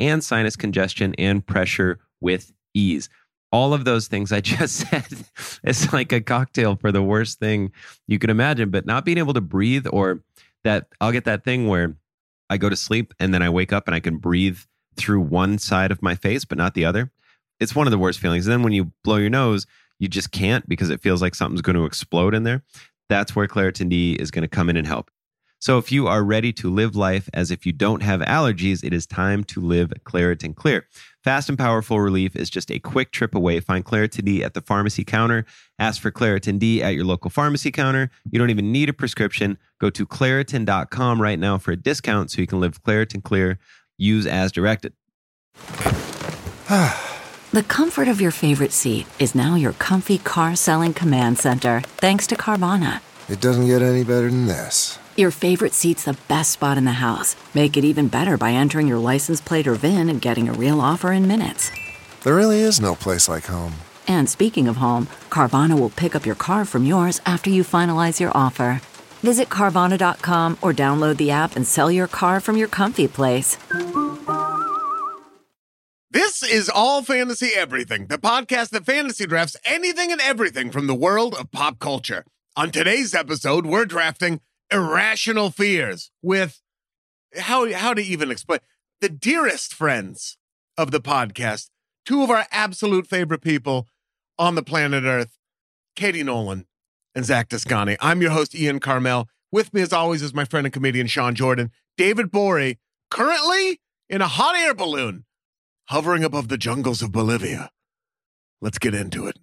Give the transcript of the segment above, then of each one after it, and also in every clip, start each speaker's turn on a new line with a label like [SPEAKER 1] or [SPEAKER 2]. [SPEAKER 1] and sinus congestion and pressure with ease. All of those things I just said, it's like a cocktail for the worst thing you can imagine. But not being able to breathe, or that I'll get that thing where I go to sleep and then I wake up and I can breathe through one side of my face, but not the other. It's one of the worst feelings. And then when you blow your nose, you just can't because it feels like something's going to explode in there. That's where Claritin D is going to come in and help. So if you are ready to live life as if you don't have allergies, it is time to live Claritin Clear. Fast and powerful relief is just a quick trip away. Find Claritin D at the pharmacy counter. Ask for Claritin D at your local pharmacy counter. You don't even need a prescription. Go to Claritin.com right now for a discount so you can live Claritin Clear. Use as directed.
[SPEAKER 2] The comfort of your favorite seat is now your comfy car selling command center, thanks to Carvana.
[SPEAKER 3] It doesn't get any better than this.
[SPEAKER 2] Your favorite seat's the best spot in the house. Make it even better by entering your license plate or VIN and getting a real offer in minutes.
[SPEAKER 3] There really is no place like home.
[SPEAKER 2] And speaking of home, Carvana will pick up your car from yours after you finalize your offer. Visit Carvana.com or download the app and sell your car from your comfy place.
[SPEAKER 4] This is All Fantasy Everything, the podcast that fantasy drafts anything and everything from the world of pop culture. On today's episode, we're drafting irrational fears with how how to even explain the dearest friends of the podcast, two of our absolute favorite people on the planet Earth, Katie Nolan and Zach Descani. I'm your host, Ian Carmel. With me, as always, is my friend and comedian Sean Jordan. David Bory, currently in a hot air balloon hovering above the jungles of Bolivia. Let's get into it.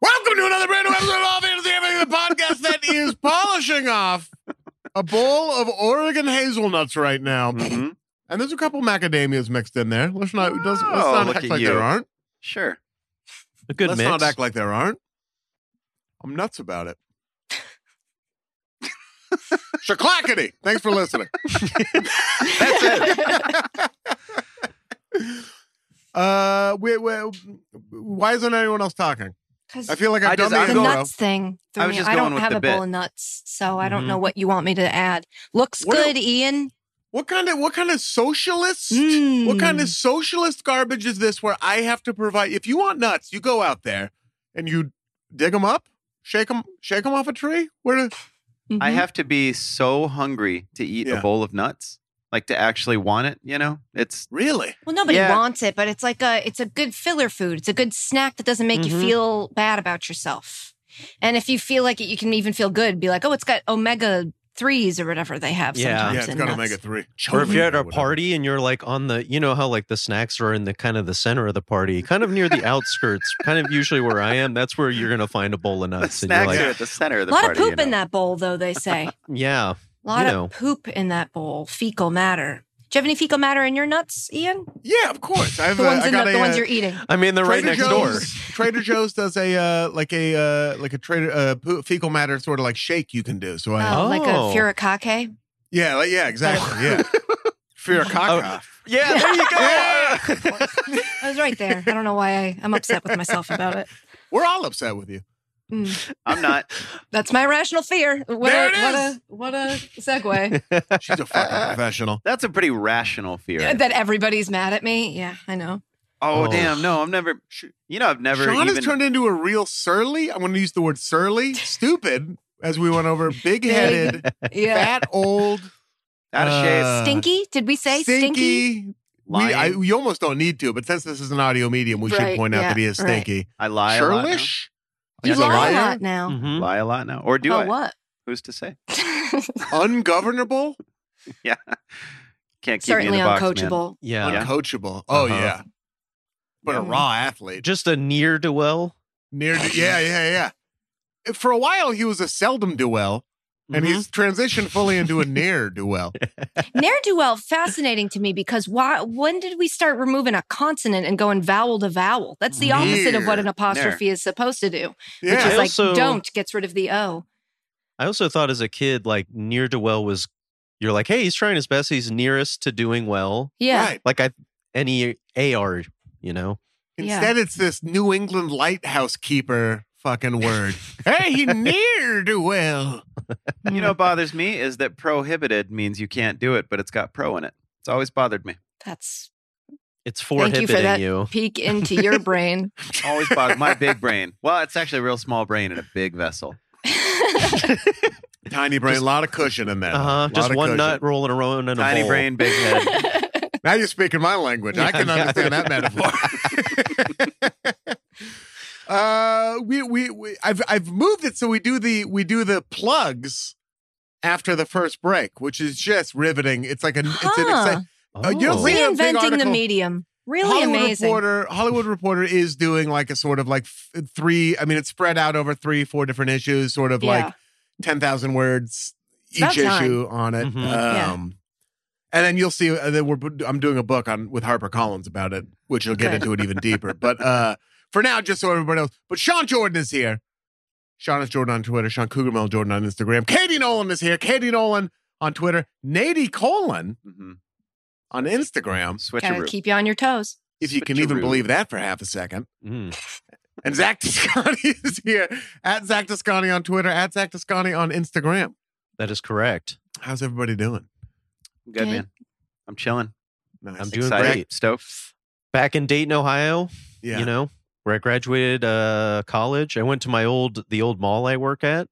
[SPEAKER 4] Welcome to another brand new episode of All Fantasy Everything, the podcast that is polishing off a bowl of Oregon hazelnuts right now.
[SPEAKER 1] Mhm.
[SPEAKER 4] And there's a couple macadamias mixed in there. Let's not, let's, let's
[SPEAKER 1] Oh,
[SPEAKER 4] not
[SPEAKER 1] look
[SPEAKER 4] act
[SPEAKER 1] at
[SPEAKER 4] like
[SPEAKER 1] you.
[SPEAKER 4] there aren't.
[SPEAKER 1] Sure. A good
[SPEAKER 4] let's
[SPEAKER 1] mix.
[SPEAKER 4] not act like there aren't. I'm nuts about it. Shaklackety. Thanks for listening.
[SPEAKER 1] That's it.
[SPEAKER 4] Uh, we, we, why isn't anyone else talking?
[SPEAKER 5] Because
[SPEAKER 4] I feel like
[SPEAKER 1] I
[SPEAKER 4] I've
[SPEAKER 1] just-
[SPEAKER 4] done the
[SPEAKER 1] I'm
[SPEAKER 5] the
[SPEAKER 1] going-
[SPEAKER 4] intro.
[SPEAKER 5] nuts thing threw
[SPEAKER 1] I was
[SPEAKER 5] me.
[SPEAKER 1] just
[SPEAKER 5] I
[SPEAKER 1] going
[SPEAKER 5] don't
[SPEAKER 1] with
[SPEAKER 5] have
[SPEAKER 1] the
[SPEAKER 5] a bowl
[SPEAKER 1] bit.
[SPEAKER 5] of nuts, so I don't
[SPEAKER 1] Mhm.
[SPEAKER 5] know what you want me to add. Looks
[SPEAKER 4] What do-
[SPEAKER 5] good, Ian.
[SPEAKER 4] What kind of what kind of socialist?
[SPEAKER 5] Mm.
[SPEAKER 4] What kind of socialist garbage is this? Where I have to provide? If you want nuts, you go out there and you dig them up, shake them, shake them off a tree. Where?
[SPEAKER 1] I
[SPEAKER 5] Mhm.
[SPEAKER 1] have to be so hungry to eat
[SPEAKER 4] Yeah.
[SPEAKER 1] a bowl of nuts, like to actually want it. You know, it's
[SPEAKER 4] Really?
[SPEAKER 5] Well, nobody
[SPEAKER 1] Yeah.
[SPEAKER 5] wants it, but it's like a it's a good filler food. It's a good snack that doesn't make
[SPEAKER 1] Mhm.
[SPEAKER 5] you feel bad about yourself. And if you feel like it, you can even feel good. Be like, oh, it's got omega threes or whatever they have.
[SPEAKER 6] Yeah.
[SPEAKER 5] sometimes
[SPEAKER 4] yeah, it's
[SPEAKER 5] in
[SPEAKER 4] got
[SPEAKER 5] nuts.
[SPEAKER 4] omega three.
[SPEAKER 6] Or if you're at a party and you're like on the, you know how like the snacks are in the kind of the center of the party, kind of near the outskirts, kind of usually where I am. That's where you're gonna find a bowl of
[SPEAKER 1] the
[SPEAKER 6] nuts, and you're
[SPEAKER 1] snacks
[SPEAKER 6] like,
[SPEAKER 1] are at the center of
[SPEAKER 5] A
[SPEAKER 1] the
[SPEAKER 5] lot
[SPEAKER 1] party.
[SPEAKER 5] of poop
[SPEAKER 1] you
[SPEAKER 5] in
[SPEAKER 1] know.
[SPEAKER 5] that bowl, though they say.
[SPEAKER 6] yeah,
[SPEAKER 5] A lot
[SPEAKER 6] You know.
[SPEAKER 5] of poop in that bowl. Fecal matter. Do you have any fecal matter in your nuts, Ian?
[SPEAKER 4] Yeah, of course. I've,
[SPEAKER 5] The ones,
[SPEAKER 4] uh, I
[SPEAKER 5] in the,
[SPEAKER 4] got a,
[SPEAKER 5] the ones
[SPEAKER 4] uh,
[SPEAKER 5] you're eating.
[SPEAKER 6] I mean they're right
[SPEAKER 4] Trader
[SPEAKER 6] next door.
[SPEAKER 4] Joe's, Trader Joe's does a uh, like a uh, like a trader uh, poo- fecal matter sort of like shake you can do. So I,
[SPEAKER 5] Oh, like a
[SPEAKER 6] Oh.
[SPEAKER 5] furikake.
[SPEAKER 4] yeah, like, yeah, exactly, yeah. Fear
[SPEAKER 5] Oh.
[SPEAKER 4] caca.
[SPEAKER 6] Yeah, there you go.
[SPEAKER 5] I was right there. I don't know why I, I'm upset with myself about it.
[SPEAKER 4] We're all upset with you.
[SPEAKER 5] Mm.
[SPEAKER 7] I'm not.
[SPEAKER 5] That's my rational fear. What
[SPEAKER 4] There
[SPEAKER 5] a,
[SPEAKER 4] it is.
[SPEAKER 5] What a, what a segue.
[SPEAKER 4] She's a fucking professional.
[SPEAKER 7] That's a pretty rational fear.
[SPEAKER 5] that everybody's mad at me. Yeah, I know.
[SPEAKER 7] oh,
[SPEAKER 6] Oh.
[SPEAKER 7] damn, no, I'm never. sh- You know, I've never
[SPEAKER 4] Sean
[SPEAKER 7] even.
[SPEAKER 4] has turned into a real surly. I'm going to use the word surly, stupid, as we went over big headed,
[SPEAKER 5] Yeah.
[SPEAKER 4] fat, old,
[SPEAKER 7] out of shape.
[SPEAKER 4] Uh,
[SPEAKER 5] stinky? Did we say stinky?
[SPEAKER 4] stinky. We,
[SPEAKER 7] Lying.
[SPEAKER 4] I, you almost don't need to, but since this is an audio medium, we should
[SPEAKER 5] Right,
[SPEAKER 4] point out
[SPEAKER 5] yeah,
[SPEAKER 4] that he is
[SPEAKER 5] right.
[SPEAKER 4] stinky.
[SPEAKER 7] I lie a lot. now.
[SPEAKER 4] Churlish?
[SPEAKER 5] You
[SPEAKER 7] Yes, I
[SPEAKER 5] lie a
[SPEAKER 7] liar?
[SPEAKER 5] lot now.
[SPEAKER 6] Mhm.
[SPEAKER 7] Lie a lot now, or do
[SPEAKER 5] About
[SPEAKER 7] I?
[SPEAKER 5] what?
[SPEAKER 7] Who's to say?
[SPEAKER 4] Ungovernable?
[SPEAKER 7] Yeah, can't keep
[SPEAKER 5] Certainly
[SPEAKER 7] me in the box, man.
[SPEAKER 5] uncoachable.
[SPEAKER 6] Yeah.
[SPEAKER 4] Uncoachable. Oh,
[SPEAKER 6] Uh-huh.
[SPEAKER 4] yeah. But a
[SPEAKER 5] Yeah.
[SPEAKER 4] raw athlete.
[SPEAKER 6] Just a near to well.
[SPEAKER 4] Near, yeah, yeah, yeah. For a while, he was a seldom do well, and
[SPEAKER 7] Mm-hmm.
[SPEAKER 4] he's transitioned fully into a near do well.
[SPEAKER 5] Ne'er do well, fascinating to me because why? When did we start removing a consonant and going vowel to vowel? That's the opposite of what an
[SPEAKER 7] Near,
[SPEAKER 5] apostrophe is supposed to do, which
[SPEAKER 4] Yeah,
[SPEAKER 5] is
[SPEAKER 6] I
[SPEAKER 5] like
[SPEAKER 6] also-
[SPEAKER 5] don't gets rid of the o.
[SPEAKER 6] I also thought as a kid, like near to well was you're like, hey, he's trying his best. He's nearest to doing well.
[SPEAKER 5] Yeah,
[SPEAKER 4] right.
[SPEAKER 6] Like I any AR, you know.
[SPEAKER 5] Yeah.
[SPEAKER 4] Instead, it's this New England lighthouse keeper fucking word. hey, he near do well.
[SPEAKER 7] You know what bothers me is that prohibited means you can't do it, but it's got pro in it. It's always bothered me.
[SPEAKER 5] that's
[SPEAKER 6] It's
[SPEAKER 5] Thank you
[SPEAKER 6] prohibiting
[SPEAKER 5] for that.
[SPEAKER 6] you.
[SPEAKER 5] peek into your brain.
[SPEAKER 7] Always bothered my big brain. Well, it's actually a real small brain in a big vessel.
[SPEAKER 4] Tiny brain, a lot of cushion in that.
[SPEAKER 6] Uh-huh.
[SPEAKER 4] Lot
[SPEAKER 6] Just
[SPEAKER 4] of
[SPEAKER 6] one
[SPEAKER 4] cushion.
[SPEAKER 6] nut rolling around in a
[SPEAKER 7] Tiny
[SPEAKER 6] bowl.
[SPEAKER 7] brain, big head.
[SPEAKER 4] Now you're speaking my language. I can
[SPEAKER 6] Yeah.
[SPEAKER 4] understand that metaphor. uh, we, we we I've I've moved it so we do the we do the plugs after the first break, which is just riveting. It's like a it's an
[SPEAKER 5] Huh.
[SPEAKER 4] exciting. Uh, you'll
[SPEAKER 6] Oh.
[SPEAKER 4] see that big
[SPEAKER 5] Reinventing the
[SPEAKER 4] article.
[SPEAKER 5] medium, really
[SPEAKER 4] Hollywood
[SPEAKER 5] amazing.
[SPEAKER 4] Reporter, Hollywood Reporter is doing like a sort of like f- three. I mean, it's spread out over three, four different issues, sort of
[SPEAKER 5] yeah,
[SPEAKER 4] like ten thousand words
[SPEAKER 5] about
[SPEAKER 4] each issue on it.
[SPEAKER 6] Mhm.
[SPEAKER 4] Um,
[SPEAKER 5] Yeah.
[SPEAKER 4] And then you'll see uh, that we're I'm doing a book on with Harper Collins about it, which will get
[SPEAKER 5] Good.
[SPEAKER 4] into it even deeper. But uh, for now, just so everybody else. But Sean Jordan is here. Sean is Jordan on Twitter. Sean Cougarmel Jordan on Instagram. Katie Nolan is here. Katie Nolan on Twitter. Nady Colon
[SPEAKER 7] Mm-hmm.
[SPEAKER 4] on Instagram.
[SPEAKER 5] gotta
[SPEAKER 7] Switcheroo.
[SPEAKER 5] keep you on your toes.
[SPEAKER 4] If you can even
[SPEAKER 7] Switcheroo.
[SPEAKER 4] believe that for half a second.
[SPEAKER 6] Mm.
[SPEAKER 4] And Zach Toscani is here at Zach Toscani on Twitter, at Zach Toscani on Instagram.
[SPEAKER 6] That is correct.
[SPEAKER 4] How's everybody doing?
[SPEAKER 7] Good
[SPEAKER 5] Okay.
[SPEAKER 7] man. I'm chilling.
[SPEAKER 4] Nice.
[SPEAKER 6] I'm doing
[SPEAKER 7] Excited.
[SPEAKER 6] great.
[SPEAKER 7] Stoked.
[SPEAKER 6] Back in Dayton, Ohio,
[SPEAKER 4] yeah.
[SPEAKER 6] you know, where I graduated uh, college. I went to my old the old mall I work at.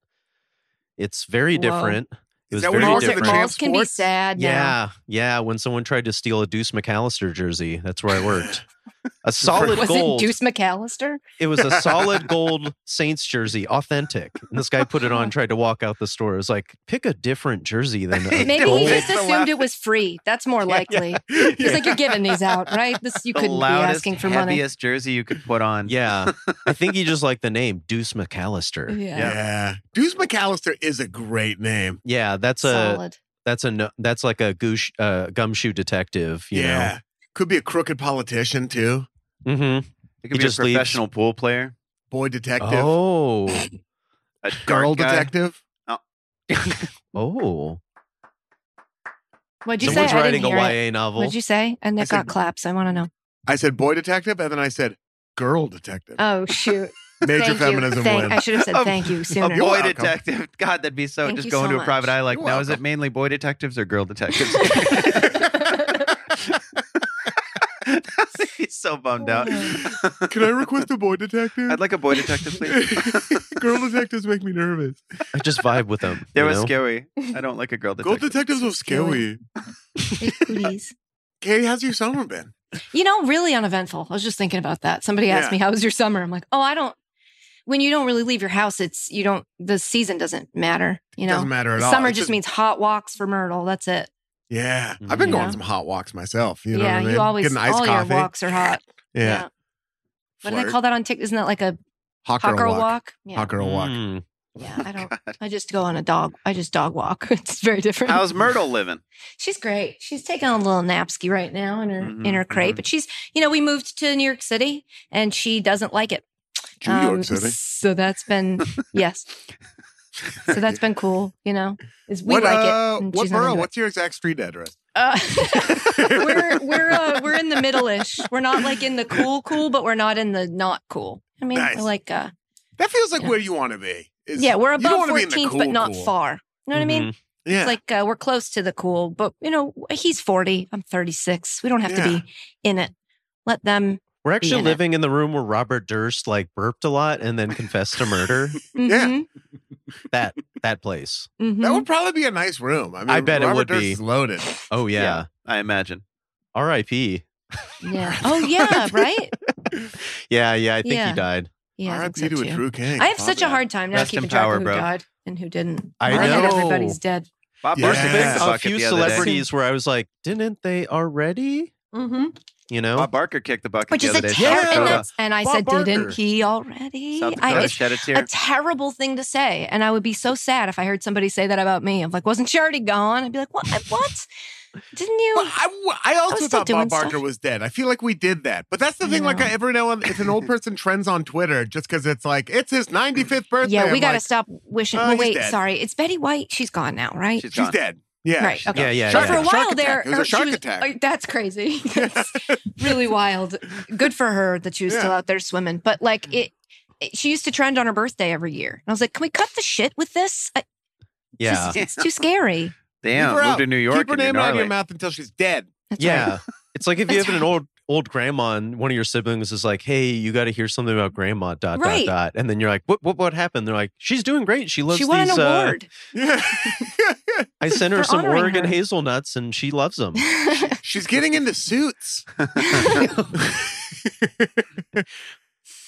[SPEAKER 6] It's very
[SPEAKER 5] Whoa.
[SPEAKER 6] different. It was
[SPEAKER 4] that where
[SPEAKER 6] very
[SPEAKER 4] you
[SPEAKER 5] Malls,
[SPEAKER 4] did
[SPEAKER 5] are,
[SPEAKER 4] the
[SPEAKER 6] different.
[SPEAKER 4] champ
[SPEAKER 5] malls can be
[SPEAKER 4] sports?
[SPEAKER 5] sad. now.
[SPEAKER 6] Yeah, yeah. When someone tried to steal a Deuce McAllister jersey, that's where I worked. A solid
[SPEAKER 5] Was
[SPEAKER 6] gold.
[SPEAKER 5] it Deuce McAllister?
[SPEAKER 6] It was a solid gold Saints jersey, authentic. And this guy put it on, tried to walk out the store. It was like, pick a different jersey than a
[SPEAKER 5] Maybe
[SPEAKER 6] gold.
[SPEAKER 5] he
[SPEAKER 7] Gold.
[SPEAKER 5] just
[SPEAKER 7] The
[SPEAKER 5] assumed
[SPEAKER 7] laugh-
[SPEAKER 5] it was free. That's more likely. It's like you're giving these out, right? This you
[SPEAKER 7] the
[SPEAKER 5] couldn't be
[SPEAKER 7] loudest,
[SPEAKER 5] asking for
[SPEAKER 7] heaviest
[SPEAKER 5] money.
[SPEAKER 7] jersey you could put on.
[SPEAKER 6] Yeah, I think he just liked the name Deuce McAllister.
[SPEAKER 5] Yeah.
[SPEAKER 4] Yeah. Deuce McAllister is a great name.
[SPEAKER 6] Yeah, that's a
[SPEAKER 5] Solid.
[SPEAKER 6] that's a no- that's like a goosh uh, gumshoe detective. You
[SPEAKER 4] yeah. Could be a crooked politician too.
[SPEAKER 6] know. Mm-hmm.
[SPEAKER 7] It
[SPEAKER 6] He
[SPEAKER 7] could be a
[SPEAKER 6] just leaves-
[SPEAKER 7] professional pool player.
[SPEAKER 4] Boy detective.
[SPEAKER 6] Oh,
[SPEAKER 7] A
[SPEAKER 4] Girl
[SPEAKER 7] dark guy.
[SPEAKER 4] detective.
[SPEAKER 6] oh.
[SPEAKER 5] What'd you
[SPEAKER 6] Someone's
[SPEAKER 5] say?
[SPEAKER 6] writing
[SPEAKER 5] I
[SPEAKER 6] a
[SPEAKER 5] didn't hear it.
[SPEAKER 6] YA novel.
[SPEAKER 5] What'd you say? And
[SPEAKER 4] I
[SPEAKER 5] it
[SPEAKER 4] said-
[SPEAKER 5] got claps. I want to know.
[SPEAKER 4] I said boy detective, and then I said girl detective.
[SPEAKER 5] Oh shoot!
[SPEAKER 4] Major
[SPEAKER 5] thank
[SPEAKER 4] feminism
[SPEAKER 5] You. Thank-
[SPEAKER 4] win.
[SPEAKER 5] I should have said
[SPEAKER 7] Of-
[SPEAKER 5] thank you
[SPEAKER 7] A
[SPEAKER 5] sooner.
[SPEAKER 4] You're
[SPEAKER 7] boy
[SPEAKER 4] welcome.
[SPEAKER 7] detective. God, that'd be so.
[SPEAKER 5] Thank
[SPEAKER 7] just
[SPEAKER 5] you
[SPEAKER 7] go
[SPEAKER 5] so
[SPEAKER 7] into a
[SPEAKER 5] much.
[SPEAKER 7] private eye, like,
[SPEAKER 4] You're
[SPEAKER 7] now is it
[SPEAKER 4] welcome.
[SPEAKER 7] mainly boy detectives or girl detectives? He's so bummed out.
[SPEAKER 5] Oh,
[SPEAKER 4] Can I request a boy detective?
[SPEAKER 7] I'd like a boy detective, please.
[SPEAKER 4] girl detectives make me nervous.
[SPEAKER 6] I just vibe with them.
[SPEAKER 7] There
[SPEAKER 6] you
[SPEAKER 7] was
[SPEAKER 6] know?
[SPEAKER 7] scary. I don't like a girl
[SPEAKER 4] Girl
[SPEAKER 7] detective.
[SPEAKER 4] detectives are scary.
[SPEAKER 5] Big cooties.
[SPEAKER 4] Katie, how's your summer been?
[SPEAKER 5] You know, really uneventful. I was just thinking about that. Somebody asked
[SPEAKER 4] Yeah.
[SPEAKER 5] me, "How was your summer?" I'm like, "Oh, I don't." When you don't really leave your house, it's you don't. The season doesn't matter. You know,
[SPEAKER 4] Doesn't matter at all.
[SPEAKER 5] summer
[SPEAKER 4] It's
[SPEAKER 5] just, means hot walks for Myrtle. That's it.
[SPEAKER 4] Yeah, I've been
[SPEAKER 5] Mhm.
[SPEAKER 4] going
[SPEAKER 5] Yeah.
[SPEAKER 4] some hot walks myself. You
[SPEAKER 5] yeah,
[SPEAKER 4] know what I mean?
[SPEAKER 5] you always
[SPEAKER 4] Get an iced
[SPEAKER 5] all
[SPEAKER 4] coffee.
[SPEAKER 5] your walks are hot.
[SPEAKER 4] Yeah,
[SPEAKER 5] What do they
[SPEAKER 4] Flirt.
[SPEAKER 5] call that on TikTok? Isn't that like a
[SPEAKER 4] hot girl,
[SPEAKER 5] hot girl walk?
[SPEAKER 4] walk?
[SPEAKER 5] Yeah.
[SPEAKER 4] Hot girl walk.
[SPEAKER 6] Mm.
[SPEAKER 5] Yeah. I don't I just go on a dog. I just dog walk. It's very different.
[SPEAKER 7] How's Myrtle living?
[SPEAKER 5] she's great. She's taking on a little napski right now in her in
[SPEAKER 4] Mm-hmm,
[SPEAKER 7] Mhm,
[SPEAKER 5] her crate.
[SPEAKER 7] mhm.
[SPEAKER 5] But she's you know, we moved to New York City and she doesn't like it.
[SPEAKER 4] New York
[SPEAKER 5] Um,
[SPEAKER 4] City.
[SPEAKER 5] So that's been yes. So that's been cool, you know. Is we
[SPEAKER 4] what,
[SPEAKER 5] like
[SPEAKER 4] uh,
[SPEAKER 5] it. and
[SPEAKER 4] What
[SPEAKER 5] she's not
[SPEAKER 4] borough?
[SPEAKER 5] into it.
[SPEAKER 4] What's your exact street address?
[SPEAKER 5] Uh, we're we're uh, we're in the middle-ish. We're not like in the cool cool, but we're not in the not cool. I mean,
[SPEAKER 4] Nice.
[SPEAKER 5] we're like uh,
[SPEAKER 4] That feels like
[SPEAKER 5] Yeah.
[SPEAKER 4] where you want to be. Is-
[SPEAKER 5] yeah, we're
[SPEAKER 4] you don't
[SPEAKER 5] above
[SPEAKER 4] wanna be in the
[SPEAKER 5] 14th, but
[SPEAKER 4] cool,
[SPEAKER 5] not
[SPEAKER 4] cool.
[SPEAKER 5] far. You know what I mean?
[SPEAKER 4] Yeah.
[SPEAKER 5] It's like uh, we're close to the cool, but you know, he's 40. I'm 36. We don't have
[SPEAKER 4] Yeah.
[SPEAKER 5] to be in it. Let them.
[SPEAKER 6] We're
[SPEAKER 5] Yeah.
[SPEAKER 6] actually living in the room where Robert Durst like burped a lot and then confessed to murder.
[SPEAKER 4] Yeah.
[SPEAKER 6] that that place.
[SPEAKER 5] hmm
[SPEAKER 4] that would probably be a nice room. I mean,
[SPEAKER 6] I bet it
[SPEAKER 4] Robert
[SPEAKER 6] would
[SPEAKER 4] Durst
[SPEAKER 6] be.
[SPEAKER 4] is loaded.
[SPEAKER 6] Oh yeah.
[SPEAKER 7] Yeah. I imagine.
[SPEAKER 6] R.I.P.
[SPEAKER 5] Yeah. Oh, yeah. Right?
[SPEAKER 6] Yeah, yeah. I think
[SPEAKER 5] Yeah.
[SPEAKER 6] he died.
[SPEAKER 5] Yeah. I, think
[SPEAKER 4] R.I.P.
[SPEAKER 5] so
[SPEAKER 4] to a
[SPEAKER 5] too.
[SPEAKER 4] true king.
[SPEAKER 5] I have such a
[SPEAKER 4] Father.
[SPEAKER 5] hard time now
[SPEAKER 7] Rest in
[SPEAKER 5] keeping track
[SPEAKER 7] power,
[SPEAKER 5] of who
[SPEAKER 7] bro.
[SPEAKER 5] died and who didn't.
[SPEAKER 6] I
[SPEAKER 5] head
[SPEAKER 6] know.
[SPEAKER 5] everybody's dead.
[SPEAKER 7] Bob
[SPEAKER 4] Yeah.
[SPEAKER 6] There's
[SPEAKER 7] Burst
[SPEAKER 4] Yes.
[SPEAKER 6] been
[SPEAKER 7] kicked the
[SPEAKER 6] a
[SPEAKER 7] bucket
[SPEAKER 6] few
[SPEAKER 7] the other day.
[SPEAKER 6] celebrities where I was like, didn't they already?
[SPEAKER 5] Mm-hmm.
[SPEAKER 6] You
[SPEAKER 1] Oh,
[SPEAKER 6] know?
[SPEAKER 7] Bob Barker kicked the bucket
[SPEAKER 5] Which
[SPEAKER 7] the
[SPEAKER 5] is a
[SPEAKER 7] other day.
[SPEAKER 6] terror-
[SPEAKER 5] terrible.
[SPEAKER 7] South
[SPEAKER 6] Yeah.
[SPEAKER 5] And,
[SPEAKER 7] Dakota.
[SPEAKER 5] that's- and I
[SPEAKER 6] Bob
[SPEAKER 5] said,
[SPEAKER 6] Barker.
[SPEAKER 5] didn't he already?
[SPEAKER 7] South
[SPEAKER 5] I,
[SPEAKER 7] Dakota
[SPEAKER 5] it's
[SPEAKER 7] shed a tear.
[SPEAKER 5] a terrible thing to say, and I would be so sad if I heard somebody say that about me. I'm like, wasn't she already gone? I'd be like, what? What? Didn't you?
[SPEAKER 4] But I, w- I
[SPEAKER 5] was
[SPEAKER 4] also
[SPEAKER 5] still
[SPEAKER 4] thought Bob
[SPEAKER 5] doing
[SPEAKER 4] Barker
[SPEAKER 5] stuff.
[SPEAKER 4] was dead. I feel like we did that. But that's the
[SPEAKER 5] I
[SPEAKER 4] thing. Like
[SPEAKER 5] know.
[SPEAKER 4] I, every now and if an old person trends on Twitter, just because it's like it's his 95th birthday.
[SPEAKER 5] yeah, we
[SPEAKER 4] I'm
[SPEAKER 5] got to
[SPEAKER 4] like,
[SPEAKER 5] stop wishing.
[SPEAKER 4] "Oh,
[SPEAKER 5] well,
[SPEAKER 4] he's
[SPEAKER 5] wait,
[SPEAKER 4] dead."
[SPEAKER 5] sorry, it's Betty White. She's gone now, right?
[SPEAKER 7] She's
[SPEAKER 4] She's
[SPEAKER 7] gone.
[SPEAKER 4] dead. Yeah.
[SPEAKER 5] right. Okay.
[SPEAKER 6] yeah, yeah,
[SPEAKER 5] But
[SPEAKER 6] yeah.
[SPEAKER 5] for a while
[SPEAKER 4] Shark
[SPEAKER 5] there,
[SPEAKER 4] attack. It was a
[SPEAKER 5] her-
[SPEAKER 4] shark
[SPEAKER 5] she
[SPEAKER 4] attack.
[SPEAKER 5] uh, that's crazy. That's really wild. Good for her that she was still
[SPEAKER 4] Yeah. Mm.
[SPEAKER 5] out there swimming. But like it, it- she used to trend on her birthday every year. And I was like, can we cut the shit with this? I,
[SPEAKER 6] yeah.
[SPEAKER 5] it's too scary.
[SPEAKER 7] Damn,
[SPEAKER 4] Keep her
[SPEAKER 7] moved
[SPEAKER 4] out.
[SPEAKER 7] to New York.
[SPEAKER 4] Keep her
[SPEAKER 7] and you're
[SPEAKER 4] name out of your
[SPEAKER 7] gnarly.
[SPEAKER 4] mouth until she's dead.
[SPEAKER 5] That's
[SPEAKER 6] yeah.
[SPEAKER 5] right.
[SPEAKER 6] It's like if you
[SPEAKER 5] That's
[SPEAKER 6] have an
[SPEAKER 5] right.
[SPEAKER 6] old old grandma and one of your siblings is like, "Hey, you got to hear something about grandma." Dot
[SPEAKER 5] Right.
[SPEAKER 6] dot dot, and then you're like, "What? What? What happened?" They're like, "She's doing great. She loves
[SPEAKER 5] she won
[SPEAKER 6] these."
[SPEAKER 5] an
[SPEAKER 6] uh,
[SPEAKER 5] award.
[SPEAKER 4] Yeah.
[SPEAKER 6] I sent her
[SPEAKER 5] for
[SPEAKER 6] some
[SPEAKER 5] honoring
[SPEAKER 6] Oregon
[SPEAKER 5] her.
[SPEAKER 6] hazelnuts, and she loves them.
[SPEAKER 4] she's getting into suits.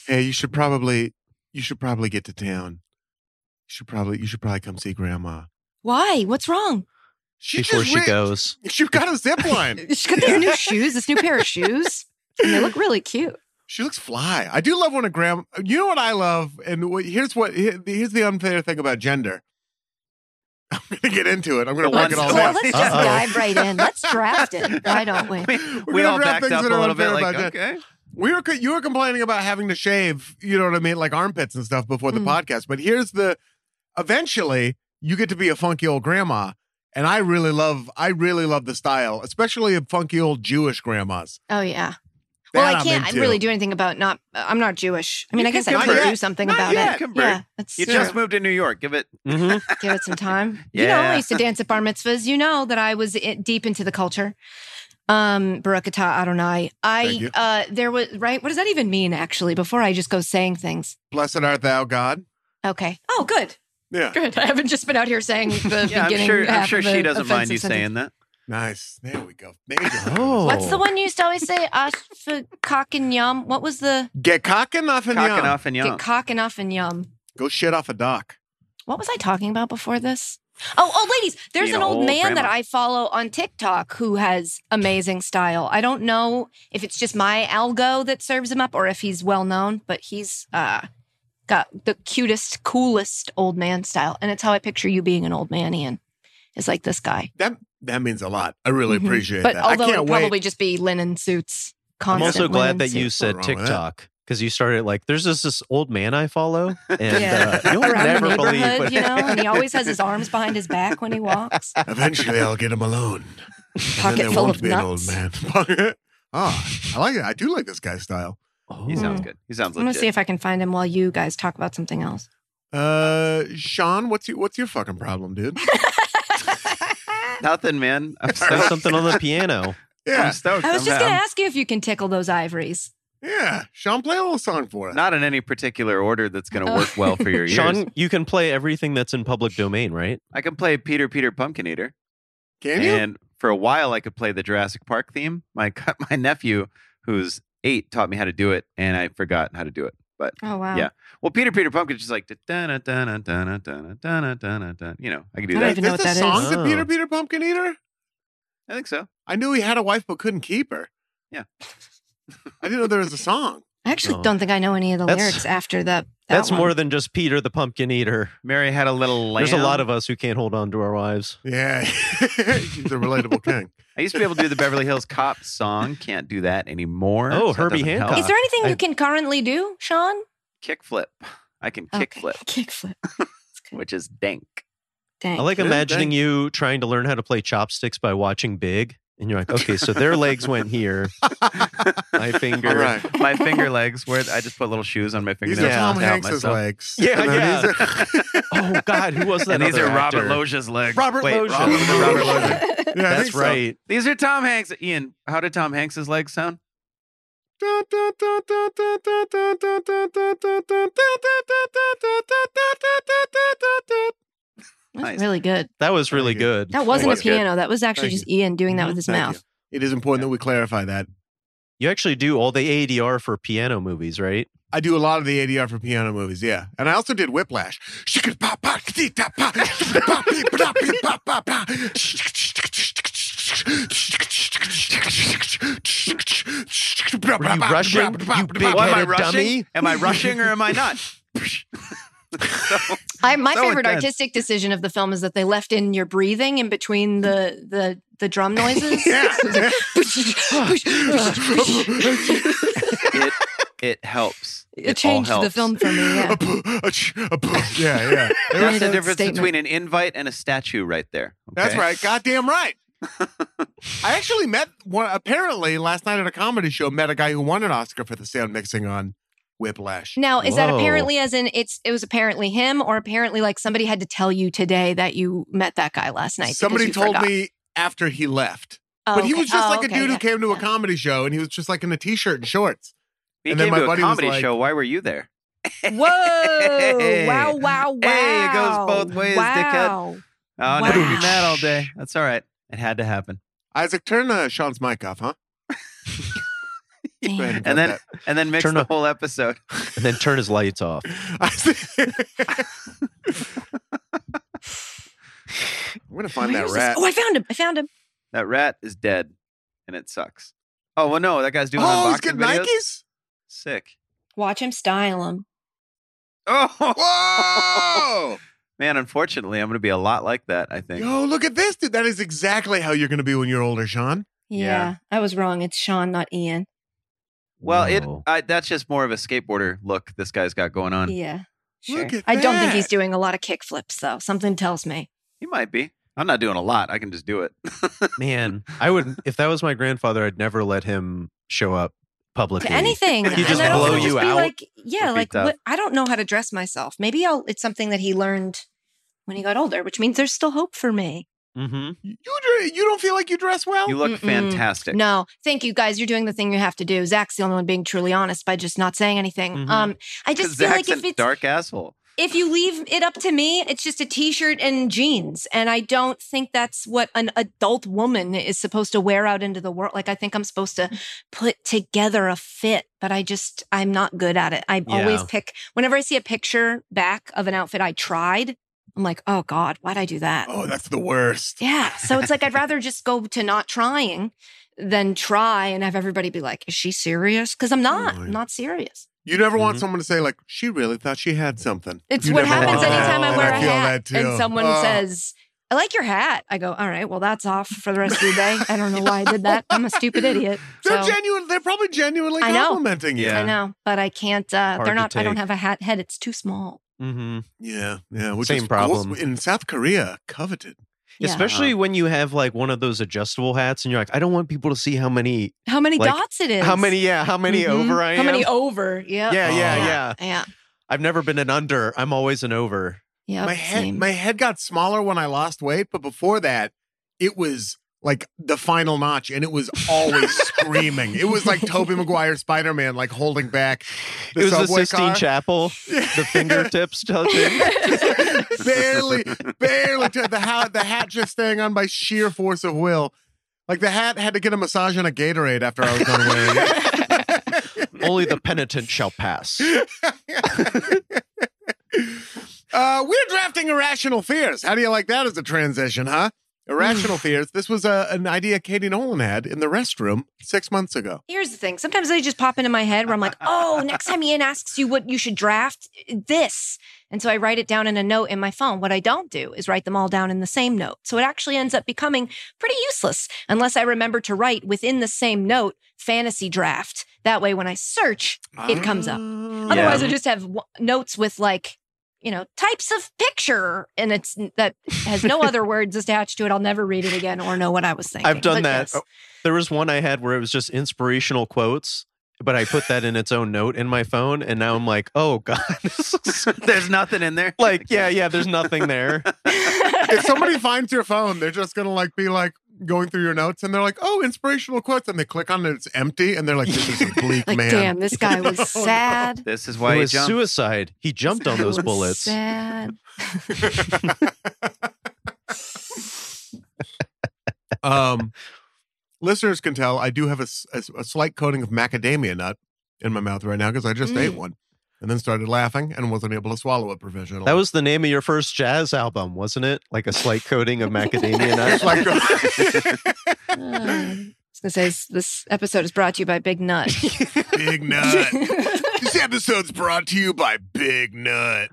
[SPEAKER 4] hey, you should probably you should probably get to town. You should probably you should probably come see grandma.
[SPEAKER 5] Why? What's wrong?
[SPEAKER 4] She's
[SPEAKER 6] before
[SPEAKER 4] just
[SPEAKER 6] she
[SPEAKER 4] rich.
[SPEAKER 6] goes.
[SPEAKER 4] She got a zip line.
[SPEAKER 5] She's got these new shoes, this new pair of shoes. And they look really cute.
[SPEAKER 4] She looks fly. I do love when a grandma. You know what I love, and what, here's what here- here's the unfair thing about gender. I'm gonna get into it. I'm gonna
[SPEAKER 7] The
[SPEAKER 4] break
[SPEAKER 7] ones-
[SPEAKER 4] it all
[SPEAKER 7] the
[SPEAKER 5] Well,
[SPEAKER 4] down.
[SPEAKER 7] ones-
[SPEAKER 5] let's just
[SPEAKER 6] Uh-oh.
[SPEAKER 5] dive right in. Let's draft it. Why don't we?
[SPEAKER 7] We-
[SPEAKER 4] We're
[SPEAKER 7] we
[SPEAKER 4] gonna
[SPEAKER 7] all
[SPEAKER 4] draft
[SPEAKER 7] backed
[SPEAKER 4] things
[SPEAKER 7] up a
[SPEAKER 4] that are
[SPEAKER 7] little bit.
[SPEAKER 4] unfair
[SPEAKER 7] Like,
[SPEAKER 4] about
[SPEAKER 7] okay.
[SPEAKER 4] We were you were complaining about having to shave, you know what I mean, like armpits and stuff before
[SPEAKER 7] Hmm.
[SPEAKER 4] the
[SPEAKER 5] Mm.
[SPEAKER 4] podcast. But here's the eventually you get to be a funky old grandma. And I really love I really love the style, especially of funky old Jewish grandmas.
[SPEAKER 5] Oh yeah.
[SPEAKER 4] That
[SPEAKER 5] Well, I
[SPEAKER 4] I'm
[SPEAKER 5] can't
[SPEAKER 4] into.
[SPEAKER 5] really do anything about not. I'm not Jewish. I mean,
[SPEAKER 7] You
[SPEAKER 5] I guess I
[SPEAKER 7] can
[SPEAKER 5] could
[SPEAKER 4] convert.
[SPEAKER 5] do something
[SPEAKER 7] Not
[SPEAKER 5] about
[SPEAKER 7] yet.
[SPEAKER 5] it.
[SPEAKER 7] Convert.
[SPEAKER 5] Yeah, that's
[SPEAKER 7] You
[SPEAKER 5] true.
[SPEAKER 7] just moved to New York. Give it.
[SPEAKER 6] hmm
[SPEAKER 5] give it some time. You know,
[SPEAKER 7] Yeah.
[SPEAKER 5] I used to dance at bar mitzvahs. You know that I was i deep into the culture. Um, Barakata Adonai.
[SPEAKER 4] Thank
[SPEAKER 5] I
[SPEAKER 4] you.
[SPEAKER 5] uh, there was right. What does that even mean? Actually, before I just go saying things.
[SPEAKER 4] Blessed art thou, God.
[SPEAKER 5] Okay. Oh, good.
[SPEAKER 4] Yeah.
[SPEAKER 5] Good. I haven't just been out here saying the
[SPEAKER 7] Yeah, I'm
[SPEAKER 5] beginning.
[SPEAKER 7] sure. I'm
[SPEAKER 5] half
[SPEAKER 7] sure
[SPEAKER 5] of
[SPEAKER 7] she
[SPEAKER 5] a
[SPEAKER 7] doesn't mind you
[SPEAKER 5] offensive sentence.
[SPEAKER 7] saying that.
[SPEAKER 4] Nice. There we go. Major.
[SPEAKER 6] Oh.
[SPEAKER 5] What's the one you used to always say? Us for cock and yum. What was the
[SPEAKER 4] Get cocking off and
[SPEAKER 7] Cocking
[SPEAKER 4] yum.
[SPEAKER 7] off and young.
[SPEAKER 5] get cock enough and yum?
[SPEAKER 4] Go shit off a dock.
[SPEAKER 5] what was I talking about before this? Oh, oh, ladies, there's
[SPEAKER 7] Being
[SPEAKER 5] an
[SPEAKER 7] an
[SPEAKER 5] old
[SPEAKER 7] old
[SPEAKER 5] man that
[SPEAKER 7] grandma.
[SPEAKER 5] I follow on TikTok who has amazing style. I don't know if it's just my algo that serves him up or if he's well known, but he's uh, got the cutest, coolest old man style. And it's how I picture you being an old man, Ian. It's like this guy.
[SPEAKER 4] That that means a lot. I really
[SPEAKER 5] Mhm.
[SPEAKER 4] appreciate
[SPEAKER 5] But
[SPEAKER 4] that.
[SPEAKER 5] although
[SPEAKER 4] I
[SPEAKER 5] it'd
[SPEAKER 4] can't
[SPEAKER 5] probably
[SPEAKER 4] wait.
[SPEAKER 5] just be linen suits.
[SPEAKER 6] I'm
[SPEAKER 5] Constant
[SPEAKER 6] also glad
[SPEAKER 5] linen
[SPEAKER 6] that you
[SPEAKER 5] suits.
[SPEAKER 6] said
[SPEAKER 4] What's wrong with that?
[SPEAKER 6] TikTok because you started like, there's this this old man I follow, and
[SPEAKER 5] Yeah.
[SPEAKER 6] uh, you'll
[SPEAKER 5] around the
[SPEAKER 6] never believe.
[SPEAKER 5] neighborhood,
[SPEAKER 6] What,
[SPEAKER 5] you know, and he always has his arms behind his back when he walks.
[SPEAKER 4] Eventually I'll get him alone. And then
[SPEAKER 5] Pocket
[SPEAKER 4] there
[SPEAKER 5] full
[SPEAKER 4] won't
[SPEAKER 5] of
[SPEAKER 4] be
[SPEAKER 5] nuts.
[SPEAKER 4] an old man. oh, I like it. I do like this guy's style.
[SPEAKER 7] He sounds good. He sounds
[SPEAKER 5] I'm gonna
[SPEAKER 7] legit.
[SPEAKER 5] see if I can find him while you guys talk about something else.
[SPEAKER 4] Uh, Sean, what's your what's your fucking problem, dude?
[SPEAKER 7] Nothing, man. I'm
[SPEAKER 6] there's
[SPEAKER 7] stoked.
[SPEAKER 6] something on the piano.
[SPEAKER 7] I'm
[SPEAKER 4] Yeah,
[SPEAKER 7] stoked.
[SPEAKER 5] I was just gonna
[SPEAKER 7] somehow.
[SPEAKER 5] ask you if you can tickle those ivories.
[SPEAKER 4] yeah. Sean, play a little song for us.
[SPEAKER 7] Not in any particular order that's going to
[SPEAKER 5] Oh.
[SPEAKER 7] work well for your ears.
[SPEAKER 6] Sean, you can play everything that's in public domain, right?
[SPEAKER 7] I can play Peter Peter Pumpkin Eater,
[SPEAKER 4] Can you?
[SPEAKER 7] and for a while I could play the Jurassic Park theme. My co- my nephew, who's eight, taught me how to do it, and I forgot how to do it. But
[SPEAKER 5] Oh wow!
[SPEAKER 7] Yeah. well, Peter Peter Pumpkin's just like da-na, da-na, da-na, da-na, da-na, da-na, da-na. you know, I can do
[SPEAKER 5] I
[SPEAKER 7] that.
[SPEAKER 5] don't
[SPEAKER 4] Wait,
[SPEAKER 5] even know
[SPEAKER 4] this
[SPEAKER 5] what
[SPEAKER 4] a
[SPEAKER 5] that
[SPEAKER 4] song
[SPEAKER 5] is.
[SPEAKER 4] to
[SPEAKER 6] Oh.
[SPEAKER 4] Peter Peter Pumpkin Eater?
[SPEAKER 7] I think so.
[SPEAKER 4] I knew he had a wife but couldn't keep her.
[SPEAKER 7] Yeah.
[SPEAKER 4] I didn't know there was a song.
[SPEAKER 5] I actually
[SPEAKER 6] Oh.
[SPEAKER 5] don't think I know any of the
[SPEAKER 6] That's-
[SPEAKER 5] lyrics after that. that
[SPEAKER 6] That's
[SPEAKER 5] one.
[SPEAKER 6] more than just Peter the Pumpkin Eater.
[SPEAKER 7] Mary had a little lamb.
[SPEAKER 6] There's a lot of us who can't hold on to our wives.
[SPEAKER 4] Yeah, he's a relatable king.
[SPEAKER 7] I used to be able to do the Beverly Hills Cop song. Can't do that anymore.
[SPEAKER 6] Oh,
[SPEAKER 7] that
[SPEAKER 6] Herbie
[SPEAKER 7] doesn't help.
[SPEAKER 6] Hancock.
[SPEAKER 5] Is there anything
[SPEAKER 6] I-
[SPEAKER 5] you can currently do, Sean?
[SPEAKER 7] Kickflip. I can kickflip,
[SPEAKER 5] Kickflip. That's good.
[SPEAKER 7] which is dank.
[SPEAKER 5] Dang.
[SPEAKER 6] I like
[SPEAKER 4] Good,
[SPEAKER 6] imagining
[SPEAKER 4] thanks.
[SPEAKER 6] you trying to learn how to play chopsticks by watching Big, and you're like, okay, so their legs went here, My finger.
[SPEAKER 4] All right.
[SPEAKER 7] my finger legs. Where I just put little shoes on my
[SPEAKER 4] These
[SPEAKER 7] fingernails.
[SPEAKER 4] are
[SPEAKER 6] Yeah.
[SPEAKER 7] and
[SPEAKER 4] Tom
[SPEAKER 7] out
[SPEAKER 4] Hanks's
[SPEAKER 7] myself.
[SPEAKER 4] legs.
[SPEAKER 6] Yeah,
[SPEAKER 4] And then
[SPEAKER 6] yeah.
[SPEAKER 4] these are-
[SPEAKER 6] Oh God, who was that?
[SPEAKER 7] And these
[SPEAKER 6] other
[SPEAKER 7] are Robert
[SPEAKER 6] actor?
[SPEAKER 7] Loggia's legs.
[SPEAKER 6] Robert
[SPEAKER 7] Wait,
[SPEAKER 6] Loggia.
[SPEAKER 7] Robert- Robert Loggia.
[SPEAKER 4] Yeah, I
[SPEAKER 6] That's
[SPEAKER 4] think so.
[SPEAKER 6] right.
[SPEAKER 7] These are Tom Hanks. Ian, how did Tom Hanks's legs sound?
[SPEAKER 5] That's
[SPEAKER 7] Nice.
[SPEAKER 5] really good.
[SPEAKER 6] That was really
[SPEAKER 4] Thank you.
[SPEAKER 6] good.
[SPEAKER 5] That wasn't
[SPEAKER 7] was
[SPEAKER 5] a
[SPEAKER 7] good.
[SPEAKER 5] piano. That was actually
[SPEAKER 4] Thank Mm-hmm.
[SPEAKER 5] just Ian doing that with his
[SPEAKER 4] Thank
[SPEAKER 5] mouth.
[SPEAKER 4] you. It is important that we clarify that.
[SPEAKER 6] You actually do all the ADR for piano movies, right?
[SPEAKER 4] I do a lot of the ADR for piano movies, yeah. And I also did Whiplash.
[SPEAKER 6] Were you Russian? You big
[SPEAKER 7] Why am I
[SPEAKER 6] headed
[SPEAKER 7] rushing?
[SPEAKER 6] dummy.
[SPEAKER 7] Am I rushing or am I not?
[SPEAKER 5] I, my
[SPEAKER 7] So
[SPEAKER 5] favorite
[SPEAKER 7] intense.
[SPEAKER 5] artistic decision of the film is that they left in your breathing in between the the the drum noises.
[SPEAKER 4] Yeah.
[SPEAKER 7] It it helps.
[SPEAKER 5] it
[SPEAKER 7] all
[SPEAKER 5] changed the
[SPEAKER 7] helps.
[SPEAKER 5] film for me. Yeah.
[SPEAKER 4] yeah, yeah.
[SPEAKER 7] There is
[SPEAKER 5] Made
[SPEAKER 7] a
[SPEAKER 5] a
[SPEAKER 7] difference
[SPEAKER 5] statement.
[SPEAKER 7] between an invite and a statue right there.
[SPEAKER 4] That's
[SPEAKER 7] okay?
[SPEAKER 4] right. Goddamn right. I actually met one apparently last night at a comedy show, met a guy who won an Oscar for the sound mixing on Whiplash.
[SPEAKER 5] Now, is that
[SPEAKER 6] Whoa.
[SPEAKER 5] apparently as in it's it was apparently him or apparently like somebody had to tell you today that you met that guy last night? because
[SPEAKER 4] Somebody
[SPEAKER 5] you
[SPEAKER 4] told
[SPEAKER 5] forgot?
[SPEAKER 4] me after he left.
[SPEAKER 5] Oh,
[SPEAKER 4] but he
[SPEAKER 5] okay.
[SPEAKER 4] was just
[SPEAKER 5] Oh,
[SPEAKER 4] like a
[SPEAKER 5] okay,
[SPEAKER 4] dude
[SPEAKER 5] yeah.
[SPEAKER 4] who came to a
[SPEAKER 5] yeah.
[SPEAKER 4] comedy show and he was just like in a t-shirt and shorts.
[SPEAKER 7] He
[SPEAKER 4] And then
[SPEAKER 7] came
[SPEAKER 4] my
[SPEAKER 7] to a
[SPEAKER 4] buddy was
[SPEAKER 7] comedy
[SPEAKER 4] like-
[SPEAKER 7] show. Why were you there?
[SPEAKER 5] Whoa!
[SPEAKER 7] Hey.
[SPEAKER 5] Wow! Wow! Wow!
[SPEAKER 7] Hey, it goes both ways, dickhead.
[SPEAKER 5] wow.
[SPEAKER 7] Oh, no,
[SPEAKER 5] Wow.
[SPEAKER 7] you're mad all day. That's all right. It had to happen.
[SPEAKER 4] Isaac, turn uh, Sean's mic off, huh?
[SPEAKER 5] Damn.
[SPEAKER 4] Go ahead
[SPEAKER 7] And
[SPEAKER 4] and cut
[SPEAKER 7] then and then mix
[SPEAKER 6] Turn
[SPEAKER 7] the
[SPEAKER 6] up-
[SPEAKER 7] whole episode.
[SPEAKER 6] And then turn his lights off.
[SPEAKER 4] that. I'm gonna find
[SPEAKER 5] Where
[SPEAKER 4] that
[SPEAKER 5] is this?
[SPEAKER 4] rat.
[SPEAKER 5] Oh, I found him! I found him.
[SPEAKER 7] That rat is dead, and it sucks. Oh well, no, that guy's doing
[SPEAKER 4] Oh, he's
[SPEAKER 7] unboxing
[SPEAKER 4] got
[SPEAKER 7] videos.
[SPEAKER 4] Nikes.
[SPEAKER 7] Sick.
[SPEAKER 5] Watch him style him.
[SPEAKER 7] Oh
[SPEAKER 4] Whoa!
[SPEAKER 7] man, unfortunately, I'm going to be a lot like that. I think.
[SPEAKER 4] Yo, look at this, dude. That is exactly how you're gonna be when you're older, Sean.
[SPEAKER 5] Yeah,
[SPEAKER 7] Yeah.
[SPEAKER 5] I was wrong. It's Sean, not Ian.
[SPEAKER 7] Well,
[SPEAKER 6] Whoa.
[SPEAKER 7] it I, that's just more of a skateboarder look this guy's got going on.
[SPEAKER 5] Yeah. Sure.
[SPEAKER 4] Look at
[SPEAKER 5] I don't think he's
[SPEAKER 4] that.
[SPEAKER 5] doing a lot of kick flips though. Something tells me.
[SPEAKER 7] He might be. I'm not doing a lot. I can just do it.
[SPEAKER 6] Man, I would if that was my grandfather, I'd never let him show up publicly.
[SPEAKER 5] To anything.
[SPEAKER 7] He just
[SPEAKER 5] and I'd also
[SPEAKER 7] blow
[SPEAKER 5] just
[SPEAKER 6] you
[SPEAKER 5] be
[SPEAKER 6] out
[SPEAKER 5] Like, yeah,
[SPEAKER 7] would be
[SPEAKER 5] like
[SPEAKER 7] tough.
[SPEAKER 5] what, I don't know how to dress myself. Maybe I'll it's something that he learned when he got older, which means there's still hope for me.
[SPEAKER 6] Mm-hmm.
[SPEAKER 4] You dre- you don't feel like you dress well?
[SPEAKER 7] You look
[SPEAKER 5] Mm-mm.
[SPEAKER 7] fantastic.
[SPEAKER 5] No, thank you guys. You're doing the thing you have to do. Zach's the only one being truly honest by just not saying anything.
[SPEAKER 6] Mhm.
[SPEAKER 5] Um, I just feel
[SPEAKER 7] Mm-hmm. Zach's
[SPEAKER 5] like if
[SPEAKER 7] a
[SPEAKER 5] it's
[SPEAKER 7] dark asshole.
[SPEAKER 5] if you leave it up to me, it's just a t-shirt and jeans, and I don't think that's what an adult woman is supposed to wear out into the world. Like I think I'm supposed to put together a fit, but I just I'm not good at it. I always
[SPEAKER 6] Yeah.
[SPEAKER 5] pick whenever I see a picture back of an outfit I tried, I'm like, "Oh god, why'd I do that?"
[SPEAKER 4] Oh, that's the worst.
[SPEAKER 5] Yeah. So it's like I'd rather just go to not trying than try and have everybody be like, "Is she serious?" Because I'm not.
[SPEAKER 4] Oh, yeah.
[SPEAKER 5] I'm not serious.
[SPEAKER 4] You never want
[SPEAKER 7] Mm-hmm.
[SPEAKER 6] Mhm.
[SPEAKER 4] someone to say like, "She really thought she had something."
[SPEAKER 5] It's
[SPEAKER 4] You
[SPEAKER 5] what
[SPEAKER 4] never
[SPEAKER 5] happens
[SPEAKER 4] want that.
[SPEAKER 5] anytime I
[SPEAKER 4] And
[SPEAKER 5] wear a
[SPEAKER 4] feel
[SPEAKER 5] hat
[SPEAKER 4] that
[SPEAKER 5] and
[SPEAKER 4] too.
[SPEAKER 5] someone
[SPEAKER 4] Oh.
[SPEAKER 5] says, "I like your hat." I go, "All right, well that's off for the rest of the day." I don't know why I did that. I'm a stupid idiot.
[SPEAKER 4] They're
[SPEAKER 5] So
[SPEAKER 4] genuine. They're probably genuinely
[SPEAKER 5] I know.
[SPEAKER 4] complimenting you.
[SPEAKER 7] Yeah.
[SPEAKER 5] I know, but I can't. Uh,
[SPEAKER 6] Hard
[SPEAKER 5] they're
[SPEAKER 6] to
[SPEAKER 5] not. I don't
[SPEAKER 6] take.
[SPEAKER 5] have a hat head. It's too small.
[SPEAKER 6] Mm-hmm.
[SPEAKER 4] Yeah, yeah. Which
[SPEAKER 6] Same
[SPEAKER 4] is gold-
[SPEAKER 6] problem.
[SPEAKER 4] in South Korea. Coveted.
[SPEAKER 5] Yeah.
[SPEAKER 6] Especially when you have like one of those adjustable hats and you're like, I don't want people to see how many
[SPEAKER 5] How many
[SPEAKER 6] Like,
[SPEAKER 5] dots it is?
[SPEAKER 6] how many yeah, Mm-hmm. how many
[SPEAKER 5] Mhm.
[SPEAKER 4] Mm-hmm.
[SPEAKER 6] over I am.
[SPEAKER 5] How many over? Yeah.
[SPEAKER 6] yeah, yeah,
[SPEAKER 4] Oh.
[SPEAKER 6] yeah.
[SPEAKER 5] Yeah.
[SPEAKER 6] I've never been an under. I'm always an over.
[SPEAKER 5] Yeah.
[SPEAKER 4] my head,
[SPEAKER 5] same.
[SPEAKER 4] my head got smaller when I lost weight, but before that, it was like the final notch, and it was always screaming. It was like Toby Maguire Spider Man, like holding back. The
[SPEAKER 6] it was the
[SPEAKER 4] subway
[SPEAKER 6] Sistine
[SPEAKER 4] car.
[SPEAKER 6] Chapel, the fingertips touching.
[SPEAKER 4] barely, barely. To the hat, the hat just staying on by sheer force of will. Like the hat had to get a massage and a Gatorade after I was done wearing it.
[SPEAKER 6] Only the penitent shall pass.
[SPEAKER 4] uh, we're drafting irrational fears. How do you like that as a transition, huh? Irrational fears. This was uh an idea Katie Nolan had in the restroom six months ago.
[SPEAKER 5] Here's the thing. Sometimes they just pop into my head where I'm like, oh, next time Ian asks you what you should draft, this. And so I write it down in a note in my phone. What I don't do is write them all down in the same note. So it actually ends up becoming pretty useless unless I remember to write within the same note fantasy draft. That way, when I search, it comes up.
[SPEAKER 4] Ah.
[SPEAKER 5] Otherwise, I just have w- notes with like you know, types of picture, and it's that has no other words attached to it. I'll never read it again or know what I was thinking.
[SPEAKER 6] I've done
[SPEAKER 5] But
[SPEAKER 6] that.
[SPEAKER 5] yes.
[SPEAKER 6] Oh, There was one I had where it was just inspirational quotes, but I put that in its own note in my phone, and now I'm like, oh god, this looks
[SPEAKER 7] There's nothing in there.
[SPEAKER 6] like yeah, yeah. There's nothing there. Oh.
[SPEAKER 4] if somebody finds your phone, they're just gonna like be like going through your notes and they're like, oh, inspirational quotes, and they click on it, it's empty, and they're like, this is a bleak
[SPEAKER 5] Like,
[SPEAKER 4] man.
[SPEAKER 5] damn, this guy was sad.
[SPEAKER 7] This is
[SPEAKER 6] it
[SPEAKER 7] why he
[SPEAKER 6] was
[SPEAKER 7] jumped.
[SPEAKER 6] suicide. He jumped Oh, on those
[SPEAKER 5] Was
[SPEAKER 6] bullets.
[SPEAKER 5] Sad.
[SPEAKER 4] um, listeners can tell I do have a, s- a s- a slight coating of macadamia nut in my mouth right now because I just
[SPEAKER 5] Mm.
[SPEAKER 4] ate one and then started laughing and wasn't able to swallow it provisionally.
[SPEAKER 6] That was the name of your first jazz album, wasn't it? Like a slight coating of macadamia nut.
[SPEAKER 4] It's like
[SPEAKER 5] Uh, I was gonna say s- this episode is brought to you by Big Nut.
[SPEAKER 4] Big Nut. This episode's brought to you by Big Nut.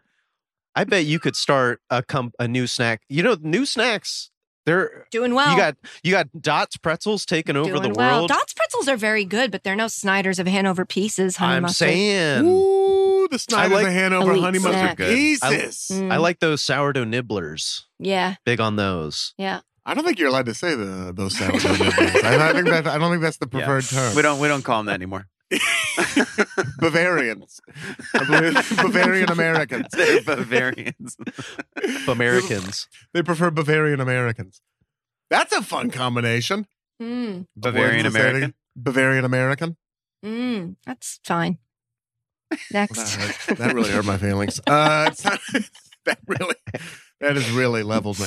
[SPEAKER 6] I bet you could start a com- a new snack. You know, new snacks. They're
[SPEAKER 5] Doing well.
[SPEAKER 6] you got you got Dots pretzels taking over
[SPEAKER 5] Doing
[SPEAKER 6] the
[SPEAKER 5] well.
[SPEAKER 6] world.
[SPEAKER 5] Dots pretzels are very good, but they're no Snyder's of Hanover pieces. honey
[SPEAKER 6] I'm
[SPEAKER 5] mustard.
[SPEAKER 6] saying.
[SPEAKER 4] Ooh, the Snyder's
[SPEAKER 6] like
[SPEAKER 4] of Hanover
[SPEAKER 5] elite
[SPEAKER 4] honey mustard
[SPEAKER 5] snack.
[SPEAKER 7] Those are good.
[SPEAKER 6] I-
[SPEAKER 4] pieces.
[SPEAKER 5] Mm,
[SPEAKER 6] I like those sourdough nibblers.
[SPEAKER 5] Yeah,
[SPEAKER 6] Big on those.
[SPEAKER 5] yeah.
[SPEAKER 4] I don't think you're allowed to say the, those sourdough nibbles. I, I think that I don't think that's the
[SPEAKER 7] Yeah.
[SPEAKER 4] preferred term.
[SPEAKER 7] We don't we don't call him that anymore.
[SPEAKER 4] Bavarians, I believe- Bavarian Americans.
[SPEAKER 7] They're Bavarians.
[SPEAKER 6] Americans.
[SPEAKER 4] They prefer Bavarian Americans. That's a fun combination.
[SPEAKER 5] Mm,
[SPEAKER 7] Bavarian
[SPEAKER 4] Words to say to-
[SPEAKER 7] American?
[SPEAKER 4] Bavarian American.
[SPEAKER 5] mm, that's fine.
[SPEAKER 4] That,
[SPEAKER 5] Next.
[SPEAKER 4] hurt. That really hurt my feelings. Uh, it's not- that really, that has really leveled me.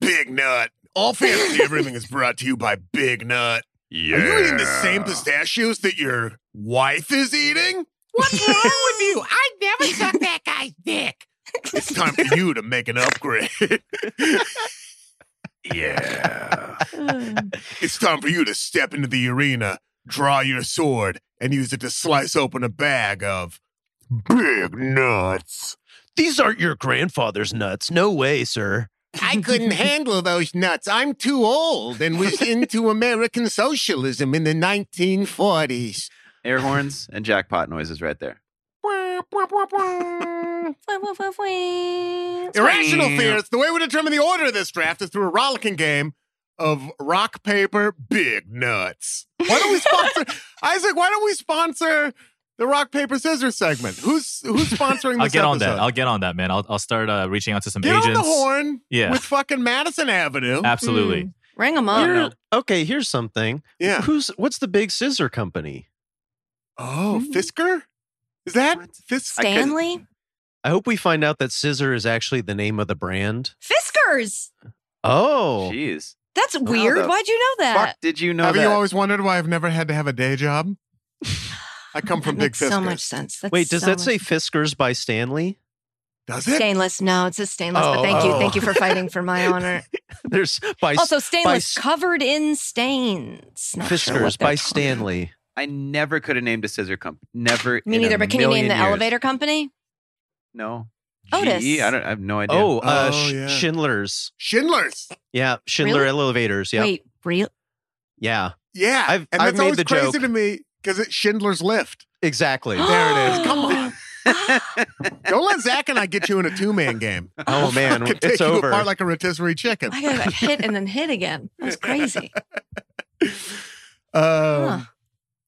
[SPEAKER 4] Big Nut. All fantasy everything is brought to you by Big Nut.
[SPEAKER 7] Yeah.
[SPEAKER 4] Are you eating the same pistachios that your wife is eating? What's wrong with you? I never sucked that guy's dick. It's time for you to make an upgrade. yeah.
[SPEAKER 5] Mm.
[SPEAKER 4] It's time for you to step into the arena, draw your sword, and use it to slice open a bag of big nuts.
[SPEAKER 6] These aren't your grandfather's nuts. No way, sir.
[SPEAKER 4] I couldn't handle those nuts. I'm too old and was into American socialism in the 1940s.
[SPEAKER 7] Air horns and jackpot noises right there.
[SPEAKER 5] Wah, wah, wah, wah.
[SPEAKER 4] Irrational fears. The way we determine the order of this draft is through a rollicking game of rock, paper, big nuts. Why don't we sponsor Isaac? Why don't we sponsor the rock, paper, scissors segment? Who's who's sponsoring this
[SPEAKER 8] I'll get on
[SPEAKER 4] episode?
[SPEAKER 8] that. I'll get on that, man. I'll, I'll start uh, reaching out to some
[SPEAKER 4] get
[SPEAKER 8] agents.
[SPEAKER 4] on the horn
[SPEAKER 8] Yeah, Uh,
[SPEAKER 4] with fucking Madison Avenue.
[SPEAKER 8] absolutely.
[SPEAKER 5] Mm. Ring them up.
[SPEAKER 6] Here- okay, here's something.
[SPEAKER 4] yeah.
[SPEAKER 6] Who's what's the big scissor company?
[SPEAKER 4] Oh, Fisker. Is that
[SPEAKER 7] What?
[SPEAKER 4] Fisker?
[SPEAKER 5] Stanley
[SPEAKER 6] I hope we find out that scissor is actually the name of the brand.
[SPEAKER 5] Fiskers.
[SPEAKER 6] Oh.
[SPEAKER 7] Jeez.
[SPEAKER 5] That's weird.
[SPEAKER 7] the
[SPEAKER 5] Why'd you know that?
[SPEAKER 7] Fuck, did you know
[SPEAKER 4] Have
[SPEAKER 7] that?
[SPEAKER 4] you always wondered why I've never had to have a day job? I come from
[SPEAKER 5] That makes
[SPEAKER 4] Big Fisker.
[SPEAKER 5] so much sense. That's
[SPEAKER 6] Wait, does
[SPEAKER 5] so
[SPEAKER 6] that
[SPEAKER 5] much-
[SPEAKER 6] say Fiskars by Stanley?
[SPEAKER 4] Does it?
[SPEAKER 5] stainless? No, it says stainless.
[SPEAKER 6] Oh,
[SPEAKER 5] but thank you,
[SPEAKER 6] oh.
[SPEAKER 5] thank you for fighting for my honor.
[SPEAKER 6] There's by S-
[SPEAKER 5] Also, stainless
[SPEAKER 6] s-
[SPEAKER 5] covered in stains. Not sure what
[SPEAKER 6] Fiskars
[SPEAKER 5] they're
[SPEAKER 6] by
[SPEAKER 5] talking
[SPEAKER 6] Stanley.
[SPEAKER 7] I never could have named a scissor company. Never.
[SPEAKER 5] about. Me
[SPEAKER 7] in a
[SPEAKER 5] neither. But can you name
[SPEAKER 7] million
[SPEAKER 5] the
[SPEAKER 7] years.
[SPEAKER 5] elevator company?
[SPEAKER 7] No.
[SPEAKER 5] Otis.
[SPEAKER 7] GE? I don't. I have no idea.
[SPEAKER 6] Oh, uh,
[SPEAKER 4] Oh,
[SPEAKER 6] Sh-
[SPEAKER 4] yeah.
[SPEAKER 6] Schindler's.
[SPEAKER 4] Schindler's.
[SPEAKER 6] Yeah, Schindler
[SPEAKER 5] Really?
[SPEAKER 6] elevators. Yeah,
[SPEAKER 5] Wait, real?
[SPEAKER 6] yeah,
[SPEAKER 4] Yeah.
[SPEAKER 6] I've-
[SPEAKER 4] and
[SPEAKER 6] I've
[SPEAKER 4] that's
[SPEAKER 6] made
[SPEAKER 4] always
[SPEAKER 6] the
[SPEAKER 4] crazy
[SPEAKER 6] joke.
[SPEAKER 4] to me because it's Schindler's Lift.
[SPEAKER 6] exactly.
[SPEAKER 4] There it is. Come on. Don't let Zach and I get you in a two man game.
[SPEAKER 6] oh man,
[SPEAKER 4] Can take
[SPEAKER 6] it's
[SPEAKER 4] you
[SPEAKER 6] over.
[SPEAKER 4] apart like a rotisserie chicken.
[SPEAKER 5] I got hit and then hit again. That was crazy. Huh.
[SPEAKER 4] Um,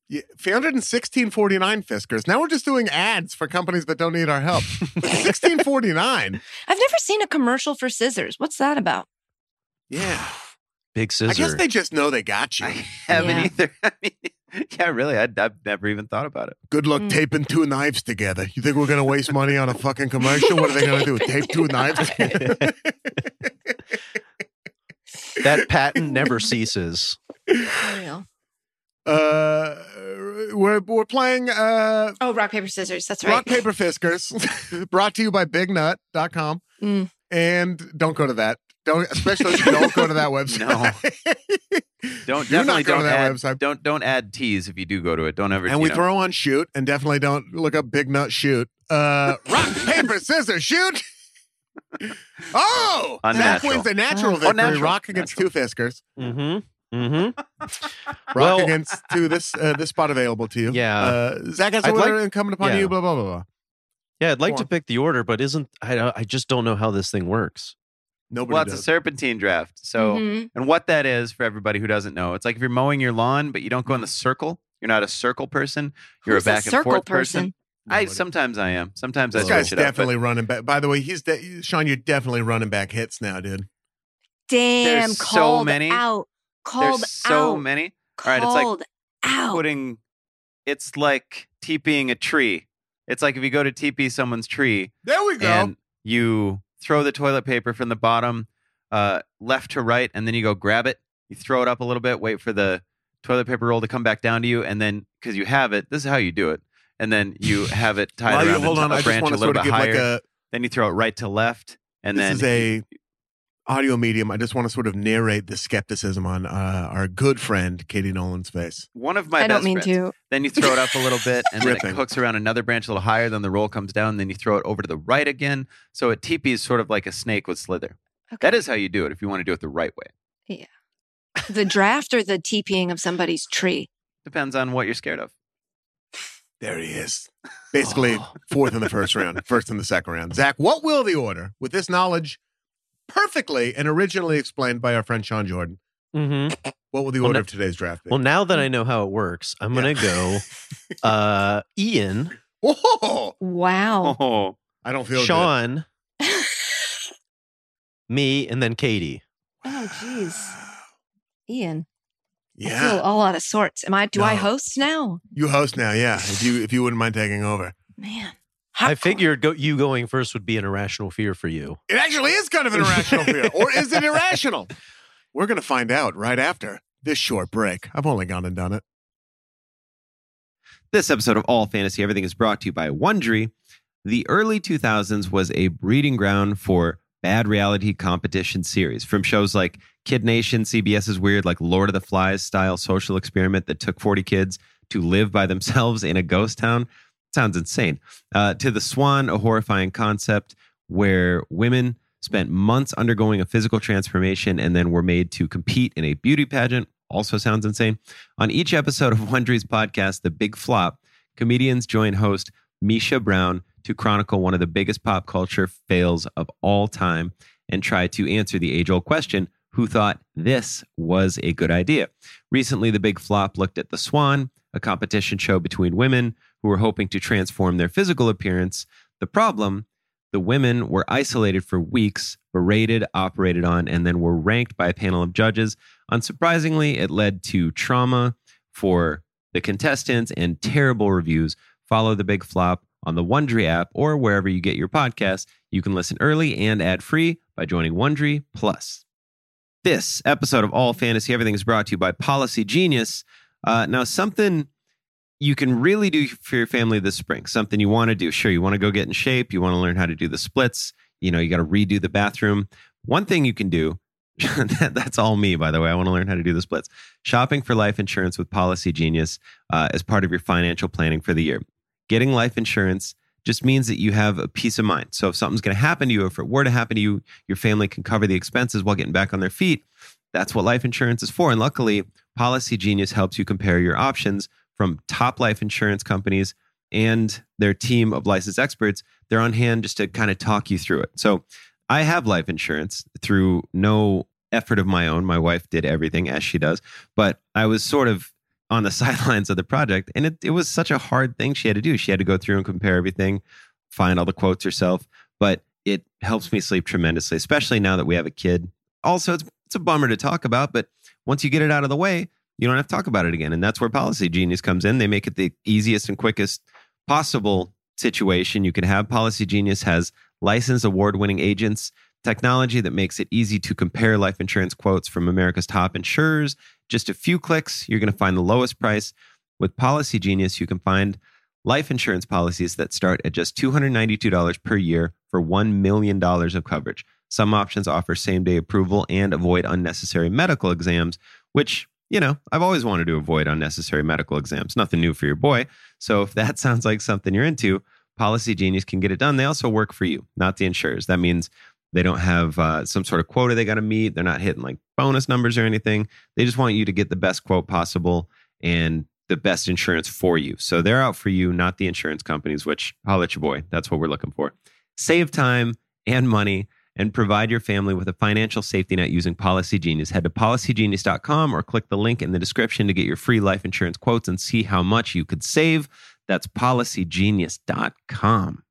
[SPEAKER 4] yeah, 316.49 Fiskers. Now we're just doing ads for companies that don't need our help. 1649.
[SPEAKER 5] I've never seen a commercial for scissors. What's that about?
[SPEAKER 4] Yeah.
[SPEAKER 6] Big
[SPEAKER 4] I
[SPEAKER 6] scissor.
[SPEAKER 4] guess they just know they got you.
[SPEAKER 7] I haven't
[SPEAKER 5] Yeah.
[SPEAKER 7] either. I mean, yeah, really. I, I've never even thought about it.
[SPEAKER 4] Good luck
[SPEAKER 5] Mm.
[SPEAKER 4] taping two knives together. You think we're going to waste money on a fucking commercial? What are they going to do? Tape two knives together?
[SPEAKER 6] that patent never ceases.
[SPEAKER 5] Unreal.
[SPEAKER 4] Uh, we're, we're playing uh,
[SPEAKER 5] Oh, rock paper scissors. That's right.
[SPEAKER 4] Rock Paper Fiskers, brought to you by BigNut.com.
[SPEAKER 5] Mm.
[SPEAKER 4] And don't go to that. Don't especially don't go to that website.
[SPEAKER 7] Don't
[SPEAKER 4] You're
[SPEAKER 7] definitely
[SPEAKER 4] not
[SPEAKER 7] don't
[SPEAKER 4] going to that
[SPEAKER 7] add,
[SPEAKER 4] website.
[SPEAKER 7] don't don't add T's if you do go to it. Don't ever.
[SPEAKER 4] and
[SPEAKER 7] you
[SPEAKER 4] we
[SPEAKER 7] know.
[SPEAKER 4] throw on shoot, and definitely don't look up Big Nut Shoot. Uh, rock, paper, scissors, shoot. Oh, Zach
[SPEAKER 7] Unnatural.
[SPEAKER 4] wins a natural
[SPEAKER 5] Oh.
[SPEAKER 4] victory.
[SPEAKER 7] Oh, natural.
[SPEAKER 4] Rock against two Fiskers.
[SPEAKER 6] Mm-hmm. Mm-hmm.
[SPEAKER 4] Rock
[SPEAKER 6] Well-
[SPEAKER 4] against two. This uh, this spot available to you.
[SPEAKER 6] Yeah.
[SPEAKER 4] Uh, Zach has a
[SPEAKER 6] I'd
[SPEAKER 4] winner
[SPEAKER 6] like-
[SPEAKER 4] incumbent upon
[SPEAKER 6] yeah.
[SPEAKER 4] you. Blah blah blah blah.
[SPEAKER 6] Yeah, I'd like to
[SPEAKER 4] Form.
[SPEAKER 6] pick the order, but isn't I? I just don't know how this thing works.
[SPEAKER 4] Nobody
[SPEAKER 7] Well, it's a
[SPEAKER 4] does.
[SPEAKER 7] serpentine draft. So,
[SPEAKER 5] Mhm.
[SPEAKER 7] and what that is for everybody who doesn't know, it's like if you're mowing your lawn, but you don't go
[SPEAKER 4] Mm-hmm.
[SPEAKER 7] in the circle. You're not a circle person. You're
[SPEAKER 5] Who's
[SPEAKER 7] a back and
[SPEAKER 5] circle
[SPEAKER 7] forth person. I
[SPEAKER 4] Nobody.
[SPEAKER 7] sometimes I am. Sometimes I
[SPEAKER 6] Whoa.
[SPEAKER 4] This
[SPEAKER 7] switch
[SPEAKER 4] guy's
[SPEAKER 7] it up. but
[SPEAKER 4] definitely running back. By the way, he's de- Sean. You're definitely running back hits now, dude.
[SPEAKER 5] Damn,
[SPEAKER 7] There's so
[SPEAKER 5] called
[SPEAKER 7] many.
[SPEAKER 5] out. Called
[SPEAKER 7] There's so
[SPEAKER 5] out.
[SPEAKER 7] many. All right,
[SPEAKER 5] Called
[SPEAKER 7] it's like
[SPEAKER 5] out.
[SPEAKER 7] Putting, it's like teepeeing a tree. It's like if you go to teepee someone's tree
[SPEAKER 4] There we go.
[SPEAKER 7] and you throw the toilet paper from the bottom uh, left to right, and then you go grab it. You throw it up a little bit, wait for the toilet paper roll to come back down to you, and then because you have it, this is how you do it. And then you have it tied
[SPEAKER 4] While you
[SPEAKER 7] around
[SPEAKER 4] hold
[SPEAKER 7] a,
[SPEAKER 4] on,
[SPEAKER 7] a
[SPEAKER 4] I just
[SPEAKER 7] branch
[SPEAKER 4] want
[SPEAKER 7] a
[SPEAKER 4] to
[SPEAKER 7] little
[SPEAKER 4] sort
[SPEAKER 7] bit
[SPEAKER 4] of give
[SPEAKER 7] higher.
[SPEAKER 4] like a.
[SPEAKER 7] then you throw it right to left, and
[SPEAKER 4] this
[SPEAKER 7] then
[SPEAKER 4] is a audio medium. I just want to sort of narrate the skepticism on uh, our good friend Katie Nolan's face.
[SPEAKER 7] one of my
[SPEAKER 5] I don't
[SPEAKER 7] best
[SPEAKER 5] mean to.
[SPEAKER 7] friends. Then you throw it up a little bit, and then it
[SPEAKER 4] Ripping.
[SPEAKER 7] hooks around another branch a little higher. Then the roll comes down. Then you throw it over to the right again. So it teepees sort of like a snake would slither.
[SPEAKER 5] Okay.
[SPEAKER 7] That is how you do it if you want to do it the right way.
[SPEAKER 5] the draft or the TPing of somebody's tree.
[SPEAKER 7] Depends on what you're scared of.
[SPEAKER 4] There he is. Basically,
[SPEAKER 6] Oh.
[SPEAKER 4] fourth in the first round, first in the second round. Zach, what will the order with this knowledge, perfectly and originally explained by our friend Sean Jordan?
[SPEAKER 6] Mm-hmm.
[SPEAKER 4] What will the
[SPEAKER 6] Well,
[SPEAKER 4] order
[SPEAKER 6] no-
[SPEAKER 4] of today's draft be?
[SPEAKER 6] Well, now that I know how it works, I'm
[SPEAKER 4] Yeah.
[SPEAKER 6] gonna go. Uh, Ian,
[SPEAKER 4] Whoa!
[SPEAKER 5] Wow.
[SPEAKER 7] Oh,
[SPEAKER 4] I don't feel good.
[SPEAKER 6] Sean, me, and then Katie.
[SPEAKER 5] Oh, jeez. Ian, I feel
[SPEAKER 4] Yeah,
[SPEAKER 5] a lot of sorts. Am I? Do I
[SPEAKER 4] No.
[SPEAKER 5] host now?
[SPEAKER 4] you host now. Yeah, if you if you wouldn't mind taking over,
[SPEAKER 5] Man,
[SPEAKER 6] I
[SPEAKER 5] Hardcore.
[SPEAKER 6] figured go, you going first would be an irrational fear for you.
[SPEAKER 4] it actually is kind of an irrational fear, or is it irrational? We're gonna find out right after this short break. I've only gone and done it.
[SPEAKER 1] This episode of All Fantasy Everything is brought to you by Wondery. The early 2000s was a breeding ground for bad reality competition series from shows like Kid Nation, CBS's weird, like Lord of the Flies style social experiment that took 40 kids to live by themselves in a ghost town. Sounds insane. Uh, to The Swan, a horrifying concept where women spent months undergoing a physical transformation and then were made to compete in a beauty pageant. Also sounds insane. On each episode of Wondery's podcast, The Big Flop, comedians join host Misha Brown to chronicle one of the biggest pop culture fails of all time and try to answer the age old question who thought this was a good idea? Recently, The Big Flop looked at The Swan, a competition show between women who were hoping to transform their physical appearance. The problem the women were isolated for weeks, berated, operated on, and then were ranked by a panel of judges Unsurprisingly, it led to trauma for the contestants and terrible reviews. Follow the big flop on the Wondery app or wherever you get your podcasts. You can listen early and ad free by joining Wondery Plus. This episode of All Fantasy Everything is brought to you by Policy Genius. Uh, now, something you can really do for your family this spring, something you want to do. Sure, you want to go get in shape, you want to learn how to do the splits, you know, you got to redo the bathroom. One thing you can do that, that's all me, by the way. I want to learn how to do the splits. Shopping for life insurance with Policy Genius uh, as part of your financial planning for the year. Getting life insurance just means that you have a peace of mind. So if something's going to happen to you, if it were to happen to you, your family can cover the expenses while getting back on their feet. That's what life insurance is for. And luckily, Policy Genius helps you compare your options from top life insurance companies and their team of licensed experts. They're on hand just to kind of talk you through it. So I have life insurance through no effort of my own. My wife did everything as she does, but I was sort of on the sidelines of the project. And it, it was such a hard thing she had to do. She had to go through and compare everything, find all the quotes herself. But it helps me sleep tremendously, especially now that we have a kid. Also, it's, it's a bummer to talk about, but once you get it out of the way, you don't have to talk about it again. And that's where Policy Genius comes in. They make it the easiest and quickest possible situation you can have. Policy Genius has licensed award winning agents, technology that makes it easy to compare life insurance quotes from America's top insurers. Just a few clicks, you're going to find the lowest price. With Policy Genius, you can find life insurance policies that start at just $292 per year for $1 million of coverage. Some options offer same day approval and avoid unnecessary medical exams, which, you know, I've always wanted to avoid unnecessary medical exams. Nothing new for your boy. So if that sounds like something you're into, Policy Genius can get it done. They also work for you, not the insurers. That means they don't have uh, some sort of quota they got to meet. They're not hitting like bonus numbers or anything. They just want you to get the best quote possible and the best insurance for you. So they're out for you, not the insurance companies, which holla at your boy. That's what we're looking for. Save time and money and provide your family with a financial safety net using Policy Genius. Head to policygenius.com or click the link in the description to get your free life insurance quotes and see how much you could save. That's policygenius.com.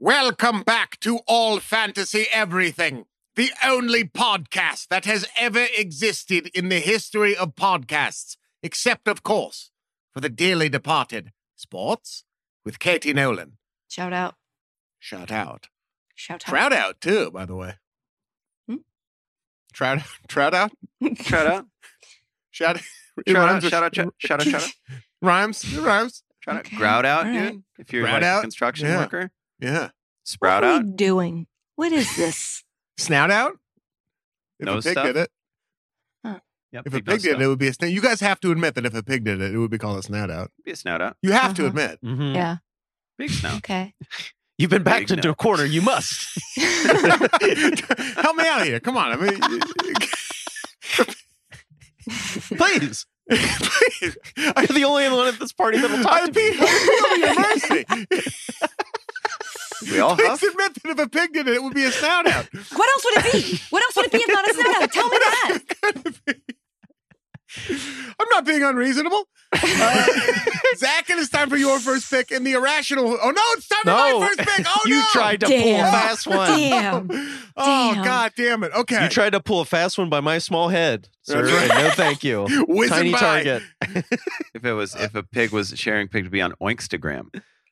[SPEAKER 4] Welcome back to All Fantasy Everything, the only podcast that has ever existed in the history of podcasts, except, of course, for the dearly departed Sports with Katie Nolan.
[SPEAKER 5] Shout out.
[SPEAKER 4] Shout out.
[SPEAKER 5] Shout out.
[SPEAKER 4] Trout out, too, by the way.
[SPEAKER 5] Hmm?
[SPEAKER 4] Trout, trout out?
[SPEAKER 7] Shout out.
[SPEAKER 4] Shout out. It
[SPEAKER 7] Shout out,
[SPEAKER 4] rhymes with-
[SPEAKER 7] shout out, shout out, shout out, shout out.
[SPEAKER 4] Rhymes. It rhymes.
[SPEAKER 7] Shout out.
[SPEAKER 5] Okay,
[SPEAKER 7] Grout out,
[SPEAKER 5] all right.
[SPEAKER 7] dude. If you're
[SPEAKER 4] Grout
[SPEAKER 7] like
[SPEAKER 4] out,
[SPEAKER 7] a construction
[SPEAKER 4] yeah.
[SPEAKER 7] worker,
[SPEAKER 4] Yeah.
[SPEAKER 7] sprout
[SPEAKER 5] what are
[SPEAKER 7] out.
[SPEAKER 5] we doing? What is this?
[SPEAKER 4] Snout out? If
[SPEAKER 7] Nose
[SPEAKER 4] a pig
[SPEAKER 7] stuff?
[SPEAKER 4] did it.
[SPEAKER 7] Yep,
[SPEAKER 4] If a
[SPEAKER 7] nose
[SPEAKER 4] pig did it,
[SPEAKER 7] stuff.
[SPEAKER 4] it would be a snout. You guys have to admit that if a pig did it, it would be called a snout out.
[SPEAKER 7] be a snout out.
[SPEAKER 4] You have to
[SPEAKER 5] Uh-huh.
[SPEAKER 4] admit.
[SPEAKER 6] Mhm.
[SPEAKER 5] Yeah.
[SPEAKER 7] Big snout.
[SPEAKER 5] Okay.
[SPEAKER 6] You've been backed
[SPEAKER 7] Big
[SPEAKER 6] into
[SPEAKER 7] no.
[SPEAKER 6] a corner. You must.
[SPEAKER 4] Help me out here. Come on. I mean,
[SPEAKER 6] Please.
[SPEAKER 4] please. I,
[SPEAKER 6] You're the only one at this party that'll talk
[SPEAKER 4] I
[SPEAKER 6] to me.
[SPEAKER 4] appeal I appeal to your mercy.
[SPEAKER 7] We
[SPEAKER 6] Uh-huh.
[SPEAKER 7] all
[SPEAKER 4] Please
[SPEAKER 7] huff.
[SPEAKER 4] admit that if a pig did it, it would be a snout out.
[SPEAKER 5] What else would it be? What else would it be if not a snout out? Tell me that.
[SPEAKER 4] I'm not being unreasonable. Uh, Zach, it is time for your first pick in the irrational. Oh no, it's time for
[SPEAKER 6] No.
[SPEAKER 4] my first pick. Oh
[SPEAKER 6] you
[SPEAKER 4] no.
[SPEAKER 6] tried to pull a
[SPEAKER 5] Damn.
[SPEAKER 6] fast one.
[SPEAKER 5] Damn.
[SPEAKER 4] Oh
[SPEAKER 5] Damn.
[SPEAKER 4] god damn it. Okay.
[SPEAKER 6] You tried to pull a fast one by my small head, sir.
[SPEAKER 4] That's right.
[SPEAKER 6] and No, thank you.
[SPEAKER 4] Whizzing
[SPEAKER 6] Tiny
[SPEAKER 4] by.
[SPEAKER 6] target.
[SPEAKER 7] If it was, if a pig was sharing pig to be on Oinkstagram,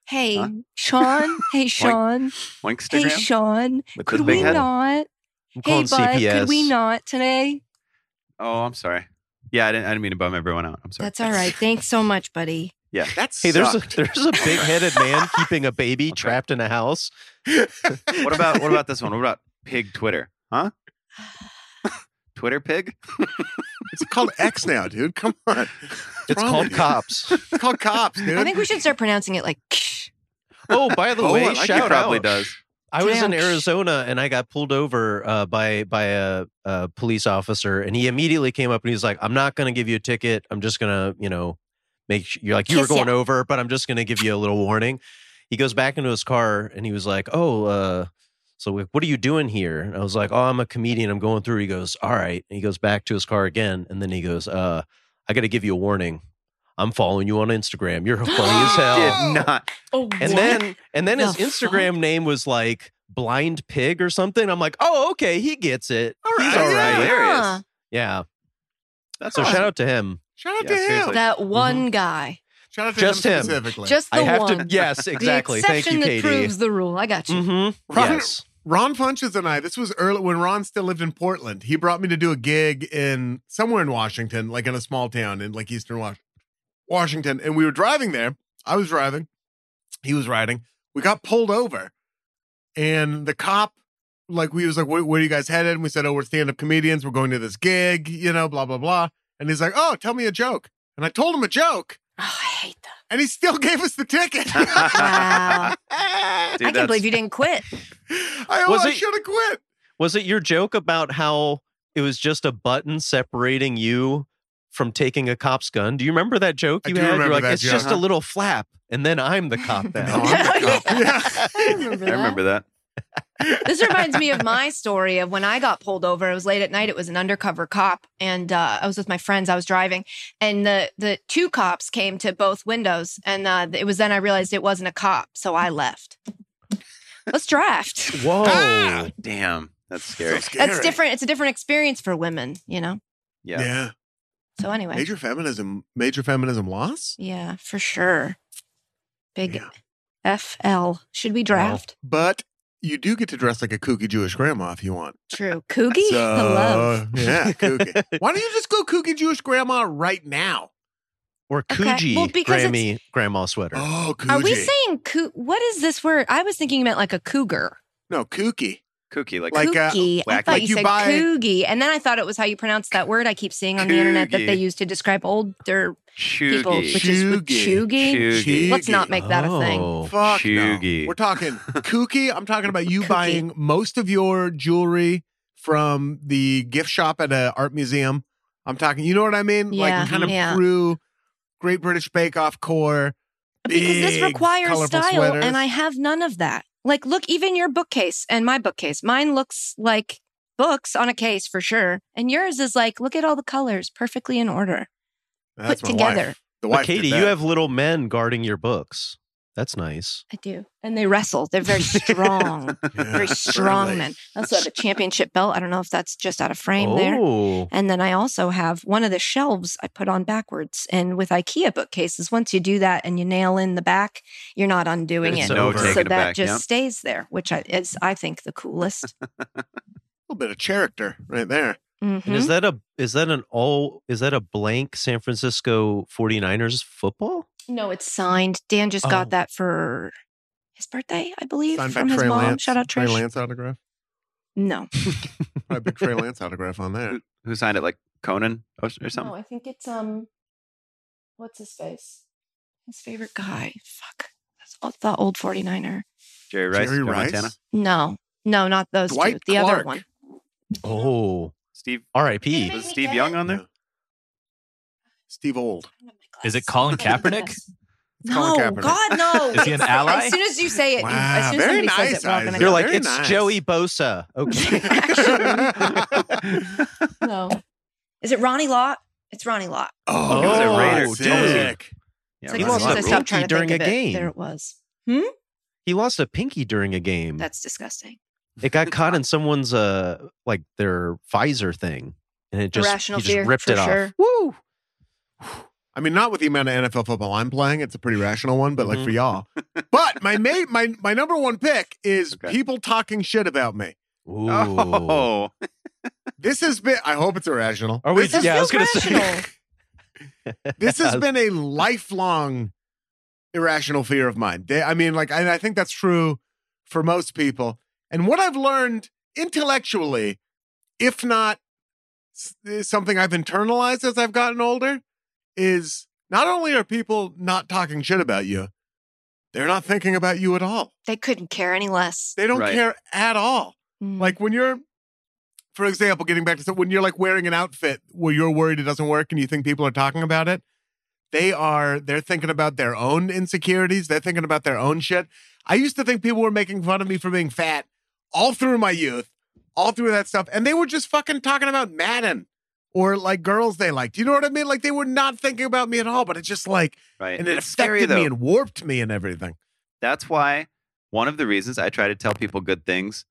[SPEAKER 5] Hey,
[SPEAKER 7] Huh?
[SPEAKER 5] Sean. Hey, Sean. Hey,
[SPEAKER 7] Oinkstagram.
[SPEAKER 5] Sean.
[SPEAKER 7] With
[SPEAKER 5] Could
[SPEAKER 7] the big
[SPEAKER 5] we
[SPEAKER 7] head?
[SPEAKER 5] not? Hey,
[SPEAKER 6] I'm calling
[SPEAKER 5] bud.
[SPEAKER 6] CPS.
[SPEAKER 5] Could we not today?
[SPEAKER 7] oh, I'm sorry. Yeah, I didn't. I didn't mean to bum everyone out. I'm sorry.
[SPEAKER 5] That's all right. Thanks so much, buddy.
[SPEAKER 7] Yeah.
[SPEAKER 4] That's
[SPEAKER 6] Hey, there's a there's a big headed man keeping a baby trapped in a house.
[SPEAKER 7] What about what about this one? What about pig Twitter? Huh? Twitter pig.
[SPEAKER 4] it's called X now, dude. Come on. What's
[SPEAKER 6] It's
[SPEAKER 4] wrong
[SPEAKER 6] called
[SPEAKER 4] with you?
[SPEAKER 6] cops.
[SPEAKER 4] It's called cops, dude.
[SPEAKER 5] I think we should start pronouncing it like.
[SPEAKER 6] Oh, by the
[SPEAKER 7] Oh,
[SPEAKER 6] way,
[SPEAKER 7] I like it.
[SPEAKER 6] shout
[SPEAKER 7] probably
[SPEAKER 6] out.
[SPEAKER 7] does.
[SPEAKER 6] I was in
[SPEAKER 5] Damn.
[SPEAKER 6] Arizona and I got pulled over uh, by by a, a police officer, and he immediately came up and he's like, "I'm not going to give you a ticket. I'm just going to, you know, make sure you're like you were
[SPEAKER 5] Kiss ya."
[SPEAKER 6] going over, but I'm just going to give you a little warning." He goes back into his car and he was like, "Oh, uh, so like, what are you doing here?" And I was like, "Oh, I'm a comedian. I'm going through." He goes, "All right." And he goes back to his car again, and then he goes, "Uh, I got to give you a warning. I'm following you on Instagram. You're funny as hell."
[SPEAKER 7] Did not.
[SPEAKER 5] Oh,
[SPEAKER 6] And then and then
[SPEAKER 5] the
[SPEAKER 6] his Instagram name was like Blind Pig or something. I'm like, oh, okay, he gets it.
[SPEAKER 4] All
[SPEAKER 6] He's
[SPEAKER 4] right.
[SPEAKER 6] all right.
[SPEAKER 7] Yeah. Hilarious.
[SPEAKER 6] Yeah.
[SPEAKER 7] That's
[SPEAKER 6] So
[SPEAKER 7] awesome.
[SPEAKER 6] shout out to him.
[SPEAKER 4] Shout out
[SPEAKER 7] Yeah,
[SPEAKER 4] to him.
[SPEAKER 7] seriously.
[SPEAKER 5] That one guy.
[SPEAKER 4] Shout out to
[SPEAKER 6] Just him.
[SPEAKER 4] specifically.
[SPEAKER 5] Just the
[SPEAKER 6] I have
[SPEAKER 5] one.
[SPEAKER 6] to yes, exactly.
[SPEAKER 5] The
[SPEAKER 6] Thank
[SPEAKER 5] exception
[SPEAKER 6] you,
[SPEAKER 5] that
[SPEAKER 6] Katie.
[SPEAKER 5] proves the rule. I got you. Oh,
[SPEAKER 6] Mm-hmm.
[SPEAKER 4] Robert-
[SPEAKER 6] Yes.
[SPEAKER 4] Ron Funches and I, this was early when Ron still lived in Portland. He brought me to do a gig in somewhere in Washington, like in a small town in like Eastern Wash- Washington. And we were driving there. I was driving. He was riding. We got pulled over. And the cop, like, we was like, where, where are you guys headed? And we said, oh, we're stand up comedians. We're going to this gig, you know, blah, blah, blah. And he's like, oh, tell me a joke. And I told him a joke.
[SPEAKER 5] Oh, I hate that.
[SPEAKER 4] And he still gave us the ticket.
[SPEAKER 6] Ah.
[SPEAKER 5] Wow.
[SPEAKER 4] I,
[SPEAKER 7] Dude,
[SPEAKER 5] I
[SPEAKER 7] that's-
[SPEAKER 5] can't believe you didn't quit.
[SPEAKER 6] Oh, Was
[SPEAKER 4] I
[SPEAKER 6] it-
[SPEAKER 4] should have quit.
[SPEAKER 6] Was it your joke about how it was just a button separating you from taking a cop's gun? Do you remember that joke
[SPEAKER 4] I
[SPEAKER 6] you
[SPEAKER 4] do
[SPEAKER 6] had? You're
[SPEAKER 4] remember
[SPEAKER 6] like,
[SPEAKER 4] that
[SPEAKER 6] it's
[SPEAKER 4] joke.
[SPEAKER 6] just a little flap, and then I'm the cop now.
[SPEAKER 4] Yeah.
[SPEAKER 5] I remember
[SPEAKER 7] I
[SPEAKER 5] that.
[SPEAKER 7] remember that.
[SPEAKER 5] This reminds me of my story of when I got pulled over. It was late at night. It was an undercover cop, and uh, I was with my friends. I was driving, and the the two cops came to both windows, and uh, it was then I realized it wasn't a cop, so I left. Let's draft.
[SPEAKER 6] Whoa.
[SPEAKER 4] Ah!
[SPEAKER 7] Damn, that's scary.
[SPEAKER 4] So
[SPEAKER 5] That's
[SPEAKER 4] scary.
[SPEAKER 5] different. It's a different experience for women, you know.
[SPEAKER 7] Yeah.
[SPEAKER 4] Yeah.
[SPEAKER 5] So anyway,
[SPEAKER 4] Major feminism, major feminism loss.
[SPEAKER 5] yeah, for sure. Big
[SPEAKER 4] Yeah.
[SPEAKER 5] FL. Should we draft?
[SPEAKER 4] But you do get to dress like a kooky Jewish grandma if you want.
[SPEAKER 5] True. Coogie? Hello.
[SPEAKER 4] yeah, kooky. Why don't you just go kooky Jewish grandma right now?
[SPEAKER 6] Or
[SPEAKER 5] Okay.
[SPEAKER 6] Coogee
[SPEAKER 5] Well, because it's-
[SPEAKER 6] Grammy grandma sweater.
[SPEAKER 4] Oh, kooky.
[SPEAKER 5] Are we saying coo- what is this word? I was thinking you meant like a cougar.
[SPEAKER 4] no kooky?
[SPEAKER 7] Kooky, like,
[SPEAKER 4] Like, uh,
[SPEAKER 5] Kooky. I
[SPEAKER 7] whack-
[SPEAKER 5] thought
[SPEAKER 4] like
[SPEAKER 5] you
[SPEAKER 4] you
[SPEAKER 5] said
[SPEAKER 4] buy-
[SPEAKER 5] coogie. And then I thought it was how you pronounce that word I keep seeing on the internet that
[SPEAKER 7] Coogie.
[SPEAKER 5] they use to describe older people,
[SPEAKER 7] Shoogie.
[SPEAKER 5] which is with
[SPEAKER 4] Choogy.
[SPEAKER 5] choogy.
[SPEAKER 7] Shoogie.
[SPEAKER 5] Let's not make that a thing.
[SPEAKER 6] Oh.
[SPEAKER 4] Fuck no.
[SPEAKER 7] Choogy.
[SPEAKER 4] We're talking kooky. I'm talking about you
[SPEAKER 5] Kooky.
[SPEAKER 4] buying most of your jewelry from the gift shop at an art museum. I'm talking, you know what I mean?
[SPEAKER 5] Yeah,
[SPEAKER 4] like kind of
[SPEAKER 5] yeah.
[SPEAKER 4] through Great British Bake Off core.
[SPEAKER 5] because this
[SPEAKER 4] big,
[SPEAKER 5] requires
[SPEAKER 4] colorful
[SPEAKER 5] style
[SPEAKER 4] sweaters.
[SPEAKER 5] and i have none of that like look even your bookcase and my bookcase mine looks like books on a case for sure and yours is like look at all the colors perfectly in order
[SPEAKER 4] That's
[SPEAKER 5] put
[SPEAKER 4] my wife.
[SPEAKER 5] together.
[SPEAKER 6] But
[SPEAKER 4] The wife did
[SPEAKER 6] Katie,
[SPEAKER 4] that.
[SPEAKER 6] you have little men guarding your books. That's nice.
[SPEAKER 5] i do and they wrestle they're very strong very
[SPEAKER 4] Yeah,
[SPEAKER 5] strong
[SPEAKER 4] certainly.
[SPEAKER 5] men i also have a championship belt i don't know if that's just out of frame there
[SPEAKER 6] Oh,
[SPEAKER 5] and then I also have one of the shelves I put on backwards. And with IKEA bookcases, once you do that and you nail in the back, you're not undoing
[SPEAKER 6] It's
[SPEAKER 5] it.
[SPEAKER 6] no taking
[SPEAKER 5] so
[SPEAKER 7] it
[SPEAKER 5] that
[SPEAKER 7] back,
[SPEAKER 5] just
[SPEAKER 7] yeah.
[SPEAKER 5] stays there, which I, is, I think, the coolest.
[SPEAKER 4] A little bit of character right there.
[SPEAKER 5] Mhm.
[SPEAKER 6] and is that a is that an all is that a blank San Francisco 49ers football?
[SPEAKER 5] No, Oh, it's signed. Dan just
[SPEAKER 6] Oh.
[SPEAKER 5] got that for his birthday, I believe,
[SPEAKER 4] Signed by
[SPEAKER 5] from his
[SPEAKER 4] Trey
[SPEAKER 5] mom.
[SPEAKER 4] Lance.
[SPEAKER 5] Shout out
[SPEAKER 4] Trey
[SPEAKER 5] Trish.
[SPEAKER 4] Lance autograph.
[SPEAKER 5] No,
[SPEAKER 4] Probably a big Trey Lance autograph on there.
[SPEAKER 7] Who signed it? Like Conan or, or something?
[SPEAKER 5] I think it's um, what's his face? His favorite guy. Fuck, that's all, the old 49er.
[SPEAKER 7] Jerry Rice,
[SPEAKER 4] Jerry
[SPEAKER 7] Joe
[SPEAKER 4] Rice?
[SPEAKER 7] Montana,
[SPEAKER 5] No, no, not those
[SPEAKER 4] Dwight
[SPEAKER 5] two. The other
[SPEAKER 4] Clark.
[SPEAKER 5] one.
[SPEAKER 6] Oh,
[SPEAKER 7] Steve.
[SPEAKER 6] R.I.P.
[SPEAKER 7] Was Steve Young on there?
[SPEAKER 4] Yeah. Steve Old.
[SPEAKER 8] Is it Colin Kaepernick?
[SPEAKER 4] It's
[SPEAKER 5] No,
[SPEAKER 4] Colin Kaepernick.
[SPEAKER 5] God, no.
[SPEAKER 8] Is he an ally?
[SPEAKER 5] As soon as you say it, you-
[SPEAKER 4] Wow,
[SPEAKER 5] as soon as
[SPEAKER 4] very
[SPEAKER 5] somebody
[SPEAKER 4] nice,
[SPEAKER 5] says it, we're all
[SPEAKER 4] Isaac.
[SPEAKER 5] gonna
[SPEAKER 6] You're
[SPEAKER 5] go,
[SPEAKER 6] like
[SPEAKER 4] Very
[SPEAKER 6] it's
[SPEAKER 4] nice.
[SPEAKER 6] Joey Bosa. Oh, Okay.
[SPEAKER 5] no. Is it Ronnie Lott? It's Ronnie Lott.
[SPEAKER 4] oh,
[SPEAKER 6] He was a
[SPEAKER 4] God,
[SPEAKER 6] Raider,
[SPEAKER 4] sick.
[SPEAKER 7] Yeah,
[SPEAKER 5] It's
[SPEAKER 6] he
[SPEAKER 5] as
[SPEAKER 7] Ronnie
[SPEAKER 6] lost
[SPEAKER 5] soon as I
[SPEAKER 6] a
[SPEAKER 7] Lott
[SPEAKER 5] stopped
[SPEAKER 6] rookie
[SPEAKER 5] trying to
[SPEAKER 6] during
[SPEAKER 5] think
[SPEAKER 6] a
[SPEAKER 5] of it,
[SPEAKER 6] game.
[SPEAKER 5] there it was.
[SPEAKER 6] he lost a pinky during a game.
[SPEAKER 5] That's disgusting.
[SPEAKER 6] it got caught in someone's uh like their Pfizer thing, and it just
[SPEAKER 5] Irrational
[SPEAKER 6] he just
[SPEAKER 5] fear,
[SPEAKER 6] ripped
[SPEAKER 5] for
[SPEAKER 6] it off.
[SPEAKER 5] sure.
[SPEAKER 6] Woo!
[SPEAKER 4] I mean, not with the amount of NFL football I'm playing. It's a pretty rational one, but like
[SPEAKER 6] Mhm.
[SPEAKER 4] for y'all. But my mate, my my number one pick is
[SPEAKER 7] Okay.
[SPEAKER 4] people talking shit about me.
[SPEAKER 6] Ooh.
[SPEAKER 7] Oh,
[SPEAKER 4] This has been. I hope it's irrational.
[SPEAKER 6] Are we-
[SPEAKER 4] This, is-
[SPEAKER 6] Yeah, I
[SPEAKER 5] feels
[SPEAKER 6] was gonna say-
[SPEAKER 5] rational.
[SPEAKER 4] this has been a lifelong irrational fear of mine. They, I mean, like, and I think that's true for most people. And what I've learned intellectually, if not s- is something I've internalized as I've gotten older, is not only are people not talking shit about you, they're not thinking about you at all.
[SPEAKER 5] They couldn't care any less.
[SPEAKER 4] They don't
[SPEAKER 7] Right.
[SPEAKER 4] care at all.
[SPEAKER 5] Mm.
[SPEAKER 4] Like when you're, for example, getting back to so- when you're like wearing an outfit where you're worried it doesn't work and you think people are talking about it, they are, they're thinking about their own insecurities. They're thinking about their own shit. I used to think people were making fun of me for being fat all through my youth, all through that stuff. And they were just fucking talking about Madden or like girls they liked. You know what I mean? Like they were not thinking about me at all, but it's just like,
[SPEAKER 7] right.
[SPEAKER 4] and it
[SPEAKER 7] It's scary,
[SPEAKER 4] affected me
[SPEAKER 7] though.
[SPEAKER 4] and warped me and everything.
[SPEAKER 7] That's why one of the reasons I try to tell people good things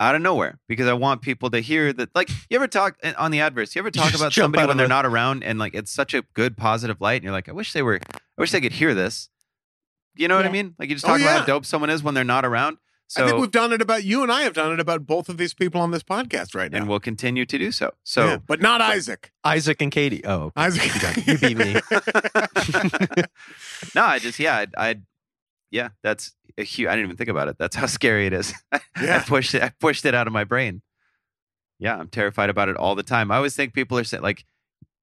[SPEAKER 7] out of nowhere because I want people to hear that. Like, you ever talk eh, on the adverse? You ever talk
[SPEAKER 6] just
[SPEAKER 7] about
[SPEAKER 6] jump
[SPEAKER 7] somebody
[SPEAKER 6] out
[SPEAKER 7] when
[SPEAKER 6] of
[SPEAKER 7] they're
[SPEAKER 6] the-
[SPEAKER 7] not around and like it's such a good positive light, and you're like, I wish they were. I wish they could hear this. You know what I
[SPEAKER 5] Yeah.
[SPEAKER 7] mean? Like you just
[SPEAKER 4] Oh,
[SPEAKER 7] talk about
[SPEAKER 4] yeah.
[SPEAKER 7] how dope someone is when they're not around. So
[SPEAKER 4] I think we've done it about you and I have done it about both of these people on this podcast right now.
[SPEAKER 7] and we'll continue to do so. So
[SPEAKER 4] Yeah, but not Isaac.
[SPEAKER 6] Isaac and Katie. Oh,
[SPEAKER 4] Isaac,
[SPEAKER 6] You beat me.
[SPEAKER 7] no, I just yeah, I, I yeah, that's a huge. I didn't even think about it. That's how scary it is. I
[SPEAKER 4] Yeah.
[SPEAKER 7] pushed it. I pushed it out of my brain. Yeah, I'm terrified about it all the time. I always think people are saying like,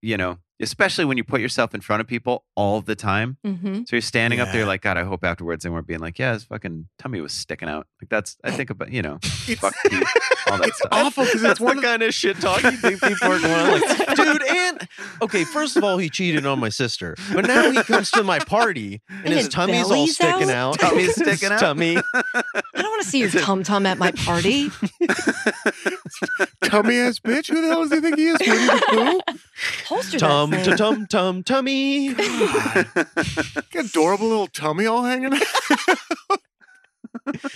[SPEAKER 7] you know, especially when you put yourself in front of people all the time.
[SPEAKER 1] mm-hmm.
[SPEAKER 5] Mhm.
[SPEAKER 7] So you're standing up
[SPEAKER 4] Yeah.
[SPEAKER 7] there like, God, I hope afterwards they weren't being like, yeah, his fucking tummy was sticking out. Like that's. I think about you know,
[SPEAKER 4] It's-
[SPEAKER 7] fuck you, all that
[SPEAKER 4] it's
[SPEAKER 7] stuff.
[SPEAKER 4] awful because
[SPEAKER 7] That's
[SPEAKER 4] it's
[SPEAKER 7] the
[SPEAKER 4] one of the,
[SPEAKER 7] kind of shit talk you think people are going on. Like,
[SPEAKER 6] Like, dude, and okay, first of all, he cheated on my sister, but now he comes to my party and,
[SPEAKER 5] And
[SPEAKER 6] his,
[SPEAKER 5] his
[SPEAKER 6] tummy's all
[SPEAKER 5] belly's
[SPEAKER 6] sticking out.
[SPEAKER 5] out?
[SPEAKER 7] Tummy's
[SPEAKER 6] His
[SPEAKER 7] sticking out?
[SPEAKER 6] Tummy.
[SPEAKER 5] I don't want to see your tum tum at my party.
[SPEAKER 4] tummy ass bitch. Who the hell does he think he is? Winnie the
[SPEAKER 5] Holster
[SPEAKER 6] Tum
[SPEAKER 5] that
[SPEAKER 6] to
[SPEAKER 5] thing.
[SPEAKER 6] tum tum tummy.
[SPEAKER 4] Pooh? God, adorable little tummy all hanging out.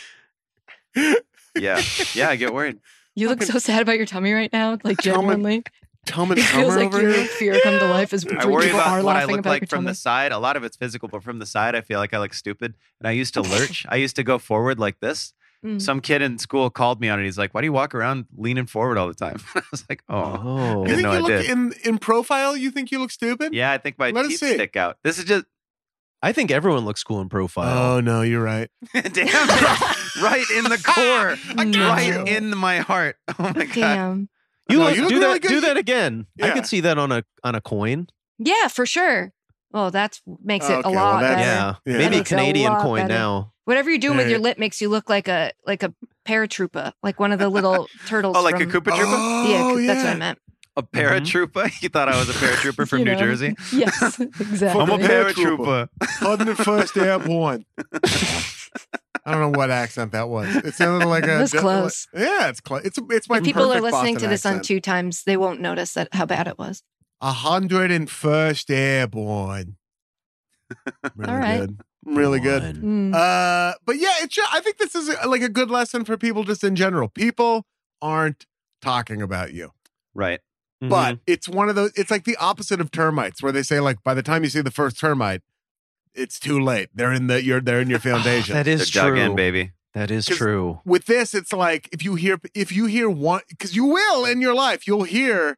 [SPEAKER 7] yeah, yeah, I get worried.
[SPEAKER 5] You look so sad about your tummy right now, like
[SPEAKER 4] Tummy-
[SPEAKER 5] genuinely.
[SPEAKER 4] Tum and
[SPEAKER 5] It feels
[SPEAKER 4] tummer
[SPEAKER 5] like
[SPEAKER 4] over
[SPEAKER 5] your
[SPEAKER 4] here.
[SPEAKER 5] fear come to life as
[SPEAKER 7] I worry
[SPEAKER 5] people are
[SPEAKER 7] about what I
[SPEAKER 5] laughing
[SPEAKER 7] look
[SPEAKER 5] about your
[SPEAKER 7] like from
[SPEAKER 5] tummy.
[SPEAKER 7] the side. A lot of it's physical, but from the side, I feel like I look stupid. And I used to lurch. I used to go forward like this.
[SPEAKER 5] Mm.
[SPEAKER 7] Some kid in school called me on it. He's like, "Why do you walk around leaning forward all the time?" I was like, "Oh,
[SPEAKER 6] Oh.
[SPEAKER 7] didn't
[SPEAKER 4] You think
[SPEAKER 7] know
[SPEAKER 4] you
[SPEAKER 7] I
[SPEAKER 4] look
[SPEAKER 7] did.
[SPEAKER 4] in in profile? You think you look stupid?
[SPEAKER 7] yeah, I think my
[SPEAKER 4] Let us
[SPEAKER 7] teeth
[SPEAKER 4] see.
[SPEAKER 7] stick out." This is just
[SPEAKER 6] I think everyone looks cool in profile.
[SPEAKER 4] Oh no, you're right.
[SPEAKER 7] damn it, right in the core,
[SPEAKER 5] I got
[SPEAKER 7] right
[SPEAKER 5] you.
[SPEAKER 7] in my heart. Oh my god,
[SPEAKER 5] Damn.
[SPEAKER 7] Oh,
[SPEAKER 6] you
[SPEAKER 4] No,
[SPEAKER 6] look,
[SPEAKER 4] you look
[SPEAKER 6] do
[SPEAKER 4] really
[SPEAKER 6] that.
[SPEAKER 4] good.
[SPEAKER 6] Do that again. I
[SPEAKER 4] Yeah.
[SPEAKER 6] could see that on a on a coin.
[SPEAKER 5] Yeah, for sure. Well, that makes it
[SPEAKER 4] Okay,
[SPEAKER 5] a
[SPEAKER 4] well,
[SPEAKER 5] lot
[SPEAKER 4] that's-
[SPEAKER 5] better.
[SPEAKER 6] Yeah,
[SPEAKER 4] Yeah.
[SPEAKER 6] maybe a
[SPEAKER 5] That is a
[SPEAKER 6] Canadian
[SPEAKER 5] lot
[SPEAKER 6] coin
[SPEAKER 5] better.
[SPEAKER 6] now.
[SPEAKER 5] Whatever you're doing with
[SPEAKER 4] There-
[SPEAKER 5] your lip makes you look like a like a paratrooper, like one of the little turtles.
[SPEAKER 7] oh like
[SPEAKER 5] from,
[SPEAKER 7] a Koopa Troopa.
[SPEAKER 4] Oh,
[SPEAKER 5] Yeah, that's what I meant.
[SPEAKER 7] a
[SPEAKER 6] Mm-hmm.
[SPEAKER 7] paratrooper. You thought I was a paratrooper from
[SPEAKER 5] You
[SPEAKER 7] New
[SPEAKER 5] know?
[SPEAKER 7] Jersey.
[SPEAKER 5] Yes, exactly.
[SPEAKER 7] I'm a
[SPEAKER 4] Paratrooper.
[SPEAKER 7] paratrooper.
[SPEAKER 4] on the first air one. I don't know what accent that was. It sounded like a.
[SPEAKER 5] It was close.
[SPEAKER 4] Yeah, it's close. It's it's my.
[SPEAKER 5] if people are
[SPEAKER 4] perfect
[SPEAKER 5] listening
[SPEAKER 4] Boston
[SPEAKER 5] to this on
[SPEAKER 4] accent.
[SPEAKER 5] two times, they won't notice that how bad it was.
[SPEAKER 4] A hundred and first airborne. really
[SPEAKER 5] All right.
[SPEAKER 4] good. Really good. Uh, but yeah, it's. ju- I think this is uh, like a good lesson for people just in general. People aren't talking about you.
[SPEAKER 7] Right.
[SPEAKER 4] but it's one of those it's like the opposite of termites where they say like by the time you see the first termite it's too late they're in the you're they're in your foundation
[SPEAKER 6] Mm-hmm. that
[SPEAKER 7] They're
[SPEAKER 6] is
[SPEAKER 7] dug
[SPEAKER 6] true.
[SPEAKER 7] in, baby.
[SPEAKER 6] That is
[SPEAKER 4] 'Cause-
[SPEAKER 6] true.
[SPEAKER 4] with this it's like if you hear if you hear one because you will in your life you'll hear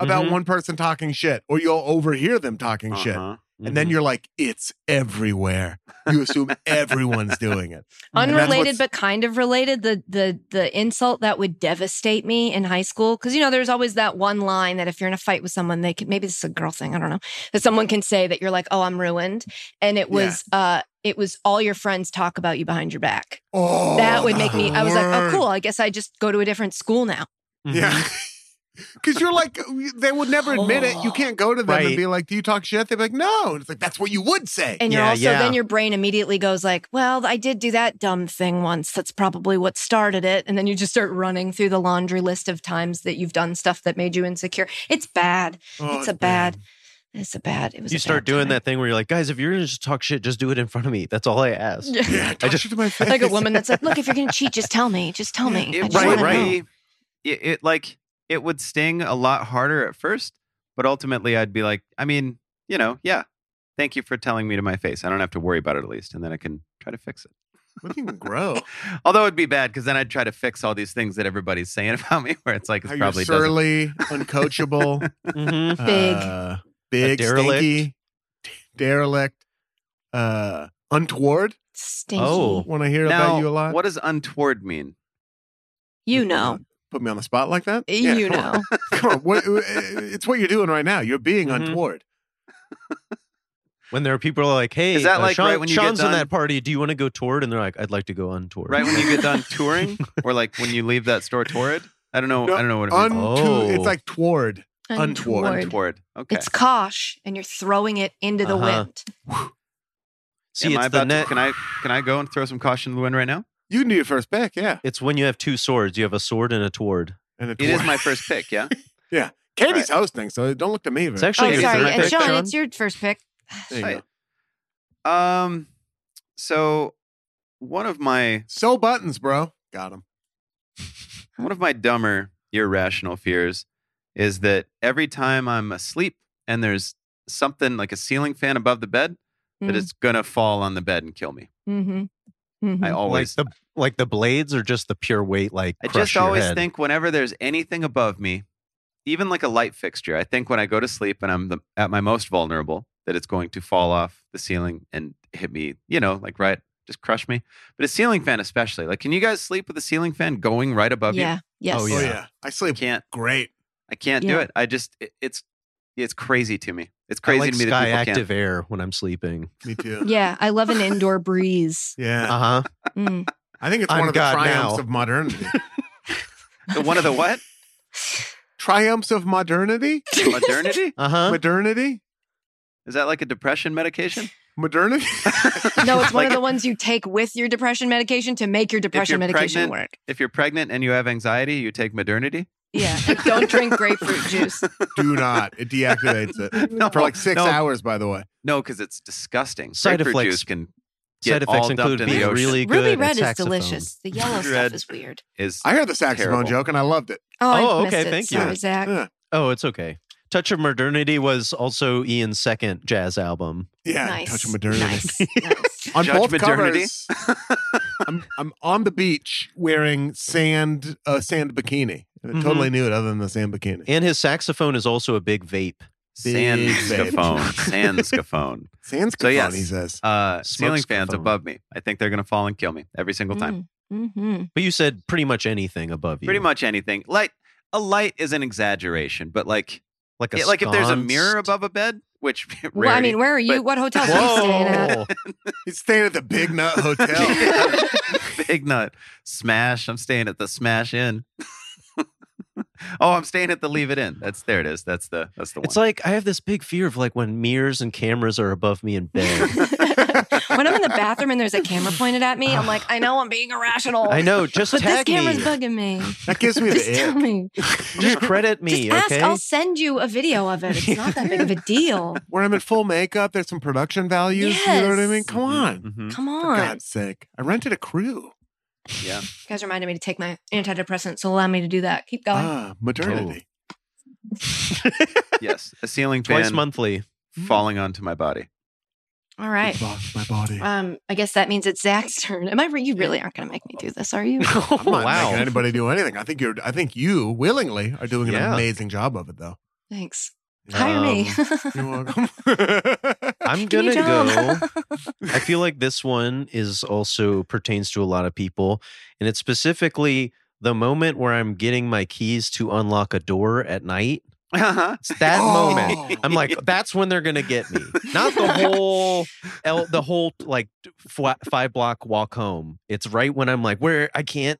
[SPEAKER 4] about
[SPEAKER 6] Mhm.
[SPEAKER 4] one person talking shit or you'll overhear them talking shit
[SPEAKER 7] Uh-huh.
[SPEAKER 4] and
[SPEAKER 6] Mm-hmm.
[SPEAKER 4] then you're like it's everywhere you assume everyone's doing it And that's
[SPEAKER 5] Unrelated
[SPEAKER 4] what's-
[SPEAKER 5] but kind of related, the the the insult that would devastate me in high school because you know there's always that one line that if you're in a fight with someone, they could maybe this is a girl thing, I don't know, that someone can say that you're like, oh, I'm ruined, and it was uh, it was all your friends talk about you behind your back.
[SPEAKER 4] oh
[SPEAKER 5] that would make me. I was like, oh,
[SPEAKER 4] word.
[SPEAKER 5] cool. I guess I just go to a different school now.
[SPEAKER 6] Mm-hmm.
[SPEAKER 4] yeah Because you're like, uh, they would never admit it. You can't go to them and
[SPEAKER 6] Oh, Right.
[SPEAKER 4] be like, Do you talk shit? They'd be like, No. And it's like, That's what you would say.
[SPEAKER 5] And you're
[SPEAKER 6] Yeah,
[SPEAKER 5] also
[SPEAKER 6] yeah.
[SPEAKER 5] then your brain immediately goes like, well, I did do that dumb thing once. That's probably what started it. And then you just start running through the laundry list of times that you've done stuff that made you insecure. It's bad.
[SPEAKER 4] Oh,
[SPEAKER 5] it's a bad. It's a bad. It was.
[SPEAKER 6] You
[SPEAKER 5] a
[SPEAKER 6] start
[SPEAKER 5] bad
[SPEAKER 6] doing
[SPEAKER 5] time.
[SPEAKER 6] that thing where you're like, guys, if you're gonna just talk shit, just do it in front of me. That's all I ask.
[SPEAKER 5] Yeah.
[SPEAKER 4] Yeah, talk
[SPEAKER 6] just-
[SPEAKER 4] shit to my face.
[SPEAKER 5] like a woman that's like, look, if you're gonna cheat, just tell me. Just tell me. I
[SPEAKER 7] It
[SPEAKER 5] just
[SPEAKER 7] would
[SPEAKER 5] wanna know."
[SPEAKER 7] be, it, it like it would sting a lot harder at first, but ultimately I'd be like, I mean, you know, yeah. Thank you for telling me to my face. I don't have to worry about it at least, and then I can try to fix it.
[SPEAKER 4] We can grow.
[SPEAKER 7] Although it'd be bad because then I'd try to fix all these things that everybody's saying about me, where it's like
[SPEAKER 4] How
[SPEAKER 7] it's
[SPEAKER 4] you're
[SPEAKER 7] probably doesn't.
[SPEAKER 4] surly, uncoachable,
[SPEAKER 6] Mhm.
[SPEAKER 5] Big.
[SPEAKER 4] uh, big,
[SPEAKER 6] A derelict.
[SPEAKER 4] stinky, derelict, uh, untoward.
[SPEAKER 5] Stinky.
[SPEAKER 6] Oh.
[SPEAKER 4] When I hear
[SPEAKER 7] Now,
[SPEAKER 4] about you a lot,
[SPEAKER 7] what does untoward mean?
[SPEAKER 5] You know. Eh,
[SPEAKER 4] put me on the spot like that. Yeah,
[SPEAKER 5] You
[SPEAKER 4] come on.
[SPEAKER 5] know.
[SPEAKER 4] Come on. What, it's what you're doing right now. You're being
[SPEAKER 7] Mm-hmm.
[SPEAKER 6] Mhm.
[SPEAKER 4] untoward.
[SPEAKER 6] When there are people who are like, hey,
[SPEAKER 7] Is that
[SPEAKER 6] uh,
[SPEAKER 7] like
[SPEAKER 6] Sean-
[SPEAKER 7] right when you get
[SPEAKER 6] Sean's
[SPEAKER 7] done-
[SPEAKER 6] in that party, do you want to go toward? And they're like, I'd like to go untoward.
[SPEAKER 7] Right when you get done touring, or like when you leave that store torrid? I don't know.
[SPEAKER 4] No,
[SPEAKER 7] I don't know what it means.
[SPEAKER 4] Unto-
[SPEAKER 6] Oh.
[SPEAKER 4] It's like toward. Untoward.
[SPEAKER 7] untoward. Okay.
[SPEAKER 5] It's kosh, and you're throwing it into the
[SPEAKER 6] Uh-huh.
[SPEAKER 5] wind.
[SPEAKER 6] See,
[SPEAKER 7] Am
[SPEAKER 6] it's
[SPEAKER 7] I
[SPEAKER 6] the
[SPEAKER 7] about
[SPEAKER 6] net.
[SPEAKER 7] to, can I can I go and throw some caution to the wind right now?
[SPEAKER 4] You can do your first pick, yeah.
[SPEAKER 6] It's when you have two swords. You have a sword and a toward.
[SPEAKER 4] And a
[SPEAKER 7] It is
[SPEAKER 4] toward.
[SPEAKER 7] my first pick. Yeah.
[SPEAKER 4] Katie's hosting, so don't look to me.
[SPEAKER 6] It's
[SPEAKER 4] very-
[SPEAKER 6] actually
[SPEAKER 5] Oh,
[SPEAKER 7] Actually,
[SPEAKER 6] it's
[SPEAKER 5] sorry.
[SPEAKER 6] my
[SPEAKER 5] And
[SPEAKER 6] pick,
[SPEAKER 5] Sean, it's your first pick.
[SPEAKER 4] There you
[SPEAKER 7] Right.
[SPEAKER 4] go.
[SPEAKER 7] Um, so one of my
[SPEAKER 4] So buttons, bro. Got him.
[SPEAKER 7] one of my dumber irrational fears is that every time I'm asleep and there's something like a ceiling fan above the bed, that it's gonna fall on the bed and kill me.
[SPEAKER 5] Mm-hmm.
[SPEAKER 7] I
[SPEAKER 6] Like
[SPEAKER 7] always,
[SPEAKER 6] the like the blades or just the pure weight. Like
[SPEAKER 7] I
[SPEAKER 6] crush
[SPEAKER 7] just
[SPEAKER 6] your
[SPEAKER 7] always
[SPEAKER 6] head?
[SPEAKER 7] think whenever there's anything above me, even like a light fixture, I think when I go to sleep and I'm the, at my most vulnerable, that it's going to fall
[SPEAKER 6] Mm-hmm.
[SPEAKER 7] off the ceiling and hit me. You know, like right, just crush me. But a ceiling fan, especially, like, can you guys sleep with a ceiling fan going right above you?
[SPEAKER 5] Yeah. Yes.
[SPEAKER 6] Oh,
[SPEAKER 4] Oh,
[SPEAKER 6] yeah.
[SPEAKER 4] yeah. I
[SPEAKER 7] I
[SPEAKER 4] sleep
[SPEAKER 7] can't.
[SPEAKER 4] great.
[SPEAKER 7] I can't do
[SPEAKER 5] Yeah.
[SPEAKER 7] it. I just it, it's it's crazy to me. It's
[SPEAKER 6] I
[SPEAKER 7] crazy
[SPEAKER 6] like
[SPEAKER 7] to me
[SPEAKER 6] sky
[SPEAKER 7] that people
[SPEAKER 6] active air when I'm sleeping.
[SPEAKER 4] Me too.
[SPEAKER 5] Yeah. I love an indoor breeze.
[SPEAKER 4] Yeah.
[SPEAKER 6] Uh huh.
[SPEAKER 5] Mm.
[SPEAKER 4] I think it's
[SPEAKER 6] I'm
[SPEAKER 4] one of the
[SPEAKER 6] God
[SPEAKER 4] triumphs
[SPEAKER 6] now.
[SPEAKER 4] of modernity.
[SPEAKER 7] can't. One of the what?
[SPEAKER 4] triumphs of modernity?
[SPEAKER 7] Modernity?
[SPEAKER 6] Uh huh.
[SPEAKER 4] Modernity?
[SPEAKER 7] Is that like a depression medication?
[SPEAKER 4] Modernity?
[SPEAKER 5] No, it's one
[SPEAKER 7] Like,
[SPEAKER 5] of the ones you take with your depression medication to make your depression
[SPEAKER 7] you're
[SPEAKER 5] medication
[SPEAKER 7] pregnant-
[SPEAKER 5] work.
[SPEAKER 7] If you're pregnant and you have anxiety, you take modernity.
[SPEAKER 5] Yeah. And don't drink grapefruit juice.
[SPEAKER 4] Do not. It deactivates it.
[SPEAKER 7] No,
[SPEAKER 4] For like six
[SPEAKER 7] no.
[SPEAKER 4] hours, by the way.
[SPEAKER 7] No, because it's disgusting.
[SPEAKER 6] Side
[SPEAKER 7] Grapefruit
[SPEAKER 6] effects-
[SPEAKER 7] juice can get
[SPEAKER 6] Side effects
[SPEAKER 7] all
[SPEAKER 6] include
[SPEAKER 7] dumped in the
[SPEAKER 6] being
[SPEAKER 7] ocean.
[SPEAKER 6] really good.
[SPEAKER 5] Ruby
[SPEAKER 6] at
[SPEAKER 5] red is
[SPEAKER 6] saxophone.
[SPEAKER 5] delicious. The yellow
[SPEAKER 7] Ruby
[SPEAKER 5] stuff
[SPEAKER 7] red.
[SPEAKER 5] is weird.
[SPEAKER 7] is
[SPEAKER 4] I heard the saxophone
[SPEAKER 7] Terrible.
[SPEAKER 4] joke and I loved it.
[SPEAKER 5] Oh,
[SPEAKER 6] Oh,
[SPEAKER 5] I missed
[SPEAKER 6] okay,
[SPEAKER 5] it.
[SPEAKER 6] thank you.
[SPEAKER 5] Sorry, Zach.
[SPEAKER 4] Yeah.
[SPEAKER 6] Oh, it's okay. Touch of Modernity was also Ian's second jazz album.
[SPEAKER 4] Yeah.
[SPEAKER 5] Nice.
[SPEAKER 4] Touch of modernity.
[SPEAKER 5] Nice. nice.
[SPEAKER 4] On
[SPEAKER 7] Judge
[SPEAKER 4] both
[SPEAKER 7] modernity.
[SPEAKER 4] covers, I'm, I'm on the beach wearing sand, a sand bikini. I
[SPEAKER 5] Mm-hmm.
[SPEAKER 6] Mhm.
[SPEAKER 4] totally knew it other than the sand bikini.
[SPEAKER 6] And his saxophone is also a big vape.
[SPEAKER 4] Big
[SPEAKER 7] Sanscaphone. Sanscaphone.
[SPEAKER 4] Sans
[SPEAKER 7] So,
[SPEAKER 4] so,
[SPEAKER 7] yes.
[SPEAKER 4] he says.
[SPEAKER 7] Uh,
[SPEAKER 6] Smoke
[SPEAKER 7] ceiling fans
[SPEAKER 6] scaphone. Mm.
[SPEAKER 7] above me. I think they're going to fall and kill me every single time.
[SPEAKER 5] Mm-hmm.
[SPEAKER 6] But you said pretty much anything above you.
[SPEAKER 7] Pretty much anything. Light. A light is an exaggeration, but like,
[SPEAKER 6] Like a
[SPEAKER 7] it- like if there's a
[SPEAKER 6] sconce.
[SPEAKER 7] mirror above a bed, which
[SPEAKER 5] Well, I mean,
[SPEAKER 7] rarity-
[SPEAKER 5] where are you?
[SPEAKER 7] but-
[SPEAKER 5] What hotels are you staying at?
[SPEAKER 6] Whoa.
[SPEAKER 4] He's staying at the Big Nut Hotel.
[SPEAKER 7] Big nut smash. I'm staying at the Smash Inn. oh, I'm staying at the Leave It In. That's there. It is. That's the that's the one.
[SPEAKER 6] It's like I have this big fear of like when mirrors and cameras are above me in bed.
[SPEAKER 5] when I'm in the bathroom and there's a camera pointed at me, I'm like, I know I'm being irrational.
[SPEAKER 6] I know. Just
[SPEAKER 5] But this
[SPEAKER 6] tag
[SPEAKER 5] camera's
[SPEAKER 6] me.
[SPEAKER 5] bugging me.
[SPEAKER 4] That gives me
[SPEAKER 5] Just
[SPEAKER 4] the
[SPEAKER 5] tell
[SPEAKER 4] ick.
[SPEAKER 5] me.
[SPEAKER 6] Just credit me,
[SPEAKER 5] Just ask.
[SPEAKER 6] okay?
[SPEAKER 5] I'll send you a video of it. It's not that big of a deal.
[SPEAKER 4] Where I'm in full makeup, there's some production values. You know what I mean?
[SPEAKER 5] Yes.
[SPEAKER 4] Come on.
[SPEAKER 7] Mhm.
[SPEAKER 5] Come
[SPEAKER 4] For
[SPEAKER 5] on.
[SPEAKER 4] God's sake. I rented a crew.
[SPEAKER 5] You guys reminded me to take my antidepressant, so allow me to do that. Keep going.
[SPEAKER 4] Ah, maternity.
[SPEAKER 7] yes, a ceiling fan
[SPEAKER 6] Twice monthly.
[SPEAKER 7] falling onto my body.
[SPEAKER 5] All right.
[SPEAKER 4] Lost my body.
[SPEAKER 5] Um, I guess that means it's Zach's turn. Am I? Re- you really aren't going to make me do this, are you?
[SPEAKER 4] I'm not
[SPEAKER 6] wow.
[SPEAKER 4] making anybody do anything. I think you're I think you willingly are doing an
[SPEAKER 6] Yeah.
[SPEAKER 4] amazing job of it though.
[SPEAKER 5] Thanks. Hire me.
[SPEAKER 6] Um,
[SPEAKER 4] You're welcome.
[SPEAKER 6] I'm
[SPEAKER 5] Give me
[SPEAKER 6] gonna
[SPEAKER 5] a
[SPEAKER 6] go.
[SPEAKER 5] job.
[SPEAKER 6] I feel like this one is also pertains to a lot of people, and it's specifically the moment where I'm getting my keys to unlock a door at night.
[SPEAKER 7] Uh-huh.
[SPEAKER 6] It's that
[SPEAKER 4] Oh.
[SPEAKER 6] moment. I'm like, that's when they're gonna get me. Not the whole, el- the whole like f- five block walk home. It's right when I'm like, where I can't.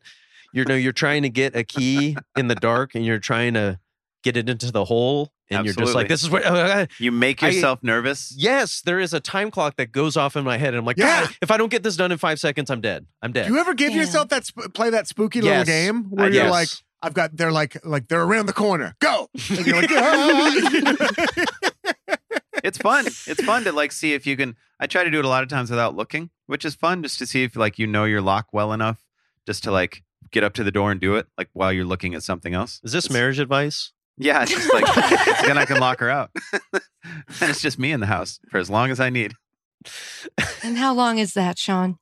[SPEAKER 6] You know, you're trying to get a key in the dark, and you're trying to get it into the hole, and you're just
[SPEAKER 7] Absolutely.
[SPEAKER 6] like, this is where. uh,
[SPEAKER 7] You make
[SPEAKER 6] I-
[SPEAKER 7] yourself nervous.
[SPEAKER 6] Yes, there is a time clock that goes off in my head, and I'm like,
[SPEAKER 4] Yeah.
[SPEAKER 6] "Ah, if I don't get this done in five seconds, I'm dead. I'm dead.
[SPEAKER 4] do you ever give
[SPEAKER 5] Yeah.
[SPEAKER 4] yourself that sp- play that spooky
[SPEAKER 6] Yes.
[SPEAKER 4] little game where
[SPEAKER 6] I-
[SPEAKER 4] you're
[SPEAKER 6] yes.
[SPEAKER 4] like I've got they're like like they're around the corner. Go. And you're like, "Ah."
[SPEAKER 7] It's fun. It's fun to like see if you can. I try to do it a lot of times without looking, which is fun just to see if like you know your lock well enough just to like get up to the door and do it like while you're looking at something else.
[SPEAKER 6] Is this
[SPEAKER 7] It's-
[SPEAKER 6] marriage advice?
[SPEAKER 7] Yeah, it's just like it's then I can lock her out, and it's just me in the house for as long as I need.
[SPEAKER 5] and how long is that, Sean?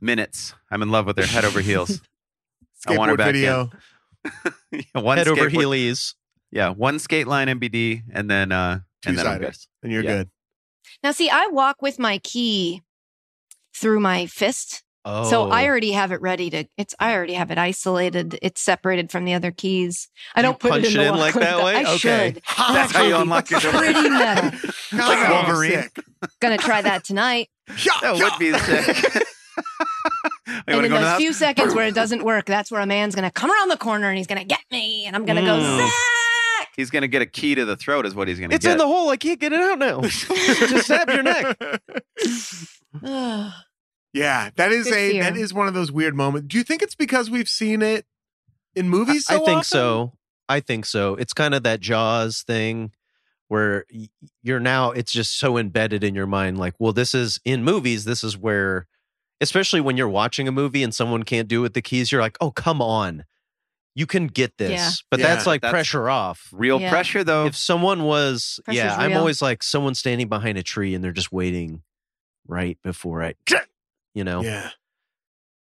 [SPEAKER 7] Minutes. I'm in love with her, head over heels. I want her
[SPEAKER 4] Skateboard
[SPEAKER 7] back in.
[SPEAKER 4] video.
[SPEAKER 7] one
[SPEAKER 6] Head over
[SPEAKER 7] skateboard-
[SPEAKER 6] heelys.
[SPEAKER 7] Yeah, one skate line MBD, and then uh, and then I'm good.
[SPEAKER 4] Two-siders. And you're
[SPEAKER 7] Yeah.
[SPEAKER 4] good.
[SPEAKER 5] Now, see, I walk with my key through my fist,
[SPEAKER 6] Oh,
[SPEAKER 5] so I already have it ready to. It's I already have it isolated. It's separated from the other keys. I
[SPEAKER 6] You
[SPEAKER 5] don't put
[SPEAKER 6] punch
[SPEAKER 5] it in,
[SPEAKER 6] it
[SPEAKER 5] the
[SPEAKER 6] in
[SPEAKER 5] lock
[SPEAKER 6] like that
[SPEAKER 5] though.
[SPEAKER 6] way?
[SPEAKER 5] I
[SPEAKER 6] Okay.
[SPEAKER 5] should.
[SPEAKER 7] That's how you unlock your door.
[SPEAKER 5] Pretty metal.
[SPEAKER 4] God,
[SPEAKER 7] Like
[SPEAKER 4] I'm
[SPEAKER 7] Wolverine.
[SPEAKER 4] sick.
[SPEAKER 5] Gonna try that tonight.
[SPEAKER 4] Yeah,
[SPEAKER 7] That would be sick. you
[SPEAKER 5] and
[SPEAKER 7] wanna
[SPEAKER 5] in
[SPEAKER 7] go in the
[SPEAKER 5] those
[SPEAKER 7] house?
[SPEAKER 5] few seconds where it doesn't work, that's where a man's gonna come around the corner and he's gonna get me, and I'm gonna go
[SPEAKER 6] Mm.
[SPEAKER 5] Zach.
[SPEAKER 7] He's gonna get a key to the throat, is what he's gonna
[SPEAKER 6] it's
[SPEAKER 7] get.
[SPEAKER 6] in the hole. I can't get it out now. Just snap your neck. Hmm.
[SPEAKER 5] Ugh.
[SPEAKER 4] Yeah, that is
[SPEAKER 5] Good
[SPEAKER 4] a
[SPEAKER 5] fear.
[SPEAKER 4] that is one of those weird moments. Do you think it's because we've seen it in movies?
[SPEAKER 6] I
[SPEAKER 4] so
[SPEAKER 6] think
[SPEAKER 4] often?
[SPEAKER 6] so. I think so. It's kind of that Jaws thing where y- you're now, it's just so embedded in your mind. Like, well, this is in movies, this is where, especially when you're watching a movie and someone can't do it with the keys, you're like, oh, come on. You can get this.
[SPEAKER 5] Yeah.
[SPEAKER 6] But
[SPEAKER 4] Yeah,
[SPEAKER 6] that's like
[SPEAKER 7] that's-
[SPEAKER 6] pressure off.
[SPEAKER 7] Real
[SPEAKER 5] Yeah.
[SPEAKER 7] pressure, though.
[SPEAKER 6] If someone was,
[SPEAKER 5] Pressure's
[SPEAKER 6] yeah, I'm
[SPEAKER 5] real.
[SPEAKER 6] always like, someone standing behind a tree and they're just waiting right before I, you know?
[SPEAKER 4] Yeah,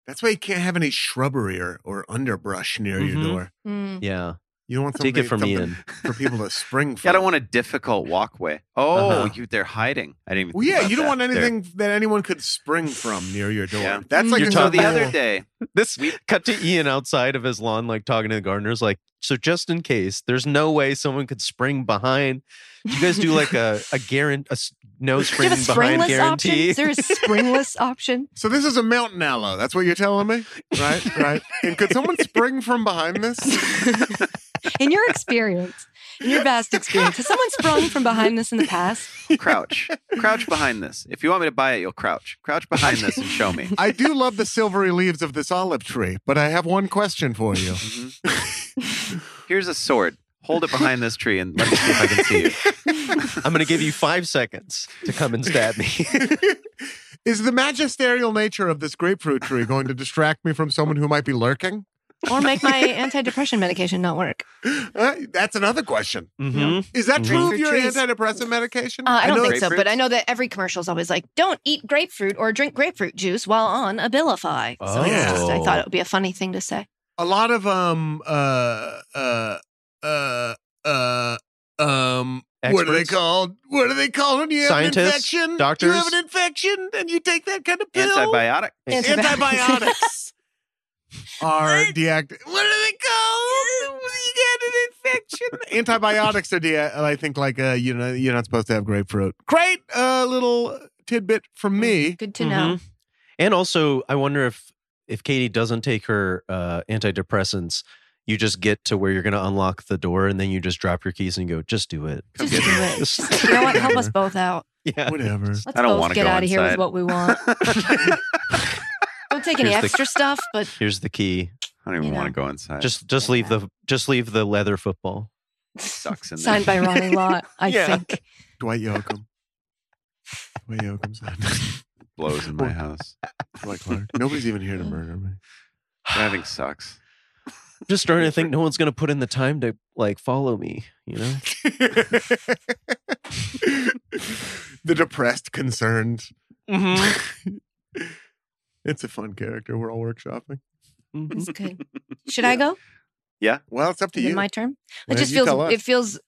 [SPEAKER 4] that's why you can't have any shrubbery or, or underbrush near
[SPEAKER 6] Mhm.
[SPEAKER 4] your door.
[SPEAKER 5] Mm.
[SPEAKER 6] Yeah.
[SPEAKER 4] You don't want
[SPEAKER 6] Take
[SPEAKER 4] something,
[SPEAKER 6] it from
[SPEAKER 4] something
[SPEAKER 6] Ian.
[SPEAKER 4] for people to spring. From.
[SPEAKER 7] Yeah, I don't want a difficult walkway. Oh,
[SPEAKER 6] Uh-huh.
[SPEAKER 7] you, they're hiding. I didn't. Even
[SPEAKER 4] Well,
[SPEAKER 7] think
[SPEAKER 4] yeah,
[SPEAKER 7] about
[SPEAKER 4] you don't
[SPEAKER 7] that.
[SPEAKER 4] want
[SPEAKER 7] They're-
[SPEAKER 4] anything that anyone could spring from near your door.
[SPEAKER 7] Yeah.
[SPEAKER 4] That's like
[SPEAKER 6] You're
[SPEAKER 4] a
[SPEAKER 7] So the
[SPEAKER 4] whole-
[SPEAKER 7] other day,
[SPEAKER 6] This cut to Ian outside of his lawn, like talking to the gardeners, like, so just in case, there's no way someone could spring behind. You guys do like a a guarantee, a s- no
[SPEAKER 5] Do you
[SPEAKER 6] spring
[SPEAKER 5] have a
[SPEAKER 6] behind
[SPEAKER 5] springless option?
[SPEAKER 6] guarantee.
[SPEAKER 5] Is there a springless option?
[SPEAKER 4] So this is a mountain aloe. That's what you're telling me, right? right. And could someone spring from behind this?
[SPEAKER 5] in your experience, in your vast experience, has someone sprung from behind this in the past?
[SPEAKER 7] crouch, crouch behind this. If you want me to buy it, you'll crouch, crouch behind this, and show me.
[SPEAKER 4] I do love the silvery leaves of this olive tree, but I have one question for you.
[SPEAKER 7] Mm-hmm. Mhm. Here's a sword. Hold it behind this tree and let me see if I can see you.
[SPEAKER 6] I'm going to give you five seconds to come and stab me.
[SPEAKER 4] Is the magisterial nature of this grapefruit tree going to distract me from someone who might be lurking?
[SPEAKER 5] Or make my antidepressant medication not work?
[SPEAKER 4] Uh, that's another question.
[SPEAKER 6] Mhm.
[SPEAKER 4] Is that true of
[SPEAKER 5] Grapefruit
[SPEAKER 4] your
[SPEAKER 5] trees.
[SPEAKER 4] antidepressant medication?
[SPEAKER 5] Uh, I don't think so, but
[SPEAKER 7] grapefruits?
[SPEAKER 5] I know that every commercial is always like, don't eat grapefruit or drink grapefruit juice while on Abilify. So it's just, I
[SPEAKER 6] Oh.
[SPEAKER 5] thought it would be a funny thing to say.
[SPEAKER 4] a lot of um uh uh uh uh um what are they
[SPEAKER 6] Experts?
[SPEAKER 4] called? What are they called when you have an
[SPEAKER 6] Scientists?
[SPEAKER 4] infection? You
[SPEAKER 6] Doctors?
[SPEAKER 4] have an infection and you take that kind of pill.
[SPEAKER 7] Antibiotic.
[SPEAKER 4] Antibiotics are deactivated. What are they called? You get an infection. Antibiotics are de- I think like uh you know you're not supposed to have grapefruit. Great uh little tidbit from me.
[SPEAKER 5] Good to know.
[SPEAKER 6] Mhm. And also, I wonder if if Katie doesn't take her uh, antidepressants, you just get to where you're going to unlock the door and then you just drop your keys and you go, just do it.
[SPEAKER 5] Just
[SPEAKER 7] get
[SPEAKER 5] do it. You know what? Help us both out.
[SPEAKER 6] yeah.
[SPEAKER 4] Whatever.
[SPEAKER 5] Let's
[SPEAKER 7] I don't
[SPEAKER 5] both
[SPEAKER 7] wanna
[SPEAKER 5] get
[SPEAKER 7] go
[SPEAKER 5] out of here with
[SPEAKER 7] inside.
[SPEAKER 5] what we want. Don't take any
[SPEAKER 6] Here's the-
[SPEAKER 5] extra stuff, but
[SPEAKER 6] Here's the key.
[SPEAKER 7] I don't even
[SPEAKER 5] You
[SPEAKER 7] want
[SPEAKER 5] know.
[SPEAKER 7] to go inside.
[SPEAKER 6] Just just leave the just leave the leather football.
[SPEAKER 7] sucks in there.
[SPEAKER 5] signed by Ronnie Lott, I
[SPEAKER 6] Yeah.
[SPEAKER 5] think.
[SPEAKER 4] Dwight Yoakam. Dwight Yoakam's not.
[SPEAKER 7] blows in my house.
[SPEAKER 4] Dwight Clark. Nobody's even here to murder me.
[SPEAKER 7] Driving sucks.
[SPEAKER 6] I'm just starting to think no one's going to put in the time to like follow me, you know?
[SPEAKER 4] the depressed, concerned. Mm-hmm. It's a fun character. We're all workshopping.
[SPEAKER 6] Mhm.
[SPEAKER 5] It's good. Should I go?
[SPEAKER 4] Well, it's up to
[SPEAKER 5] Is it
[SPEAKER 4] you.
[SPEAKER 5] my turn? It
[SPEAKER 4] Why don't
[SPEAKER 5] just
[SPEAKER 4] you
[SPEAKER 5] feels
[SPEAKER 4] tell us?
[SPEAKER 5] it feels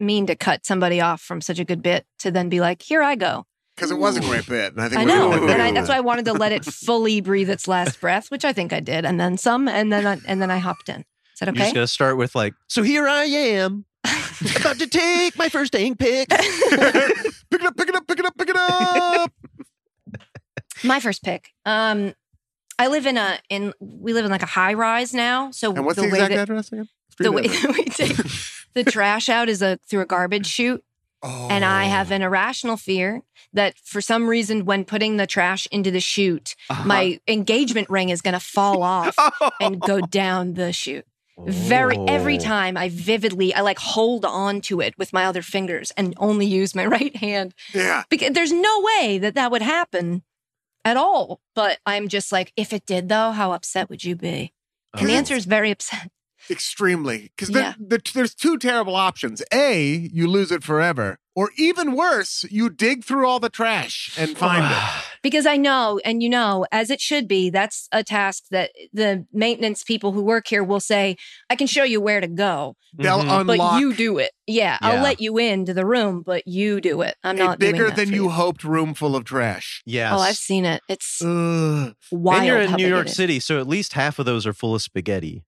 [SPEAKER 5] mean to cut somebody off from such a good bit to then be like, here I go.
[SPEAKER 4] Because it was a great bit. And I think
[SPEAKER 5] I
[SPEAKER 4] we're
[SPEAKER 5] know,
[SPEAKER 4] doing
[SPEAKER 5] and I,
[SPEAKER 4] it.
[SPEAKER 5] that's why I wanted to let it fully breathe its last breath, which I think I did, and then some, and then I, and then I hopped in. Is that
[SPEAKER 6] You're
[SPEAKER 5] okay?
[SPEAKER 6] just going to start with like, so here I am about to take my first dang pick.
[SPEAKER 4] pick it up, pick it up, pick it up, pick it up.
[SPEAKER 5] My first pick. Um, I live in a in we live in like a high rise now, so
[SPEAKER 4] and what's
[SPEAKER 5] the
[SPEAKER 4] the,
[SPEAKER 5] way
[SPEAKER 4] exact
[SPEAKER 5] that
[SPEAKER 4] address again? Street
[SPEAKER 5] the way
[SPEAKER 4] address.
[SPEAKER 5] that we take the trash out is a through a garbage chute,
[SPEAKER 4] Oh.
[SPEAKER 5] and I have an irrational fear that for some reason when putting the trash into the chute, my engagement ring is going to fall off and go down the chute. Very every
[SPEAKER 6] Oh.
[SPEAKER 5] time I vividly I like hold on to it with my other fingers and only use my right hand
[SPEAKER 4] Yeah.
[SPEAKER 5] because there's no way that that would happen at all. But I'm just like, if it did though, how upset would you be?
[SPEAKER 6] Uh-huh.
[SPEAKER 5] And the
[SPEAKER 4] Oh.
[SPEAKER 5] answer is very upset.
[SPEAKER 4] Extremely. Because
[SPEAKER 5] Yeah.
[SPEAKER 4] there's two terrible options. A, you lose it forever. Or even worse, you dig through all the trash and find it.
[SPEAKER 5] Because I know, and you know, as it should be, that's a task that the maintenance people who work here will say, I can show you where to go,
[SPEAKER 4] They'll
[SPEAKER 6] Mhm.
[SPEAKER 4] unlock
[SPEAKER 5] but you do it. Yeah, I'll
[SPEAKER 6] Yeah.
[SPEAKER 5] let you into the room, but you do it. I'm
[SPEAKER 4] a
[SPEAKER 5] not doing
[SPEAKER 4] bigger
[SPEAKER 5] that
[SPEAKER 4] than
[SPEAKER 5] for
[SPEAKER 4] you hoped room full of trash.
[SPEAKER 6] Yes.
[SPEAKER 5] Oh, I've seen it. It's
[SPEAKER 4] Ugh.
[SPEAKER 5] wild.
[SPEAKER 6] and you're
[SPEAKER 5] how
[SPEAKER 6] in New
[SPEAKER 5] big
[SPEAKER 6] York
[SPEAKER 5] it is.
[SPEAKER 6] City, so at least half of those are full of spaghetti.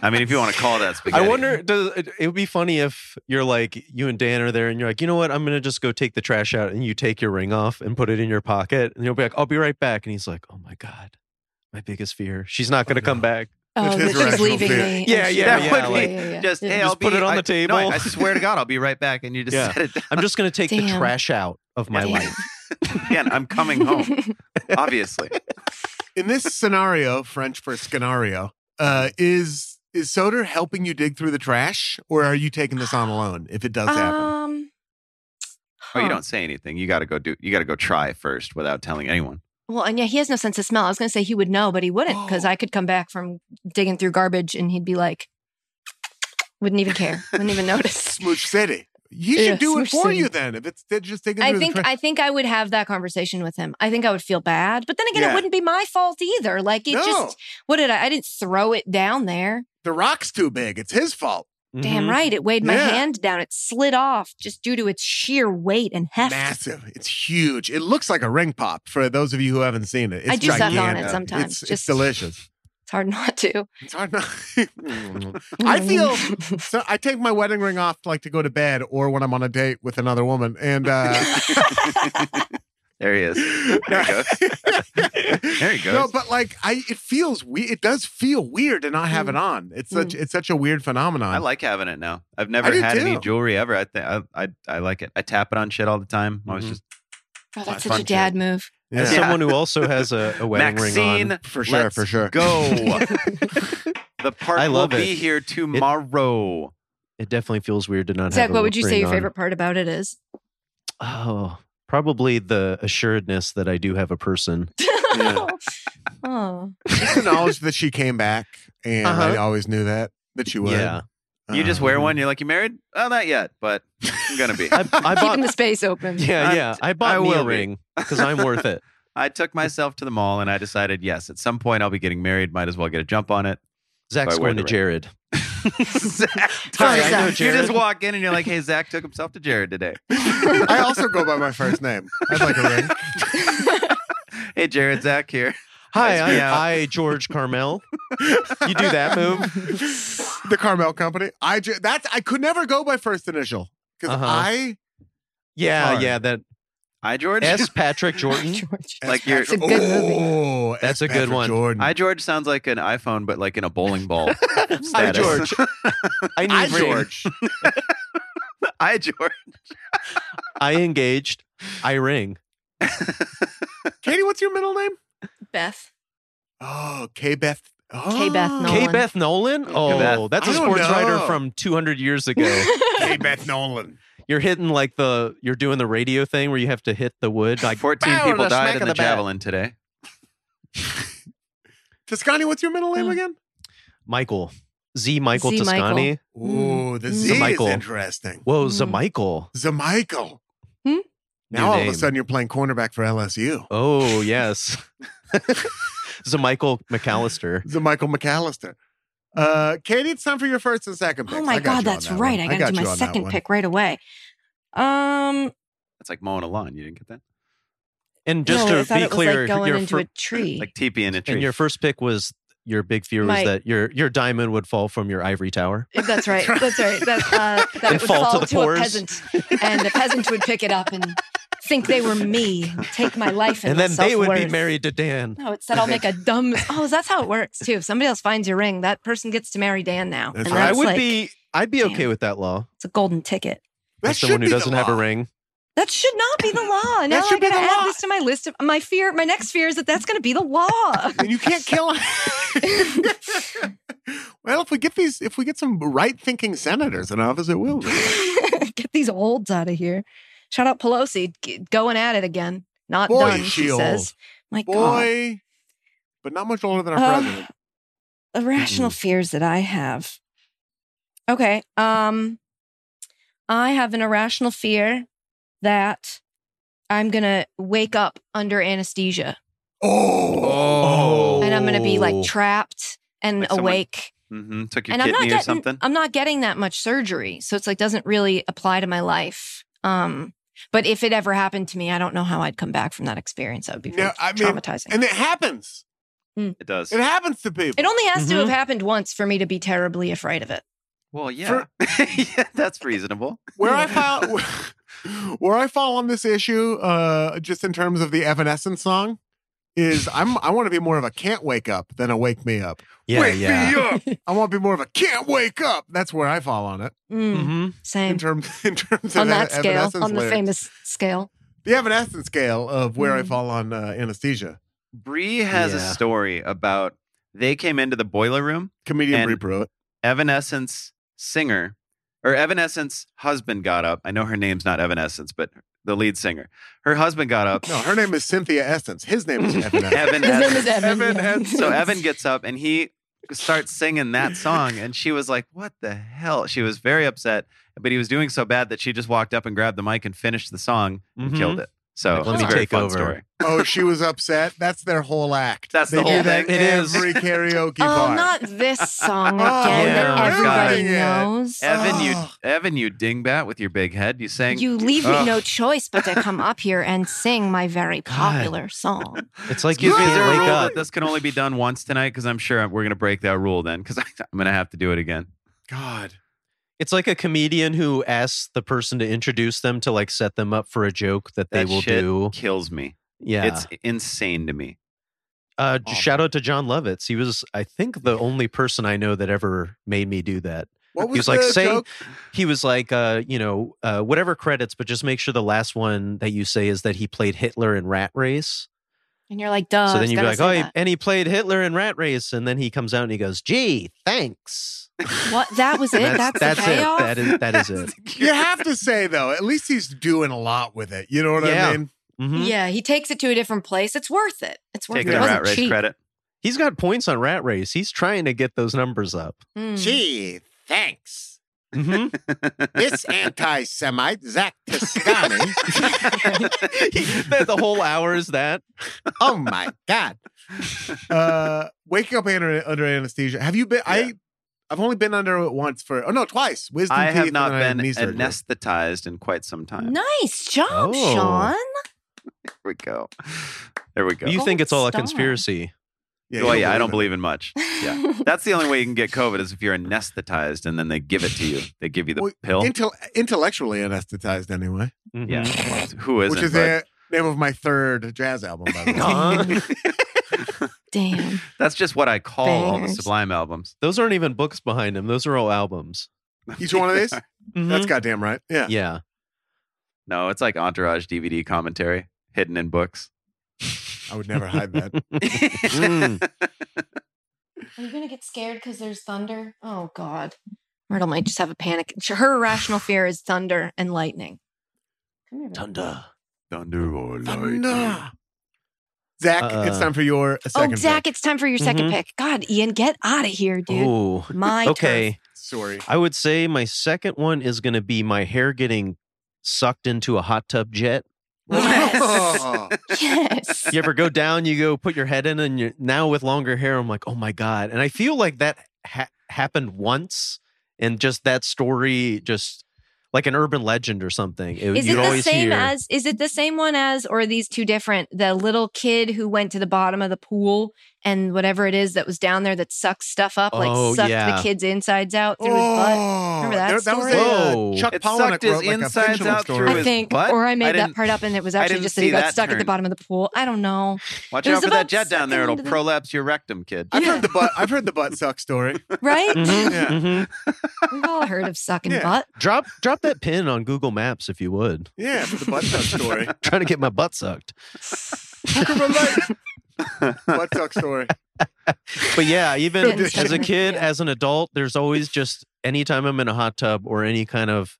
[SPEAKER 7] I mean, if you want to call that spaghetti.
[SPEAKER 6] I wonder. Does, it, it would be funny if you're like you and Dan are there, and you're like, you know what? I'm gonna just go take the trash out, and you take your ring off and put it in your pocket, and you'll be like, I'll be right back, and he's like, Oh my god, my biggest fear. She's not gonna
[SPEAKER 4] Oh,
[SPEAKER 6] come
[SPEAKER 4] no.
[SPEAKER 6] back.
[SPEAKER 5] Oh,
[SPEAKER 4] It is
[SPEAKER 5] that she's
[SPEAKER 4] irrational
[SPEAKER 5] leaving
[SPEAKER 4] fear.
[SPEAKER 5] me.
[SPEAKER 6] Yeah,
[SPEAKER 5] Oh,
[SPEAKER 6] yeah,
[SPEAKER 5] shit.
[SPEAKER 6] yeah, like,
[SPEAKER 7] Just, hey,
[SPEAKER 6] Just
[SPEAKER 7] I'll
[SPEAKER 6] put
[SPEAKER 7] be-
[SPEAKER 6] it on
[SPEAKER 7] I-
[SPEAKER 6] the table.
[SPEAKER 7] No, I swear to God, I'll be right back. And you just
[SPEAKER 6] Yeah.
[SPEAKER 7] set it down.
[SPEAKER 6] I'm just gonna take the
[SPEAKER 5] Damn.
[SPEAKER 6] trash out of my
[SPEAKER 5] Damn.
[SPEAKER 6] life.
[SPEAKER 7] Again, I'm coming home, obviously.
[SPEAKER 4] In this scenario, French for scenario, uh, is is Soder helping you dig through the trash, or are you taking this on alone if it does happen?
[SPEAKER 5] um,
[SPEAKER 7] Oh,
[SPEAKER 5] huh.
[SPEAKER 7] you don't say anything. You got to go do, you got to go try first without telling anyone.
[SPEAKER 5] Well, and yeah, he has no sense of smell. I was going to say he would know, but he wouldn't because
[SPEAKER 6] Oh.
[SPEAKER 5] I could come back from digging through garbage and he'd be like, wouldn't even care, wouldn't even notice.
[SPEAKER 4] Smooch City. You should
[SPEAKER 5] Yeah,
[SPEAKER 4] do it
[SPEAKER 5] Smooch
[SPEAKER 4] for
[SPEAKER 5] City.
[SPEAKER 4] you then. If it's they're just digging
[SPEAKER 5] I
[SPEAKER 4] through
[SPEAKER 5] think
[SPEAKER 4] the trash.
[SPEAKER 5] I think I would have that conversation with him. I think I would feel bad, but then again,
[SPEAKER 4] Yeah.
[SPEAKER 5] it wouldn't be my fault either. Like it
[SPEAKER 4] no,
[SPEAKER 5] just what did I? I didn't throw it down there.
[SPEAKER 4] the rock's too big. It's his fault.
[SPEAKER 6] Mm-hmm.
[SPEAKER 5] Damn right, it weighed my
[SPEAKER 4] Yeah.
[SPEAKER 5] hand down. It slid off just due to its sheer weight and heft.
[SPEAKER 4] Massive. It's huge. It looks like a ring pop for those of you who haven't seen it. It's
[SPEAKER 5] I do suck on it
[SPEAKER 4] gigantic.
[SPEAKER 5] sometimes,
[SPEAKER 4] It's, it's
[SPEAKER 5] just-
[SPEAKER 4] delicious.
[SPEAKER 5] It's hard not
[SPEAKER 6] Uh,
[SPEAKER 5] to.
[SPEAKER 4] It's hard not. I feel so. I take my wedding ring off like to go to bed or when I'm on a date with another woman, and uh,
[SPEAKER 7] There he is. There he goes. There he goes.
[SPEAKER 4] No, but like I, it feels we. It does feel weird to not have
[SPEAKER 5] Mm.
[SPEAKER 4] it on. It's such. It's such a weird phenomenon.
[SPEAKER 7] I like having it now. I've
[SPEAKER 4] I
[SPEAKER 7] never
[SPEAKER 4] do
[SPEAKER 7] had any
[SPEAKER 4] too.
[SPEAKER 7] jewelry ever. I think I, I I like it. I tap it on shit all the time. I was
[SPEAKER 6] Mhm.
[SPEAKER 7] just
[SPEAKER 5] Oh,
[SPEAKER 7] Fun-
[SPEAKER 5] that's such
[SPEAKER 7] fun
[SPEAKER 5] a dad move.
[SPEAKER 6] Mm-hmm. As
[SPEAKER 7] Yeah.
[SPEAKER 6] someone who also has a, a wedding
[SPEAKER 7] Maxine
[SPEAKER 6] ring on,
[SPEAKER 4] for sure.
[SPEAKER 7] let's
[SPEAKER 4] For sure.
[SPEAKER 7] go. the part
[SPEAKER 6] I love
[SPEAKER 7] will be
[SPEAKER 6] it.
[SPEAKER 7] here tomorrow.
[SPEAKER 6] it definitely feels weird to not.
[SPEAKER 5] Zach,
[SPEAKER 6] have a
[SPEAKER 5] what would you say
[SPEAKER 6] ring
[SPEAKER 5] your
[SPEAKER 6] on.
[SPEAKER 5] favorite part about it is?
[SPEAKER 6] Oh, probably the assuredness that I do have a person.
[SPEAKER 4] Yeah.
[SPEAKER 5] oh.
[SPEAKER 4] Just the knowledge that she came back, and I
[SPEAKER 6] Uh-huh.
[SPEAKER 4] always knew that that she would.
[SPEAKER 6] Yeah,
[SPEAKER 7] you just wear
[SPEAKER 4] Um,
[SPEAKER 6] Uh-huh.
[SPEAKER 7] one. You're like, you married? Oh, not yet, but I'm gonna be.
[SPEAKER 6] I, I bought
[SPEAKER 5] Keeping the space open.
[SPEAKER 6] Yeah,
[SPEAKER 7] I-
[SPEAKER 6] yeah. I bought
[SPEAKER 7] I
[SPEAKER 6] me
[SPEAKER 7] will
[SPEAKER 6] a
[SPEAKER 7] be.
[SPEAKER 6] ring because I'm worth it.
[SPEAKER 7] I took myself to the mall and I decided, yes, at some point I'll be getting married. Might as well get a jump on it.
[SPEAKER 6] Zach's
[SPEAKER 7] If I wear
[SPEAKER 6] going to
[SPEAKER 7] the ring.
[SPEAKER 6] Jared.
[SPEAKER 4] Uh-huh.
[SPEAKER 7] Sorry,
[SPEAKER 6] I know
[SPEAKER 7] You
[SPEAKER 6] Jared.
[SPEAKER 7] just walk in and you're like, hey, Zach took himself to Jared today.
[SPEAKER 4] I also go by my first name. I'd like a ring.
[SPEAKER 7] hey, Jared, Zach here.
[SPEAKER 6] Hi,
[SPEAKER 7] Nice to meet you.
[SPEAKER 6] I, I George Carmel. You do that move.
[SPEAKER 4] the Carmel Company. I ju- that's I could never go by first initial because
[SPEAKER 6] Uh-huh.
[SPEAKER 4] I
[SPEAKER 6] Yeah,
[SPEAKER 4] Hard.
[SPEAKER 6] yeah. That
[SPEAKER 7] I George.
[SPEAKER 6] S. Patrick Jordan.
[SPEAKER 5] George.
[SPEAKER 7] Like you're-
[SPEAKER 5] It's a good movie.
[SPEAKER 4] Oh,
[SPEAKER 6] That's
[SPEAKER 4] S.
[SPEAKER 6] a good
[SPEAKER 4] Patrick
[SPEAKER 6] one.
[SPEAKER 4] Jordan.
[SPEAKER 7] I George sounds like an iPhone, but like in a bowling ball. status.
[SPEAKER 6] I George. I knew
[SPEAKER 4] I
[SPEAKER 6] Brady.
[SPEAKER 4] George.
[SPEAKER 7] I George.
[SPEAKER 6] I engaged. I ring.
[SPEAKER 4] Katie, what's your middle name?
[SPEAKER 5] Beth.
[SPEAKER 4] Oh, K Beth. Oh.
[SPEAKER 5] K. Beth Nolan.
[SPEAKER 6] K. Beth Nolan. Oh,
[SPEAKER 7] Beth.
[SPEAKER 6] that's a
[SPEAKER 4] I don't
[SPEAKER 6] sports
[SPEAKER 4] know.
[SPEAKER 6] writer from 200 years ago.
[SPEAKER 4] K Beth Nolan.
[SPEAKER 6] you're hitting like the you're doing the radio thing where you have to hit the wood. Like
[SPEAKER 7] 14
[SPEAKER 6] Bow,
[SPEAKER 7] people
[SPEAKER 6] the smack
[SPEAKER 7] died in
[SPEAKER 6] of
[SPEAKER 7] the,
[SPEAKER 6] the bat.
[SPEAKER 7] javelin today.
[SPEAKER 4] Toscani, what's your middle
[SPEAKER 5] Mm.
[SPEAKER 4] name again?
[SPEAKER 6] Michael Z. Michael
[SPEAKER 5] Z. Michael.
[SPEAKER 6] Toscani.
[SPEAKER 4] Ooh, the Z
[SPEAKER 6] Michael.
[SPEAKER 4] is interesting.
[SPEAKER 6] Whoa,
[SPEAKER 5] Mm.
[SPEAKER 6] Zamichael.
[SPEAKER 4] Zamichael.
[SPEAKER 5] Hmm?
[SPEAKER 4] Now
[SPEAKER 6] New
[SPEAKER 4] all of
[SPEAKER 6] name.
[SPEAKER 4] a sudden you're playing cornerback for LSU.
[SPEAKER 6] Oh yes, Zamichael McAllister.
[SPEAKER 4] Zamichael McAllister. Uh, Katie, it's time for your first and second pick.
[SPEAKER 5] Mm. Oh my God, that's right. I got to do my second pick right away. Um,
[SPEAKER 7] That's like mowing a lawn. You didn't get that?
[SPEAKER 6] And just
[SPEAKER 5] no, I
[SPEAKER 6] to
[SPEAKER 5] thought
[SPEAKER 6] be
[SPEAKER 5] it was
[SPEAKER 6] clear,
[SPEAKER 5] like going
[SPEAKER 6] your
[SPEAKER 5] into
[SPEAKER 6] fir-
[SPEAKER 5] a tree.
[SPEAKER 7] Like teepee in a tree.
[SPEAKER 6] and your first pick was your big fear was
[SPEAKER 5] My-
[SPEAKER 6] that your your diamond would fall from your ivory tower.
[SPEAKER 5] That's right. That's right. That, uh, that
[SPEAKER 6] And
[SPEAKER 5] it would
[SPEAKER 6] fall to
[SPEAKER 5] fall
[SPEAKER 6] the
[SPEAKER 5] to, a
[SPEAKER 6] pores.
[SPEAKER 5] peasant, and the peasant would pick it up and think they were me, and take my life, and,
[SPEAKER 6] And then
[SPEAKER 5] my
[SPEAKER 6] they would be
[SPEAKER 5] self-worth.
[SPEAKER 6] married to Dan.
[SPEAKER 5] No, it said I'll make a dumb. Oh, that's how it works too. If somebody else finds your ring, that person gets to marry Dan now.
[SPEAKER 4] That's
[SPEAKER 5] and
[SPEAKER 4] right.
[SPEAKER 5] that's
[SPEAKER 6] I would
[SPEAKER 5] like,
[SPEAKER 6] be I'd be
[SPEAKER 5] damn.
[SPEAKER 6] okay with that law.
[SPEAKER 5] It's a golden ticket.
[SPEAKER 4] That
[SPEAKER 6] As someone
[SPEAKER 4] should
[SPEAKER 6] who
[SPEAKER 4] be the
[SPEAKER 6] doesn't have a
[SPEAKER 4] law.
[SPEAKER 6] ring.
[SPEAKER 5] That should not be the law. Now I
[SPEAKER 4] should be
[SPEAKER 5] gotta
[SPEAKER 4] the law.
[SPEAKER 5] add this to my list of my fear. My next fear is that that's gonna be the law.
[SPEAKER 4] And you can't kill him. well, if we get these, if we get some right-thinking senators in office, it will. be.
[SPEAKER 5] Oh Get these olds out of here. Shout out Pelosi g- going at it again. Not
[SPEAKER 4] Boy,
[SPEAKER 5] done,
[SPEAKER 4] is
[SPEAKER 5] she,
[SPEAKER 4] she
[SPEAKER 5] says. My God.
[SPEAKER 4] Boy, but not much older than our
[SPEAKER 5] Uh,
[SPEAKER 4] president.
[SPEAKER 5] irrational
[SPEAKER 7] Mm-hmm.
[SPEAKER 5] fears that I have. Okay. Um I have an irrational fear that I'm going to wake up under anesthesia
[SPEAKER 4] Oh,
[SPEAKER 5] and I'm going to be
[SPEAKER 6] Oh.
[SPEAKER 5] like trapped and
[SPEAKER 7] Like someone-
[SPEAKER 5] awake.
[SPEAKER 7] hmm Took your
[SPEAKER 5] And I'm
[SPEAKER 7] kidney
[SPEAKER 5] not
[SPEAKER 7] or
[SPEAKER 5] getting
[SPEAKER 7] something.
[SPEAKER 5] I'm not getting that much surgery, so it's like doesn't really apply to my life. Um but if it ever happened to me, I don't know how I'd come back from that experience. That would be
[SPEAKER 4] No,
[SPEAKER 5] very
[SPEAKER 4] I mean,
[SPEAKER 5] traumatizing.
[SPEAKER 4] and it happens.
[SPEAKER 7] it does.
[SPEAKER 4] It happens to people.
[SPEAKER 5] Hmm. it only has to
[SPEAKER 6] Mhm.
[SPEAKER 7] Mm-hmm.
[SPEAKER 5] have happened once for me to be terribly afraid of it.
[SPEAKER 7] well, yeah. yeah. That's reasonable.
[SPEAKER 4] where I fall, where I fall on this issue, uh, just in terms of the Evanescence song, is I'm I want to be more of a can't wake up than a wake me up.
[SPEAKER 6] Yeah,
[SPEAKER 4] wake
[SPEAKER 6] yeah.
[SPEAKER 4] me up. I want to be more of a can't wake up. That's where I fall on it
[SPEAKER 5] Mm,
[SPEAKER 7] Mm-hmm.
[SPEAKER 6] Mhm.
[SPEAKER 5] Same.
[SPEAKER 4] in terms in terms
[SPEAKER 5] on
[SPEAKER 4] of
[SPEAKER 5] that
[SPEAKER 4] Ev-
[SPEAKER 5] scale,
[SPEAKER 4] Evanescence
[SPEAKER 5] on the
[SPEAKER 4] lyrics.
[SPEAKER 5] famous scale.
[SPEAKER 4] the Evanescence scale of where I
[SPEAKER 5] Mhm.
[SPEAKER 4] fall on uh, anesthesia.
[SPEAKER 7] Bree has a
[SPEAKER 6] Yeah.
[SPEAKER 7] story about they came into the boiler room.
[SPEAKER 4] Comedian
[SPEAKER 7] And-
[SPEAKER 4] Bree Pruitt.
[SPEAKER 7] Evanescence singer or Evanescence husband got up. I know her name's not Evanescence, but the lead singer. Her husband got up.
[SPEAKER 4] No, her name is Cynthia Essence. His name is Evanescence.
[SPEAKER 5] His
[SPEAKER 7] Evan
[SPEAKER 5] name
[SPEAKER 7] Essence.
[SPEAKER 5] is Evan.
[SPEAKER 4] Evan
[SPEAKER 5] yeah.
[SPEAKER 4] has-
[SPEAKER 7] so Evan gets up and he starts singing that song and she was like, "What the hell?" She was very upset, but he was doing so bad that she just walked up and grabbed the mic and finished the song and
[SPEAKER 6] Mhm.
[SPEAKER 7] killed it. So
[SPEAKER 6] Like,
[SPEAKER 7] let me take over. Story.
[SPEAKER 4] oh, she was upset. That's their whole act.
[SPEAKER 7] That's the
[SPEAKER 4] they
[SPEAKER 7] whole
[SPEAKER 4] do that
[SPEAKER 7] thing.
[SPEAKER 6] It is.
[SPEAKER 4] every karaoke
[SPEAKER 5] Oh,
[SPEAKER 4] bar.
[SPEAKER 5] not this song again
[SPEAKER 4] Oh,
[SPEAKER 7] yeah.
[SPEAKER 5] that everybody
[SPEAKER 4] Ruining it.
[SPEAKER 5] knows.
[SPEAKER 7] Evan, you
[SPEAKER 4] Ugh.
[SPEAKER 7] Evan, you dingbat with your big head. You sang
[SPEAKER 5] You leave me
[SPEAKER 7] Ugh.
[SPEAKER 5] no choice but to come up here and sing my very popular song.
[SPEAKER 6] It's like you
[SPEAKER 7] Excuse me, is there
[SPEAKER 6] can't
[SPEAKER 7] a
[SPEAKER 6] wake
[SPEAKER 7] rule
[SPEAKER 6] up.
[SPEAKER 7] that this can only be done once tonight? Because I'm sure we're going to break that rule then, because I'm going to have to do it again.
[SPEAKER 4] God.
[SPEAKER 6] It's like a comedian who asks the person to introduce them to like set them up for a joke that they
[SPEAKER 7] That
[SPEAKER 6] will
[SPEAKER 7] shit
[SPEAKER 6] do.
[SPEAKER 7] Kills me.
[SPEAKER 6] Yeah.
[SPEAKER 7] It's insane to me.
[SPEAKER 6] Uh, j- shout out to John Lovitz. He was, I think, the only person I know that ever made me do that.
[SPEAKER 4] What
[SPEAKER 6] He was
[SPEAKER 4] was
[SPEAKER 6] like,
[SPEAKER 4] the
[SPEAKER 6] say-
[SPEAKER 4] joke?
[SPEAKER 6] He was like, uh, you know, uh, whatever credits, but just make sure the last one that you say is that he played Hitler in Rat Race.
[SPEAKER 5] And you're like, duh.
[SPEAKER 6] so
[SPEAKER 5] I
[SPEAKER 6] then
[SPEAKER 5] was
[SPEAKER 6] you'd be
[SPEAKER 5] gonna
[SPEAKER 6] like,
[SPEAKER 5] say
[SPEAKER 6] oh, he-
[SPEAKER 5] that.
[SPEAKER 6] and he played Hitler in Rat Race. And then he comes out and he goes, gee, thanks.
[SPEAKER 5] what? That was it?
[SPEAKER 6] And
[SPEAKER 5] That's, the
[SPEAKER 6] it.
[SPEAKER 5] payoff?
[SPEAKER 6] That is, that is it.
[SPEAKER 4] You have to say though, at least he's doing a lot with it. You know what I
[SPEAKER 6] Yeah.
[SPEAKER 4] mean?
[SPEAKER 6] Mhm.
[SPEAKER 5] Yeah, he takes it to a different place. It's worth it. It's worth
[SPEAKER 7] Taking
[SPEAKER 5] it. It
[SPEAKER 7] the rat
[SPEAKER 5] wasn't
[SPEAKER 7] race
[SPEAKER 5] cheap.
[SPEAKER 7] credit.
[SPEAKER 6] He's got points on Rat Race. He's trying to get those numbers up.
[SPEAKER 5] Mm.
[SPEAKER 4] Gee, thanks.
[SPEAKER 6] Mhm.
[SPEAKER 4] This anti-Semite Zach Toscani.
[SPEAKER 6] the, the whole hour is that.
[SPEAKER 4] oh my god. Uh, waking up under, under anesthesia. Have you been? I I've only been under it once for. Oh no, twice. Wisdom
[SPEAKER 7] I
[SPEAKER 4] teeth
[SPEAKER 7] have
[SPEAKER 4] and
[SPEAKER 7] not
[SPEAKER 4] then I had
[SPEAKER 7] been
[SPEAKER 4] knee surgery.
[SPEAKER 7] anesthetized in quite some time.
[SPEAKER 5] Nice job,
[SPEAKER 6] Oh.
[SPEAKER 5] Sean.
[SPEAKER 7] There we go. There we go.
[SPEAKER 6] You think it's all
[SPEAKER 5] Gold
[SPEAKER 6] a
[SPEAKER 5] star.
[SPEAKER 6] conspiracy.
[SPEAKER 4] Yeah,
[SPEAKER 7] well,
[SPEAKER 4] you
[SPEAKER 7] Oh, yeah, I don't
[SPEAKER 4] it.
[SPEAKER 7] believe in much. Yeah. That's the only way you can get COVID is if you're anesthetized and then they give it to you. They give you the
[SPEAKER 4] Well,
[SPEAKER 7] pill.
[SPEAKER 4] Intel- intellectually anesthetized anyway.
[SPEAKER 6] Mm-hmm.
[SPEAKER 1] Yeah.
[SPEAKER 7] Who isn't?
[SPEAKER 4] mm-hmm. which is
[SPEAKER 7] but Uh-huh.
[SPEAKER 4] the name of my third jazz album. By the way.
[SPEAKER 5] Damn.
[SPEAKER 7] that's just what I call all the
[SPEAKER 5] Bangers.
[SPEAKER 7] Sublime albums.
[SPEAKER 6] Those aren't even books behind him. Those are all albums.
[SPEAKER 4] Each one of these?
[SPEAKER 7] Mm-hmm.
[SPEAKER 5] Mm-hmm.
[SPEAKER 4] That's goddamn right. Yeah.
[SPEAKER 6] yeah.
[SPEAKER 7] No, it's like Entourage DVD commentary hidden in books.
[SPEAKER 4] I would never hide that.
[SPEAKER 6] Mm.
[SPEAKER 5] Are you gonna get scared because there's thunder? Oh God, Myrtle might just have a panic. Her irrational fear is thunder and lightning. Come here. babe.
[SPEAKER 6] Thunder.
[SPEAKER 7] Thunder or
[SPEAKER 4] Thunder. Zach, it's
[SPEAKER 7] Uh-uh.
[SPEAKER 6] Uh,
[SPEAKER 4] time for your second.
[SPEAKER 5] Oh, Zach,
[SPEAKER 4] pick.
[SPEAKER 5] it's time for your 2nd
[SPEAKER 6] Mhm.
[SPEAKER 5] pick. God, Ian, get out of here, dude.
[SPEAKER 6] Ooh.
[SPEAKER 5] My
[SPEAKER 6] Oh, okay.
[SPEAKER 5] turf.
[SPEAKER 4] Sorry.
[SPEAKER 6] I would say my second one is going to be my hair getting sucked into a hot tub jet.
[SPEAKER 4] Yes.
[SPEAKER 5] Yes.
[SPEAKER 6] You ever go down, you go put your head in, and you're now with longer hair. I'm like, oh my God. And I feel like that ha- happened once. And just that story, just like an urban legend or something. It,
[SPEAKER 5] Is it
[SPEAKER 6] you'd
[SPEAKER 5] the
[SPEAKER 6] always
[SPEAKER 5] same
[SPEAKER 6] hear,
[SPEAKER 5] as? Is it the same one as, or are these two different? The little kid who went to the bottom of the pool and whatever it is that was down there that sucks stuff up, like
[SPEAKER 6] Oh,
[SPEAKER 5] sucked
[SPEAKER 6] yeah.
[SPEAKER 5] the kid's insides out through his butt. Remember that
[SPEAKER 4] Oh, There- was
[SPEAKER 5] story?
[SPEAKER 4] a, uh,
[SPEAKER 6] Whoa.
[SPEAKER 4] Chuck
[SPEAKER 7] It
[SPEAKER 4] Palahniuk
[SPEAKER 7] sucked his
[SPEAKER 4] wrote, like, a
[SPEAKER 7] insides
[SPEAKER 4] fictional
[SPEAKER 7] out through
[SPEAKER 4] story.
[SPEAKER 5] I
[SPEAKER 7] his
[SPEAKER 5] think,
[SPEAKER 7] butt?
[SPEAKER 5] or I made that
[SPEAKER 7] didn't-
[SPEAKER 5] part up, and it was
[SPEAKER 7] I
[SPEAKER 5] actually
[SPEAKER 7] didn't
[SPEAKER 5] just that
[SPEAKER 7] see
[SPEAKER 5] he got
[SPEAKER 7] that
[SPEAKER 5] stuck at the
[SPEAKER 7] turn.
[SPEAKER 5] bottom of the pool. I don't know.
[SPEAKER 7] Watch
[SPEAKER 5] It
[SPEAKER 7] out
[SPEAKER 5] was
[SPEAKER 7] for that
[SPEAKER 5] about
[SPEAKER 7] jet down there;
[SPEAKER 5] sucking
[SPEAKER 7] it'll
[SPEAKER 5] into the-
[SPEAKER 7] prolapse your rectum, kid.
[SPEAKER 4] I've heard the butt. I've heard the butt suck story.
[SPEAKER 5] right?
[SPEAKER 6] Mhm,
[SPEAKER 4] Yeah.
[SPEAKER 6] mhm.
[SPEAKER 5] We've all heard of sucking
[SPEAKER 4] Yeah.
[SPEAKER 5] butt.
[SPEAKER 6] Drop, drop that pin on Google Maps if you would.
[SPEAKER 4] Yeah, but the butt suck story.
[SPEAKER 6] trying to get my butt sucked.
[SPEAKER 4] butt suck story.
[SPEAKER 6] But yeah, even
[SPEAKER 5] Didn't
[SPEAKER 6] as a
[SPEAKER 5] suck.
[SPEAKER 6] kid,
[SPEAKER 5] Yeah.
[SPEAKER 6] as an adult, there's always just anytime I'm in a hot tub or any kind of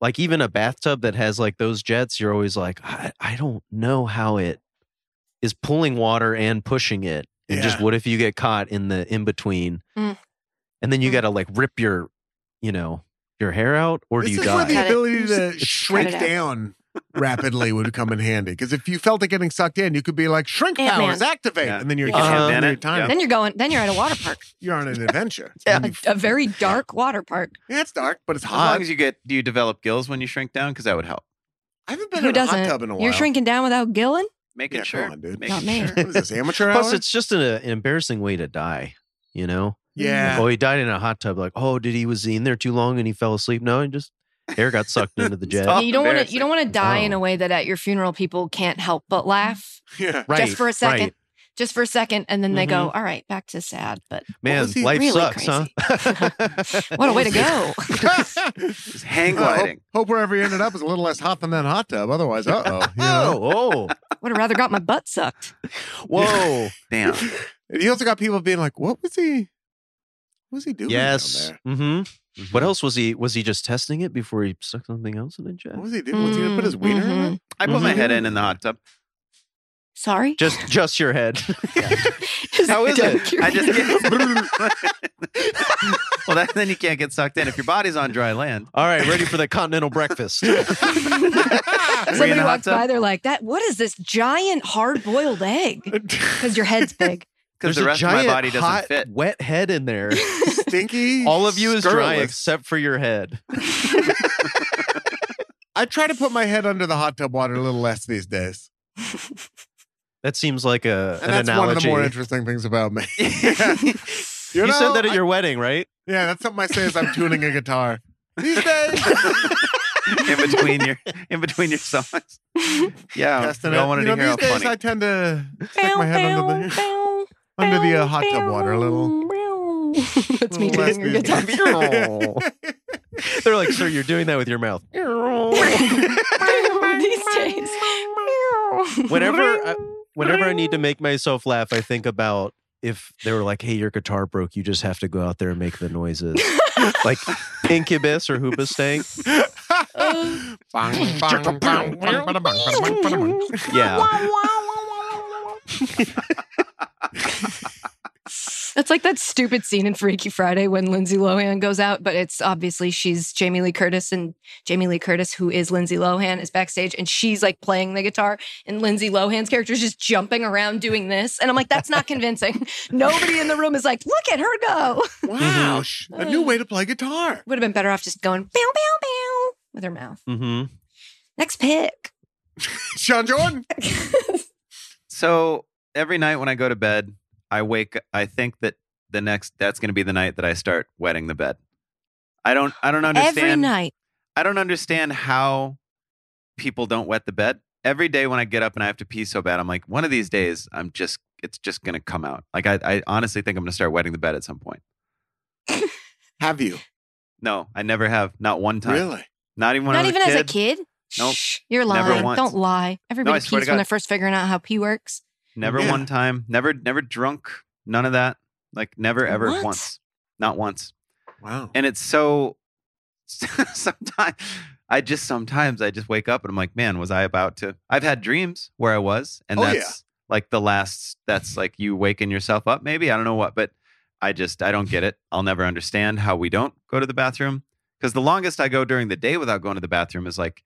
[SPEAKER 6] like even a bathtub that has like those jets, you're always like, I, I don't know how it is pulling water and pushing it. And just
[SPEAKER 4] Yeah.
[SPEAKER 6] what if you get caught in the in between?
[SPEAKER 5] Mm.
[SPEAKER 6] And then you
[SPEAKER 5] Mm.
[SPEAKER 6] got to like rip your, you know, your hair out or
[SPEAKER 4] this
[SPEAKER 6] do you
[SPEAKER 4] is
[SPEAKER 6] die?
[SPEAKER 4] where the
[SPEAKER 5] Cut it.
[SPEAKER 4] ability to
[SPEAKER 5] Just
[SPEAKER 4] shrink
[SPEAKER 5] cut it out.
[SPEAKER 4] down rapidly would come in handy. Because if you felt it getting sucked in, you could be like, shrink
[SPEAKER 5] Ant-Man.
[SPEAKER 4] powers activate.
[SPEAKER 7] Yeah.
[SPEAKER 4] And then you're
[SPEAKER 6] You
[SPEAKER 4] getting
[SPEAKER 6] can't
[SPEAKER 4] down
[SPEAKER 7] do
[SPEAKER 4] your
[SPEAKER 7] it.
[SPEAKER 4] time.
[SPEAKER 5] Then you're going. Then you're at a water park,
[SPEAKER 4] You're on an adventure.
[SPEAKER 6] Yeah.
[SPEAKER 4] And you-
[SPEAKER 5] a very dark water park.
[SPEAKER 4] yeah, it's dark, but it's
[SPEAKER 7] As
[SPEAKER 4] hot.
[SPEAKER 7] long as you get, do you develop gills when you shrink down? Because that would help.
[SPEAKER 4] I haven't been
[SPEAKER 5] Who
[SPEAKER 4] in
[SPEAKER 5] doesn't?
[SPEAKER 4] a hot tub in a while.
[SPEAKER 5] You're shrinking down without gilling.
[SPEAKER 7] Making
[SPEAKER 4] Yeah,
[SPEAKER 7] sure,
[SPEAKER 4] come on, dude.
[SPEAKER 7] Making
[SPEAKER 5] Not me.
[SPEAKER 7] sure.
[SPEAKER 4] What is this, amateur
[SPEAKER 6] Plus,
[SPEAKER 4] hour?
[SPEAKER 6] it's just an, uh, an embarrassing way to die, you know?
[SPEAKER 4] yeah.
[SPEAKER 6] Oh, he died in a hot tub. Like, oh, did he was he in there too long and he fell asleep? No, he just hair got sucked into the jet.
[SPEAKER 7] Stop. Oh,
[SPEAKER 5] you don't want to. You don't want to die in
[SPEAKER 6] Oh.
[SPEAKER 5] a way that at your funeral people can't help but laugh
[SPEAKER 4] yeah.
[SPEAKER 6] right,
[SPEAKER 5] just for a second.
[SPEAKER 6] right.
[SPEAKER 5] Just for a second, and then they go, "All right, back to sad." But
[SPEAKER 6] Man,
[SPEAKER 4] was he-
[SPEAKER 6] life
[SPEAKER 5] Really
[SPEAKER 6] sucks,
[SPEAKER 5] crazy.
[SPEAKER 6] huh?
[SPEAKER 5] what a way to
[SPEAKER 4] was he-
[SPEAKER 5] go!
[SPEAKER 7] Just hang
[SPEAKER 4] Well, I
[SPEAKER 7] gliding.
[SPEAKER 4] Hope, hope wherever you ended up is a little less hot than that hot tub. Otherwise, uh oh. You know?
[SPEAKER 6] oh,
[SPEAKER 5] Would have rather got my butt sucked.
[SPEAKER 6] oh, whoa,
[SPEAKER 7] Damn.
[SPEAKER 4] And you also got people being like, "What was he? What was he doing
[SPEAKER 6] yes.
[SPEAKER 4] down
[SPEAKER 6] hmm What else was he? Was he just testing it before he stuck something else in the jet?
[SPEAKER 4] there? What was he doing? Was he gonna put his
[SPEAKER 5] Mm,
[SPEAKER 4] wiener in
[SPEAKER 5] mhm.
[SPEAKER 4] it?
[SPEAKER 7] I put my
[SPEAKER 6] Mhm.
[SPEAKER 7] head in in the hot tub.
[SPEAKER 5] Sorry.
[SPEAKER 6] Just, just your head. How is it?
[SPEAKER 7] I just get. well, that, then you can't get sucked in if your body's on dry land.
[SPEAKER 6] All right, ready for the continental breakfast.
[SPEAKER 4] Mm-hmm.
[SPEAKER 7] Were
[SPEAKER 5] Somebody
[SPEAKER 7] you in a hot
[SPEAKER 5] walks
[SPEAKER 7] tub?
[SPEAKER 5] by, they're like, "That what is this giant hard-boiled egg?" Because your head's big.
[SPEAKER 7] Because
[SPEAKER 6] There's
[SPEAKER 7] the
[SPEAKER 6] a
[SPEAKER 7] rest of
[SPEAKER 6] giant,
[SPEAKER 7] my body doesn't
[SPEAKER 6] hot,
[SPEAKER 7] fit.
[SPEAKER 6] wet head in there.
[SPEAKER 4] Stinky.
[SPEAKER 6] All of you is dry
[SPEAKER 4] scurrilous.
[SPEAKER 6] except for your head.
[SPEAKER 4] I try to put my head under the hot tub water a little less these days,
[SPEAKER 6] That seems like a an
[SPEAKER 4] and that's
[SPEAKER 6] analogy.
[SPEAKER 4] one of the more interesting things about me.
[SPEAKER 6] you
[SPEAKER 4] You know,
[SPEAKER 6] said that at
[SPEAKER 4] I-
[SPEAKER 6] your wedding, right?
[SPEAKER 4] yeah, that's something I say as I'm tuning a guitar. These days,
[SPEAKER 7] in between your in between your songs. Yeah,
[SPEAKER 4] Testing
[SPEAKER 7] I
[SPEAKER 4] it.
[SPEAKER 7] wanted
[SPEAKER 4] you
[SPEAKER 7] to hear
[SPEAKER 4] know, these
[SPEAKER 7] how
[SPEAKER 4] days
[SPEAKER 7] funny.
[SPEAKER 4] I tend to stick my head under the under the uh, hot tub water a little.
[SPEAKER 5] That's me
[SPEAKER 4] little
[SPEAKER 5] doing your
[SPEAKER 4] less
[SPEAKER 5] guitar.
[SPEAKER 4] these
[SPEAKER 6] They're like, sir, you're doing that with your mouth.
[SPEAKER 5] These days.
[SPEAKER 6] Whenever I, whenever I need to make myself laugh, I think about if they were like, "Hey, your guitar broke. You just have to go out there and make the noises." like Incubus or Hoobastank.
[SPEAKER 4] days. Bang, bang, bang, bang, bada, bang, bada, bang, bada, bang.
[SPEAKER 6] Yeah.
[SPEAKER 5] That's like that stupid scene in Freaky Friday when Lindsay Lohan goes out, but it's obviously she's Jamie Lee Curtis, and Jamie Lee Curtis, who is Lindsay Lohan, is backstage and she's like playing the guitar, and Lindsay Lohan's character is just jumping around doing this. And I'm like, that's not convincing. Nobody in the room is like, look at her go.
[SPEAKER 4] Wow, sh- a new way to play guitar.
[SPEAKER 5] Would have been better off just going bow, bow, bow with her mouth.
[SPEAKER 6] hmm
[SPEAKER 5] Next pick.
[SPEAKER 4] Sean Jordan.
[SPEAKER 7] So every night when I go to bed, I wake. I think that the next that's going to be the night that I start wetting the bed. I don't. I don't understand.
[SPEAKER 5] Every night.
[SPEAKER 7] I don't understand how people don't wet the bed. Every day when I get up and I have to pee so bad, I'm like, one of these days, I'm just, it's just going to come out. Like, I, I honestly think I'm going to start wetting the bed at some point.
[SPEAKER 4] Have you?
[SPEAKER 7] No, I never have. Not one time.
[SPEAKER 4] Really?
[SPEAKER 7] Not even when I
[SPEAKER 5] Not
[SPEAKER 7] was
[SPEAKER 5] even
[SPEAKER 7] a kid.
[SPEAKER 5] as a kid.
[SPEAKER 7] Nope.
[SPEAKER 5] Shh, you're
[SPEAKER 7] Never
[SPEAKER 5] lying.
[SPEAKER 7] once.
[SPEAKER 5] Don't lie. Everybody
[SPEAKER 7] I
[SPEAKER 5] pees
[SPEAKER 7] swear to
[SPEAKER 5] when
[SPEAKER 7] God.
[SPEAKER 5] they're first figuring out how pee works.
[SPEAKER 7] Never
[SPEAKER 4] Yeah.
[SPEAKER 7] one time. Never, never drunk. None of that. Like, never, ever
[SPEAKER 5] What?
[SPEAKER 7] once. Not once.
[SPEAKER 4] Wow.
[SPEAKER 7] And it's so, sometimes, I just, sometimes I just wake up and I'm like, man, was I about to? I've had dreams where I was. And
[SPEAKER 4] Oh, yeah.
[SPEAKER 7] that's like the last, that's like you waking yourself up, maybe. I don't know what, but I just, I don't get it. I'll never understand how we don't go to the bathroom. Cause the longest I go during the day without going to the bathroom is like,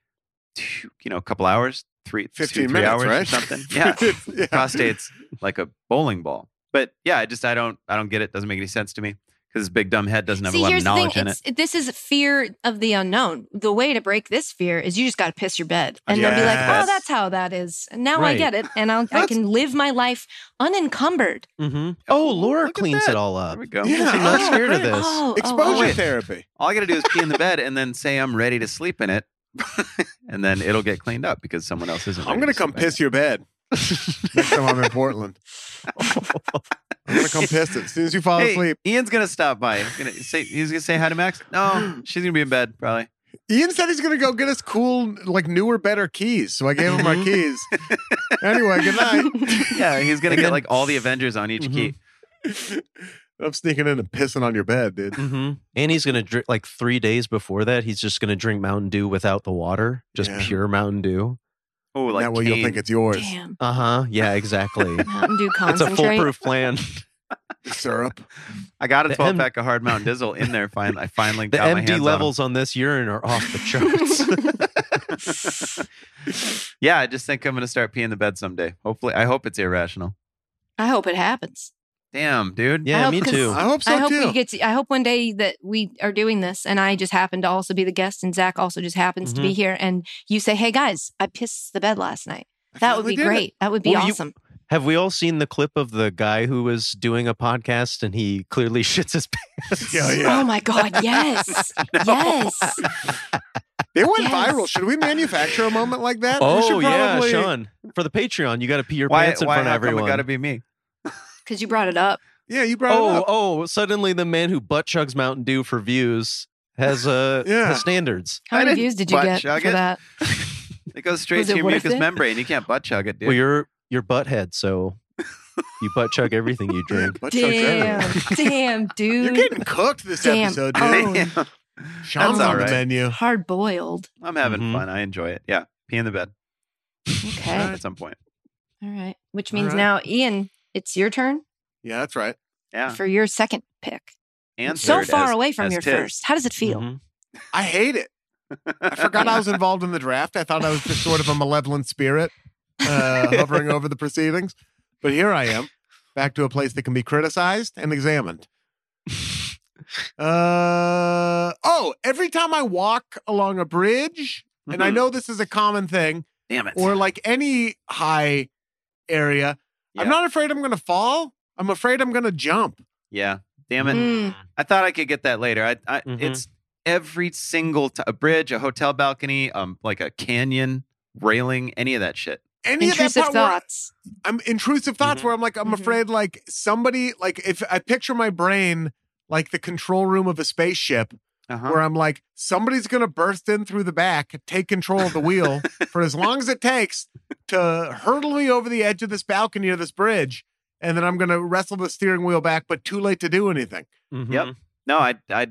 [SPEAKER 7] you know, a couple hours, three, two,
[SPEAKER 4] 15
[SPEAKER 7] three
[SPEAKER 4] minutes,
[SPEAKER 7] hours
[SPEAKER 4] right?
[SPEAKER 7] or something. Yeah
[SPEAKER 4] yeah.
[SPEAKER 7] prostate's like a bowling ball. But yeah, I just I don't I don't get it. Doesn't make any sense to me because this big dumb head doesn't have a
[SPEAKER 5] See,
[SPEAKER 7] lot
[SPEAKER 5] here's
[SPEAKER 7] of
[SPEAKER 5] the thing.
[SPEAKER 7] knowledge in it.
[SPEAKER 5] It's, this is fear of the unknown. The way to break this fear is you just got to piss your bed, and they'll be like,
[SPEAKER 4] Yes.
[SPEAKER 5] "Oh, that's how that is." And now I
[SPEAKER 6] Right.
[SPEAKER 5] get it, and I'll, I
[SPEAKER 7] That's-
[SPEAKER 5] can live my life unencumbered.
[SPEAKER 6] Mm-hmm. Oh, Laura
[SPEAKER 7] Look at
[SPEAKER 6] cleans
[SPEAKER 7] that.
[SPEAKER 6] it all up.
[SPEAKER 7] There we go.
[SPEAKER 4] Yeah.
[SPEAKER 6] I'm not
[SPEAKER 4] Oh,
[SPEAKER 6] scared of
[SPEAKER 4] great.
[SPEAKER 6] this.
[SPEAKER 5] Oh,
[SPEAKER 4] Exposure
[SPEAKER 5] oh, oh.
[SPEAKER 4] therapy.
[SPEAKER 7] All I got to do is pee in the bed and then say I'm ready to sleep in it, and then it'll get cleaned up because someone else isn't.
[SPEAKER 4] I'm gonna come piss your bed next time I'm in Portland. I'm gonna come piss it as soon as you fall
[SPEAKER 7] Hey,
[SPEAKER 4] asleep.
[SPEAKER 7] Ian's gonna stop by. He's gonna say he's gonna say hi to Max. No, she's gonna be in bed probably.
[SPEAKER 4] Ian said he's gonna go get us cool, like newer, better keys. So I gave him my keys. Anyway, good night.
[SPEAKER 7] Mm-hmm. Yeah, he's gonna get like all the Avengers on
[SPEAKER 4] Mm-hmm.
[SPEAKER 7] each key.
[SPEAKER 4] I'm sneaking in and pissing on your bed, dude.
[SPEAKER 6] Mm-hmm. And he's gonna drink like three days before that. He's just gonna drink Mountain Dew without the water, just
[SPEAKER 4] Yeah.
[SPEAKER 6] pure Mountain Dew.
[SPEAKER 7] Oh, like
[SPEAKER 4] that way you'll
[SPEAKER 7] Kane.
[SPEAKER 4] think it's yours.
[SPEAKER 5] Damn,
[SPEAKER 6] Uh huh. Yeah, exactly.
[SPEAKER 5] Mountain Dew
[SPEAKER 6] it's a
[SPEAKER 5] concentrate.
[SPEAKER 6] foolproof plan.
[SPEAKER 4] Syrup.
[SPEAKER 7] I got a
[SPEAKER 6] The
[SPEAKER 7] 12
[SPEAKER 6] M-
[SPEAKER 7] pack of Hard Mountain Dizzle in there. Fine, I finally
[SPEAKER 6] The
[SPEAKER 7] got my hands
[SPEAKER 6] MD
[SPEAKER 7] on 'em.
[SPEAKER 6] levels on, this urine are off the charts.
[SPEAKER 7] yeah, I just think I'm gonna start peeing the bed someday. Hopefully, I hope it's irrational.
[SPEAKER 5] I hope it happens.
[SPEAKER 7] Damn, dude.
[SPEAKER 6] yeah,
[SPEAKER 5] hope
[SPEAKER 6] me
[SPEAKER 5] cons-
[SPEAKER 6] too.
[SPEAKER 4] I hope so
[SPEAKER 5] I hope
[SPEAKER 4] too.
[SPEAKER 5] we get. To, I hope one day that we are doing this, and I just happen to also be the guest, and Zach also just happens
[SPEAKER 4] Mm-hmm.
[SPEAKER 5] to be here, and you say, "Hey guys, I pissed the bed last night." That would
[SPEAKER 4] finally
[SPEAKER 5] be
[SPEAKER 4] did it.
[SPEAKER 5] great. That would be
[SPEAKER 6] Well, you-
[SPEAKER 5] awesome.
[SPEAKER 6] Have we all seen the clip of the guy who was doing a podcast and he clearly shits his pants?
[SPEAKER 4] Yeah, yeah.
[SPEAKER 5] Oh my god! Yes, yes.
[SPEAKER 4] They went
[SPEAKER 5] Yes.
[SPEAKER 4] viral. Should we manufacture a moment like that? We
[SPEAKER 6] Oh
[SPEAKER 4] should
[SPEAKER 6] yeah,
[SPEAKER 4] probably-
[SPEAKER 6] Sean. For the Patreon, you got to pee your
[SPEAKER 7] Why?
[SPEAKER 6] pants in
[SPEAKER 7] Why?
[SPEAKER 6] front of
[SPEAKER 7] How come
[SPEAKER 6] everyone.
[SPEAKER 7] it gotta be me?
[SPEAKER 5] Because you brought it up.
[SPEAKER 4] Yeah, you brought it
[SPEAKER 6] oh,
[SPEAKER 4] up.
[SPEAKER 6] oh! Suddenly, the man who butt chugs Mountain Dew for views has uh
[SPEAKER 4] Yeah.
[SPEAKER 6] has standards.
[SPEAKER 5] How
[SPEAKER 7] I
[SPEAKER 5] many
[SPEAKER 7] didn't
[SPEAKER 5] views did you
[SPEAKER 7] butt
[SPEAKER 5] get for
[SPEAKER 7] chug it.
[SPEAKER 5] that?
[SPEAKER 7] It goes straight
[SPEAKER 5] Was
[SPEAKER 7] to
[SPEAKER 5] it
[SPEAKER 7] your
[SPEAKER 5] worth
[SPEAKER 7] mucous
[SPEAKER 5] it?
[SPEAKER 7] membrane. You can't butt chug it, dude.
[SPEAKER 6] Well, you're you're butthead, so you butt chug everything you
[SPEAKER 4] Yeah,
[SPEAKER 6] drink.
[SPEAKER 4] butt chugs everywhere.
[SPEAKER 5] Damn, damn, dude.
[SPEAKER 4] You're getting cooked this
[SPEAKER 5] Damn.
[SPEAKER 4] episode,
[SPEAKER 5] Oh.
[SPEAKER 4] dude.
[SPEAKER 7] Damn.
[SPEAKER 4] Sean's
[SPEAKER 5] That's
[SPEAKER 4] on
[SPEAKER 7] all right.
[SPEAKER 4] the menu.
[SPEAKER 5] hard boiled.
[SPEAKER 7] I'm having
[SPEAKER 6] Mhm.
[SPEAKER 7] fun. I enjoy it. Yeah, pee in the bed
[SPEAKER 5] Okay, all
[SPEAKER 7] at some point.
[SPEAKER 5] right. Which means
[SPEAKER 4] All right.
[SPEAKER 5] now, Ian, it's your turn
[SPEAKER 4] Yeah, that's right.
[SPEAKER 7] Yeah,
[SPEAKER 5] for your second pick.
[SPEAKER 7] and
[SPEAKER 5] so
[SPEAKER 7] third
[SPEAKER 5] far
[SPEAKER 7] as-
[SPEAKER 5] away from
[SPEAKER 7] as
[SPEAKER 5] your
[SPEAKER 7] tis.
[SPEAKER 5] first. How does it
[SPEAKER 4] Mm-hmm.
[SPEAKER 5] feel?
[SPEAKER 6] Mhm.
[SPEAKER 4] I hate it. I forgot I was involved in the draft. I thought I was just sort of a malevolent spirit uh, hovering over the proceedings. But here I am, back to a place that can be criticized and examined. Uh, oh, every time I walk along a bridge, and I
[SPEAKER 5] Mm-hmm.
[SPEAKER 7] Mhm.
[SPEAKER 4] know this is a common thing,
[SPEAKER 7] Damn it.
[SPEAKER 4] or like any high area,
[SPEAKER 7] Yeah.
[SPEAKER 4] I'm not afraid I'm going to fall. I'm afraid I'm going to jump.
[SPEAKER 7] yeah. Damn it.
[SPEAKER 5] Mm.
[SPEAKER 7] I thought I could get that later. I, I
[SPEAKER 6] Mhm.
[SPEAKER 7] it's every single t- a bridge, a hotel balcony, um, like a canyon railing, any of that shit.
[SPEAKER 4] Any
[SPEAKER 5] Intrusive
[SPEAKER 4] of that part where-
[SPEAKER 5] thoughts.
[SPEAKER 4] I'm intrusive thoughts
[SPEAKER 7] Mm-hmm.
[SPEAKER 4] where I'm like, I'm
[SPEAKER 5] Mhm.
[SPEAKER 4] afraid like somebody like if I picture my brain like the control room of a spaceship
[SPEAKER 7] Uh-huh.
[SPEAKER 4] where I'm like, somebody's gonna burst in through the back, take control of the wheel for as long as it takes to hurtle me over the edge of this balcony or this bridge, and then I'm gonna wrestle the steering wheel back, but too late to do anything.
[SPEAKER 6] Mhm.
[SPEAKER 7] Yep. No, I, I,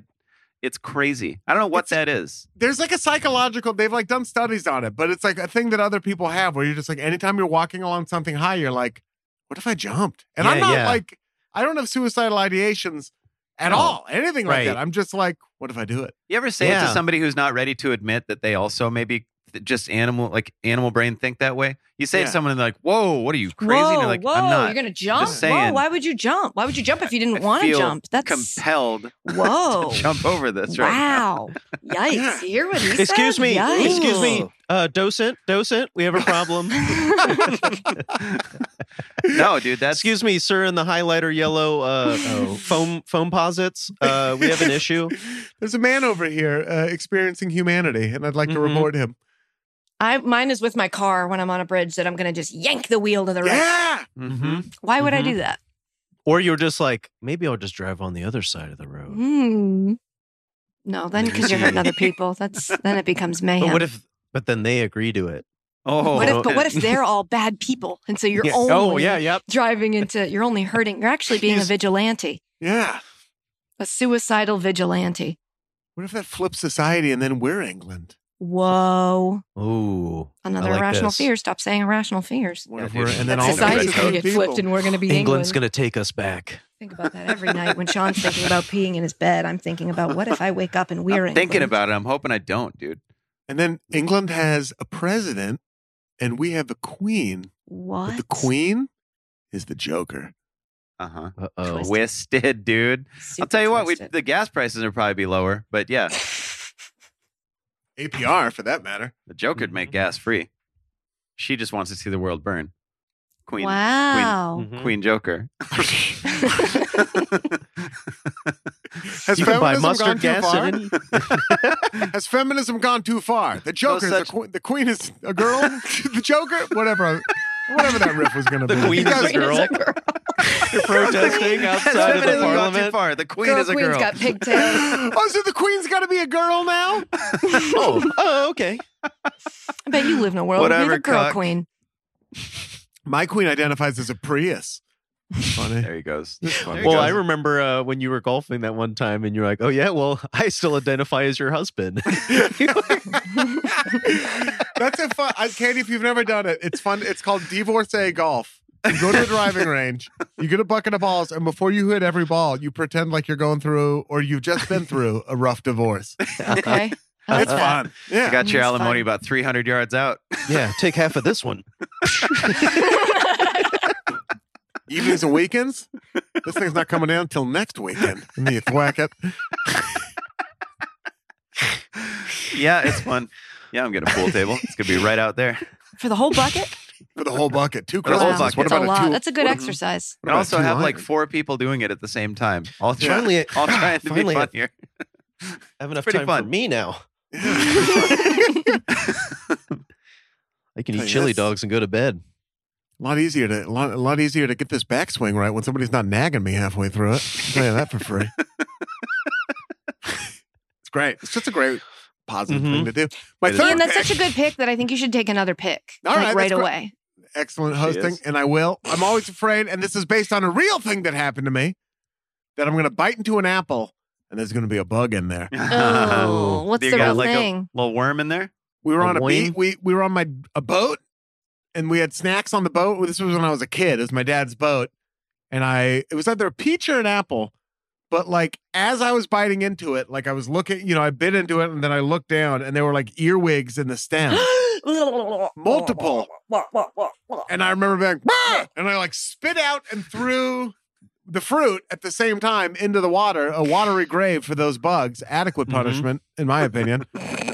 [SPEAKER 7] it's crazy. I don't know what that is.
[SPEAKER 4] There's like a psychological, they've like done studies on it, but it's like a thing that other people have where you're just like, anytime you're walking along something high, you're like, what if I jumped? And I'm
[SPEAKER 6] Yeah,
[SPEAKER 4] not
[SPEAKER 6] yeah.
[SPEAKER 4] like, I don't have suicidal ideations at
[SPEAKER 6] No.
[SPEAKER 4] all, anything like that.
[SPEAKER 6] Right.
[SPEAKER 4] I'm just like, what if I do it?
[SPEAKER 7] You ever say it to
[SPEAKER 6] Yeah.
[SPEAKER 7] somebody who's not ready to admit that they also maybe th- just animal, like animal brain think that way? You say it
[SPEAKER 4] Yeah.
[SPEAKER 7] to someone and they're like, whoa, what are you crazy?
[SPEAKER 5] Whoa,
[SPEAKER 7] and they're like,
[SPEAKER 5] whoa!
[SPEAKER 7] I'm
[SPEAKER 5] You're
[SPEAKER 7] not.
[SPEAKER 5] gonna jump? Whoa!
[SPEAKER 7] saying.
[SPEAKER 5] Why would you jump? Why would you jump if you
[SPEAKER 7] I
[SPEAKER 5] didn't want to
[SPEAKER 7] feel
[SPEAKER 5] jump? That's
[SPEAKER 7] compelled
[SPEAKER 5] whoa!
[SPEAKER 7] to jump over this right now.
[SPEAKER 5] wow! Yikes!
[SPEAKER 4] Yeah.
[SPEAKER 5] You hear what he said?
[SPEAKER 6] Excuse me.
[SPEAKER 5] Yikes.
[SPEAKER 6] Excuse me. Uh, docent, docent, we have a problem.
[SPEAKER 7] No, dude, that's
[SPEAKER 6] Excuse me, sir, in the highlighter yellow uh, oh, foam foam posits. Uh, we have an issue.
[SPEAKER 4] There's a man over here uh, experiencing humanity, and I'd like to
[SPEAKER 6] Mhm.
[SPEAKER 4] report him.
[SPEAKER 5] I mine is with my car when I'm on a bridge that I'm gonna just yank the wheel to the right.
[SPEAKER 4] Yeah.
[SPEAKER 7] Mm-hmm.
[SPEAKER 5] Why would
[SPEAKER 7] Mhm.
[SPEAKER 5] I do that?
[SPEAKER 6] Or you're just like, maybe I'll just drive on the other side of the road.
[SPEAKER 5] Hmm. No, then because you're hurting other people, that's then it becomes mayhem.
[SPEAKER 6] But what if? But then they agree to it.
[SPEAKER 7] Oh,
[SPEAKER 5] What if- but what if they're all bad people, and so you're
[SPEAKER 6] Yeah.
[SPEAKER 5] only
[SPEAKER 6] Oh yeah, yep.
[SPEAKER 5] driving into you're only hurting. You're actually being a
[SPEAKER 4] Yes.
[SPEAKER 5] vigilante,
[SPEAKER 4] Yeah.
[SPEAKER 5] a suicidal vigilante.
[SPEAKER 4] What if that flips society and then we're England?
[SPEAKER 5] Whoa!
[SPEAKER 6] Ooh, I
[SPEAKER 5] Another
[SPEAKER 6] like
[SPEAKER 5] irrational
[SPEAKER 6] this.
[SPEAKER 5] fear. Stop saying irrational fears.
[SPEAKER 4] What
[SPEAKER 7] Yeah,
[SPEAKER 4] if we're
[SPEAKER 7] dude.
[SPEAKER 4] and then
[SPEAKER 7] That's
[SPEAKER 4] all
[SPEAKER 5] Society's
[SPEAKER 7] England's
[SPEAKER 5] gonna
[SPEAKER 7] gonna
[SPEAKER 5] get flipped, and we're gonna be
[SPEAKER 6] England's
[SPEAKER 5] England.
[SPEAKER 6] gonna take us back.
[SPEAKER 5] Think about that every night when Sean's thinking about peeing in his bed. I'm thinking about what if I wake up and we're
[SPEAKER 7] I'm thinking
[SPEAKER 5] England?
[SPEAKER 7] about it. I'm hoping I don't, dude.
[SPEAKER 4] and then England has a president and we have a queen.
[SPEAKER 5] what
[SPEAKER 4] But the queen is the Joker.
[SPEAKER 7] Uh huh.
[SPEAKER 6] Uh oh.
[SPEAKER 5] Twist.
[SPEAKER 7] Twisted, dude. I'll tell you what, we, the gas prices would probably be lower, but yeah,
[SPEAKER 4] APR for that matter.
[SPEAKER 7] the Joker would
[SPEAKER 5] Mm-hmm.
[SPEAKER 7] make gas free. She just wants to see the world burn. Queen,
[SPEAKER 5] wow.
[SPEAKER 6] Mm-hmm.
[SPEAKER 4] Mm-hmm.
[SPEAKER 7] Queen Joker.
[SPEAKER 4] Has
[SPEAKER 6] You can buy
[SPEAKER 4] feminism gone
[SPEAKER 6] mustard
[SPEAKER 4] too
[SPEAKER 6] gas
[SPEAKER 4] far?
[SPEAKER 6] in it.
[SPEAKER 4] Has feminism gone too far? The Joker, is
[SPEAKER 7] such-
[SPEAKER 4] the, queen, the queen is a girl. the Joker, whatever, whatever that riff was going to be.
[SPEAKER 6] The queen
[SPEAKER 4] You guys-
[SPEAKER 6] is a girl. You're protesting outside of the
[SPEAKER 7] Feminism gone too
[SPEAKER 6] parliament.
[SPEAKER 7] far. The queen
[SPEAKER 5] Girl
[SPEAKER 7] is a
[SPEAKER 5] Queen's
[SPEAKER 7] girl.
[SPEAKER 5] got pigtails.
[SPEAKER 4] Oh, so the queen's got to be a girl now?
[SPEAKER 6] Oh, oh, okay.
[SPEAKER 5] I bet you live in a world where you're
[SPEAKER 7] Whatever,
[SPEAKER 5] the girl
[SPEAKER 7] cuck.
[SPEAKER 5] queen.
[SPEAKER 4] My queen identifies as a Prius. Funny.
[SPEAKER 7] There he goes.
[SPEAKER 4] funny.
[SPEAKER 6] Well,
[SPEAKER 7] There
[SPEAKER 6] I
[SPEAKER 7] you go.
[SPEAKER 6] remember uh, when you were golfing that one time, and you're like, "Oh yeah, well, I still identify as your husband."
[SPEAKER 4] That's a fun. I, Katie, if you've never done it, it's fun. It's called divorcee golf. You go to a driving range, you get a bucket of balls, and before you hit every ball, you pretend like you're going through or you've just been through a rough divorce.
[SPEAKER 5] Okay. I like
[SPEAKER 4] It's
[SPEAKER 5] that.
[SPEAKER 4] fun. Yeah.
[SPEAKER 7] You got your
[SPEAKER 5] That's
[SPEAKER 7] alimony
[SPEAKER 5] fine.
[SPEAKER 7] about 300 yards out.
[SPEAKER 6] yeah, take half of this one.
[SPEAKER 4] Evenings and weekends. This thing's not coming down till next weekend. And then you thwack it.
[SPEAKER 7] yeah, it's fun. Yeah, I'm getting a pool table. It's going to be right out there.
[SPEAKER 5] For the whole bucket?
[SPEAKER 4] For the whole bucket. Two
[SPEAKER 7] For the whole
[SPEAKER 4] crosses.
[SPEAKER 7] bucket.
[SPEAKER 4] What
[SPEAKER 5] That's a
[SPEAKER 4] about
[SPEAKER 5] lot.
[SPEAKER 4] a, two?
[SPEAKER 5] That's a good
[SPEAKER 7] Mhm.
[SPEAKER 5] exercise.
[SPEAKER 4] what
[SPEAKER 7] And
[SPEAKER 4] about
[SPEAKER 7] also
[SPEAKER 4] two
[SPEAKER 7] have like
[SPEAKER 4] iron?
[SPEAKER 7] four people doing it at the same time. All
[SPEAKER 6] Yeah.
[SPEAKER 7] trying,
[SPEAKER 6] Finally-
[SPEAKER 7] all trying to
[SPEAKER 6] finally-
[SPEAKER 7] be fun here.
[SPEAKER 6] I have enough
[SPEAKER 7] pretty
[SPEAKER 6] time for
[SPEAKER 7] fun.
[SPEAKER 6] me now. I can
[SPEAKER 4] Tell
[SPEAKER 6] eat
[SPEAKER 4] you
[SPEAKER 6] chili
[SPEAKER 4] this.
[SPEAKER 6] dogs and go to bed.
[SPEAKER 4] A lot easier to a lot, a lot easier to get this backswing right when somebody's not nagging me halfway through it. I'll tell you that for free. it's great. It's just a great positive
[SPEAKER 6] Mhm.
[SPEAKER 4] thing to do. My
[SPEAKER 7] Mm-hmm. It is.
[SPEAKER 4] third
[SPEAKER 5] Ian, that's
[SPEAKER 4] pick,
[SPEAKER 5] such a good pick that I think you should take another pick.
[SPEAKER 4] All
[SPEAKER 5] like right
[SPEAKER 4] right, that's great.
[SPEAKER 5] away.
[SPEAKER 4] excellent
[SPEAKER 7] She
[SPEAKER 4] hosting,
[SPEAKER 7] is.
[SPEAKER 4] and I will. I'm always afraid, and this is based on a real thing that happened to me, that I'm going to bite into an apple and there's going to be a bug in there.
[SPEAKER 5] Oh, what's
[SPEAKER 7] You
[SPEAKER 5] the
[SPEAKER 7] got,
[SPEAKER 5] real
[SPEAKER 7] like, a
[SPEAKER 5] thing?
[SPEAKER 7] Little worm in there?
[SPEAKER 4] We were
[SPEAKER 6] A
[SPEAKER 4] on a
[SPEAKER 6] wing?
[SPEAKER 4] beach. We we were on my a boat, and we had snacks on the boat. This was when I was a kid. It was my dad's boat, and I it was either a peach or an apple. But like as I was biting into it, like I was looking, you know, I bit into it, and then I looked down, and there were like earwigs in the stem, multiple. and I remember being, "Bah!" and I like spit out and threw the fruit at the same time into the water, a watery grave for those bugs. Adequate
[SPEAKER 6] Mhm.
[SPEAKER 4] punishment, in my opinion.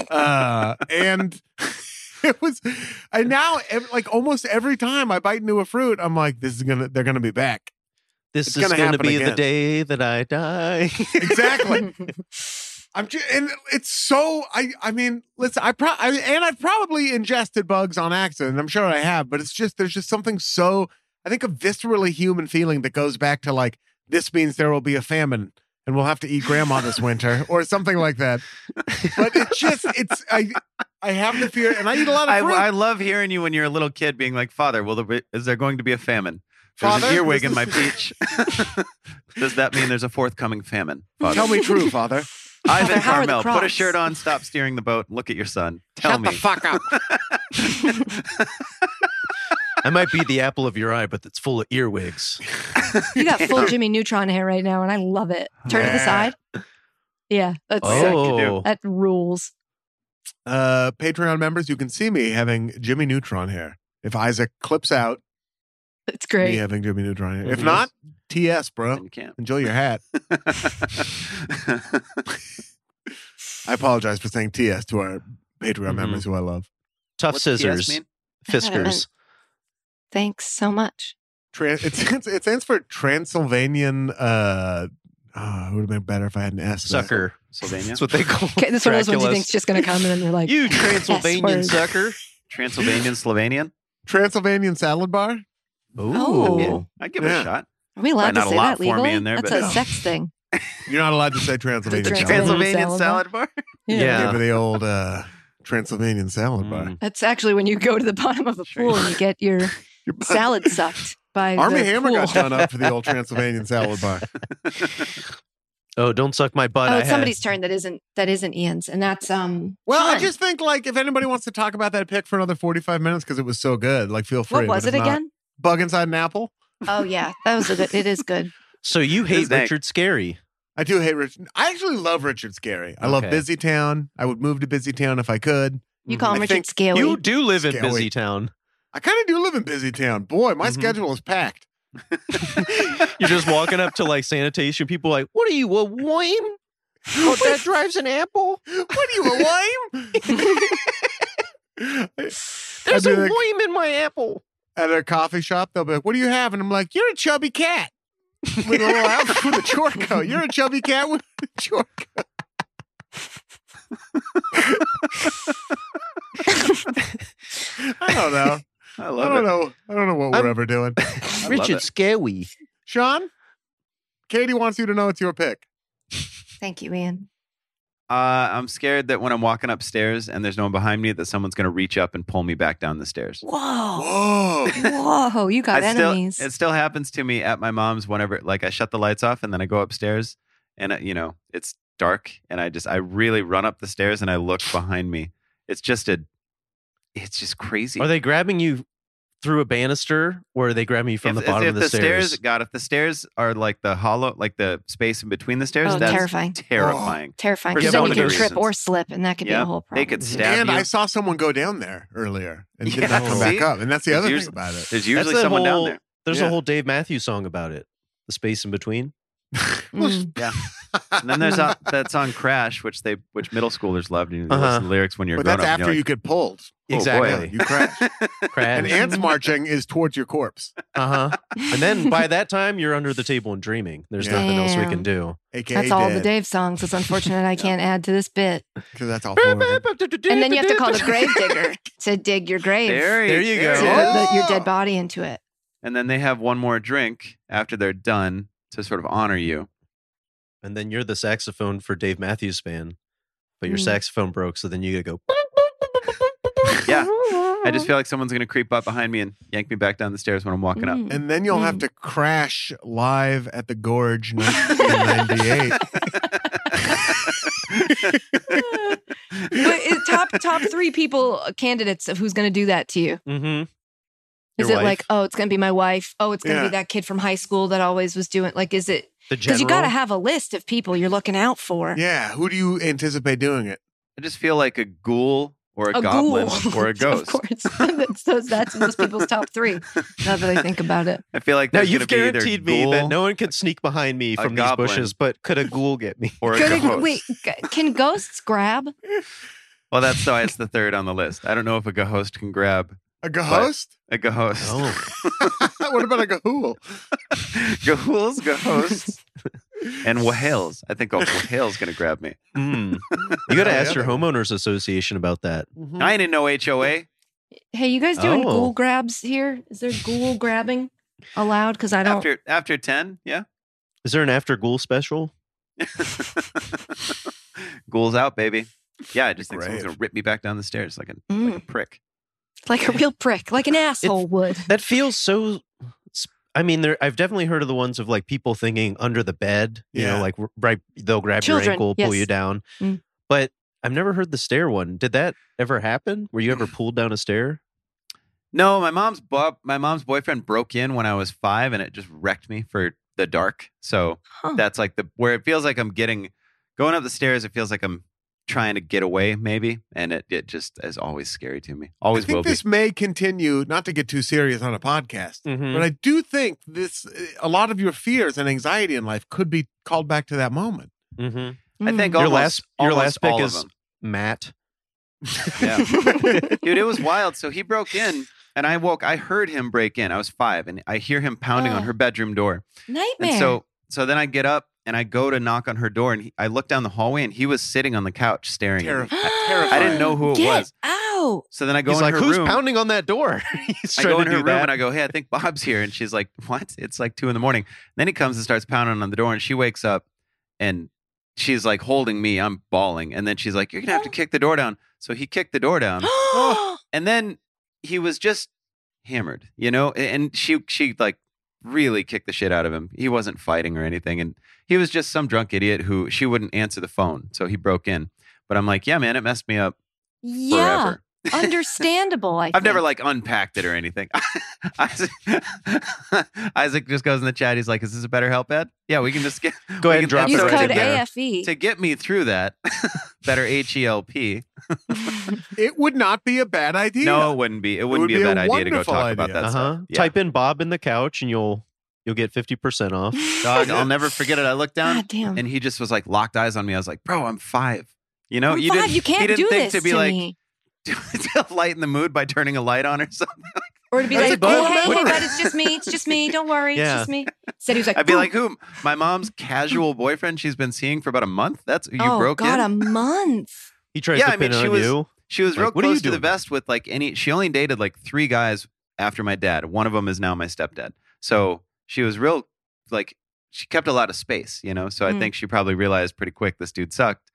[SPEAKER 4] uh, and it was, and now ev- like almost every time I bite into a fruit, I'm like, this is gonna, they're gonna be back.
[SPEAKER 6] This
[SPEAKER 4] It's
[SPEAKER 6] is
[SPEAKER 4] gonna
[SPEAKER 6] going to
[SPEAKER 4] happen
[SPEAKER 6] be the
[SPEAKER 4] again.
[SPEAKER 6] day that I die.
[SPEAKER 4] Exactly. I'm just, and it's so I I mean listen I pro I, and I've probably ingested bugs on accident I'm sure I have but it's just there's just something so I think a viscerally human feeling that goes back to like this means there will be a famine and we'll have to eat grandma this winter or something like that but it just it's I I have the fear and I eat a lot
[SPEAKER 7] I,
[SPEAKER 4] of fruit
[SPEAKER 7] I love hearing you when you're a little kid being like, Father, will there be, is there going to be a famine? There's
[SPEAKER 4] Father,
[SPEAKER 7] an earwig
[SPEAKER 4] this
[SPEAKER 7] in my
[SPEAKER 4] is-
[SPEAKER 7] peach. Does that mean there's a forthcoming famine? Father?
[SPEAKER 4] tell me true father
[SPEAKER 7] Ivan
[SPEAKER 5] Father, how are the
[SPEAKER 7] Carmel, put a
[SPEAKER 5] crops?
[SPEAKER 7] shirt on, stop steering the boat, look at your son. Tell
[SPEAKER 4] shut
[SPEAKER 7] me.
[SPEAKER 4] the fuck up
[SPEAKER 6] I might be the apple of your eye, but it's full of earwigs.
[SPEAKER 5] You got full Jimmy Neutron hair right now, and I love it. Turn to the side. Yeah, that's sick.
[SPEAKER 7] you do.
[SPEAKER 6] Oh,
[SPEAKER 5] That rules.
[SPEAKER 4] uh, Patreon members, you can see me having Jimmy Neutron hair. If Isaac clips out,
[SPEAKER 5] It's
[SPEAKER 4] me
[SPEAKER 5] great.
[SPEAKER 4] having Jimmy Neutron hair. If
[SPEAKER 6] Mhm.
[SPEAKER 4] not, TS,
[SPEAKER 7] Then
[SPEAKER 4] bro.
[SPEAKER 7] you can't.
[SPEAKER 4] Enjoy your hat. I apologize for saying TS to our Patreon
[SPEAKER 6] Mhm.
[SPEAKER 4] members who I love.
[SPEAKER 6] tough
[SPEAKER 7] What's TS
[SPEAKER 6] scissors,
[SPEAKER 7] mean?
[SPEAKER 6] fiskers.
[SPEAKER 5] Thanks so much.
[SPEAKER 4] Tran- it, stands, it stands for Transylvanian. Uh, oh, it would have been better if I had an S. in it.
[SPEAKER 6] Sucker.
[SPEAKER 7] Sylvania.
[SPEAKER 6] That's what they call
[SPEAKER 5] Okay, this is one of those ones you
[SPEAKER 6] Dracula's.
[SPEAKER 5] think's just going to come, and then you're like,
[SPEAKER 6] You
[SPEAKER 5] S
[SPEAKER 6] Transylvanian
[SPEAKER 5] word.
[SPEAKER 6] sucker.
[SPEAKER 7] Transylvanian Slovenian.
[SPEAKER 4] Transylvanian salad bar?
[SPEAKER 5] Oh.
[SPEAKER 7] Yeah, I'd give it
[SPEAKER 4] Yeah.
[SPEAKER 7] a shot.
[SPEAKER 5] Are we allowed
[SPEAKER 7] Probably
[SPEAKER 5] to
[SPEAKER 7] not a
[SPEAKER 5] say
[SPEAKER 7] lot
[SPEAKER 5] that
[SPEAKER 7] for me
[SPEAKER 5] legally?
[SPEAKER 7] in there,
[SPEAKER 5] That's
[SPEAKER 7] but-
[SPEAKER 5] a sex thing.
[SPEAKER 4] You're not allowed to say Transylvanian
[SPEAKER 5] Transylvanian
[SPEAKER 4] salad bar.
[SPEAKER 5] salad
[SPEAKER 7] Transylvanian salad bar.
[SPEAKER 4] Yeah,
[SPEAKER 6] Yeah.
[SPEAKER 4] for the old uh, Transylvanian salad bar.
[SPEAKER 7] Mm.
[SPEAKER 5] That's actually when you go to the bottom of a
[SPEAKER 7] Sure.
[SPEAKER 5] pool and you get your
[SPEAKER 4] Your butt-
[SPEAKER 5] salad sucked by
[SPEAKER 4] Army
[SPEAKER 5] the
[SPEAKER 4] Hammer
[SPEAKER 5] pool.
[SPEAKER 4] got done up for the old Transylvanian salad bar.
[SPEAKER 6] Oh, don't suck my butt.
[SPEAKER 5] oh,
[SPEAKER 6] I
[SPEAKER 5] it's
[SPEAKER 6] had-
[SPEAKER 5] somebody's turn that isn't that isn't Ian's, and that's um.
[SPEAKER 4] Well, I
[SPEAKER 5] Sean.
[SPEAKER 4] just think like if anybody wants to talk about that pick for another 45 minutes because it was so good, like feel free.
[SPEAKER 5] what
[SPEAKER 4] but
[SPEAKER 5] was
[SPEAKER 4] if
[SPEAKER 5] it
[SPEAKER 4] not,
[SPEAKER 5] again?
[SPEAKER 4] Bug inside an apple.
[SPEAKER 5] Oh yeah, that was a good. It is good.
[SPEAKER 6] So you hate
[SPEAKER 7] His neck.
[SPEAKER 6] Richard Scary.
[SPEAKER 4] I do hate Richard. I actually love Richard Scary. I love
[SPEAKER 6] Okay.
[SPEAKER 4] Busy Town. I would move to Busy Town if I could.
[SPEAKER 5] You call him
[SPEAKER 4] I
[SPEAKER 5] Richard
[SPEAKER 4] think
[SPEAKER 5] Scaly.
[SPEAKER 6] You do live in
[SPEAKER 4] Scary.
[SPEAKER 6] Busy Town.
[SPEAKER 4] I kind of do live in Busy Town. Boy, my
[SPEAKER 6] Mhm.
[SPEAKER 4] schedule is packed.
[SPEAKER 6] You're just walking up to like sanitation people, like, what are you, a worm? Oh, that drives an apple?
[SPEAKER 4] What are you, a lame?
[SPEAKER 6] There's
[SPEAKER 4] I'd
[SPEAKER 6] a
[SPEAKER 4] be like-
[SPEAKER 6] worm in my apple.
[SPEAKER 4] At a coffee shop, they'll be like, What do you have? And I'm like, You're a chubby cat. With a little outfit with a short coat. You're a chubby cat with a short coat. I don't know.
[SPEAKER 7] I
[SPEAKER 4] I
[SPEAKER 7] love
[SPEAKER 4] don't
[SPEAKER 7] it.
[SPEAKER 4] know. I don't know what we're
[SPEAKER 6] I'm-
[SPEAKER 4] ever doing.
[SPEAKER 7] I love
[SPEAKER 6] Richard
[SPEAKER 7] it.
[SPEAKER 6] Scary.
[SPEAKER 4] Sean, Katie wants you to know it's your pick.
[SPEAKER 5] Thank you, Ian.
[SPEAKER 7] Uh, I'm scared that when I'm walking upstairs and there's no one behind me, that someone's going to reach up and pull me back down the stairs.
[SPEAKER 5] Whoa,
[SPEAKER 4] Whoa.
[SPEAKER 5] whoa! You got
[SPEAKER 7] I still-
[SPEAKER 5] enemies.
[SPEAKER 7] it still happens to me at my mom's whenever, like, I shut the lights off and then I go upstairs and, uh, you know, it's dark and I just, I really run up the stairs and I look behind me. It's just a, it's just crazy.
[SPEAKER 6] Are they grabbing you through a banister or are they grabbing you from
[SPEAKER 7] If-
[SPEAKER 6] the bottom
[SPEAKER 7] if,
[SPEAKER 6] of the,
[SPEAKER 7] if
[SPEAKER 6] stairs?
[SPEAKER 7] God, if the stairs are like the hollow, like the space in between the stairs,
[SPEAKER 5] Oh,
[SPEAKER 7] that's
[SPEAKER 5] terrifying.
[SPEAKER 7] terrifying.
[SPEAKER 5] Terrifying.
[SPEAKER 7] For
[SPEAKER 5] Because then
[SPEAKER 7] so
[SPEAKER 5] you can
[SPEAKER 7] many
[SPEAKER 5] trip
[SPEAKER 7] reasons.
[SPEAKER 5] or slip, and that could be
[SPEAKER 7] Yeah,
[SPEAKER 5] a whole problem.
[SPEAKER 7] they could stab
[SPEAKER 4] and
[SPEAKER 7] you.
[SPEAKER 4] I saw someone go down there earlier and did
[SPEAKER 7] Yeah,
[SPEAKER 4] not come
[SPEAKER 7] see?
[SPEAKER 4] back up. And that's the other
[SPEAKER 7] Here's-
[SPEAKER 4] thing about it.
[SPEAKER 7] There's usually
[SPEAKER 6] That's a
[SPEAKER 7] someone down
[SPEAKER 6] whole-
[SPEAKER 7] there.
[SPEAKER 6] There's
[SPEAKER 4] Yeah.
[SPEAKER 6] a whole Dave Matthews song about it. The space in between.
[SPEAKER 5] Mm.
[SPEAKER 7] And then there's a, that song "Crash," which they, which middle schoolers loved. You know,
[SPEAKER 6] Uh-huh.
[SPEAKER 7] listen to the lyrics when you're a
[SPEAKER 4] But
[SPEAKER 7] grown
[SPEAKER 4] that's
[SPEAKER 7] up. and
[SPEAKER 4] after
[SPEAKER 7] you're
[SPEAKER 4] you get pulled.
[SPEAKER 7] Oh, boy.
[SPEAKER 6] exactly.
[SPEAKER 4] You crash. and
[SPEAKER 6] Crash.
[SPEAKER 4] ants marching is towards your corpse,
[SPEAKER 6] uh huh. And then by that time, you're under the table and dreaming. There's
[SPEAKER 4] Yeah.
[SPEAKER 6] nothing else we
[SPEAKER 5] Damn.
[SPEAKER 6] can do.
[SPEAKER 4] aka
[SPEAKER 5] That's all the
[SPEAKER 4] dead,
[SPEAKER 5] Dave songs. It's unfortunate I can't add to this bit.
[SPEAKER 4] Because that's all. four of them.
[SPEAKER 5] And then you have to call the grave digger to dig your grave,
[SPEAKER 7] There,
[SPEAKER 6] There
[SPEAKER 7] he-
[SPEAKER 6] you
[SPEAKER 7] there
[SPEAKER 5] to
[SPEAKER 6] go.
[SPEAKER 7] he
[SPEAKER 4] Yeah.
[SPEAKER 7] is.
[SPEAKER 5] put your dead body into it.
[SPEAKER 7] And then they have one more drink after they're done to sort of honor you.
[SPEAKER 6] And then you're the saxophone for Dave Matthews Band, but your
[SPEAKER 5] Mm.
[SPEAKER 6] saxophone broke, so then you gotta go.
[SPEAKER 7] Yeah. I just feel like someone's going to creep up behind me and yank me back down the stairs when I'm walking up.
[SPEAKER 5] Mm.
[SPEAKER 4] And then you'll
[SPEAKER 7] Hmm.
[SPEAKER 4] have
[SPEAKER 5] Mm.
[SPEAKER 4] to crash live at the Gorge 1998.
[SPEAKER 5] But is top top three people uh, candidates of who's going to do that to you?
[SPEAKER 6] Mm-hmm.
[SPEAKER 5] Is
[SPEAKER 6] Your
[SPEAKER 5] it like,
[SPEAKER 6] wife.
[SPEAKER 5] oh, it's going to be my wife? Oh, it's going to
[SPEAKER 4] Yeah.
[SPEAKER 5] be that kid from high school that always was doing like, is it?
[SPEAKER 6] The
[SPEAKER 5] Because
[SPEAKER 6] general.
[SPEAKER 5] uh, you got to have a list of people you're looking out for.
[SPEAKER 4] yeah. Who do you anticipate doing it?
[SPEAKER 7] I just feel like a ghoul or a,
[SPEAKER 5] A
[SPEAKER 7] goblin
[SPEAKER 5] ghoul.
[SPEAKER 7] or a
[SPEAKER 5] of
[SPEAKER 7] ghost.
[SPEAKER 5] course, that's, those- that's most people's top three. Now that I think about it,
[SPEAKER 7] I feel like
[SPEAKER 6] now
[SPEAKER 7] there's
[SPEAKER 6] you've
[SPEAKER 7] gonna be either
[SPEAKER 6] guaranteed me that
[SPEAKER 7] ghoul
[SPEAKER 6] no one could sneak behind me
[SPEAKER 7] a
[SPEAKER 6] from these
[SPEAKER 7] goblin.
[SPEAKER 6] bushes, but could a ghoul get me?
[SPEAKER 7] or a
[SPEAKER 5] Could it-
[SPEAKER 7] ghost.
[SPEAKER 5] wait, g- can ghosts grab?
[SPEAKER 7] Well, that's why it's the third on the list. I don't know if a ghost can grab
[SPEAKER 4] A ghost?
[SPEAKER 7] a ghost.
[SPEAKER 6] Oh.
[SPEAKER 4] what about a gahool?
[SPEAKER 7] Ghouls, ghosts, and whales. I think a whale's going to grab me.
[SPEAKER 6] Mm. You gotta
[SPEAKER 4] Yeah,
[SPEAKER 6] ask your
[SPEAKER 4] yeah.
[SPEAKER 6] homeowners association about that.
[SPEAKER 7] I ain't in no HOA.
[SPEAKER 5] Hey, you guys doing
[SPEAKER 6] Oh.
[SPEAKER 5] ghoul grabs here? Is there ghoul grabbing allowed? Because I don't.
[SPEAKER 7] After after ten, yeah.
[SPEAKER 6] Is there an after ghoul special?
[SPEAKER 7] Ghouls out, baby. Yeah, I just think someone's
[SPEAKER 4] Brave.
[SPEAKER 7] gonna rip me back down the stairs like a,
[SPEAKER 5] Mm,
[SPEAKER 7] like a prick.
[SPEAKER 5] like a real prick, like an asshole would.
[SPEAKER 6] That feels so. sp- I mean, there. I've definitely heard of the ones of like people thinking under the bed. You
[SPEAKER 4] Yeah.
[SPEAKER 6] know, like r- right, they'll grab your
[SPEAKER 5] Children,
[SPEAKER 6] ankle, pull
[SPEAKER 5] yes.
[SPEAKER 6] you down.
[SPEAKER 5] Mm.
[SPEAKER 6] But I've never heard the stair one. Did that ever happen? Were you ever pulled down a stair?
[SPEAKER 7] No, my mom's bo- my mom's boyfriend broke in when I was five, and it just wrecked me for the dark. So
[SPEAKER 5] Huh.
[SPEAKER 7] that's like the where it feels like I'm getting going up the stairs. It feels like I'm trying to get away, maybe, and it it just is always scary to me.
[SPEAKER 4] I
[SPEAKER 7] Always will
[SPEAKER 4] think
[SPEAKER 7] be.
[SPEAKER 4] this may continue, not to get too serious on a podcast,
[SPEAKER 6] Mm-hmm.
[SPEAKER 4] But I do think this, eh, a lot of your fears and anxiety in life could be called back to that moment.
[SPEAKER 6] Mm-hmm.
[SPEAKER 5] Mm.
[SPEAKER 7] I think
[SPEAKER 6] Your
[SPEAKER 7] almost,
[SPEAKER 6] last- your
[SPEAKER 7] almost
[SPEAKER 6] last pick
[SPEAKER 7] all of
[SPEAKER 6] is-
[SPEAKER 7] them.
[SPEAKER 6] Matt.
[SPEAKER 7] Yeah. dude it was wild so he broke in and i woke i heard him break in i was five and i hear him pounding on
[SPEAKER 5] Oh.
[SPEAKER 7] her bedroom door
[SPEAKER 5] nightmare.
[SPEAKER 7] and so so then i get up and i go to knock on her door and he, i look down the hallway and he was sitting on the couch staring at me
[SPEAKER 4] Terrifying.
[SPEAKER 7] I didn't know oh, who it
[SPEAKER 5] Get
[SPEAKER 7] was.
[SPEAKER 5] Out. Oh,
[SPEAKER 7] So then I go
[SPEAKER 6] He's
[SPEAKER 7] in
[SPEAKER 6] like,
[SPEAKER 7] her
[SPEAKER 6] who's
[SPEAKER 7] room.
[SPEAKER 6] pounding on that door? He's
[SPEAKER 7] I go
[SPEAKER 6] trying to
[SPEAKER 7] in her
[SPEAKER 6] do
[SPEAKER 7] room
[SPEAKER 6] that.
[SPEAKER 7] and I go, hey, I think Bob's here. And she's like, what? It's like two in the morning. then he comes and starts pounding on the door and she wakes up and she's like holding me. I'm bawling. And then she's like, you're going to have to kick the door down. So he kicked the door down. and then he was just hammered, you know. And she she like really kicked the shit out of him. He wasn't fighting or anything, and he was just some drunk idiot who she wouldn't answer the phone, so he broke in. But I'm like, yeah, man, it messed me up
[SPEAKER 5] yeah.
[SPEAKER 7] forever.
[SPEAKER 5] Understandable. I
[SPEAKER 7] I've never
[SPEAKER 5] think.
[SPEAKER 7] like unpacked it or anything. Isaac, Isaac just goes in the chat. He's like, "Is this a better help ad?" Yeah, we can just get we
[SPEAKER 6] Go ahead and
[SPEAKER 7] can
[SPEAKER 6] drop
[SPEAKER 5] use
[SPEAKER 6] it
[SPEAKER 7] episode
[SPEAKER 6] right
[SPEAKER 5] code E.
[SPEAKER 6] there.
[SPEAKER 7] together.
[SPEAKER 5] AFE.
[SPEAKER 7] to get me through that. better H E L P.
[SPEAKER 4] It would not be a bad idea.
[SPEAKER 7] No, it wouldn't be. It wouldn't
[SPEAKER 4] would
[SPEAKER 7] be a
[SPEAKER 4] be a
[SPEAKER 7] bad idea to go
[SPEAKER 4] wonderful
[SPEAKER 7] talk about
[SPEAKER 4] idea.
[SPEAKER 7] that.
[SPEAKER 6] Uh
[SPEAKER 7] stuff.
[SPEAKER 6] huh.
[SPEAKER 7] Yeah.
[SPEAKER 6] Type in Bob in the couch and you'll you'll get fifty percent off.
[SPEAKER 7] Dog, I'll never forget it. I looked down
[SPEAKER 5] God damn.
[SPEAKER 7] and he just was like locked eyes on me. I was like, bro, I'm five. You know,
[SPEAKER 5] I'm
[SPEAKER 7] Oh, you
[SPEAKER 5] five,
[SPEAKER 7] didn't
[SPEAKER 5] you can't
[SPEAKER 7] he didn't
[SPEAKER 5] do
[SPEAKER 7] think
[SPEAKER 5] this
[SPEAKER 7] to be like
[SPEAKER 5] me.
[SPEAKER 7] to lighten the mood by turning a light on or something.
[SPEAKER 5] Or to be
[SPEAKER 6] That's
[SPEAKER 5] like,
[SPEAKER 6] a
[SPEAKER 5] oh,
[SPEAKER 6] good
[SPEAKER 5] hey, hey,
[SPEAKER 6] memory.
[SPEAKER 5] bud, it's just me. It's just me. Don't worry.
[SPEAKER 6] Yeah.
[SPEAKER 5] It's just me. Said he was like,
[SPEAKER 7] I'd be
[SPEAKER 5] "Ooh,
[SPEAKER 7] like, who? My mom's casual boyfriend she's been seeing for about a month. That's you
[SPEAKER 5] oh,
[SPEAKER 7] broke
[SPEAKER 5] God,
[SPEAKER 7] in.
[SPEAKER 5] a month.
[SPEAKER 6] He tries
[SPEAKER 7] Yeah,
[SPEAKER 6] to
[SPEAKER 7] I
[SPEAKER 6] pin
[SPEAKER 7] mean, she
[SPEAKER 6] on
[SPEAKER 7] was-
[SPEAKER 6] you.
[SPEAKER 7] She was
[SPEAKER 6] Like,
[SPEAKER 7] real
[SPEAKER 6] what are you
[SPEAKER 7] close to the
[SPEAKER 6] doing?
[SPEAKER 7] vest with like any. She only dated like three guys after my dad. One of them is now my stepdad.
[SPEAKER 6] Mm.
[SPEAKER 7] So she was real like she kept a lot of space, you know. So I
[SPEAKER 5] Mm.
[SPEAKER 7] think she probably realized pretty quick this dude sucked.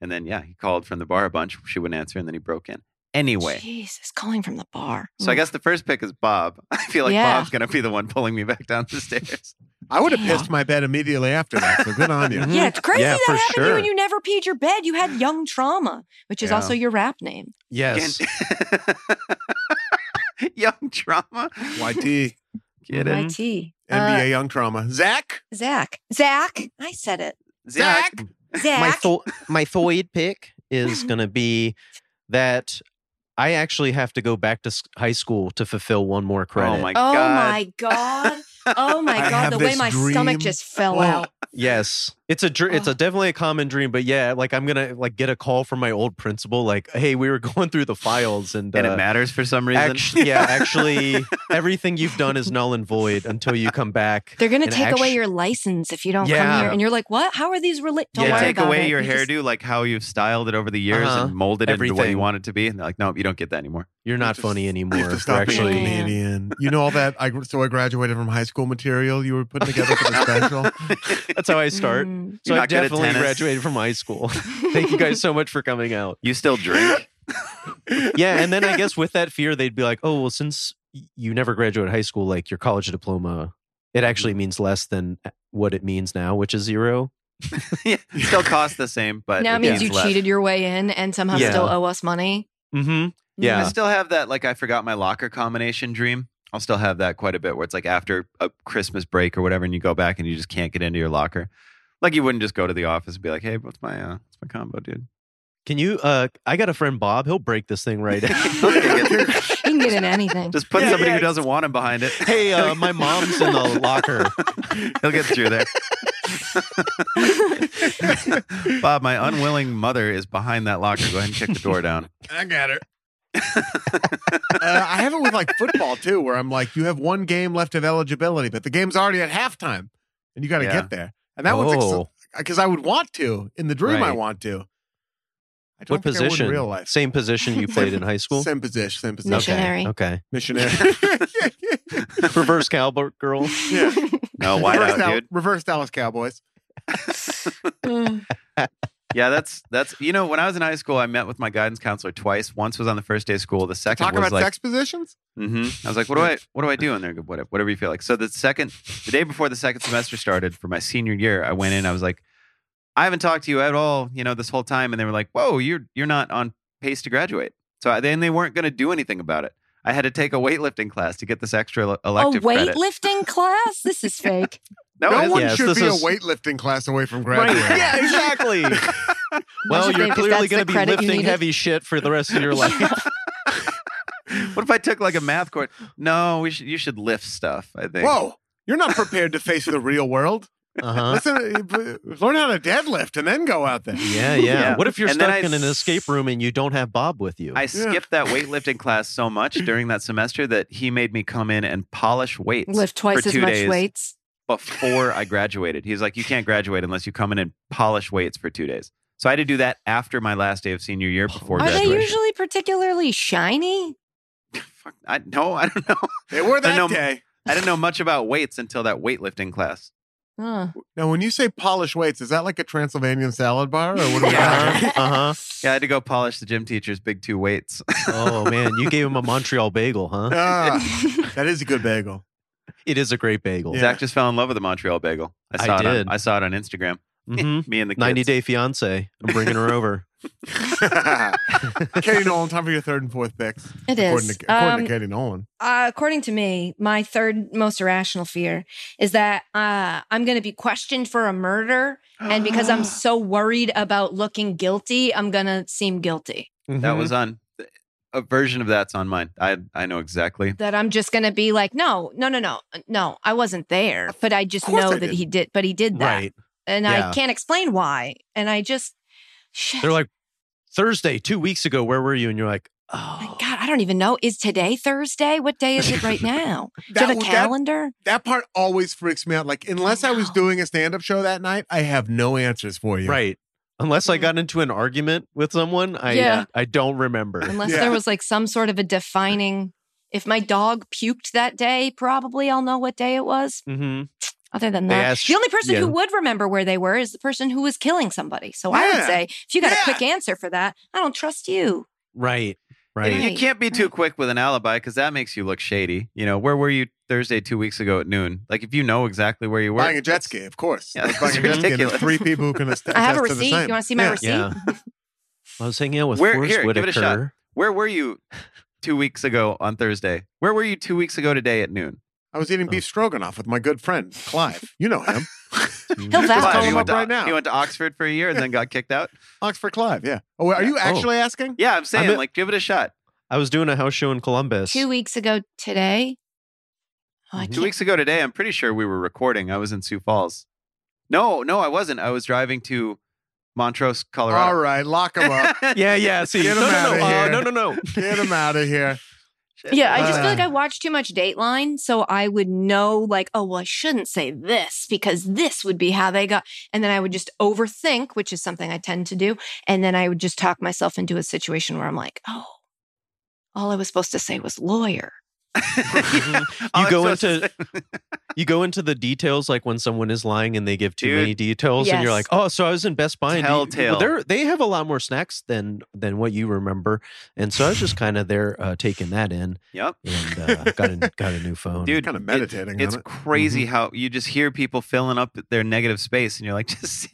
[SPEAKER 7] And then yeah, he called from the bar a bunch. She wouldn't answer, and then he broke in. Anyway,
[SPEAKER 5] Jesus, calling from the bar.
[SPEAKER 7] so I guess the first pick is Bob. I feel like
[SPEAKER 5] Yeah.
[SPEAKER 7] Bob's gonna be the one pulling me back down the stairs.
[SPEAKER 4] I would have
[SPEAKER 5] Yeah.
[SPEAKER 4] pissed my bed immediately after that. So good on you.
[SPEAKER 5] Mm. Yeah, it's crazy
[SPEAKER 6] Yeah,
[SPEAKER 5] that
[SPEAKER 6] for
[SPEAKER 5] happened to you
[SPEAKER 6] sure.
[SPEAKER 5] and you never peed your bed. You had young trauma, which is
[SPEAKER 7] Yeah.
[SPEAKER 5] also your rap name.
[SPEAKER 6] Yes.
[SPEAKER 7] Young trauma.
[SPEAKER 4] YT,
[SPEAKER 6] Mm-hmm.
[SPEAKER 7] Get it?
[SPEAKER 5] YT.
[SPEAKER 4] NBA Young Trauma. Zach,
[SPEAKER 5] Uh, Zach. Zach. I said it.
[SPEAKER 7] Zach.
[SPEAKER 4] Zach?
[SPEAKER 5] Zach.
[SPEAKER 6] my tho- my thoid pick is going to be that I actually have to go back to s- high school to fulfill one more credit.
[SPEAKER 7] Oh my
[SPEAKER 5] oh
[SPEAKER 7] god.
[SPEAKER 5] my God. Oh my
[SPEAKER 4] I
[SPEAKER 5] God.
[SPEAKER 4] have
[SPEAKER 5] The way
[SPEAKER 4] this
[SPEAKER 5] my stomach
[SPEAKER 4] dream.
[SPEAKER 5] just fell
[SPEAKER 4] Oh.
[SPEAKER 5] out.
[SPEAKER 6] Yes, it's a dr- it's
[SPEAKER 5] Oh.
[SPEAKER 6] a definitely a common dream, but yeah, like I'm gonna like get a call from my old principal, like, hey, we were going through the files and,
[SPEAKER 7] and
[SPEAKER 6] uh,
[SPEAKER 7] it matters for some reason.
[SPEAKER 6] act- yeah, actually, everything you've done is null and void until you come back.
[SPEAKER 5] They're going to
[SPEAKER 6] And
[SPEAKER 5] take away
[SPEAKER 6] actu-
[SPEAKER 5] your license if you don't come
[SPEAKER 6] Yeah.
[SPEAKER 5] here. And you're like, what? How are these related? Don't
[SPEAKER 7] They
[SPEAKER 6] Yeah.
[SPEAKER 5] worry
[SPEAKER 7] take
[SPEAKER 5] about
[SPEAKER 7] away
[SPEAKER 5] it.
[SPEAKER 7] your
[SPEAKER 5] You just-
[SPEAKER 7] hairdo, like how you've styled it over the years
[SPEAKER 6] Uh-huh.
[SPEAKER 7] and molded it into what you
[SPEAKER 6] Everything.
[SPEAKER 7] want it to be. And they're like, no, you don't get that anymore.
[SPEAKER 6] You're not
[SPEAKER 4] Just-
[SPEAKER 6] funny
[SPEAKER 4] You
[SPEAKER 6] anymore.
[SPEAKER 4] have to
[SPEAKER 6] We're
[SPEAKER 4] stop being a
[SPEAKER 6] actually,
[SPEAKER 5] Yeah.
[SPEAKER 4] comedian. You know all that. I so I graduated from high school material you were putting together for the special.
[SPEAKER 6] that's how I start.
[SPEAKER 5] Mm.
[SPEAKER 6] So
[SPEAKER 7] You're
[SPEAKER 6] I
[SPEAKER 7] not good at
[SPEAKER 6] definitely
[SPEAKER 7] tennis.
[SPEAKER 6] graduated from high school. Thank you guys so much for coming out.
[SPEAKER 7] You still drink.
[SPEAKER 6] yeah, and then I guess with that fear, they'd be like, "Oh, well, since y- you never graduated high school, like your college diploma, it actually means less than uh, what it means now, which is zero.
[SPEAKER 7] yeah, still costs the same, but
[SPEAKER 5] now it means you
[SPEAKER 7] less.
[SPEAKER 5] cheated your way in and somehow
[SPEAKER 6] Yeah.
[SPEAKER 5] still owe us money.
[SPEAKER 6] Mm-hmm.
[SPEAKER 7] I
[SPEAKER 6] Yeah.
[SPEAKER 7] still have that. Like I forgot my locker combination dream. I'll still have that quite a bit, where it's like after a Christmas break or whatever, and you go back and you just can't get into your locker. Like you wouldn't just go to the office and be like, "Hey, what's my uh, what's my combo, dude?"
[SPEAKER 6] Can you? Uh, I got a friend Bob. He'll break this thing right.
[SPEAKER 5] You can get in anything.
[SPEAKER 7] Just put
[SPEAKER 4] Yeah,
[SPEAKER 7] somebody
[SPEAKER 4] yeah.
[SPEAKER 7] who doesn't want him behind it.
[SPEAKER 6] hey, uh, my mom's in the locker.
[SPEAKER 7] He'll get through there. Bob, my unwilling mother is behind that locker. Go ahead and kick the door down.
[SPEAKER 4] I got her. uh, I have it with like football too, where I'm like, you have one game left of eligibility, but the game's already at halftime, and you got to
[SPEAKER 7] Yeah.
[SPEAKER 4] get there. And that was
[SPEAKER 6] oh,
[SPEAKER 4] because I would want to in the dream. I
[SPEAKER 6] Right.
[SPEAKER 4] want to. I don't
[SPEAKER 6] what
[SPEAKER 4] think I would
[SPEAKER 6] position?
[SPEAKER 4] in real life?
[SPEAKER 6] Same position you played in high school.
[SPEAKER 4] Same position. Same position.
[SPEAKER 5] Missionary.
[SPEAKER 6] Okay.
[SPEAKER 4] Missionary.
[SPEAKER 6] Reverse cowboy girl.
[SPEAKER 4] yeah.
[SPEAKER 7] No, why
[SPEAKER 4] reverse,
[SPEAKER 7] not,
[SPEAKER 4] Dal-
[SPEAKER 7] dude?
[SPEAKER 4] reverse Dallas Cowboys.
[SPEAKER 5] Mm.
[SPEAKER 7] Yeah, that's that's you know, when I was in high school, I met with my guidance counselor twice. Once was on the first day of school. The second
[SPEAKER 4] Talk
[SPEAKER 7] was
[SPEAKER 4] about
[SPEAKER 7] like
[SPEAKER 4] sex positions.
[SPEAKER 7] Mm-hmm. I was like, what do I what do I do? And they're good, whatever, whatever you feel like. So the second the day before the second semester started for my senior year, I went in, I was like, I haven't talked to you at all, you know, this whole time. And they were like, Whoa, you're you're not on pace to graduate. So I, then they weren't gonna do anything about it. I had to take a weightlifting class to get this extra ele-
[SPEAKER 5] a
[SPEAKER 7] elective credit.
[SPEAKER 5] weightlifting class? This is fake.
[SPEAKER 7] No, it
[SPEAKER 4] no
[SPEAKER 7] isn't.
[SPEAKER 4] one
[SPEAKER 6] Yes,
[SPEAKER 4] should
[SPEAKER 6] this
[SPEAKER 4] be
[SPEAKER 6] is-
[SPEAKER 4] a weightlifting class away from
[SPEAKER 6] Right.
[SPEAKER 4] graduating.
[SPEAKER 6] Yeah. Exactly. well,
[SPEAKER 5] Imagine
[SPEAKER 6] you're
[SPEAKER 5] if
[SPEAKER 6] clearly
[SPEAKER 5] that's
[SPEAKER 6] going
[SPEAKER 5] the
[SPEAKER 6] to be
[SPEAKER 5] credit you
[SPEAKER 6] lifting
[SPEAKER 5] needed.
[SPEAKER 6] heavy shit for the rest of your life.
[SPEAKER 7] What if I took like a math course? No, we should you should lift stuff, I think.
[SPEAKER 4] Whoa. You're not prepared to face the real world.
[SPEAKER 6] Uh-huh.
[SPEAKER 4] Listen, eh, learn how to deadlift and then go out there.
[SPEAKER 6] Yeah, yeah.
[SPEAKER 7] Yeah.
[SPEAKER 6] What if you're
[SPEAKER 7] And then
[SPEAKER 6] stuck
[SPEAKER 7] I
[SPEAKER 6] in an
[SPEAKER 7] s-
[SPEAKER 6] escape room and you don't have Bob with you?
[SPEAKER 7] I skipped that weightlifting class so much during that semester that he made me come in and polish weights
[SPEAKER 5] Lift twice
[SPEAKER 7] For
[SPEAKER 5] as
[SPEAKER 7] two
[SPEAKER 5] much
[SPEAKER 7] days.
[SPEAKER 5] weights.
[SPEAKER 7] before I graduated. He was like, You can't graduate unless you come in and polish weights for two days. So I had to do that after my last day of senior year
[SPEAKER 6] Oh,
[SPEAKER 7] before
[SPEAKER 5] Are they
[SPEAKER 7] graduation.
[SPEAKER 5] usually particularly shiny?
[SPEAKER 7] Fuck, I, no, I don't know.
[SPEAKER 4] They were that
[SPEAKER 7] know-
[SPEAKER 4] day.
[SPEAKER 7] I didn't know much about weights until that weightlifting class.
[SPEAKER 5] Huh.
[SPEAKER 4] Now, when you say polish weights, is that like a Transylvanian salad bar or what? Are we
[SPEAKER 7] Yeah.
[SPEAKER 4] talking-
[SPEAKER 5] Uh-huh.
[SPEAKER 6] Uh huh.
[SPEAKER 7] Yeah, I had to go polish the gym teacher's big two weights.
[SPEAKER 6] Oh man, you gave him a Montreal bagel, huh?
[SPEAKER 4] Ah, that is a good bagel.
[SPEAKER 6] It is a great bagel.
[SPEAKER 4] Yeah.
[SPEAKER 7] Zach just fell in love with the Montreal bagel. I
[SPEAKER 6] I
[SPEAKER 7] saw it.
[SPEAKER 6] did.
[SPEAKER 7] On, I saw it on Instagram.
[SPEAKER 6] hmm
[SPEAKER 7] Me and the kids.
[SPEAKER 6] Ninety Day Fiance. I'm bringing her over.
[SPEAKER 4] Katie Nolan, time for your third and fourth picks.
[SPEAKER 5] It
[SPEAKER 4] According,
[SPEAKER 5] is.
[SPEAKER 4] to, according
[SPEAKER 5] Um,
[SPEAKER 4] to Katie Nolan.
[SPEAKER 5] uh, according to me, my third most irrational fear is that uh, I'm going to be questioned for a murder. And because I'm so worried about looking guilty, I'm going to seem guilty.
[SPEAKER 7] that
[SPEAKER 4] Mm-hmm.
[SPEAKER 7] was on a version of that's on mine. I I know exactly.
[SPEAKER 5] That I'm just going to be like, no, no, no, no, no, I wasn't there. But I just
[SPEAKER 4] Of course
[SPEAKER 5] know
[SPEAKER 4] I
[SPEAKER 5] that he did, but he did that.
[SPEAKER 6] right.
[SPEAKER 5] And
[SPEAKER 6] Yeah.
[SPEAKER 5] I can't explain why. And I just, shit.
[SPEAKER 6] They're like Thursday, two weeks ago. Where were you? And you're like, oh,
[SPEAKER 5] God, I don't even know. Is today Thursday? What day is it right now? Do you have a
[SPEAKER 4] That- that-
[SPEAKER 5] calendar?
[SPEAKER 4] That part always freaks me out. Like, unless I was
[SPEAKER 5] know.
[SPEAKER 4] doing a stand up show that night, I have no answers for you.
[SPEAKER 6] right. Unless I got into an argument with someone, I
[SPEAKER 5] Mm-hmm.
[SPEAKER 6] uh,
[SPEAKER 5] Yeah.
[SPEAKER 6] I don't remember.
[SPEAKER 5] Unless
[SPEAKER 4] Yeah.
[SPEAKER 5] there was like some sort of a defining, if my dog puked that day, probably I'll know what day it was.
[SPEAKER 6] hmm
[SPEAKER 5] Other than
[SPEAKER 6] They
[SPEAKER 5] that,
[SPEAKER 6] asked-
[SPEAKER 5] the only person
[SPEAKER 6] yeah.
[SPEAKER 5] who would remember where they were is the person who was killing somebody. So I would
[SPEAKER 4] Yeah.
[SPEAKER 5] say, if you got
[SPEAKER 4] Yeah.
[SPEAKER 5] a quick answer for that, I don't trust you.
[SPEAKER 6] Right.
[SPEAKER 7] And
[SPEAKER 6] Right.
[SPEAKER 7] You can't be too
[SPEAKER 5] right.
[SPEAKER 7] quick with an alibi because that makes you look shady. You know, where were you Thursday two weeks ago at noon? Like if you know exactly where you were,
[SPEAKER 4] Buying a jet ski, of course.
[SPEAKER 7] Yeah,
[SPEAKER 4] Like buying a
[SPEAKER 7] that's
[SPEAKER 4] jet ski, and there's
[SPEAKER 7] ridiculous.
[SPEAKER 4] three people who can attest
[SPEAKER 5] I have a
[SPEAKER 4] to the
[SPEAKER 5] receipt.
[SPEAKER 4] same.
[SPEAKER 5] You want to see my
[SPEAKER 4] Yeah.
[SPEAKER 5] receipt?
[SPEAKER 6] Yeah. I was hanging out with
[SPEAKER 7] Where-
[SPEAKER 6] Forrest
[SPEAKER 7] here, give
[SPEAKER 6] Whitaker.
[SPEAKER 7] it a shot. Where were you two weeks ago on Thursday? Where were you two weeks ago today at noon?
[SPEAKER 4] I was eating beef stroganoff with my good friend Clive. You know him,
[SPEAKER 5] He'll
[SPEAKER 4] Just
[SPEAKER 5] vouch.
[SPEAKER 4] call
[SPEAKER 7] He
[SPEAKER 4] him
[SPEAKER 7] went
[SPEAKER 4] up
[SPEAKER 7] to-
[SPEAKER 4] right now.
[SPEAKER 7] He went to Oxford for a year and then got kicked out.
[SPEAKER 4] Oxford Clive. Yeah. Oh, are you
[SPEAKER 6] Yeah. Oh.
[SPEAKER 4] actually asking?
[SPEAKER 7] Yeah, I'm saying
[SPEAKER 6] I'm a-
[SPEAKER 7] like give it a shot.
[SPEAKER 6] I was doing a house show in Columbus.
[SPEAKER 5] Two weeks ago today. Oh, I
[SPEAKER 7] Two
[SPEAKER 5] can't.
[SPEAKER 7] weeks ago today, I'm pretty sure we were recording. I was in Sioux Falls. No, no, I wasn't. I was driving to Montrose,
[SPEAKER 4] All
[SPEAKER 7] Colorado.
[SPEAKER 4] right, lock him up.
[SPEAKER 6] Yeah, yeah. See,
[SPEAKER 4] Get
[SPEAKER 6] no,
[SPEAKER 4] him
[SPEAKER 6] no,
[SPEAKER 4] outta
[SPEAKER 6] no, uh,
[SPEAKER 4] here.
[SPEAKER 6] no, no, no.
[SPEAKER 4] Get him out of here.
[SPEAKER 5] Yeah, I just feel like
[SPEAKER 4] Uh.
[SPEAKER 5] I watched too much Dateline, so I would know like, oh, well, I shouldn't say this because this would be how they got, and then I would just overthink, which is something I tend to do, and then I would just talk myself into a situation where I'm like, oh, all I was supposed to say was lawyer.
[SPEAKER 7] All Oh,
[SPEAKER 6] You go
[SPEAKER 7] I'm supposed
[SPEAKER 6] into- You go into the details like when someone is lying and they give too
[SPEAKER 7] Dude.
[SPEAKER 6] many details, and you're
[SPEAKER 5] Yes.
[SPEAKER 6] like, "Oh, so I was in Best Buy." and you-
[SPEAKER 7] Telltale.
[SPEAKER 6] They're- They have a lot more snacks than than what you remember, and so I was just kind of there uh, taking that in,
[SPEAKER 7] Yep.
[SPEAKER 6] and uh, got a got a new phone.
[SPEAKER 7] Dude,
[SPEAKER 4] Kind of
[SPEAKER 7] it-
[SPEAKER 4] meditating.
[SPEAKER 7] it's
[SPEAKER 4] on it. Mm-hmm.
[SPEAKER 7] crazy how you just hear people filling up their negative space and you're like just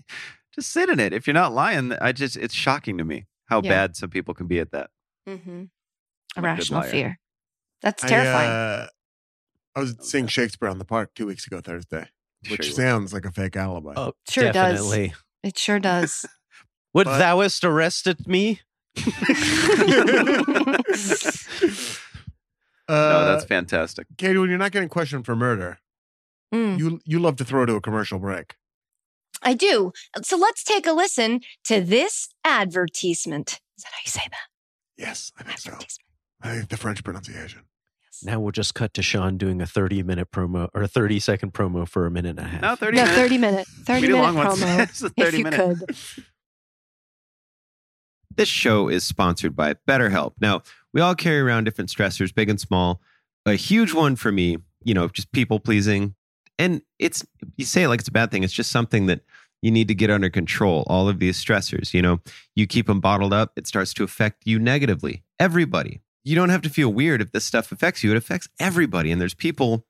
[SPEAKER 7] just sit in it. If you're not lying, I just it's shocking to me how
[SPEAKER 5] Yeah.
[SPEAKER 7] bad some people can be at that.
[SPEAKER 5] Mm-hmm.
[SPEAKER 7] I'm a good
[SPEAKER 5] Irrational
[SPEAKER 7] liar.
[SPEAKER 5] fear. That's
[SPEAKER 4] I,
[SPEAKER 5] terrifying.
[SPEAKER 4] uh, I was seeing Shakespeare on the Park two weeks ago Thursday,
[SPEAKER 7] Sure
[SPEAKER 4] which
[SPEAKER 7] you were.
[SPEAKER 4] sounds like a fake alibi.
[SPEAKER 6] oh,
[SPEAKER 5] Sure does.
[SPEAKER 6] definitely.
[SPEAKER 5] it sure does.
[SPEAKER 6] Would
[SPEAKER 4] But-
[SPEAKER 6] thouest arrested me?
[SPEAKER 7] no,
[SPEAKER 4] Uh,
[SPEAKER 7] that's fantastic.
[SPEAKER 4] Katie, when you're not getting questioned for murder,
[SPEAKER 5] Mm.
[SPEAKER 4] you you love to throw to a commercial break.
[SPEAKER 5] I do. So let's take a listen to this advertisement. Is that how you say that?
[SPEAKER 4] Yes, I think so.
[SPEAKER 5] Advertisement.
[SPEAKER 4] I think the French pronunciation.
[SPEAKER 6] Now we'll just cut to Sean doing a 30 minute promo or a 30 second promo for a minute and a half.
[SPEAKER 7] No, 30
[SPEAKER 5] no,
[SPEAKER 7] minutes.
[SPEAKER 5] 30 minute. 30
[SPEAKER 7] we do
[SPEAKER 5] minute
[SPEAKER 7] long ones.
[SPEAKER 5] promo.
[SPEAKER 7] It's a
[SPEAKER 5] if
[SPEAKER 7] 30
[SPEAKER 5] you
[SPEAKER 7] minute.
[SPEAKER 5] could.
[SPEAKER 1] This show is sponsored by BetterHelp. Now, we all carry around different stressors, big and small. A huge one for me, you know, just people pleasing. And it's, you say it like it's a bad thing. It's just something that you need to get under control. All of these stressors, you know, you keep them bottled up, it starts to affect you negatively. Everybody. You don't have to feel weird if this stuff affects you, it affects everybody. And there's people,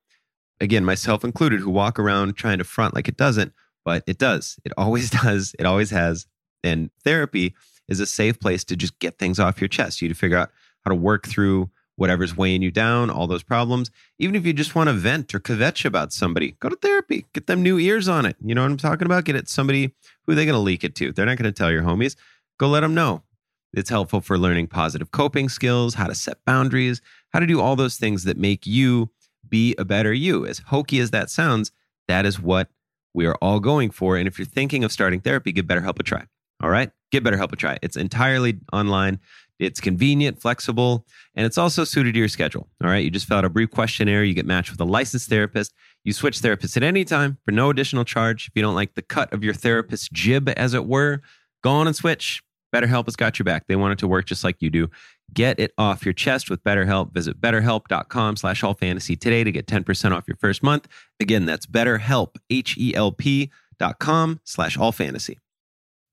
[SPEAKER 1] again, myself included, who walk around trying to front like it doesn't, but it does. It always does. It always has. And therapy is a safe place to just get things off your chest. You to figure out how to work through whatever's weighing you down, all those problems. Even if you just want to vent or kvetch about somebody, go to therapy. Get them new ears on it. You know what I'm talking about? Get it somebody who they're going to leak it to. They're not going to tell your homies. Go let them know. It's helpful for learning positive coping skills, how to set boundaries, how to do all those things that make you be a better you. As hokey as that sounds, that is what we are all going for. And if you're thinking of starting therapy, give BetterHelp a try. All right? Give BetterHelp a try. It's entirely online. It's convenient, flexible, and it's also suited to your schedule. All right? You just fill out a brief questionnaire. You get matched with a licensed therapist. You switch therapists at any time for no additional charge. If you don't like the cut of your therapist's jib, as it were, Go on and switch. BetterHelp has got your back. They want it to work just like you do. Get it off your chest with BetterHelp. Visit betterhelp.com slash all fantasy today to get 10% off your first month. Again, that's betterhelp, H-E-L-P dot com slash all fantasy.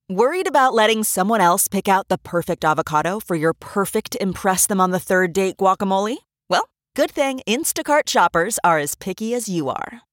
[SPEAKER 9] Worried about letting someone else pick out the perfect avocado for your perfect Impress Them on the Third Date guacamole? Well, good thing Instacart shoppers are as picky as you are.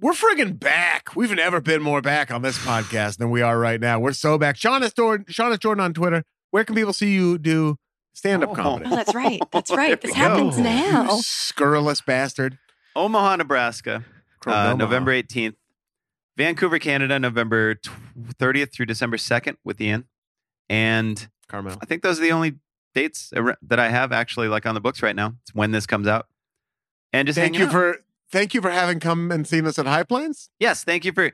[SPEAKER 4] We're friggin' back. We've never been more back on this podcast than we are right now. We're so back. Sean is Jordan, Sean is Jordan on Twitter. Where can people see you do stand up
[SPEAKER 7] Oh.
[SPEAKER 4] comedy?
[SPEAKER 5] Oh, that's right. That's right.
[SPEAKER 7] There
[SPEAKER 5] This
[SPEAKER 7] we go.
[SPEAKER 5] happens now.
[SPEAKER 4] You scurrilous bastard.
[SPEAKER 7] Omaha, Nebraska,
[SPEAKER 4] From
[SPEAKER 7] uh,
[SPEAKER 4] Omaha.
[SPEAKER 7] November 18th. Vancouver, Canada, November tw- 30th through December 2nd with Ian. And
[SPEAKER 4] Carmel.
[SPEAKER 7] I think those are the only dates ar- that I have actually like on the books right now. It's when this comes out. And just
[SPEAKER 4] Thank
[SPEAKER 7] hanging
[SPEAKER 4] you
[SPEAKER 7] out.
[SPEAKER 4] for thank you for having come and seen us at High Plains.
[SPEAKER 7] Yes, thank you for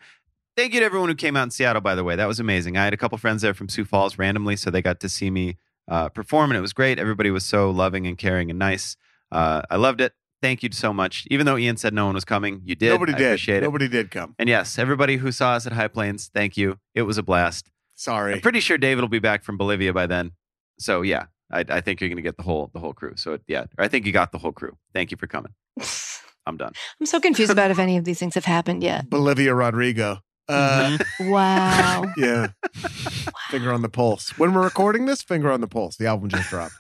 [SPEAKER 7] thank you to everyone who came out in Seattle. By the way, that was amazing. I had a couple friends there from Sioux Falls randomly, so they got to see me uh, perform, and it was great. Everybody was so loving and caring and nice. Uh, I loved it. Thank you so much. Even though Ian said no one was coming, you did.
[SPEAKER 4] Nobody
[SPEAKER 7] I
[SPEAKER 4] did.
[SPEAKER 7] Appreciate it.
[SPEAKER 4] Nobody did come.
[SPEAKER 7] And yes, everybody who saw us at High Plains, thank you. It was a blast.
[SPEAKER 4] Sorry.
[SPEAKER 7] I'm pretty sure David will be back from Bolivia by then. So yeah, I, I think you're going to get the whole the whole crew. So yeah, I think you got the whole crew. Thank you for coming. I'm done.
[SPEAKER 5] I'm so confused about if any of these things have happened yet.
[SPEAKER 4] Bolivia Rodrigo. Uh,
[SPEAKER 5] Wow.
[SPEAKER 7] Mm-hmm.
[SPEAKER 4] yeah. Finger on the pulse. When we're recording this, finger on the pulse. The album just dropped.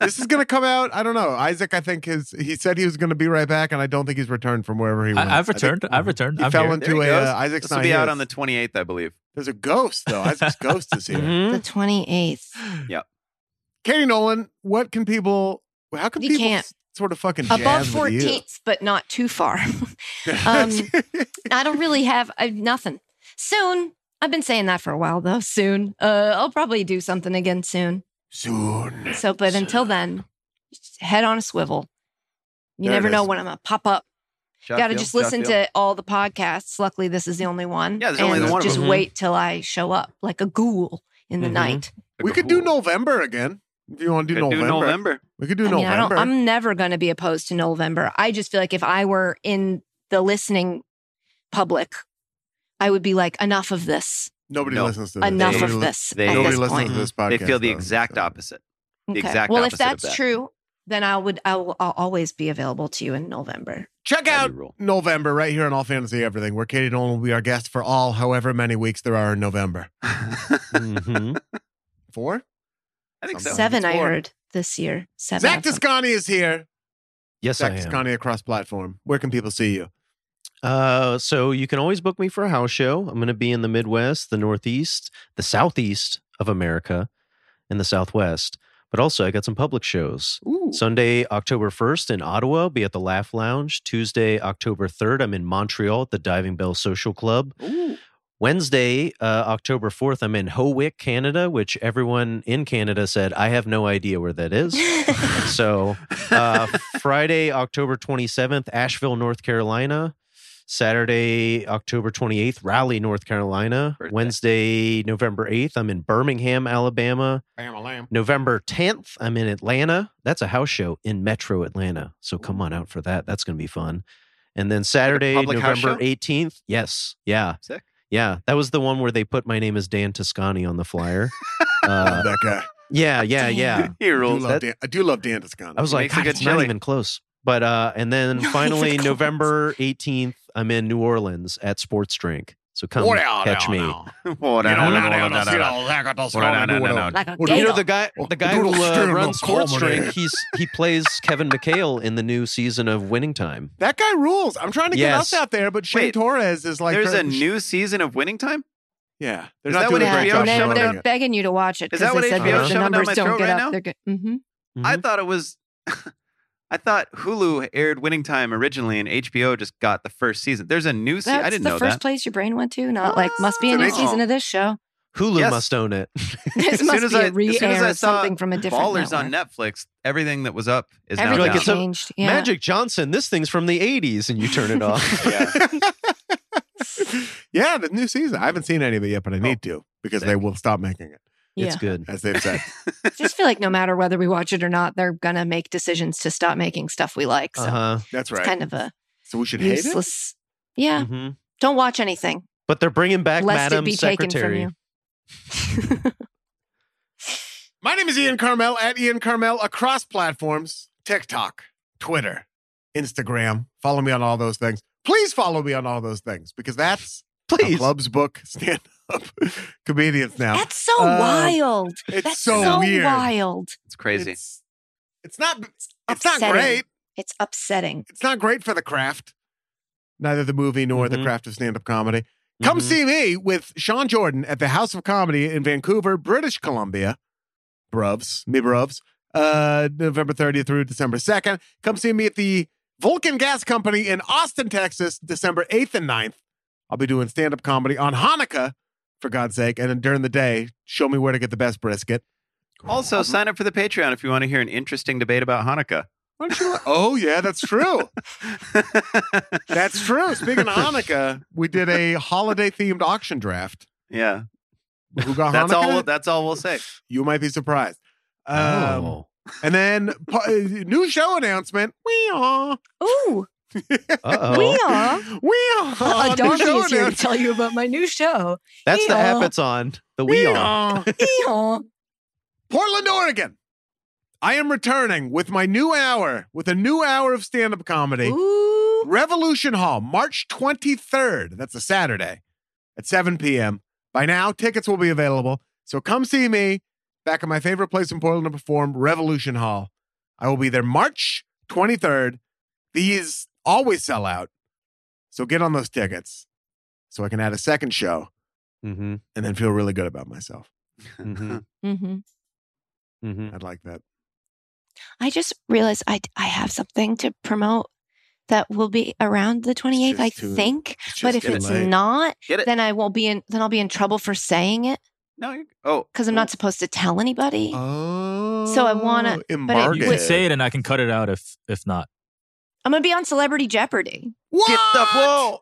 [SPEAKER 4] this is gonna come out. I don't know. Isaac, I think is he said he was gonna be right back, and I don't think he's returned from wherever he went.
[SPEAKER 8] I, I've
[SPEAKER 4] I think
[SPEAKER 8] returned. I've returned.
[SPEAKER 4] He
[SPEAKER 8] I'm
[SPEAKER 4] fell
[SPEAKER 8] here.
[SPEAKER 4] into
[SPEAKER 7] There
[SPEAKER 4] a
[SPEAKER 7] he goes.
[SPEAKER 4] uh, Isaac's
[SPEAKER 7] This will
[SPEAKER 4] not
[SPEAKER 7] be out
[SPEAKER 4] here.
[SPEAKER 7] on the 28th, I believe.
[SPEAKER 4] There's a ghost though. Isaac's ghost is here.
[SPEAKER 8] Mm-hmm.
[SPEAKER 5] the 28th.
[SPEAKER 4] Katie Nolan, what can people? How can
[SPEAKER 5] You
[SPEAKER 4] people
[SPEAKER 5] can't.
[SPEAKER 4] s- sort of fucking
[SPEAKER 5] Above
[SPEAKER 4] jazz with you?
[SPEAKER 5] 14th, but not too far. Um, I don't really have I, nothing. Soon. I've been saying that for a while though. Soon. Uh, I'll probably do something again soon.
[SPEAKER 4] Soon.
[SPEAKER 5] So, but until then, just head on a swivel. You
[SPEAKER 4] There it
[SPEAKER 5] never know
[SPEAKER 4] is.
[SPEAKER 5] when I'm going to pop up.
[SPEAKER 7] Shot
[SPEAKER 5] Got to
[SPEAKER 7] field,
[SPEAKER 5] just
[SPEAKER 7] shot
[SPEAKER 5] listen
[SPEAKER 7] field.
[SPEAKER 5] to all the podcasts. Luckily, this is the only one.
[SPEAKER 7] Yeah, there's only
[SPEAKER 5] And
[SPEAKER 4] the one of
[SPEAKER 5] Just
[SPEAKER 8] them.
[SPEAKER 5] wait till I show up like a ghoul in the
[SPEAKER 8] Mhm.
[SPEAKER 5] night.
[SPEAKER 4] We could do November again if you want to do
[SPEAKER 7] Could
[SPEAKER 4] November.
[SPEAKER 7] do November.
[SPEAKER 4] We could do
[SPEAKER 5] I mean, I
[SPEAKER 4] November.
[SPEAKER 5] don't, I'm never going to be opposed to November. I just feel like if I were in the listening public, I would be like, enough of this.
[SPEAKER 4] Nobody
[SPEAKER 7] No.
[SPEAKER 4] listens to this.
[SPEAKER 5] enough
[SPEAKER 4] Nobody
[SPEAKER 5] of
[SPEAKER 4] li-
[SPEAKER 5] this
[SPEAKER 7] they-
[SPEAKER 5] at
[SPEAKER 4] Nobody
[SPEAKER 5] this
[SPEAKER 4] listens
[SPEAKER 5] point.
[SPEAKER 4] to this podcast.
[SPEAKER 7] They feel the
[SPEAKER 4] though,
[SPEAKER 7] exact
[SPEAKER 4] so.
[SPEAKER 7] opposite. the exact
[SPEAKER 5] well, if
[SPEAKER 7] opposite of
[SPEAKER 5] that's
[SPEAKER 7] that.
[SPEAKER 5] true, then I would I will I'll always be available to you in November.
[SPEAKER 4] Check
[SPEAKER 7] How
[SPEAKER 4] out
[SPEAKER 7] do you roll?
[SPEAKER 4] November right here on All Fantasy Everything, where Katie Nolan will be our guest for all however many weeks there are in November.
[SPEAKER 5] Mm-hmm.
[SPEAKER 6] Mhm.
[SPEAKER 4] Four?
[SPEAKER 7] I think so.
[SPEAKER 4] Sounds-
[SPEAKER 5] Seven, I
[SPEAKER 4] four.
[SPEAKER 5] heard this year. Seven.
[SPEAKER 4] Zach
[SPEAKER 5] of them.
[SPEAKER 4] Toscani is here.
[SPEAKER 6] Yes,
[SPEAKER 4] Zach
[SPEAKER 6] I am.
[SPEAKER 4] Toscani across platform. Where can people see you?
[SPEAKER 6] Uh, so you can always book me for a house show. I'm going to be in the Midwest, the Northeast, the Southeast of America, and the Southwest. But also, I got some public shows.
[SPEAKER 4] Ooh.
[SPEAKER 6] Sunday, October 1st in Ottawa, I'll be at the Laugh Lounge. Tuesday, October 3rd, I'm in Montreal at the Diving Bell Social Club. Wednesday, uh, October 4th, I'm in Howick, Canada, which everyone in Canada said, I have no idea where that is. so uh, Friday, October 27th, Asheville, North Carolina. Saturday, October 28th, Raleigh, North Carolina.
[SPEAKER 7] Birthday.
[SPEAKER 6] Wednesday, November 8th, I'm in Birmingham, Alabama. November 10th, I'm in Atlanta. That's a house show in Metro Atlanta. So come on out for that. That's going to be fun. And then Saturday,
[SPEAKER 7] public house
[SPEAKER 6] November
[SPEAKER 7] show?
[SPEAKER 6] 18th. Yes. Yeah.
[SPEAKER 7] Sick.
[SPEAKER 6] Yeah. That was the one where they put my name as Dan Toscani on the flyer. uh,
[SPEAKER 4] Love that guy.
[SPEAKER 6] yeah. Yeah.
[SPEAKER 5] Damn.
[SPEAKER 6] Yeah.
[SPEAKER 7] He
[SPEAKER 4] I do,
[SPEAKER 7] rules.
[SPEAKER 4] love Dan, I do love Dan Toscani.
[SPEAKER 6] I was
[SPEAKER 7] It
[SPEAKER 6] like,
[SPEAKER 7] makes a
[SPEAKER 6] God,
[SPEAKER 7] good
[SPEAKER 6] it's not
[SPEAKER 7] chili."
[SPEAKER 6] even close. But uh, and then
[SPEAKER 5] Not even
[SPEAKER 6] finally,
[SPEAKER 5] close.
[SPEAKER 6] November eighteenth, I'm in New Orleans at Sports Drink. So come catch me.
[SPEAKER 7] What
[SPEAKER 4] You
[SPEAKER 7] I
[SPEAKER 4] know,
[SPEAKER 7] don't
[SPEAKER 4] now
[SPEAKER 7] know
[SPEAKER 4] they
[SPEAKER 7] about
[SPEAKER 4] don't see
[SPEAKER 7] that.
[SPEAKER 4] all that, got those
[SPEAKER 7] Well, no,
[SPEAKER 4] kind
[SPEAKER 7] no,
[SPEAKER 4] of
[SPEAKER 7] no, no.
[SPEAKER 4] doodle.
[SPEAKER 5] like a
[SPEAKER 4] Well,
[SPEAKER 6] You know
[SPEAKER 5] gator.
[SPEAKER 6] the guy,
[SPEAKER 4] Well,
[SPEAKER 6] the guy
[SPEAKER 4] dude,
[SPEAKER 6] who
[SPEAKER 4] it's
[SPEAKER 6] uh,
[SPEAKER 4] terrible
[SPEAKER 6] runs Sports
[SPEAKER 4] comedy.
[SPEAKER 6] Drink. He's he plays Kevin McHale in the new season of Winning Time.
[SPEAKER 4] That guy rules. I'm trying to get
[SPEAKER 6] Yes.
[SPEAKER 4] us out there, but Shane
[SPEAKER 7] Wait,
[SPEAKER 4] Torres is like
[SPEAKER 7] There's a
[SPEAKER 4] trying-
[SPEAKER 7] new season of Winning Time.
[SPEAKER 4] Yeah, they're
[SPEAKER 7] Is
[SPEAKER 4] not
[SPEAKER 7] that what
[SPEAKER 4] doing
[SPEAKER 7] HBO
[SPEAKER 4] a great
[SPEAKER 7] is showing
[SPEAKER 4] job
[SPEAKER 5] they're,
[SPEAKER 4] showing
[SPEAKER 5] they're
[SPEAKER 4] it.
[SPEAKER 5] begging you to watch it
[SPEAKER 7] Is
[SPEAKER 5] because
[SPEAKER 7] that what
[SPEAKER 5] they said
[SPEAKER 7] HBO
[SPEAKER 5] if the
[SPEAKER 7] is shoving down
[SPEAKER 5] numbers
[SPEAKER 7] my
[SPEAKER 5] don't
[SPEAKER 7] throat
[SPEAKER 5] get
[SPEAKER 7] right
[SPEAKER 5] up,
[SPEAKER 7] now?
[SPEAKER 5] they're good. hmm
[SPEAKER 7] I
[SPEAKER 6] Mhm.
[SPEAKER 7] thought it was. I thought Hulu aired Winning Time originally, and HBO just got the first season. There's a new season.
[SPEAKER 5] That's
[SPEAKER 7] I didn't
[SPEAKER 5] the
[SPEAKER 7] know
[SPEAKER 5] first
[SPEAKER 7] that.
[SPEAKER 5] place your brain went to. Not like must be a new
[SPEAKER 7] amazing.
[SPEAKER 5] season of this show.
[SPEAKER 6] Hulu
[SPEAKER 7] Yes.
[SPEAKER 6] must own it.
[SPEAKER 5] This must
[SPEAKER 7] As soon as
[SPEAKER 5] be
[SPEAKER 7] I-
[SPEAKER 5] a
[SPEAKER 7] as
[SPEAKER 5] re
[SPEAKER 7] soon as
[SPEAKER 5] air
[SPEAKER 7] I
[SPEAKER 5] of
[SPEAKER 7] saw
[SPEAKER 5] something from a different
[SPEAKER 7] Ballers
[SPEAKER 5] network.
[SPEAKER 7] on Netflix. Everything that was up is now
[SPEAKER 5] Everything
[SPEAKER 6] Like,
[SPEAKER 7] down.
[SPEAKER 6] it's a
[SPEAKER 5] changed. yeah.
[SPEAKER 6] Magic Johnson, this thing's from the 80s, and you turn it off.
[SPEAKER 4] yeah, the new season. I haven't seen any of it yet, but I need to because they will stop making it,
[SPEAKER 6] It's
[SPEAKER 5] Yeah.
[SPEAKER 6] good.
[SPEAKER 4] as they've said.
[SPEAKER 5] I just feel like no matter whether we watch it or not, they're gonna make decisions to stop making stuff we like. So
[SPEAKER 6] Uh-huh.
[SPEAKER 4] That's
[SPEAKER 5] it's
[SPEAKER 4] right.
[SPEAKER 5] kind of a
[SPEAKER 4] so we should hate it.
[SPEAKER 5] useless. Yeah.
[SPEAKER 6] hmm
[SPEAKER 5] Don't watch anything.
[SPEAKER 6] But they're bringing back
[SPEAKER 5] lest it
[SPEAKER 6] Madam
[SPEAKER 5] be
[SPEAKER 6] Secretary.
[SPEAKER 5] taken from you.
[SPEAKER 4] My name is Ian Carmel at Ian Carmel across platforms TikTok, Twitter, Instagram. Follow me on all those things. Please follow me on all those things because that's
[SPEAKER 6] Please.
[SPEAKER 4] how clubs book stand up comedians now.
[SPEAKER 5] That's so
[SPEAKER 4] Uh,
[SPEAKER 5] wild.
[SPEAKER 4] it's
[SPEAKER 5] That's
[SPEAKER 4] so
[SPEAKER 5] so,
[SPEAKER 4] weird.
[SPEAKER 5] wild.
[SPEAKER 7] It's crazy.
[SPEAKER 4] It's, it's not. It's not
[SPEAKER 5] upsetting.
[SPEAKER 4] great.
[SPEAKER 5] It's upsetting.
[SPEAKER 4] It's not great for the craft. Neither the movie nor the
[SPEAKER 6] Mhm.
[SPEAKER 4] craft of stand up comedy. Come
[SPEAKER 6] Mhm.
[SPEAKER 4] see me with Sean Jordan at the House of Comedy in Vancouver, British Columbia. Bruvs, me bruvs. Uh, November 30th through December 2nd. Come see me at the Vulcan Gas Company in Austin, Texas, December 8th and 9th. I'll be doing stand up comedy on Hanukkah, for God's sake. And then during the day, show me where to get the best brisket.
[SPEAKER 7] Also,
[SPEAKER 5] Uh-huh.
[SPEAKER 7] sign up for the Patreon if you want to hear an interesting debate about Hanukkah.
[SPEAKER 4] Why don't you- oh, yeah, that's true. That's true. Speaking of Hanukkah, we did a holiday themed auction draft.
[SPEAKER 7] yeah,
[SPEAKER 4] Who got
[SPEAKER 7] that's
[SPEAKER 4] Hanukkah?
[SPEAKER 7] all. That's all we'll say.
[SPEAKER 4] you might be surprised. Um,
[SPEAKER 6] Oh.
[SPEAKER 4] And then pa- uh, new show announcement. We are.
[SPEAKER 5] Ooh,
[SPEAKER 6] Uh-oh.
[SPEAKER 5] we are.
[SPEAKER 4] We are.
[SPEAKER 5] Uh, Donkey
[SPEAKER 4] show
[SPEAKER 5] is here to
[SPEAKER 4] announcement.
[SPEAKER 5] tell you about my new show.
[SPEAKER 6] That's the app
[SPEAKER 5] Yeah.
[SPEAKER 6] it's on. The we on.
[SPEAKER 4] are. Portland, Oregon. I am returning with my new hour, with a new hour of stand up comedy.
[SPEAKER 5] Ooh.
[SPEAKER 4] Revolution Hall, March 23rd. That's a Saturday at 7 p.m. By now, tickets will be available. So come see me back at my favorite place in Portland to perform, Revolution Hall. I will be there March 23rd. These always sell out. So get on those tickets so I can add a second show
[SPEAKER 6] Mm-hmm.
[SPEAKER 4] and then feel really good about myself.
[SPEAKER 6] Mm-hmm.
[SPEAKER 5] Mm-hmm.
[SPEAKER 6] Mm-hmm.
[SPEAKER 4] I'd like that.
[SPEAKER 5] I just realized I I have something to promote that will be around the 28th, I
[SPEAKER 4] just too-
[SPEAKER 5] think.
[SPEAKER 4] It's
[SPEAKER 5] But if
[SPEAKER 4] just too
[SPEAKER 5] it's
[SPEAKER 4] late.
[SPEAKER 5] not,
[SPEAKER 7] Get it?
[SPEAKER 5] then I won't be in. Then I'll be in trouble for saying it
[SPEAKER 7] No. You're, oh,
[SPEAKER 5] because I'm not supposed to tell anybody.
[SPEAKER 4] Oh.
[SPEAKER 5] So I wanna- it-
[SPEAKER 4] embargo.
[SPEAKER 8] You can say it, and I can cut it out if if not.
[SPEAKER 5] I'm gonna be on Celebrity Jeopardy.
[SPEAKER 4] What?
[SPEAKER 7] Get the whoa.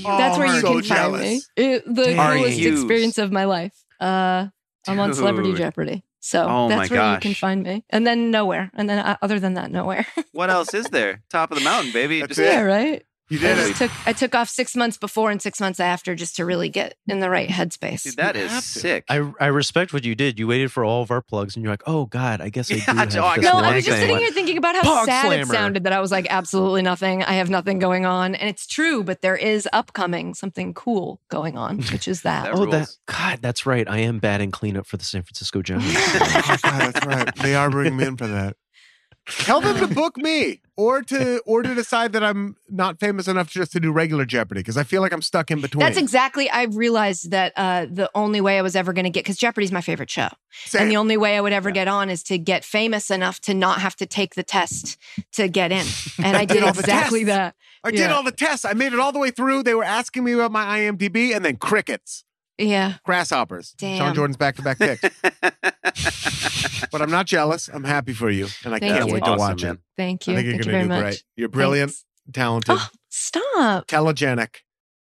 [SPEAKER 5] That's
[SPEAKER 4] Oh,
[SPEAKER 5] where
[SPEAKER 4] I'm
[SPEAKER 5] you
[SPEAKER 4] so
[SPEAKER 5] can find me.
[SPEAKER 4] jealous.
[SPEAKER 5] It- the
[SPEAKER 7] Are
[SPEAKER 5] coolest
[SPEAKER 7] you-
[SPEAKER 5] experience of my life. Uh, I'm on Celebrity
[SPEAKER 7] Dude.
[SPEAKER 5] Jeopardy. So
[SPEAKER 7] Oh my
[SPEAKER 5] that's where you can
[SPEAKER 7] gosh.
[SPEAKER 5] find me. And then nowhere. And then uh, other than that, nowhere.
[SPEAKER 7] What else is there? Top of the mountain, baby.
[SPEAKER 4] That's
[SPEAKER 7] Just
[SPEAKER 4] it.
[SPEAKER 5] yeah, right.
[SPEAKER 4] You
[SPEAKER 5] I
[SPEAKER 4] did
[SPEAKER 5] just
[SPEAKER 4] it.
[SPEAKER 5] took I took off six months before and six months after just to really get in the right headspace.
[SPEAKER 7] dude, that
[SPEAKER 4] You
[SPEAKER 7] is
[SPEAKER 4] have to.
[SPEAKER 7] sick.
[SPEAKER 6] I, I respect what you did. You waited for all of our plugs, and you're like, oh God, I guess I do.
[SPEAKER 7] Yeah,
[SPEAKER 6] have
[SPEAKER 7] oh, I
[SPEAKER 6] this
[SPEAKER 7] got
[SPEAKER 5] no,
[SPEAKER 7] one
[SPEAKER 5] I was just
[SPEAKER 7] thing.
[SPEAKER 5] sitting here thinking about how
[SPEAKER 6] Pog
[SPEAKER 5] sad it
[SPEAKER 6] slammer.
[SPEAKER 5] sounded that I was like, absolutely nothing. I have nothing going on. And it's true, but there is upcoming something cool going on, which is that.
[SPEAKER 7] That
[SPEAKER 6] Oh, that
[SPEAKER 7] rules.
[SPEAKER 6] God, that's right. I am batting cleanup for the San Francisco Giants.
[SPEAKER 4] Oh, God, that's right. They are bringing me in for that. Tell them to book me, or to or to decide that I'm not famous enough just to do regular Jeopardy because I feel like I'm stuck in between.
[SPEAKER 5] That's exactly. I realized that uh, the only way I was ever going to get because Jeopardy's my favorite show,
[SPEAKER 4] Same.
[SPEAKER 5] and the only way I would ever get on is to get famous enough to not have to take the test to get in. And I
[SPEAKER 4] did
[SPEAKER 5] did
[SPEAKER 4] all the
[SPEAKER 5] exactly
[SPEAKER 4] tests.
[SPEAKER 5] that.
[SPEAKER 4] I did
[SPEAKER 5] yeah.
[SPEAKER 4] all the tests. I made it all the way through. They were asking me about my IMDb, and then crickets,
[SPEAKER 5] Yeah,
[SPEAKER 4] grasshoppers. Sean
[SPEAKER 5] Damn.
[SPEAKER 4] Jordan's back to back picks. but I'm not jealous. I'm happy for you, and I
[SPEAKER 5] Thank
[SPEAKER 4] can't
[SPEAKER 5] you.
[SPEAKER 4] wait to
[SPEAKER 7] Awesome,
[SPEAKER 4] watch
[SPEAKER 7] man.
[SPEAKER 4] it.
[SPEAKER 5] thank you.
[SPEAKER 4] I think you're
[SPEAKER 5] thank you
[SPEAKER 4] gonna
[SPEAKER 5] very
[SPEAKER 4] do
[SPEAKER 5] much.
[SPEAKER 4] great. You're brilliant,
[SPEAKER 5] Thanks.
[SPEAKER 4] talented,
[SPEAKER 5] Oh, stop.
[SPEAKER 4] telegenic,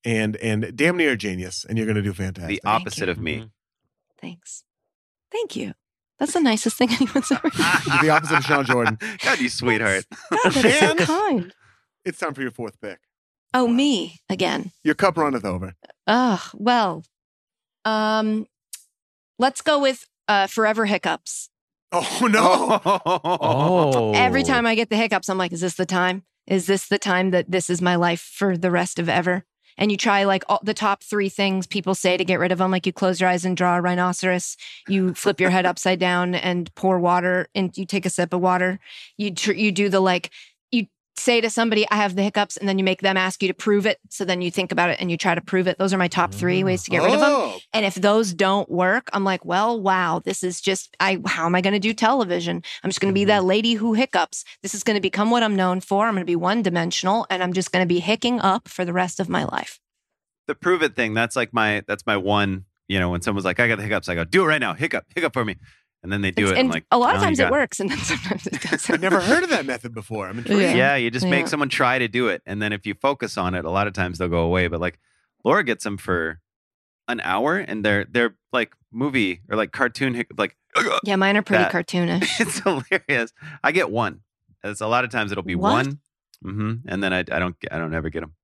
[SPEAKER 4] and and damn near a genius, and you're going to do fantastic.
[SPEAKER 7] the opposite of me.
[SPEAKER 5] Thanks. Thank you. That's the nicest thing anyone's ever.
[SPEAKER 4] the opposite of Sean Jordan.
[SPEAKER 7] God, you sweetheart.
[SPEAKER 5] God, Oh, that is so
[SPEAKER 4] Dan?
[SPEAKER 5] kind.
[SPEAKER 4] It's time for your fourth pick.
[SPEAKER 5] Oh, me again.
[SPEAKER 4] Your cup runneth over.
[SPEAKER 5] Oh, well. Um, let's go with uh, forever hiccups.
[SPEAKER 4] Oh no!
[SPEAKER 6] oh,
[SPEAKER 5] Every time I get the hiccups, I'm like, is this the time? Is this the time that this is my life for the rest of ever? And you try like all the top three things people say to get rid of them. Like you close your eyes and draw a rhinoceros. You flip your head upside down and pour water, and you take a sip of water. You tr- you do the like you say to somebody, "I have the hiccups," and then you make them ask you to prove it. So then you think about it and you try to prove it. Those are my top three ways to get rid of them.
[SPEAKER 4] Oh,
[SPEAKER 5] And if those don't work, I'm like, well, wow, this is just I how am I going to do television? I'm just going to be that lady who hiccups. This is going to become what I'm known for. I'm going to be one-dimensional and I'm just going to be hicking up for the rest of my life.
[SPEAKER 7] the prove it thing that's like my that's my one you know, when someone's like, I got the hiccups, I go, do it right now. Hiccup, hiccup for me. And then they do
[SPEAKER 5] It's-
[SPEAKER 7] it.
[SPEAKER 5] and
[SPEAKER 7] And like,
[SPEAKER 5] a lot of
[SPEAKER 7] "Oh, you
[SPEAKER 5] times it
[SPEAKER 7] got
[SPEAKER 5] works, and then sometimes it doesn't.
[SPEAKER 4] I've never heard of that method before. I'm intrigued.
[SPEAKER 5] Yeah.
[SPEAKER 7] Yeah, you just make
[SPEAKER 5] Yeah.
[SPEAKER 7] someone try to do it. And then if you focus on it, a lot of times they'll go away. But like Laura gets them for an hour and they're they're like movie or like cartoon hic- like
[SPEAKER 5] Yeah, mine are pretty
[SPEAKER 7] That-
[SPEAKER 5] cartoonish.
[SPEAKER 7] it's hilarious. I get one. It's a lot of times it'll be
[SPEAKER 5] What?
[SPEAKER 7] one. hmm And then I, I don't I don't ever get them.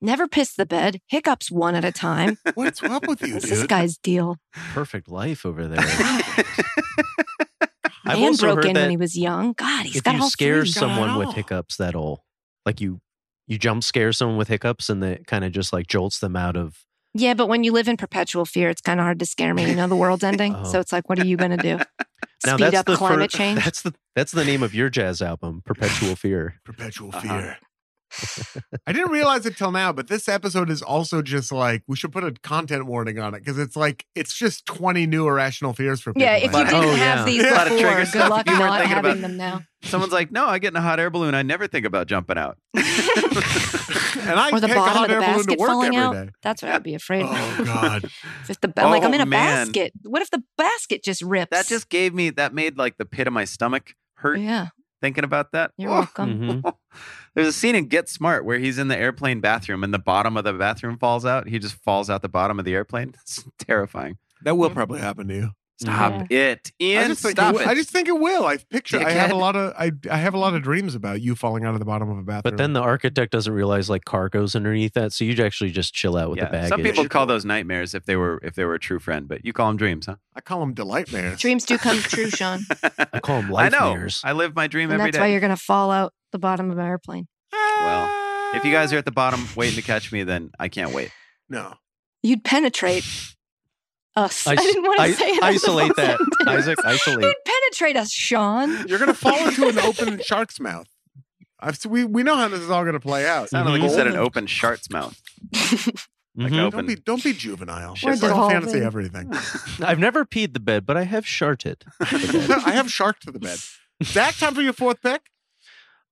[SPEAKER 5] Never piss the bed. Hiccups one at a time.
[SPEAKER 4] What's up with you,
[SPEAKER 5] What's this
[SPEAKER 4] dude?
[SPEAKER 5] guy's deal?
[SPEAKER 6] Perfect life over there. I've
[SPEAKER 5] Man
[SPEAKER 6] also
[SPEAKER 5] broke
[SPEAKER 6] heard
[SPEAKER 5] in
[SPEAKER 6] that
[SPEAKER 5] when he was young. God, he's
[SPEAKER 6] if
[SPEAKER 5] got
[SPEAKER 6] you
[SPEAKER 5] all
[SPEAKER 6] scare
[SPEAKER 5] three.
[SPEAKER 6] someone with
[SPEAKER 4] all.
[SPEAKER 6] hiccups, that'll like you you jump scare someone with hiccups and it kind of just like jolts them out of
[SPEAKER 5] Yeah, but when you live in perpetual fear, it's kind of hard to scare me. You know, the world's ending.
[SPEAKER 6] Oh.
[SPEAKER 5] So it's like, what are you going to do?
[SPEAKER 6] now
[SPEAKER 5] Speed
[SPEAKER 6] that's
[SPEAKER 5] up
[SPEAKER 6] the fir-
[SPEAKER 5] climate change?
[SPEAKER 6] That's the that's the name of your jazz album, Perpetual Fear.
[SPEAKER 4] Perpetual
[SPEAKER 7] Uh-huh.
[SPEAKER 4] fear. I didn't realize it till now, but this episode is also just like we should put a content warning on it because it's like it's just 20 new irrational fears for people.
[SPEAKER 5] Yeah, if you
[SPEAKER 7] Lot of-
[SPEAKER 4] right now.
[SPEAKER 5] didn't
[SPEAKER 6] oh, yeah.
[SPEAKER 5] have these
[SPEAKER 4] A
[SPEAKER 7] lot of trigger
[SPEAKER 5] before,
[SPEAKER 7] stuff
[SPEAKER 5] good luck
[SPEAKER 7] you weren't
[SPEAKER 5] not
[SPEAKER 7] thinking about.
[SPEAKER 5] having them now.
[SPEAKER 7] Someone's like, no, I get in a hot air balloon. I never think about jumping out.
[SPEAKER 4] Oh. and I
[SPEAKER 5] Or the
[SPEAKER 4] take a
[SPEAKER 5] bottom
[SPEAKER 4] hot
[SPEAKER 5] of the
[SPEAKER 4] air balloon to
[SPEAKER 5] basket
[SPEAKER 4] work
[SPEAKER 5] falling
[SPEAKER 4] every
[SPEAKER 5] out.
[SPEAKER 4] day.
[SPEAKER 5] That's what I'd be afraid of.
[SPEAKER 4] Oh God.
[SPEAKER 5] If the, I'm like,
[SPEAKER 7] Oh,
[SPEAKER 5] I'm in a
[SPEAKER 7] man.
[SPEAKER 5] basket. What if the basket just rips?
[SPEAKER 7] That just gave me that made like the pit of my stomach hurt
[SPEAKER 5] Yeah,
[SPEAKER 7] thinking about that.
[SPEAKER 5] you're
[SPEAKER 7] Oh.
[SPEAKER 5] welcome.
[SPEAKER 6] Mhm.
[SPEAKER 7] There's a scene in Get Smart where he's in the airplane bathroom and the bottom of the bathroom falls out. He just falls out the bottom of the airplane. It's terrifying.
[SPEAKER 4] That will probably happen to you.
[SPEAKER 7] Stop it,
[SPEAKER 4] I
[SPEAKER 7] Ian.
[SPEAKER 4] just think
[SPEAKER 7] stop
[SPEAKER 4] it,
[SPEAKER 7] it.
[SPEAKER 4] will- I just think it will. I picture. I have a
[SPEAKER 7] Dickhead.
[SPEAKER 4] lot of. I I have a lot of dreams about you falling out of the bottom of a bathroom.
[SPEAKER 6] But then the architect doesn't realize like car goes underneath that, so you actually just chill out with the
[SPEAKER 7] yeah.
[SPEAKER 6] baggage.
[SPEAKER 7] Some people call those nightmares if they were if they were a true friend, but you call them dreams, huh?
[SPEAKER 4] I call them delight mares.
[SPEAKER 5] Dreams do come true, Sean.
[SPEAKER 6] I call them
[SPEAKER 7] I
[SPEAKER 6] life
[SPEAKER 7] know.
[SPEAKER 6] mirrors.
[SPEAKER 7] I live my dream
[SPEAKER 5] And
[SPEAKER 7] every
[SPEAKER 5] that's why
[SPEAKER 7] day.
[SPEAKER 5] you're going to fall out the bottom of an airplane.
[SPEAKER 7] Well, if you guys are at the bottom waiting to catch me, then I can't wait.
[SPEAKER 4] no,
[SPEAKER 5] You'd penetrate us. I,
[SPEAKER 6] Is-
[SPEAKER 5] didn't want to
[SPEAKER 6] I-
[SPEAKER 5] say it. as a full
[SPEAKER 6] Isolate that,
[SPEAKER 5] sentence.
[SPEAKER 6] Isaac. Isolate.
[SPEAKER 5] You'd penetrate us, Sean.
[SPEAKER 4] you're gonna fall into an open shark's mouth. I've s- we we know how this is all gonna play out.
[SPEAKER 7] Sounded like you
[SPEAKER 4] Gold.
[SPEAKER 7] said an open shark's mouth. Like
[SPEAKER 6] Mhm.
[SPEAKER 4] Don't be don't be juvenile.
[SPEAKER 7] Shit's
[SPEAKER 4] Don't
[SPEAKER 5] like-
[SPEAKER 4] fantasy
[SPEAKER 5] Devolving.
[SPEAKER 4] everything.
[SPEAKER 6] I've never peed the bed, but I have sharted.
[SPEAKER 4] I have shark to the bed. Zach, time for your fourth pick.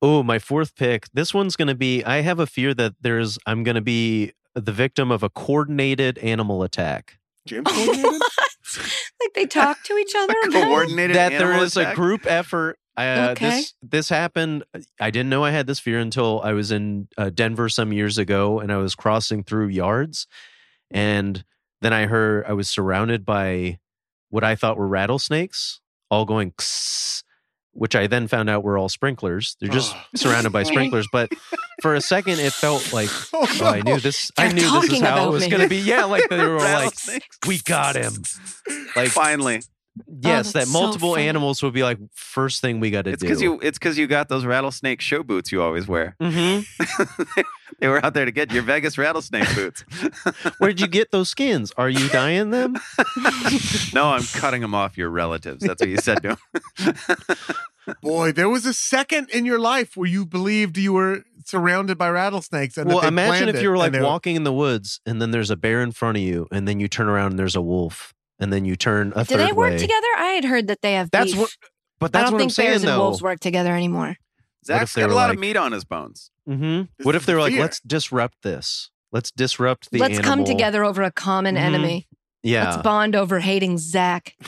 [SPEAKER 6] Oh, my fourth pick. This one's going to be. I have a fear that there's. I'm going to be the victim of a coordinated animal attack.
[SPEAKER 4] James coordinated.
[SPEAKER 5] what? Like they talk to each other about it?
[SPEAKER 7] Coordinated
[SPEAKER 6] that there
[SPEAKER 7] animal
[SPEAKER 6] is
[SPEAKER 7] attack?
[SPEAKER 6] a group effort. Uh,
[SPEAKER 5] Okay.
[SPEAKER 6] This this happened. I didn't know I had this fear until I was in uh, Denver some years ago, and I was crossing through yards, and then I heard I was surrounded by what I thought were rattlesnakes, all going, "Kss," which I then found out were all sprinklers. They're just
[SPEAKER 7] Oh.
[SPEAKER 4] Ugh.
[SPEAKER 6] surrounded by sprinklers. But for a second, it felt like
[SPEAKER 4] Oh,
[SPEAKER 6] oh, I
[SPEAKER 4] no.
[SPEAKER 6] knew this. I
[SPEAKER 5] They're
[SPEAKER 6] knew this is
[SPEAKER 5] talking
[SPEAKER 6] how it
[SPEAKER 5] about
[SPEAKER 6] was
[SPEAKER 5] me.
[SPEAKER 6] going to be. Yeah, like they were like,
[SPEAKER 7] Rattlesnakes.
[SPEAKER 6] we got him. Like
[SPEAKER 7] Finally,
[SPEAKER 6] Yes,
[SPEAKER 5] Oh,
[SPEAKER 6] that
[SPEAKER 5] that's so
[SPEAKER 6] multiple
[SPEAKER 5] funny.
[SPEAKER 6] animals would be like first thing we got to
[SPEAKER 7] it's
[SPEAKER 6] do.
[SPEAKER 7] because you it's because you got those rattlesnake show boots you always wear.
[SPEAKER 6] Mhm.
[SPEAKER 7] they were out there to get your Vegas rattlesnake boots.
[SPEAKER 6] Where'd you get those skins? Are you dyeing them?
[SPEAKER 7] no, I'm cutting them off your relatives. That's what you said to him.
[SPEAKER 4] Boy, there was a second in your life where you believed you were surrounded by rattlesnakes. And that
[SPEAKER 6] well,
[SPEAKER 4] they
[SPEAKER 6] imagine
[SPEAKER 4] planned
[SPEAKER 6] if
[SPEAKER 4] it
[SPEAKER 6] you were
[SPEAKER 4] and
[SPEAKER 6] like
[SPEAKER 4] they
[SPEAKER 6] walking in the woods and then there's a bear in front of you, and then you turn around and there's a wolf, and then you turn a
[SPEAKER 5] Do
[SPEAKER 6] third
[SPEAKER 5] they work
[SPEAKER 6] way.
[SPEAKER 5] together? I had heard that they have
[SPEAKER 6] That's
[SPEAKER 5] beef.
[SPEAKER 6] what. But
[SPEAKER 5] I
[SPEAKER 6] that's
[SPEAKER 5] don't
[SPEAKER 6] what
[SPEAKER 5] think
[SPEAKER 6] I'm saying
[SPEAKER 5] bears
[SPEAKER 6] though.
[SPEAKER 5] and wolves work together anymore.
[SPEAKER 7] Zach's
[SPEAKER 6] they
[SPEAKER 7] got a
[SPEAKER 6] were
[SPEAKER 7] lot
[SPEAKER 6] like-
[SPEAKER 7] of meat on his bones.
[SPEAKER 6] Mhm.
[SPEAKER 4] This
[SPEAKER 6] What
[SPEAKER 4] is
[SPEAKER 6] if they're
[SPEAKER 4] the
[SPEAKER 6] like,
[SPEAKER 4] fear.
[SPEAKER 6] let's disrupt this. Let's disrupt the.
[SPEAKER 5] Let's come
[SPEAKER 6] animal."
[SPEAKER 5] together over a common
[SPEAKER 6] Mhm.
[SPEAKER 5] enemy.
[SPEAKER 6] Yeah.
[SPEAKER 5] Let's bond over hating Zach.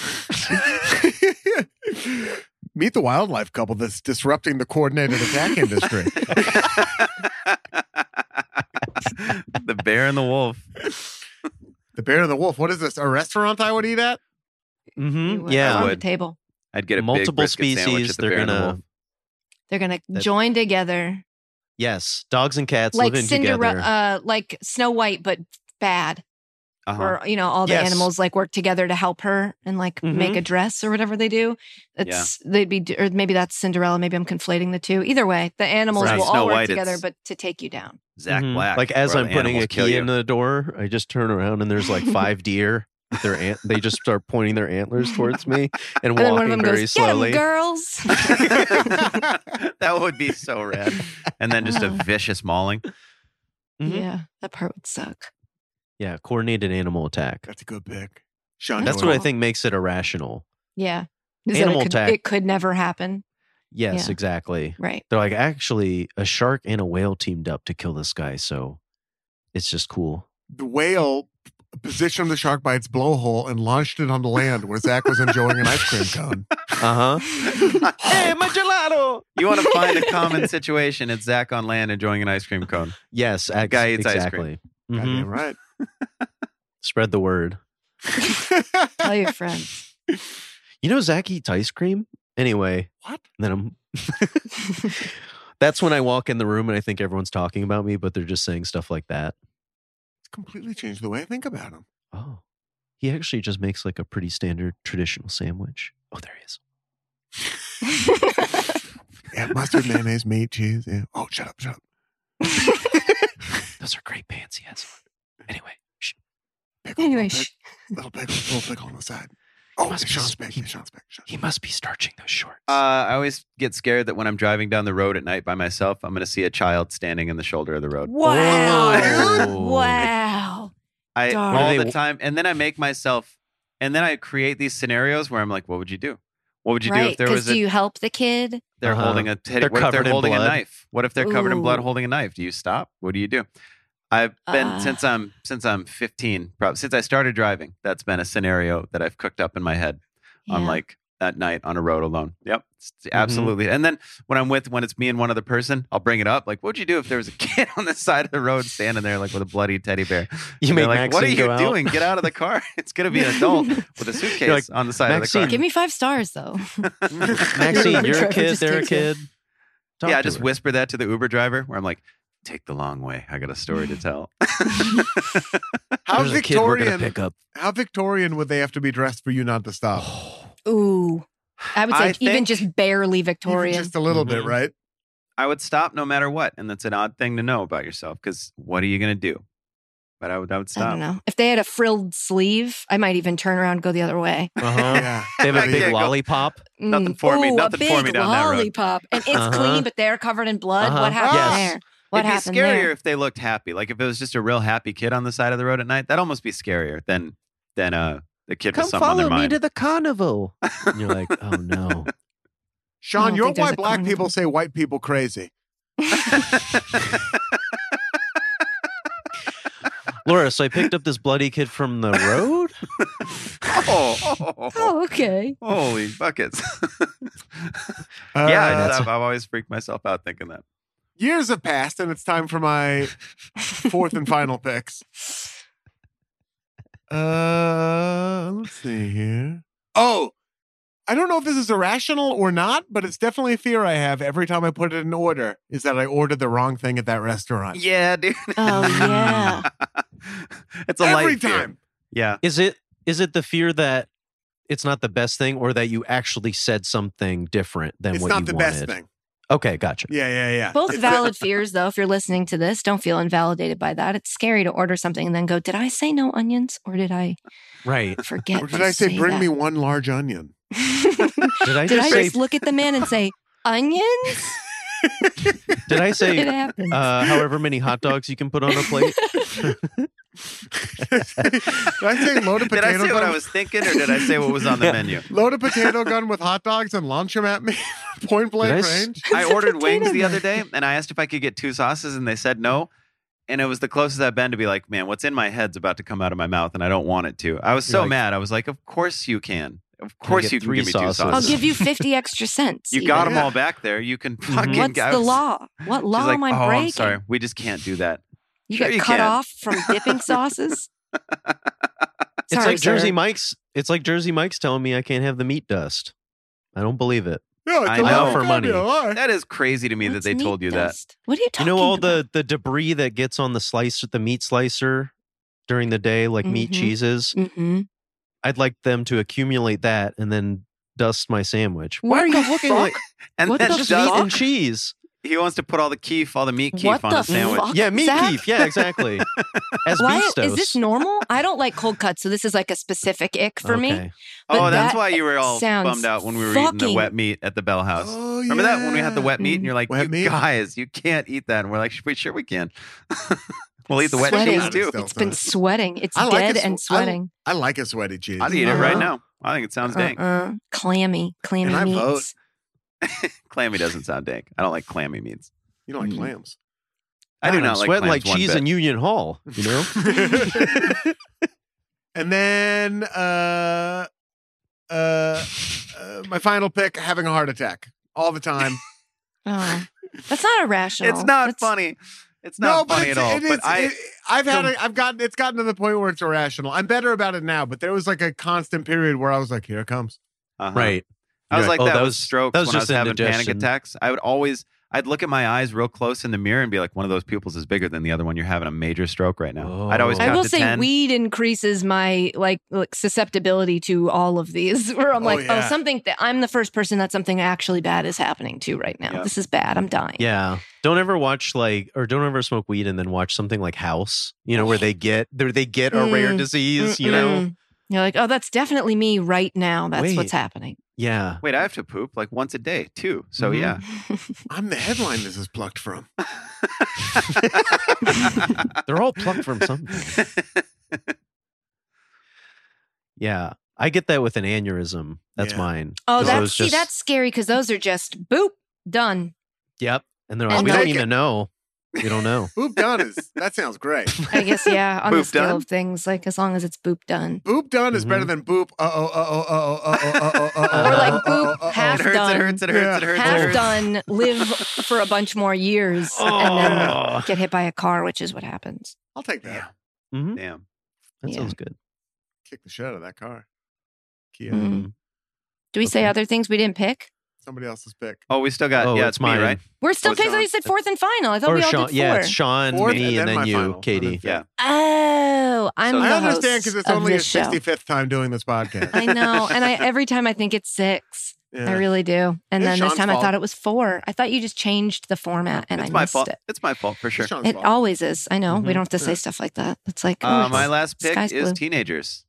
[SPEAKER 4] Meet the wildlife couple that's disrupting the coordinated attack industry.
[SPEAKER 7] the bear and the wolf.
[SPEAKER 4] the bear and the wolf. What is this? A restaurant I would eat at?
[SPEAKER 5] You
[SPEAKER 6] Mhm.
[SPEAKER 5] were
[SPEAKER 6] Yeah.
[SPEAKER 5] on the
[SPEAKER 7] would.
[SPEAKER 5] table.
[SPEAKER 7] I'd get a big
[SPEAKER 6] Multiple
[SPEAKER 7] brisket sandwich
[SPEAKER 6] species,
[SPEAKER 7] at the
[SPEAKER 6] they're
[SPEAKER 7] bear and the
[SPEAKER 6] gonna-
[SPEAKER 7] wolf.
[SPEAKER 5] They're gonna
[SPEAKER 6] That-
[SPEAKER 5] join together,
[SPEAKER 6] Yes. Dogs and cats
[SPEAKER 5] like
[SPEAKER 6] living
[SPEAKER 5] Cinderella,
[SPEAKER 6] together.
[SPEAKER 5] uh, like Snow White, but bad.
[SPEAKER 7] Uh-huh.
[SPEAKER 5] Or you know, all the
[SPEAKER 6] Yes.
[SPEAKER 5] animals like work together to help her and like
[SPEAKER 6] Mhm.
[SPEAKER 5] make a dress or whatever they do. It's they'd be, or maybe that's Cinderella. Maybe I'm conflating the two. Either way, the animals
[SPEAKER 7] Right.
[SPEAKER 5] will
[SPEAKER 7] Snow
[SPEAKER 5] all work
[SPEAKER 7] White,
[SPEAKER 5] together,
[SPEAKER 7] it's-
[SPEAKER 5] but to take you down.
[SPEAKER 7] Zach
[SPEAKER 5] Mm-hmm.
[SPEAKER 6] Mhm.
[SPEAKER 7] Black.
[SPEAKER 6] Like as
[SPEAKER 7] or
[SPEAKER 6] I'm
[SPEAKER 7] the
[SPEAKER 6] putting
[SPEAKER 7] animals
[SPEAKER 6] a
[SPEAKER 7] kill
[SPEAKER 6] key
[SPEAKER 7] you.
[SPEAKER 6] in the door, I just turn around and there's like five deer. with Their ant, they just start pointing their antlers towards me and
[SPEAKER 5] And then one of
[SPEAKER 6] walking
[SPEAKER 5] them
[SPEAKER 6] very
[SPEAKER 5] goes,
[SPEAKER 6] slowly.
[SPEAKER 5] "Get 'em, girls!"
[SPEAKER 7] that would be so rad. And then just a vicious mauling. Mm-hmm.
[SPEAKER 6] Mhm.
[SPEAKER 5] Yeah, that part would suck.
[SPEAKER 6] Yeah, coordinated animal attack.
[SPEAKER 4] That's a good pick. Sean,
[SPEAKER 6] That's
[SPEAKER 4] you
[SPEAKER 6] what I
[SPEAKER 4] want-
[SPEAKER 6] think makes it irrational.
[SPEAKER 5] Yeah. Is that
[SPEAKER 6] Animal
[SPEAKER 5] it could,
[SPEAKER 6] attack.
[SPEAKER 5] It could never happen.
[SPEAKER 6] Yes,
[SPEAKER 5] Yeah.
[SPEAKER 6] exactly.
[SPEAKER 5] Right.
[SPEAKER 6] They're like actually a shark and a whale teamed up to kill this guy, so it's just cool.
[SPEAKER 4] The whale positioned the shark by its blowhole and launched it on the land where Zach was enjoying an ice cream cone.
[SPEAKER 7] Uh-huh.
[SPEAKER 6] Uh huh. hey, my gelato.
[SPEAKER 7] You want to find a common situation. It's Zach on land enjoying an ice cream cone.
[SPEAKER 6] Yes, ex-
[SPEAKER 7] Guy eats ice
[SPEAKER 6] exactly. Mhm.
[SPEAKER 4] Goddamn right.
[SPEAKER 6] Spread the word.
[SPEAKER 5] Tell your friends.
[SPEAKER 6] You know, Zach eats ice cream. Anyway, what? Then I'm. That's when I walk in the room and I think everyone's talking about me, but they're just saying stuff like that.
[SPEAKER 4] It's completely changed the way I think about him.
[SPEAKER 6] Oh, he actually just makes like a pretty standard traditional sandwich. Oh, there he is.
[SPEAKER 4] Yeah, mustard, mayonnaise, meat, cheese. Yeah. Oh, shut up, shut up.
[SPEAKER 6] Those are great pants he has on. Anyway, shh,
[SPEAKER 4] Pickle,
[SPEAKER 5] anyway,
[SPEAKER 4] little,
[SPEAKER 5] sh-
[SPEAKER 4] pick- little pickle, little pickle on the side. Oh,
[SPEAKER 6] must be
[SPEAKER 4] Sean's
[SPEAKER 6] sp-
[SPEAKER 4] back.
[SPEAKER 6] he-
[SPEAKER 4] Sean's back. Sean's
[SPEAKER 6] he must be starching those shorts.
[SPEAKER 7] Uh, I always get scared that when I'm driving down the road at night by myself, I'm going to see a child standing in the shoulder of the road.
[SPEAKER 5] wow.
[SPEAKER 6] Oh.
[SPEAKER 5] Wow.
[SPEAKER 7] I
[SPEAKER 5] Darn.
[SPEAKER 7] all
[SPEAKER 6] Are they-
[SPEAKER 7] the time, and then I make myself, and then I create these scenarios where I'm like, "What would you do? What would you do
[SPEAKER 5] right.
[SPEAKER 7] if there was
[SPEAKER 5] Because
[SPEAKER 7] a
[SPEAKER 5] do you help the kid?
[SPEAKER 7] they're
[SPEAKER 6] Uh-huh.
[SPEAKER 7] holding a t-
[SPEAKER 6] They're
[SPEAKER 7] what if
[SPEAKER 6] covered
[SPEAKER 7] they're
[SPEAKER 6] in
[SPEAKER 7] holding a
[SPEAKER 6] blood.
[SPEAKER 7] knife? What if they're covered in blood
[SPEAKER 5] Ooh.
[SPEAKER 7] holding a knife? Do you stop? What do you do? I've been
[SPEAKER 5] Ah.
[SPEAKER 7] since I'm since I'm 15, probably since I started driving. That's been a scenario that I've cooked up in my head on
[SPEAKER 5] Yeah.
[SPEAKER 7] like at night on a road alone. Yep, It's-
[SPEAKER 6] Mm-hmm.
[SPEAKER 7] absolutely. And then when I'm with when it's me and one other person, I'll bring it up. Like, what'd you do if there was a kid on the side of the road standing there like with a bloody teddy bear?
[SPEAKER 6] You
[SPEAKER 7] And they're
[SPEAKER 6] make
[SPEAKER 7] like, what are
[SPEAKER 6] Maxine
[SPEAKER 7] you
[SPEAKER 6] go out?"
[SPEAKER 7] doing? Get out of the car. It's gonna be an adult with a suitcase
[SPEAKER 6] like,
[SPEAKER 7] on the side of the
[SPEAKER 6] "Maxine,
[SPEAKER 7] car.
[SPEAKER 5] Give me five stars though.
[SPEAKER 6] Maxine,
[SPEAKER 5] Uber
[SPEAKER 6] you're a
[SPEAKER 5] driver
[SPEAKER 6] kid.
[SPEAKER 5] just
[SPEAKER 6] They're a
[SPEAKER 5] takes you.
[SPEAKER 6] kid. Talk
[SPEAKER 7] yeah, I
[SPEAKER 6] to
[SPEAKER 7] just
[SPEAKER 6] her.
[SPEAKER 7] whisper that to the Uber driver where I'm like, take the long way. I got a story to tell.
[SPEAKER 4] back. How
[SPEAKER 6] There's a kid we're gonna
[SPEAKER 4] Victorian?
[SPEAKER 6] pick Oh. up.
[SPEAKER 4] How Victorian would they have to be dressed for you not to stop?
[SPEAKER 5] Ooh. I would say
[SPEAKER 7] I
[SPEAKER 5] even
[SPEAKER 7] think-
[SPEAKER 5] just barely
[SPEAKER 4] Even
[SPEAKER 5] Victorian.
[SPEAKER 4] just a little bit,
[SPEAKER 6] Mhm.
[SPEAKER 4] right?
[SPEAKER 7] I would stop no matter what. And that's an odd thing to know about yourself because what are you going to do? But I would, I would stop.
[SPEAKER 5] I don't know. If they had a frilled sleeve, I might even turn around and go the other way. Mm.
[SPEAKER 6] Uh-huh.
[SPEAKER 4] Yeah.
[SPEAKER 6] They have
[SPEAKER 7] I
[SPEAKER 6] a
[SPEAKER 7] can't
[SPEAKER 6] big
[SPEAKER 7] go-
[SPEAKER 6] lollipop.
[SPEAKER 7] Nothing for me-
[SPEAKER 5] Ooh,
[SPEAKER 7] nothing
[SPEAKER 5] a big
[SPEAKER 7] for me down that road.
[SPEAKER 5] lollipop. And it's
[SPEAKER 6] Uh-huh.
[SPEAKER 5] clean, but they're covered in blood.
[SPEAKER 6] Uh-huh.
[SPEAKER 5] What happened
[SPEAKER 6] Yes.
[SPEAKER 5] there? What
[SPEAKER 7] It'd be
[SPEAKER 5] happened
[SPEAKER 7] scarier
[SPEAKER 5] there?
[SPEAKER 7] if they looked happy. Like if it was just a real happy kid on the side of the road at night, that'd almost be scarier than than uh the kid with something on their mind.
[SPEAKER 6] the carnival. And you're like, oh no.
[SPEAKER 5] I
[SPEAKER 4] Sean,
[SPEAKER 5] don't
[SPEAKER 4] you're
[SPEAKER 5] think there's
[SPEAKER 4] why
[SPEAKER 5] a
[SPEAKER 4] black
[SPEAKER 5] carnival.
[SPEAKER 4] people say white people crazy.
[SPEAKER 6] Laura, so I picked up this bloody kid from the road.
[SPEAKER 7] oh, oh,
[SPEAKER 5] Oh, okay.
[SPEAKER 7] holy buckets!
[SPEAKER 4] Uh,
[SPEAKER 7] yeah, I just- I've, I've always freaked myself out thinking that.
[SPEAKER 4] years have passed, and it's time for my fourth and final picks. Uh, let's see here. Oh, I don't know if this is irrational or not, but it's definitely a fear I have every time I put it in order. Is that I ordered the wrong thing at that restaurant
[SPEAKER 7] Yeah, dude.
[SPEAKER 5] Oh yeah.
[SPEAKER 7] it's a
[SPEAKER 4] every
[SPEAKER 7] light fear.
[SPEAKER 4] time?
[SPEAKER 7] Yeah.
[SPEAKER 6] Is it is it the fear that it's not the best thing or that you actually said something different than
[SPEAKER 4] It's
[SPEAKER 6] what
[SPEAKER 4] not
[SPEAKER 6] you
[SPEAKER 4] the
[SPEAKER 6] wanted?
[SPEAKER 4] best thing.
[SPEAKER 6] Okay, gotcha.
[SPEAKER 4] Yeah, yeah, yeah.
[SPEAKER 5] Both
[SPEAKER 4] It's the-
[SPEAKER 5] valid fears, though. If you're listening to this, don't feel invalidated by that. It's scary to order something and then go, "Did I say no onions, or did I
[SPEAKER 6] Right.
[SPEAKER 5] forget?"
[SPEAKER 4] Or did
[SPEAKER 5] to
[SPEAKER 4] I say, bring
[SPEAKER 5] that?"
[SPEAKER 4] me one large onion?
[SPEAKER 6] Did I
[SPEAKER 5] did
[SPEAKER 6] just
[SPEAKER 5] I
[SPEAKER 6] say
[SPEAKER 5] just look at the man and say, "Onions"?
[SPEAKER 6] did I
[SPEAKER 5] It
[SPEAKER 6] say
[SPEAKER 5] happens.
[SPEAKER 6] uh, however many hot dogs you can put on a plate?
[SPEAKER 4] did I say load of
[SPEAKER 7] Did
[SPEAKER 4] potato
[SPEAKER 7] I say what
[SPEAKER 4] gun-
[SPEAKER 7] I was thinking, or did I say what was on the menu?
[SPEAKER 4] Load a potato gun with hot dogs and launch them at me point
[SPEAKER 6] I
[SPEAKER 4] blank
[SPEAKER 6] s-
[SPEAKER 4] range.
[SPEAKER 7] I ordered wings
[SPEAKER 5] potato
[SPEAKER 7] the other day, and I asked if I could get two sauces, and they said no. And it was the closest I've been to be like, man, what's in my head's about to come out of my mouth, and I don't want it to. I was so
[SPEAKER 6] You're like-
[SPEAKER 7] mad. I was like, of course you can. Of course
[SPEAKER 6] get
[SPEAKER 7] you can
[SPEAKER 6] three
[SPEAKER 7] give me
[SPEAKER 6] sauces?
[SPEAKER 7] two
[SPEAKER 5] I'll
[SPEAKER 7] sauces.
[SPEAKER 5] give you fifty extra cents.
[SPEAKER 7] you
[SPEAKER 5] even.
[SPEAKER 7] got them
[SPEAKER 4] Yeah.
[SPEAKER 7] all back there. You can fucking.
[SPEAKER 5] What's
[SPEAKER 7] I
[SPEAKER 5] the
[SPEAKER 7] was-
[SPEAKER 5] law? What
[SPEAKER 7] She's
[SPEAKER 5] law
[SPEAKER 7] like,
[SPEAKER 5] am I
[SPEAKER 7] oh,
[SPEAKER 5] breaking?
[SPEAKER 7] I'm sorry. We just can't do that.
[SPEAKER 5] You
[SPEAKER 7] Sure
[SPEAKER 5] got
[SPEAKER 7] you
[SPEAKER 5] cut
[SPEAKER 7] can.
[SPEAKER 5] off from dipping sauces.
[SPEAKER 6] It's
[SPEAKER 5] Sorry,
[SPEAKER 6] like Jersey
[SPEAKER 5] sir.
[SPEAKER 6] Mike's it's like Jersey Mike's telling me I can't have the meat dust. I don't believe it.
[SPEAKER 4] Yeah,
[SPEAKER 7] I
[SPEAKER 4] it's a
[SPEAKER 7] know.
[SPEAKER 4] lot
[SPEAKER 6] For
[SPEAKER 4] of
[SPEAKER 6] money.
[SPEAKER 4] goddamn lie.
[SPEAKER 7] That is crazy to me that
[SPEAKER 5] What's
[SPEAKER 7] they told
[SPEAKER 5] meat
[SPEAKER 7] you
[SPEAKER 5] dust? What are you
[SPEAKER 6] You
[SPEAKER 5] talking?
[SPEAKER 6] know all
[SPEAKER 5] about?
[SPEAKER 6] the the debris that gets on the slice the meat slicer during the day, like meat
[SPEAKER 5] Mhm.
[SPEAKER 6] cheeses.
[SPEAKER 5] Mm-hmm.
[SPEAKER 6] I'd like them to accumulate that and then dust my sandwich.
[SPEAKER 5] What the fuck?
[SPEAKER 7] that. And
[SPEAKER 5] What
[SPEAKER 7] then
[SPEAKER 5] the
[SPEAKER 6] Just
[SPEAKER 7] does-
[SPEAKER 6] meat and cheese.
[SPEAKER 7] he wants to put all the keef, all the meat keef
[SPEAKER 5] What
[SPEAKER 7] on
[SPEAKER 5] the
[SPEAKER 7] a sandwich.
[SPEAKER 5] Fuck,
[SPEAKER 6] yeah, meat
[SPEAKER 5] Zach.
[SPEAKER 6] beef. Yeah, exactly. As
[SPEAKER 5] Why
[SPEAKER 6] beef
[SPEAKER 5] is this normal? I don't like cold cuts, so this is like a specific ick for me. But
[SPEAKER 7] Oh, that's
[SPEAKER 5] that
[SPEAKER 7] why you were all
[SPEAKER 5] sounds
[SPEAKER 7] bummed out when we were eating the
[SPEAKER 5] fucking-
[SPEAKER 7] wet meat at the Bell House.
[SPEAKER 4] Oh,
[SPEAKER 7] Remember that when we had the
[SPEAKER 4] yeah.
[SPEAKER 7] wet meat and you're like,
[SPEAKER 4] Wet
[SPEAKER 7] you
[SPEAKER 4] meat?
[SPEAKER 7] guys, you can't eat that. And we're like, we sure we can. we'll eat the wet
[SPEAKER 5] Sweating.
[SPEAKER 7] cheese too.
[SPEAKER 4] It's
[SPEAKER 5] It's been sweating. It's
[SPEAKER 4] I like
[SPEAKER 5] dead
[SPEAKER 4] it sw-
[SPEAKER 5] and
[SPEAKER 4] I-
[SPEAKER 5] sweating.
[SPEAKER 4] I like a sweaty cheese.
[SPEAKER 7] I'd eat it right
[SPEAKER 5] Uh-huh.
[SPEAKER 7] now. I think it sounds
[SPEAKER 4] Uh-huh.
[SPEAKER 7] dank.
[SPEAKER 5] Uh-uh. Clammy, clammy
[SPEAKER 4] And I vote.
[SPEAKER 5] meats.
[SPEAKER 7] Clammy doesn't sound dank. I don't like clammy meats.
[SPEAKER 4] You don't like
[SPEAKER 5] Mm.
[SPEAKER 4] clams.
[SPEAKER 7] I do not like
[SPEAKER 6] sweating
[SPEAKER 7] clams
[SPEAKER 6] like
[SPEAKER 7] one bit.
[SPEAKER 6] cheese
[SPEAKER 7] Mm-hmm.
[SPEAKER 6] in Union Hall. You know,
[SPEAKER 4] And then uh, uh, uh, my final pick: having a heart attack all the time.
[SPEAKER 5] Oh, that's not irrational.
[SPEAKER 7] It's not
[SPEAKER 5] That's-
[SPEAKER 7] funny. It's not funny
[SPEAKER 4] it's-
[SPEAKER 7] at all.
[SPEAKER 4] it
[SPEAKER 7] but
[SPEAKER 4] is-
[SPEAKER 7] I,
[SPEAKER 4] it- I've had, it, I've gotten, it's gotten to the point where it's irrational. I'm better about it now, but there was like a constant period where I was like, "Here it comes."
[SPEAKER 7] uh-huh.
[SPEAKER 6] Right.
[SPEAKER 7] I was
[SPEAKER 6] You're
[SPEAKER 7] like
[SPEAKER 6] oh,
[SPEAKER 7] that, was strokes
[SPEAKER 6] that was
[SPEAKER 7] when
[SPEAKER 6] just
[SPEAKER 7] I was having
[SPEAKER 6] indigestion.
[SPEAKER 7] panic attacks. I would always, I'd look at my eyes real close in the mirror and be like, one of those pupils is bigger than the other one. You're having a major stroke right now. I'd always
[SPEAKER 6] Oh.
[SPEAKER 5] I
[SPEAKER 7] count
[SPEAKER 5] will
[SPEAKER 7] to
[SPEAKER 5] say
[SPEAKER 7] 10.
[SPEAKER 5] weed increases my like, like susceptibility to all of these. Where I'm
[SPEAKER 4] Oh,
[SPEAKER 5] like,
[SPEAKER 4] yeah.
[SPEAKER 5] oh, something that I'm the first person that something actually bad is happening to right now.
[SPEAKER 7] Yeah.
[SPEAKER 5] This is bad. I'm dying.
[SPEAKER 6] Yeah. Don't ever watch like, or don't ever smoke weed and then watch something like House. You know, where they get there, they get a rare
[SPEAKER 5] Mm.
[SPEAKER 6] disease. You know.
[SPEAKER 5] Mm-mm. You're like, oh, that's definitely me right now. That's
[SPEAKER 6] Wait.
[SPEAKER 5] what's happening.
[SPEAKER 6] Yeah.
[SPEAKER 7] Wait, I have to poop like once a day too. So
[SPEAKER 6] Mhm.
[SPEAKER 7] yeah.
[SPEAKER 4] I'm the headline this is plucked from.
[SPEAKER 6] They're all plucked from something. Yeah. I get that with an aneurysm. That's
[SPEAKER 4] Yeah.
[SPEAKER 6] mine.
[SPEAKER 5] oh,
[SPEAKER 6] 'Cause it
[SPEAKER 5] that's
[SPEAKER 6] was
[SPEAKER 5] see,
[SPEAKER 6] just-
[SPEAKER 5] that's scary because those are just boop done.
[SPEAKER 6] Yep. And they're
[SPEAKER 5] And
[SPEAKER 6] like, we don't
[SPEAKER 4] like-
[SPEAKER 6] even know. We don't know.
[SPEAKER 4] Boop done is that sounds great.
[SPEAKER 5] I guess yeah. On the
[SPEAKER 7] Boop
[SPEAKER 5] scale
[SPEAKER 7] done?
[SPEAKER 5] of things, like as long as it's boop done.
[SPEAKER 4] Boop done is better
[SPEAKER 6] Mhm.
[SPEAKER 4] than boop. Uh oh. Uh oh. Uh oh. Uh oh. Uh oh.
[SPEAKER 6] Or like
[SPEAKER 5] boop, half
[SPEAKER 7] It hurts,
[SPEAKER 5] done.
[SPEAKER 7] it hurts, it hurts, it hurts, it
[SPEAKER 5] half
[SPEAKER 7] hurts.
[SPEAKER 5] done, live for a bunch more years, and
[SPEAKER 6] Oh.
[SPEAKER 5] then get hit by a car, which is what happens.
[SPEAKER 4] I'll take that.
[SPEAKER 6] Mhm.
[SPEAKER 7] Damn.
[SPEAKER 6] That
[SPEAKER 5] Yeah.
[SPEAKER 6] sounds good.
[SPEAKER 4] Kick the shit out of that car. Kia.
[SPEAKER 5] Mhm. Do we say
[SPEAKER 6] Okay.
[SPEAKER 5] other things we didn't pick?
[SPEAKER 4] Somebody else's pick.
[SPEAKER 7] Oh, we still got
[SPEAKER 6] oh,
[SPEAKER 7] yeah,
[SPEAKER 6] it's
[SPEAKER 7] it's me,
[SPEAKER 6] mine.
[SPEAKER 7] right?
[SPEAKER 5] We're still
[SPEAKER 7] Oh, it's
[SPEAKER 5] picking.
[SPEAKER 7] not-
[SPEAKER 5] You said fourth and final. I thought
[SPEAKER 6] Or
[SPEAKER 5] we all
[SPEAKER 6] Sean.
[SPEAKER 5] did four.
[SPEAKER 6] Yeah, it's Sean,
[SPEAKER 4] Fourth,
[SPEAKER 6] me, and then,
[SPEAKER 4] my
[SPEAKER 6] you,
[SPEAKER 4] final.
[SPEAKER 6] Katie.
[SPEAKER 7] Yeah.
[SPEAKER 5] Oh, I'm.
[SPEAKER 7] So-
[SPEAKER 5] the
[SPEAKER 4] I
[SPEAKER 5] host
[SPEAKER 4] understand because it's
[SPEAKER 5] of
[SPEAKER 4] only your
[SPEAKER 5] this show.
[SPEAKER 4] 65th time doing this podcast.
[SPEAKER 5] I know, and I every time I think it's six. I
[SPEAKER 4] Yeah.
[SPEAKER 5] really do. And
[SPEAKER 4] It's
[SPEAKER 5] then
[SPEAKER 4] Sean's
[SPEAKER 5] this time I
[SPEAKER 4] fault.
[SPEAKER 5] thought it was four. I thought you just changed the format, and
[SPEAKER 7] it's
[SPEAKER 5] I
[SPEAKER 7] my
[SPEAKER 5] missed
[SPEAKER 7] fault.
[SPEAKER 5] it.
[SPEAKER 7] It's my fault for sure.
[SPEAKER 4] It's Sean's
[SPEAKER 5] It
[SPEAKER 4] fault.
[SPEAKER 5] always is. I know.
[SPEAKER 6] Mhm.
[SPEAKER 5] We don't have to say
[SPEAKER 4] Yeah.
[SPEAKER 5] stuff like that. It's like
[SPEAKER 7] Mm-hmm. Uh,
[SPEAKER 5] oh,
[SPEAKER 7] my last pick
[SPEAKER 5] sky's
[SPEAKER 7] is
[SPEAKER 5] blue.
[SPEAKER 7] teenagers.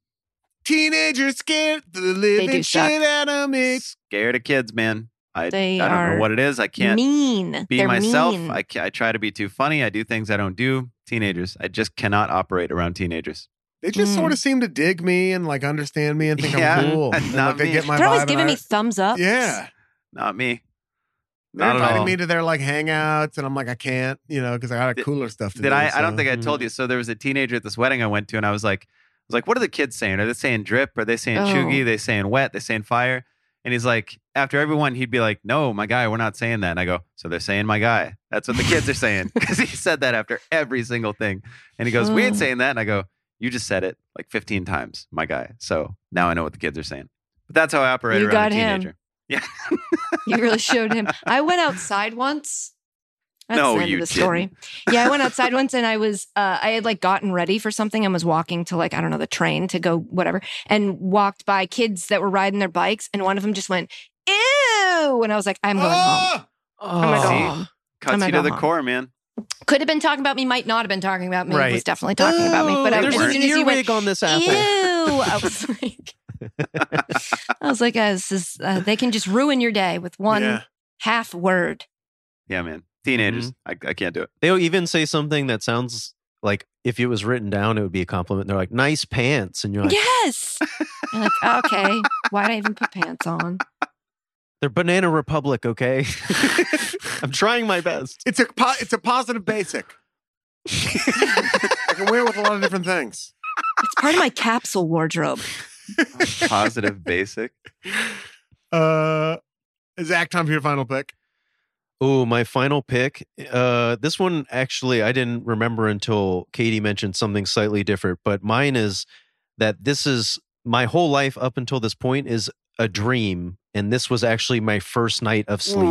[SPEAKER 4] Teenagers scared the living
[SPEAKER 5] do suck.
[SPEAKER 4] shit out of me.
[SPEAKER 7] Scared of kids, man. I,
[SPEAKER 5] They
[SPEAKER 7] I don't
[SPEAKER 5] are
[SPEAKER 7] know what it is. I can't
[SPEAKER 5] mean.
[SPEAKER 7] be
[SPEAKER 5] They're
[SPEAKER 7] myself.
[SPEAKER 5] mean.
[SPEAKER 7] I, ca- I try to be too funny. I do things I don't do. Teenagers. I just cannot operate around teenagers.
[SPEAKER 4] They just
[SPEAKER 5] Mm.
[SPEAKER 4] sort of seem to dig me and like understand me and think
[SPEAKER 7] Yeah,
[SPEAKER 4] I'm cool.
[SPEAKER 7] that's
[SPEAKER 4] And,
[SPEAKER 7] not
[SPEAKER 4] like, they
[SPEAKER 7] me.
[SPEAKER 4] get my
[SPEAKER 5] They're always
[SPEAKER 4] vibe
[SPEAKER 5] giving
[SPEAKER 4] and
[SPEAKER 5] me thumbs up.
[SPEAKER 4] I- yeah.
[SPEAKER 7] Not me.
[SPEAKER 4] They're
[SPEAKER 7] Not at
[SPEAKER 4] inviting
[SPEAKER 7] all.
[SPEAKER 4] me to their like hangouts, and I'm like, I can't, you know, because I got
[SPEAKER 7] Did-
[SPEAKER 4] cooler stuff to
[SPEAKER 7] Did
[SPEAKER 4] do.
[SPEAKER 7] I? I don't
[SPEAKER 4] so-
[SPEAKER 5] Hmm.
[SPEAKER 7] think I told
[SPEAKER 6] Mm-hmm.
[SPEAKER 7] you. So there was a teenager at this wedding I went to, and I was like, I was like, what are the kids saying? Are they saying drip? Are they saying
[SPEAKER 5] Oh.
[SPEAKER 7] chuggy? Are they saying wet? They saying fire? And he's like, after everyone, he'd be like, no, my guy, we're not saying that. And I go, so they're saying my guy. That's what the kids are saying because he said that after every single thing. And he goes, we ain't
[SPEAKER 5] Oh.
[SPEAKER 7] saying that. And I go, you just said it like 15 times, my guy. So now I know what the kids are saying. But that's how I operate
[SPEAKER 5] You
[SPEAKER 7] around
[SPEAKER 5] got
[SPEAKER 7] a
[SPEAKER 5] him. Oh
[SPEAKER 7] teenager.
[SPEAKER 5] You really showed him. I went outside once. That's
[SPEAKER 7] No,
[SPEAKER 5] the end
[SPEAKER 7] you
[SPEAKER 5] of the story. Yeah, I went outside once and I was uh, I had like gotten ready for something and was walking to like I don't know the train to go whatever and walked by kids that were riding their bikes and one of them just went ew and I was like I'm going home.
[SPEAKER 4] Ah!
[SPEAKER 5] I'm going
[SPEAKER 7] See?
[SPEAKER 5] home. Oh
[SPEAKER 7] Cuts
[SPEAKER 5] my
[SPEAKER 7] you to the
[SPEAKER 5] God.
[SPEAKER 7] core, man.
[SPEAKER 5] Could have been talking about me. Might not have been talking about me.
[SPEAKER 6] Right.
[SPEAKER 5] Was definitely talking about me. But I, as
[SPEAKER 6] there's
[SPEAKER 7] weren't.
[SPEAKER 5] soon
[SPEAKER 6] an
[SPEAKER 5] as you went
[SPEAKER 6] earwig on this
[SPEAKER 5] Ew!
[SPEAKER 6] apple.
[SPEAKER 5] I was like, I was like, uh, this is, uh, they can just ruin your day with one
[SPEAKER 4] Yeah.
[SPEAKER 5] half word.
[SPEAKER 7] Yeah, man. Teenagers.
[SPEAKER 5] Mm-hmm.
[SPEAKER 7] I, I can't do it.
[SPEAKER 6] They'll even say something that sounds like if it was written down, it would be a compliment. They're like, nice pants. And you're like,
[SPEAKER 5] yes. You're like, okay, why'd I even put pants on?
[SPEAKER 6] they're Banana Republic, okay? I'm trying my best.
[SPEAKER 4] It's a po- it's a positive basic. I can wear it with a lot of different things.
[SPEAKER 5] It's part of my capsule wardrobe.
[SPEAKER 7] Positive basic.
[SPEAKER 4] Uh, Zach, time for your final pick.
[SPEAKER 6] Oh, my final pick. Uh, this one actually I didn't remember until Katie mentioned something slightly different, but mine is that this is my whole life up until this point is a dream, and this was actually my first night of sleep.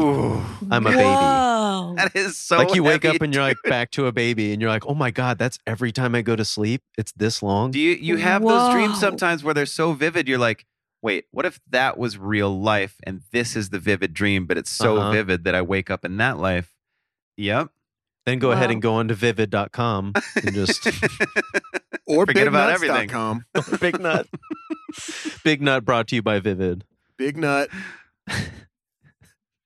[SPEAKER 6] I'm a baby.
[SPEAKER 5] Whoa.
[SPEAKER 7] That is so
[SPEAKER 6] like you wake
[SPEAKER 7] heavy.
[SPEAKER 6] up and you're like back to a baby, and you're like, oh my god, that's every time I go to sleep. It's this long.
[SPEAKER 7] Do you you have those dreams
[SPEAKER 5] Whoa.
[SPEAKER 7] sometimes where they're so vivid you're like, wait, what if that was real life and this is the vivid dream, but it's so
[SPEAKER 6] Uh-huh.
[SPEAKER 7] vivid that I wake up in that life. Yep.
[SPEAKER 6] then go ahead
[SPEAKER 5] Wow.
[SPEAKER 6] and go on to vivid.com and just
[SPEAKER 4] Or
[SPEAKER 7] Forget about
[SPEAKER 4] bignuts.com.
[SPEAKER 7] everything.
[SPEAKER 6] big nut. big nut brought to you by Vivid.
[SPEAKER 4] Big nut.
[SPEAKER 7] no,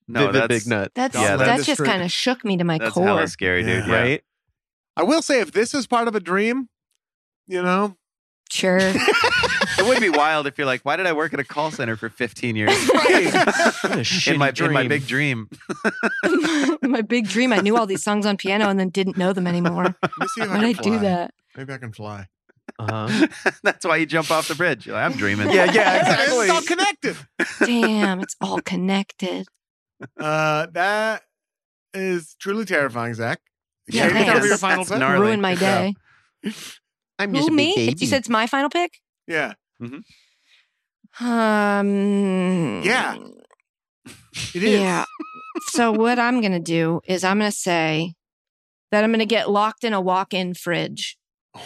[SPEAKER 6] Vivid
[SPEAKER 7] that's
[SPEAKER 6] big nut.
[SPEAKER 5] That's,
[SPEAKER 7] Yeah,
[SPEAKER 5] that
[SPEAKER 4] that's
[SPEAKER 5] just
[SPEAKER 4] true.
[SPEAKER 5] kind of shook me to my
[SPEAKER 7] that's
[SPEAKER 5] core.
[SPEAKER 7] hella scary, dude.
[SPEAKER 4] Yeah.
[SPEAKER 7] Yeah.
[SPEAKER 6] Right?
[SPEAKER 4] I will say, if this is part of a dream, you know,
[SPEAKER 5] Sure.
[SPEAKER 7] it would be wild if you're like, why did I work at a call center for 15 years?
[SPEAKER 6] What a shitty
[SPEAKER 7] in my in my
[SPEAKER 6] dream.
[SPEAKER 7] big dream.
[SPEAKER 5] my big dream. I knew all these songs on piano and then didn't know them anymore.
[SPEAKER 4] Let me see if I
[SPEAKER 5] Why'd I
[SPEAKER 4] can fly.
[SPEAKER 5] do that?
[SPEAKER 4] Maybe I can fly.
[SPEAKER 6] Uh-huh.
[SPEAKER 7] That's why you jump off the bridge. You're like, I'm dreaming.
[SPEAKER 6] Yeah, yeah,
[SPEAKER 4] It's all
[SPEAKER 6] exactly.
[SPEAKER 4] connected.
[SPEAKER 5] Damn, it's all connected.
[SPEAKER 4] Uh, that is truly terrifying, Zach.
[SPEAKER 5] Yeah,
[SPEAKER 4] Katie,
[SPEAKER 5] thanks.
[SPEAKER 4] tell me your final
[SPEAKER 7] That's
[SPEAKER 4] pick.
[SPEAKER 7] gnarly.
[SPEAKER 5] Ruined my
[SPEAKER 7] Yeah.
[SPEAKER 5] day.
[SPEAKER 7] I'm
[SPEAKER 5] Who me? You said it's my final pick.
[SPEAKER 4] Yeah.
[SPEAKER 5] Um.
[SPEAKER 4] Yeah, It is.
[SPEAKER 5] Yeah. so what I'm gonna do is I'm gonna say that I'm gonna get locked in a walk-in fridge.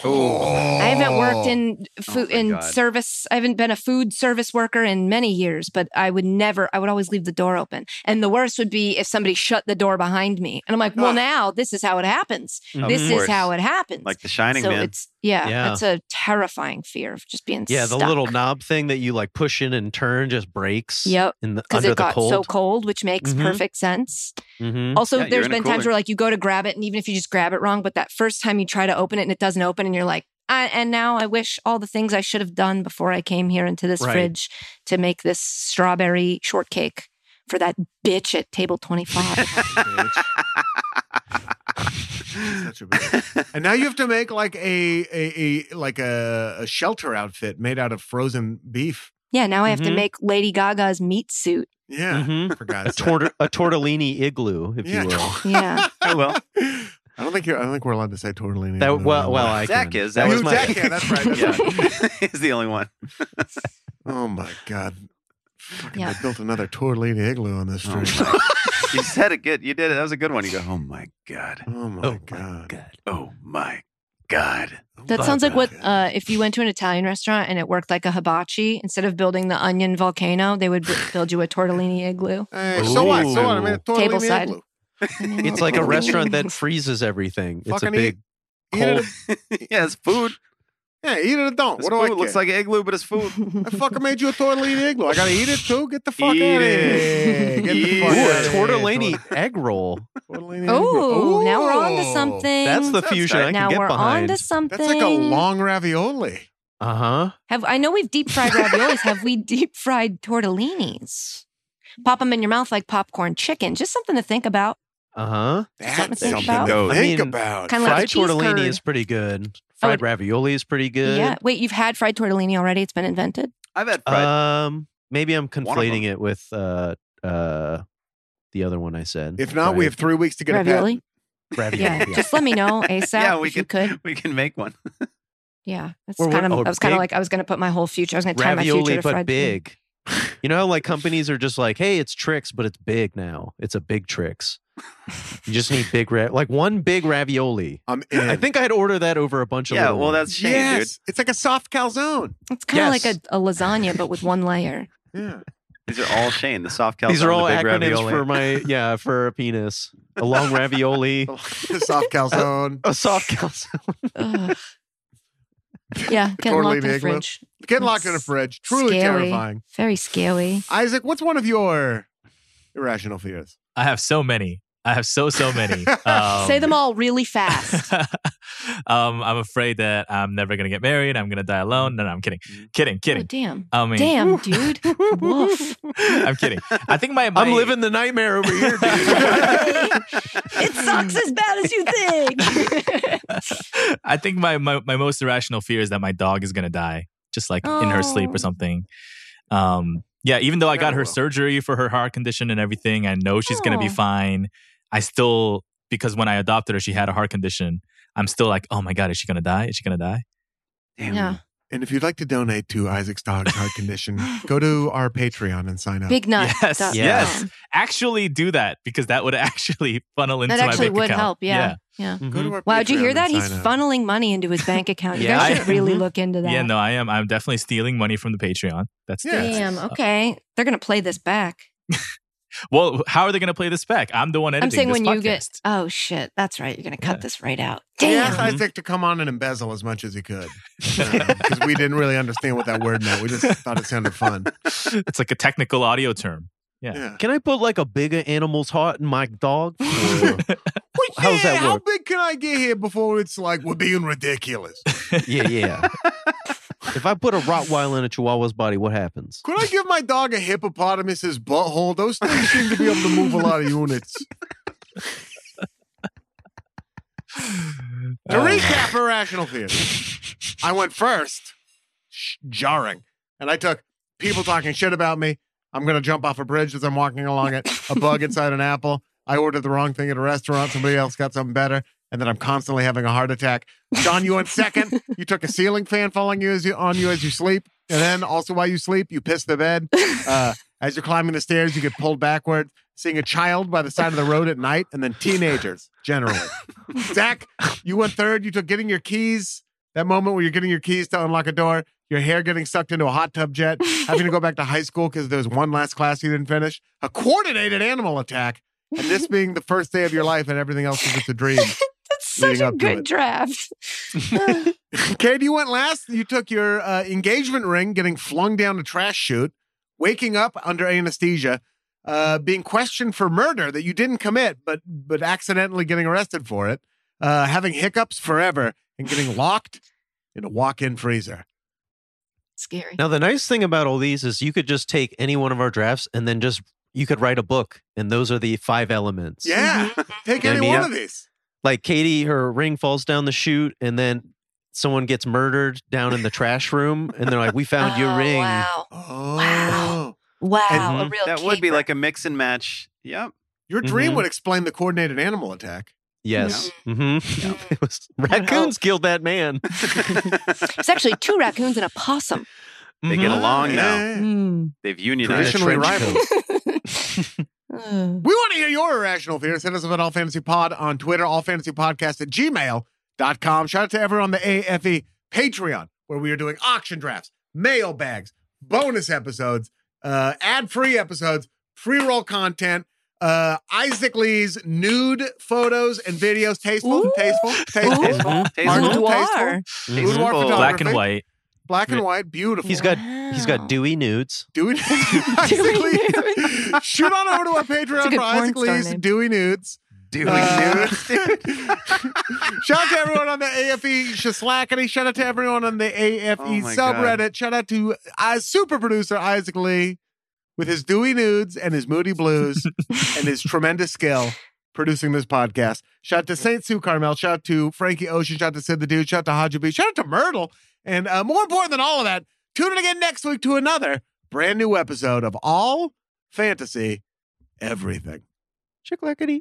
[SPEAKER 6] Oh.
[SPEAKER 5] I haven't worked in food
[SPEAKER 7] Oh. my
[SPEAKER 5] in
[SPEAKER 7] God.
[SPEAKER 5] service. I haven't been a food service worker in many years, but I would never. I would always leave the door open. And the worst would be if somebody shut the door behind me. And I'm like, well,
[SPEAKER 4] Ah.
[SPEAKER 5] now this is how it happens.
[SPEAKER 6] Of
[SPEAKER 5] This is
[SPEAKER 7] course.
[SPEAKER 5] how it happens.
[SPEAKER 7] like the Shining
[SPEAKER 5] so
[SPEAKER 7] Man.
[SPEAKER 5] it's yeah,
[SPEAKER 6] Yeah.
[SPEAKER 5] it's a terrifying fear of just being
[SPEAKER 6] Yeah, the
[SPEAKER 5] stuck.
[SPEAKER 6] little knob thing that you like push in and turn just breaks.
[SPEAKER 5] Yep.
[SPEAKER 6] In the,
[SPEAKER 5] because
[SPEAKER 6] under
[SPEAKER 5] it
[SPEAKER 6] the
[SPEAKER 5] got
[SPEAKER 6] cold.
[SPEAKER 5] so cold, which makes
[SPEAKER 6] Mhm.
[SPEAKER 5] perfect sense.
[SPEAKER 6] Mhm.
[SPEAKER 5] Also,
[SPEAKER 7] Yeah, you're
[SPEAKER 5] there's
[SPEAKER 7] in a
[SPEAKER 5] been times
[SPEAKER 7] cooler.
[SPEAKER 5] where like you go to grab it, and even if you just grab it wrong, but that first time you try to open it and it doesn't open, and you're like, I, and now I wish all the things I should have done before I came here into this
[SPEAKER 6] Right.
[SPEAKER 5] fridge to make this strawberry shortcake for that bitch at table 25.
[SPEAKER 4] Such a bitch. and now you have to make like a a, a like a, a shelter outfit made out of frozen beef.
[SPEAKER 5] yeah, now I have to
[SPEAKER 6] Mhm.
[SPEAKER 5] make Lady Gaga's meat suit.
[SPEAKER 4] Yeah,
[SPEAKER 6] Mhm.
[SPEAKER 4] for God's
[SPEAKER 6] A,
[SPEAKER 4] sake.
[SPEAKER 6] tort- a tortellini igloo, if
[SPEAKER 4] Yeah.
[SPEAKER 6] you will.
[SPEAKER 5] Yeah.
[SPEAKER 7] oh, well.
[SPEAKER 4] I don't think you're. I don't think we're allowed to say tortellini.
[SPEAKER 6] That-
[SPEAKER 4] No, no,
[SPEAKER 6] well-
[SPEAKER 4] no.
[SPEAKER 6] well, I-
[SPEAKER 7] Zach
[SPEAKER 6] can-
[SPEAKER 7] is.
[SPEAKER 6] that
[SPEAKER 7] That
[SPEAKER 4] You,
[SPEAKER 7] was my
[SPEAKER 4] Zach, yeah, that's right, that's
[SPEAKER 7] Yeah. He's the only one.
[SPEAKER 4] oh my god! Fucking,
[SPEAKER 5] Yeah.
[SPEAKER 4] They built another tortellini igloo on this
[SPEAKER 7] Oh,
[SPEAKER 4] street.
[SPEAKER 7] my- you said it good. You did it. That was a good one. You go, oh my God.
[SPEAKER 4] Oh my
[SPEAKER 6] Oh my
[SPEAKER 4] god! Oh
[SPEAKER 6] God.
[SPEAKER 7] Oh my God.
[SPEAKER 5] That sounds like what
[SPEAKER 4] Okay.
[SPEAKER 5] uh, if you went to an Italian restaurant and it worked like a hibachi, instead of building the onion volcano, they would b- build you a tortellini igloo.
[SPEAKER 4] Hey, so what? So what? I mean, a tortellini
[SPEAKER 5] Table side.
[SPEAKER 4] igloo.
[SPEAKER 6] It's like a restaurant that freezes everything. It's a
[SPEAKER 4] Fucking
[SPEAKER 6] big
[SPEAKER 4] Eat it.
[SPEAKER 6] cold.
[SPEAKER 7] yeah, it's food.
[SPEAKER 4] Yeah, eat it or don't.
[SPEAKER 7] It's
[SPEAKER 4] What do I
[SPEAKER 7] food.
[SPEAKER 4] care?
[SPEAKER 7] looks like an igloo, but it's food.
[SPEAKER 4] I fucking made you a tortellini igloo. I gotta eat it too. Get the fuck
[SPEAKER 7] Eat
[SPEAKER 4] out of here.
[SPEAKER 7] it.
[SPEAKER 4] Get the
[SPEAKER 7] Eat
[SPEAKER 6] Ooh,
[SPEAKER 4] fuck
[SPEAKER 7] it.
[SPEAKER 4] outta
[SPEAKER 6] a
[SPEAKER 4] here.
[SPEAKER 6] tortellini egg roll.
[SPEAKER 4] Tortellini
[SPEAKER 5] Oh,
[SPEAKER 4] igloo.
[SPEAKER 5] now we're on to
[SPEAKER 4] Ooh.
[SPEAKER 5] something.
[SPEAKER 6] That's the
[SPEAKER 7] Sounds
[SPEAKER 6] fusion
[SPEAKER 7] nice.
[SPEAKER 6] I
[SPEAKER 5] now
[SPEAKER 6] can
[SPEAKER 5] we're
[SPEAKER 6] get
[SPEAKER 5] on
[SPEAKER 6] behind.
[SPEAKER 5] to something.
[SPEAKER 4] That's like a long ravioli.
[SPEAKER 6] Uh huh.
[SPEAKER 5] Have I know we've deep fried raviolis. Have we deep fried tortellinis? Pop them in your mouth like popcorn chicken. Just something to think about.
[SPEAKER 6] Uh huh.
[SPEAKER 4] That's
[SPEAKER 5] Something to
[SPEAKER 4] something
[SPEAKER 5] think
[SPEAKER 4] to
[SPEAKER 5] about.
[SPEAKER 7] Goes.
[SPEAKER 4] think
[SPEAKER 6] I mean,
[SPEAKER 4] about.
[SPEAKER 5] Kind of like a
[SPEAKER 6] Fried
[SPEAKER 5] cheese
[SPEAKER 6] tortellini
[SPEAKER 5] curd.
[SPEAKER 6] is pretty good.
[SPEAKER 5] Oh,
[SPEAKER 6] Fried
[SPEAKER 5] it-
[SPEAKER 6] ravioli is pretty good.
[SPEAKER 5] Yeah. Wait, you've had fried tortellini already? It's been invented.
[SPEAKER 7] I've had fried.
[SPEAKER 6] Um, maybe I'm
[SPEAKER 7] of them.
[SPEAKER 6] conflating it with uh uh the other one I said.
[SPEAKER 4] if not, we have
[SPEAKER 6] Fried
[SPEAKER 4] three weeks to get
[SPEAKER 5] Ravioli.
[SPEAKER 6] ravioli.
[SPEAKER 5] Yeah. Just let me know ASAP
[SPEAKER 7] yeah, we
[SPEAKER 5] if you
[SPEAKER 7] can,
[SPEAKER 5] could.
[SPEAKER 6] Uh,
[SPEAKER 7] we can make one.
[SPEAKER 5] Yeah, that's
[SPEAKER 6] Or what-
[SPEAKER 5] kind of.
[SPEAKER 8] oh,
[SPEAKER 6] or
[SPEAKER 5] I was kind of
[SPEAKER 6] big-
[SPEAKER 5] like I was going to put my whole future. I was going to tie my future
[SPEAKER 6] ravioli,
[SPEAKER 5] to
[SPEAKER 6] but
[SPEAKER 5] fried
[SPEAKER 6] big. You know, how, like companies are just like, hey, it's tricks, but it's big now. It's a big tricks. You just need big, ra- like one big ravioli.
[SPEAKER 4] I'm in.
[SPEAKER 6] I think I'd order that over a bunch of
[SPEAKER 7] Yeah,
[SPEAKER 6] little
[SPEAKER 7] well,
[SPEAKER 6] ones.
[SPEAKER 7] that's Shane, dude.
[SPEAKER 4] yes. It's like a soft calzone.
[SPEAKER 5] It's kind of
[SPEAKER 6] Yes.
[SPEAKER 5] like a, a lasagna, but with one layer.
[SPEAKER 4] Yeah.
[SPEAKER 7] These are all Shane, the soft calzone.
[SPEAKER 6] These are all
[SPEAKER 7] the big
[SPEAKER 6] acronyms
[SPEAKER 7] ravioli.
[SPEAKER 6] for my yeah for a penis. A long ravioli,
[SPEAKER 4] the soft calzone.
[SPEAKER 6] a soft calzone.
[SPEAKER 5] Ugh. yeah, getting locked in
[SPEAKER 4] Tortellini
[SPEAKER 5] the
[SPEAKER 4] igloo.
[SPEAKER 5] fridge.
[SPEAKER 4] Get locked in a
[SPEAKER 5] That's
[SPEAKER 4] fridge. Truly
[SPEAKER 5] scary.
[SPEAKER 4] terrifying.
[SPEAKER 5] Very scary.
[SPEAKER 4] Isaac, what's one of your irrational fears?
[SPEAKER 8] I have so many. I have so so many. Um,
[SPEAKER 5] Say them all really fast.
[SPEAKER 8] um, I'm afraid that I'm never gonna get married. I'm gonna die alone. No, no, I'm kidding, kidding,
[SPEAKER 5] oh,
[SPEAKER 8] kidding.
[SPEAKER 5] damn.
[SPEAKER 8] I mean,
[SPEAKER 5] Damn, dude. Woof.
[SPEAKER 8] I'm kidding. I think my, my
[SPEAKER 6] I'm living the nightmare over here, dude.
[SPEAKER 5] it sucks as bad as you think.
[SPEAKER 8] I think my, my my most irrational fear is that my dog is gonna die, just like in her sleep
[SPEAKER 5] Oh.
[SPEAKER 8] or something. Um, yeah, even though I got
[SPEAKER 4] Never
[SPEAKER 8] her
[SPEAKER 4] will.
[SPEAKER 8] surgery for her heart condition and everything, I know she's gonna be
[SPEAKER 5] Oh.
[SPEAKER 8] fine. I still because when I adopted her, she had a heart condition. I'm still like, oh my god, is she gonna die? Is she gonna die?
[SPEAKER 7] Damn.
[SPEAKER 5] Yeah.
[SPEAKER 4] And if you'd like to donate to Isaac's dog's heart condition, go to our Patreon and sign up.
[SPEAKER 5] Big nut.
[SPEAKER 8] Yes,
[SPEAKER 5] dot
[SPEAKER 6] yes.
[SPEAKER 5] com.
[SPEAKER 8] Actually, do that because that would actually funnel into
[SPEAKER 5] That
[SPEAKER 8] my
[SPEAKER 5] actually
[SPEAKER 8] bank
[SPEAKER 5] would
[SPEAKER 8] account.
[SPEAKER 5] help. Yeah. Yeah.
[SPEAKER 6] Mm-hmm.
[SPEAKER 8] Mhm.
[SPEAKER 4] go to our
[SPEAKER 5] Wow, did you
[SPEAKER 4] Patreon
[SPEAKER 5] hear that?
[SPEAKER 4] and
[SPEAKER 5] He's
[SPEAKER 4] sign up.
[SPEAKER 5] funneling money into his bank account. You
[SPEAKER 8] Yeah,
[SPEAKER 5] guys
[SPEAKER 8] I-
[SPEAKER 5] should really
[SPEAKER 6] mhm.
[SPEAKER 5] look into that.
[SPEAKER 8] Yeah, no, I am. I'm definitely stealing money from the Patreon. That's
[SPEAKER 4] Yeah.
[SPEAKER 8] that's-
[SPEAKER 5] Damn. Okay. They're going to play this back.
[SPEAKER 8] Well, how are they going to play this back? I'm the one editing.
[SPEAKER 5] I'm saying
[SPEAKER 8] this
[SPEAKER 5] when you get.
[SPEAKER 8] podcast.
[SPEAKER 5] Oh, shit. That's right. You're going to cut
[SPEAKER 8] Yeah.
[SPEAKER 5] this right out.
[SPEAKER 4] He
[SPEAKER 5] Damn.
[SPEAKER 4] asked Isaac to come on and embezzle as much as he could because we didn't really understand what that word meant. We just thought it sounded fun.
[SPEAKER 8] it's like a technical audio term. Yeah.
[SPEAKER 4] Yeah.
[SPEAKER 6] Can I put like a bigger animal's heart in my dog? Or- How's that
[SPEAKER 4] How
[SPEAKER 6] work?
[SPEAKER 4] big can I get here before it's like we're being ridiculous?
[SPEAKER 6] yeah, yeah. if I put a Rottweiler in a Chihuahua's body, what happens?
[SPEAKER 4] Could I give my dog a hippopotamus's butthole? Those things seem to be able to move a lot of units. To
[SPEAKER 8] Oh,
[SPEAKER 4] recap, irrational fears. I went first. Sh- jarring. And I took people talking shit about me. I'm going to jump off a bridge as I'm walking along it. A bug inside an apple. I ordered the wrong thing at a restaurant. Somebody else got something better. And then I'm constantly having a heart attack. John, you went second. You took a ceiling fan falling you as you, on you as you sleep. And then also while you sleep, you piss the bed. Uh, as you're climbing the stairs, you get pulled backward. Seeing a child by the side of the road at night, and then teenagers generally. Zach, you went third. You took getting your keys. That moment where you're getting your keys to unlock a door, your hair getting sucked into a hot tub jet, having to go back to high school because there was one last class you didn't finish, a coordinated animal attack, and this being the first day of your life and everything else is just a dream.
[SPEAKER 5] That's such
[SPEAKER 4] Leading
[SPEAKER 5] a
[SPEAKER 4] up to
[SPEAKER 5] good
[SPEAKER 4] it.
[SPEAKER 5] draft.
[SPEAKER 4] Kate, you went last. You took your uh, engagement ring, getting flung down a trash chute, waking up under anesthesia, uh, being questioned for murder that you didn't commit, but but accidentally getting arrested for it, uh, having hiccups forever, and getting locked in a walk-in freezer.
[SPEAKER 5] Scary.
[SPEAKER 6] Now, the nice thing about all these is you could just take any one of our drafts and then just you could write a book, and those are the five elements.
[SPEAKER 4] Yeah,
[SPEAKER 5] Mm-hmm.
[SPEAKER 4] take
[SPEAKER 6] Yeah, I
[SPEAKER 4] any
[SPEAKER 6] mean,
[SPEAKER 4] one
[SPEAKER 6] I-
[SPEAKER 4] of these.
[SPEAKER 6] Like Katie, her ring falls down the chute, and then someone gets murdered down in the trash room, and they're like, "We found your
[SPEAKER 5] Oh,
[SPEAKER 6] ring."
[SPEAKER 5] Wow.
[SPEAKER 4] Oh,
[SPEAKER 5] Wow. Wow. a
[SPEAKER 6] Mhm.
[SPEAKER 5] real
[SPEAKER 7] that would be
[SPEAKER 5] keeper.
[SPEAKER 7] like a mix and match. Yep.
[SPEAKER 4] your dream
[SPEAKER 7] Mm-hmm.
[SPEAKER 6] Mhm.
[SPEAKER 4] would explain the coordinated animal attack.
[SPEAKER 6] Yes. Mm-hmm.
[SPEAKER 5] Yeah.
[SPEAKER 6] it was raccoons killed that man.
[SPEAKER 5] It's actually two raccoons and a possum.
[SPEAKER 7] They get
[SPEAKER 6] Mhm.
[SPEAKER 7] along now.
[SPEAKER 4] Yeah.
[SPEAKER 9] Mm.
[SPEAKER 7] They've unionized.
[SPEAKER 4] Traditionally
[SPEAKER 6] trench
[SPEAKER 4] rival.
[SPEAKER 9] Uh.
[SPEAKER 4] We want to hear your irrational fears. Hit us up at All Fantasy Pod on Twitter, All Fantasy Podcast at gmail.com. Shout out to everyone on the AFE Patreon, where we are doing auction drafts, mailbags, bonus episodes, uh, ad free episodes, pre roll content. Uh, Isaac Lee's nude photos and videos, tasteful,
[SPEAKER 5] Ooh.
[SPEAKER 4] tasteful, tasteful,
[SPEAKER 6] Ooh.
[SPEAKER 7] Tasteful.
[SPEAKER 5] Boudoir.
[SPEAKER 4] Arnold Tasteful,
[SPEAKER 6] Mhm.
[SPEAKER 4] Boudoir
[SPEAKER 7] Tasteful.
[SPEAKER 4] photography.
[SPEAKER 8] Black and white.
[SPEAKER 4] black and white, beautiful.
[SPEAKER 6] He's got he's
[SPEAKER 5] Wow.
[SPEAKER 6] got Dewey nudes.
[SPEAKER 4] Dewey Isaac Lee. Shoot on over to our
[SPEAKER 5] That's a
[SPEAKER 4] Patreon
[SPEAKER 5] good
[SPEAKER 4] for
[SPEAKER 5] porn
[SPEAKER 4] Isaac
[SPEAKER 5] star
[SPEAKER 4] Lee's
[SPEAKER 5] name.
[SPEAKER 4] Dewey nudes.
[SPEAKER 7] Doing
[SPEAKER 4] Uh,
[SPEAKER 7] nudes, dude.
[SPEAKER 4] Shout out to everyone on the E, AFE Shislackity. Shout out to everyone on the AFE
[SPEAKER 7] Oh my God.
[SPEAKER 4] subreddit. Shout out to uh, super producer Isaac Lee with his Dewey Nudes and his Moody Blues and his tremendous skill producing this podcast. Shout out to St. Sue Carmel. Shout out to Frankie Ocean. Shout out to Sid the Dude. Shout out to Haji B. Shout out to Myrtle. And uh, more important than all of that, tune in again next week to another brand new episode of All Fantasy Everything.
[SPEAKER 6] Chicklickety.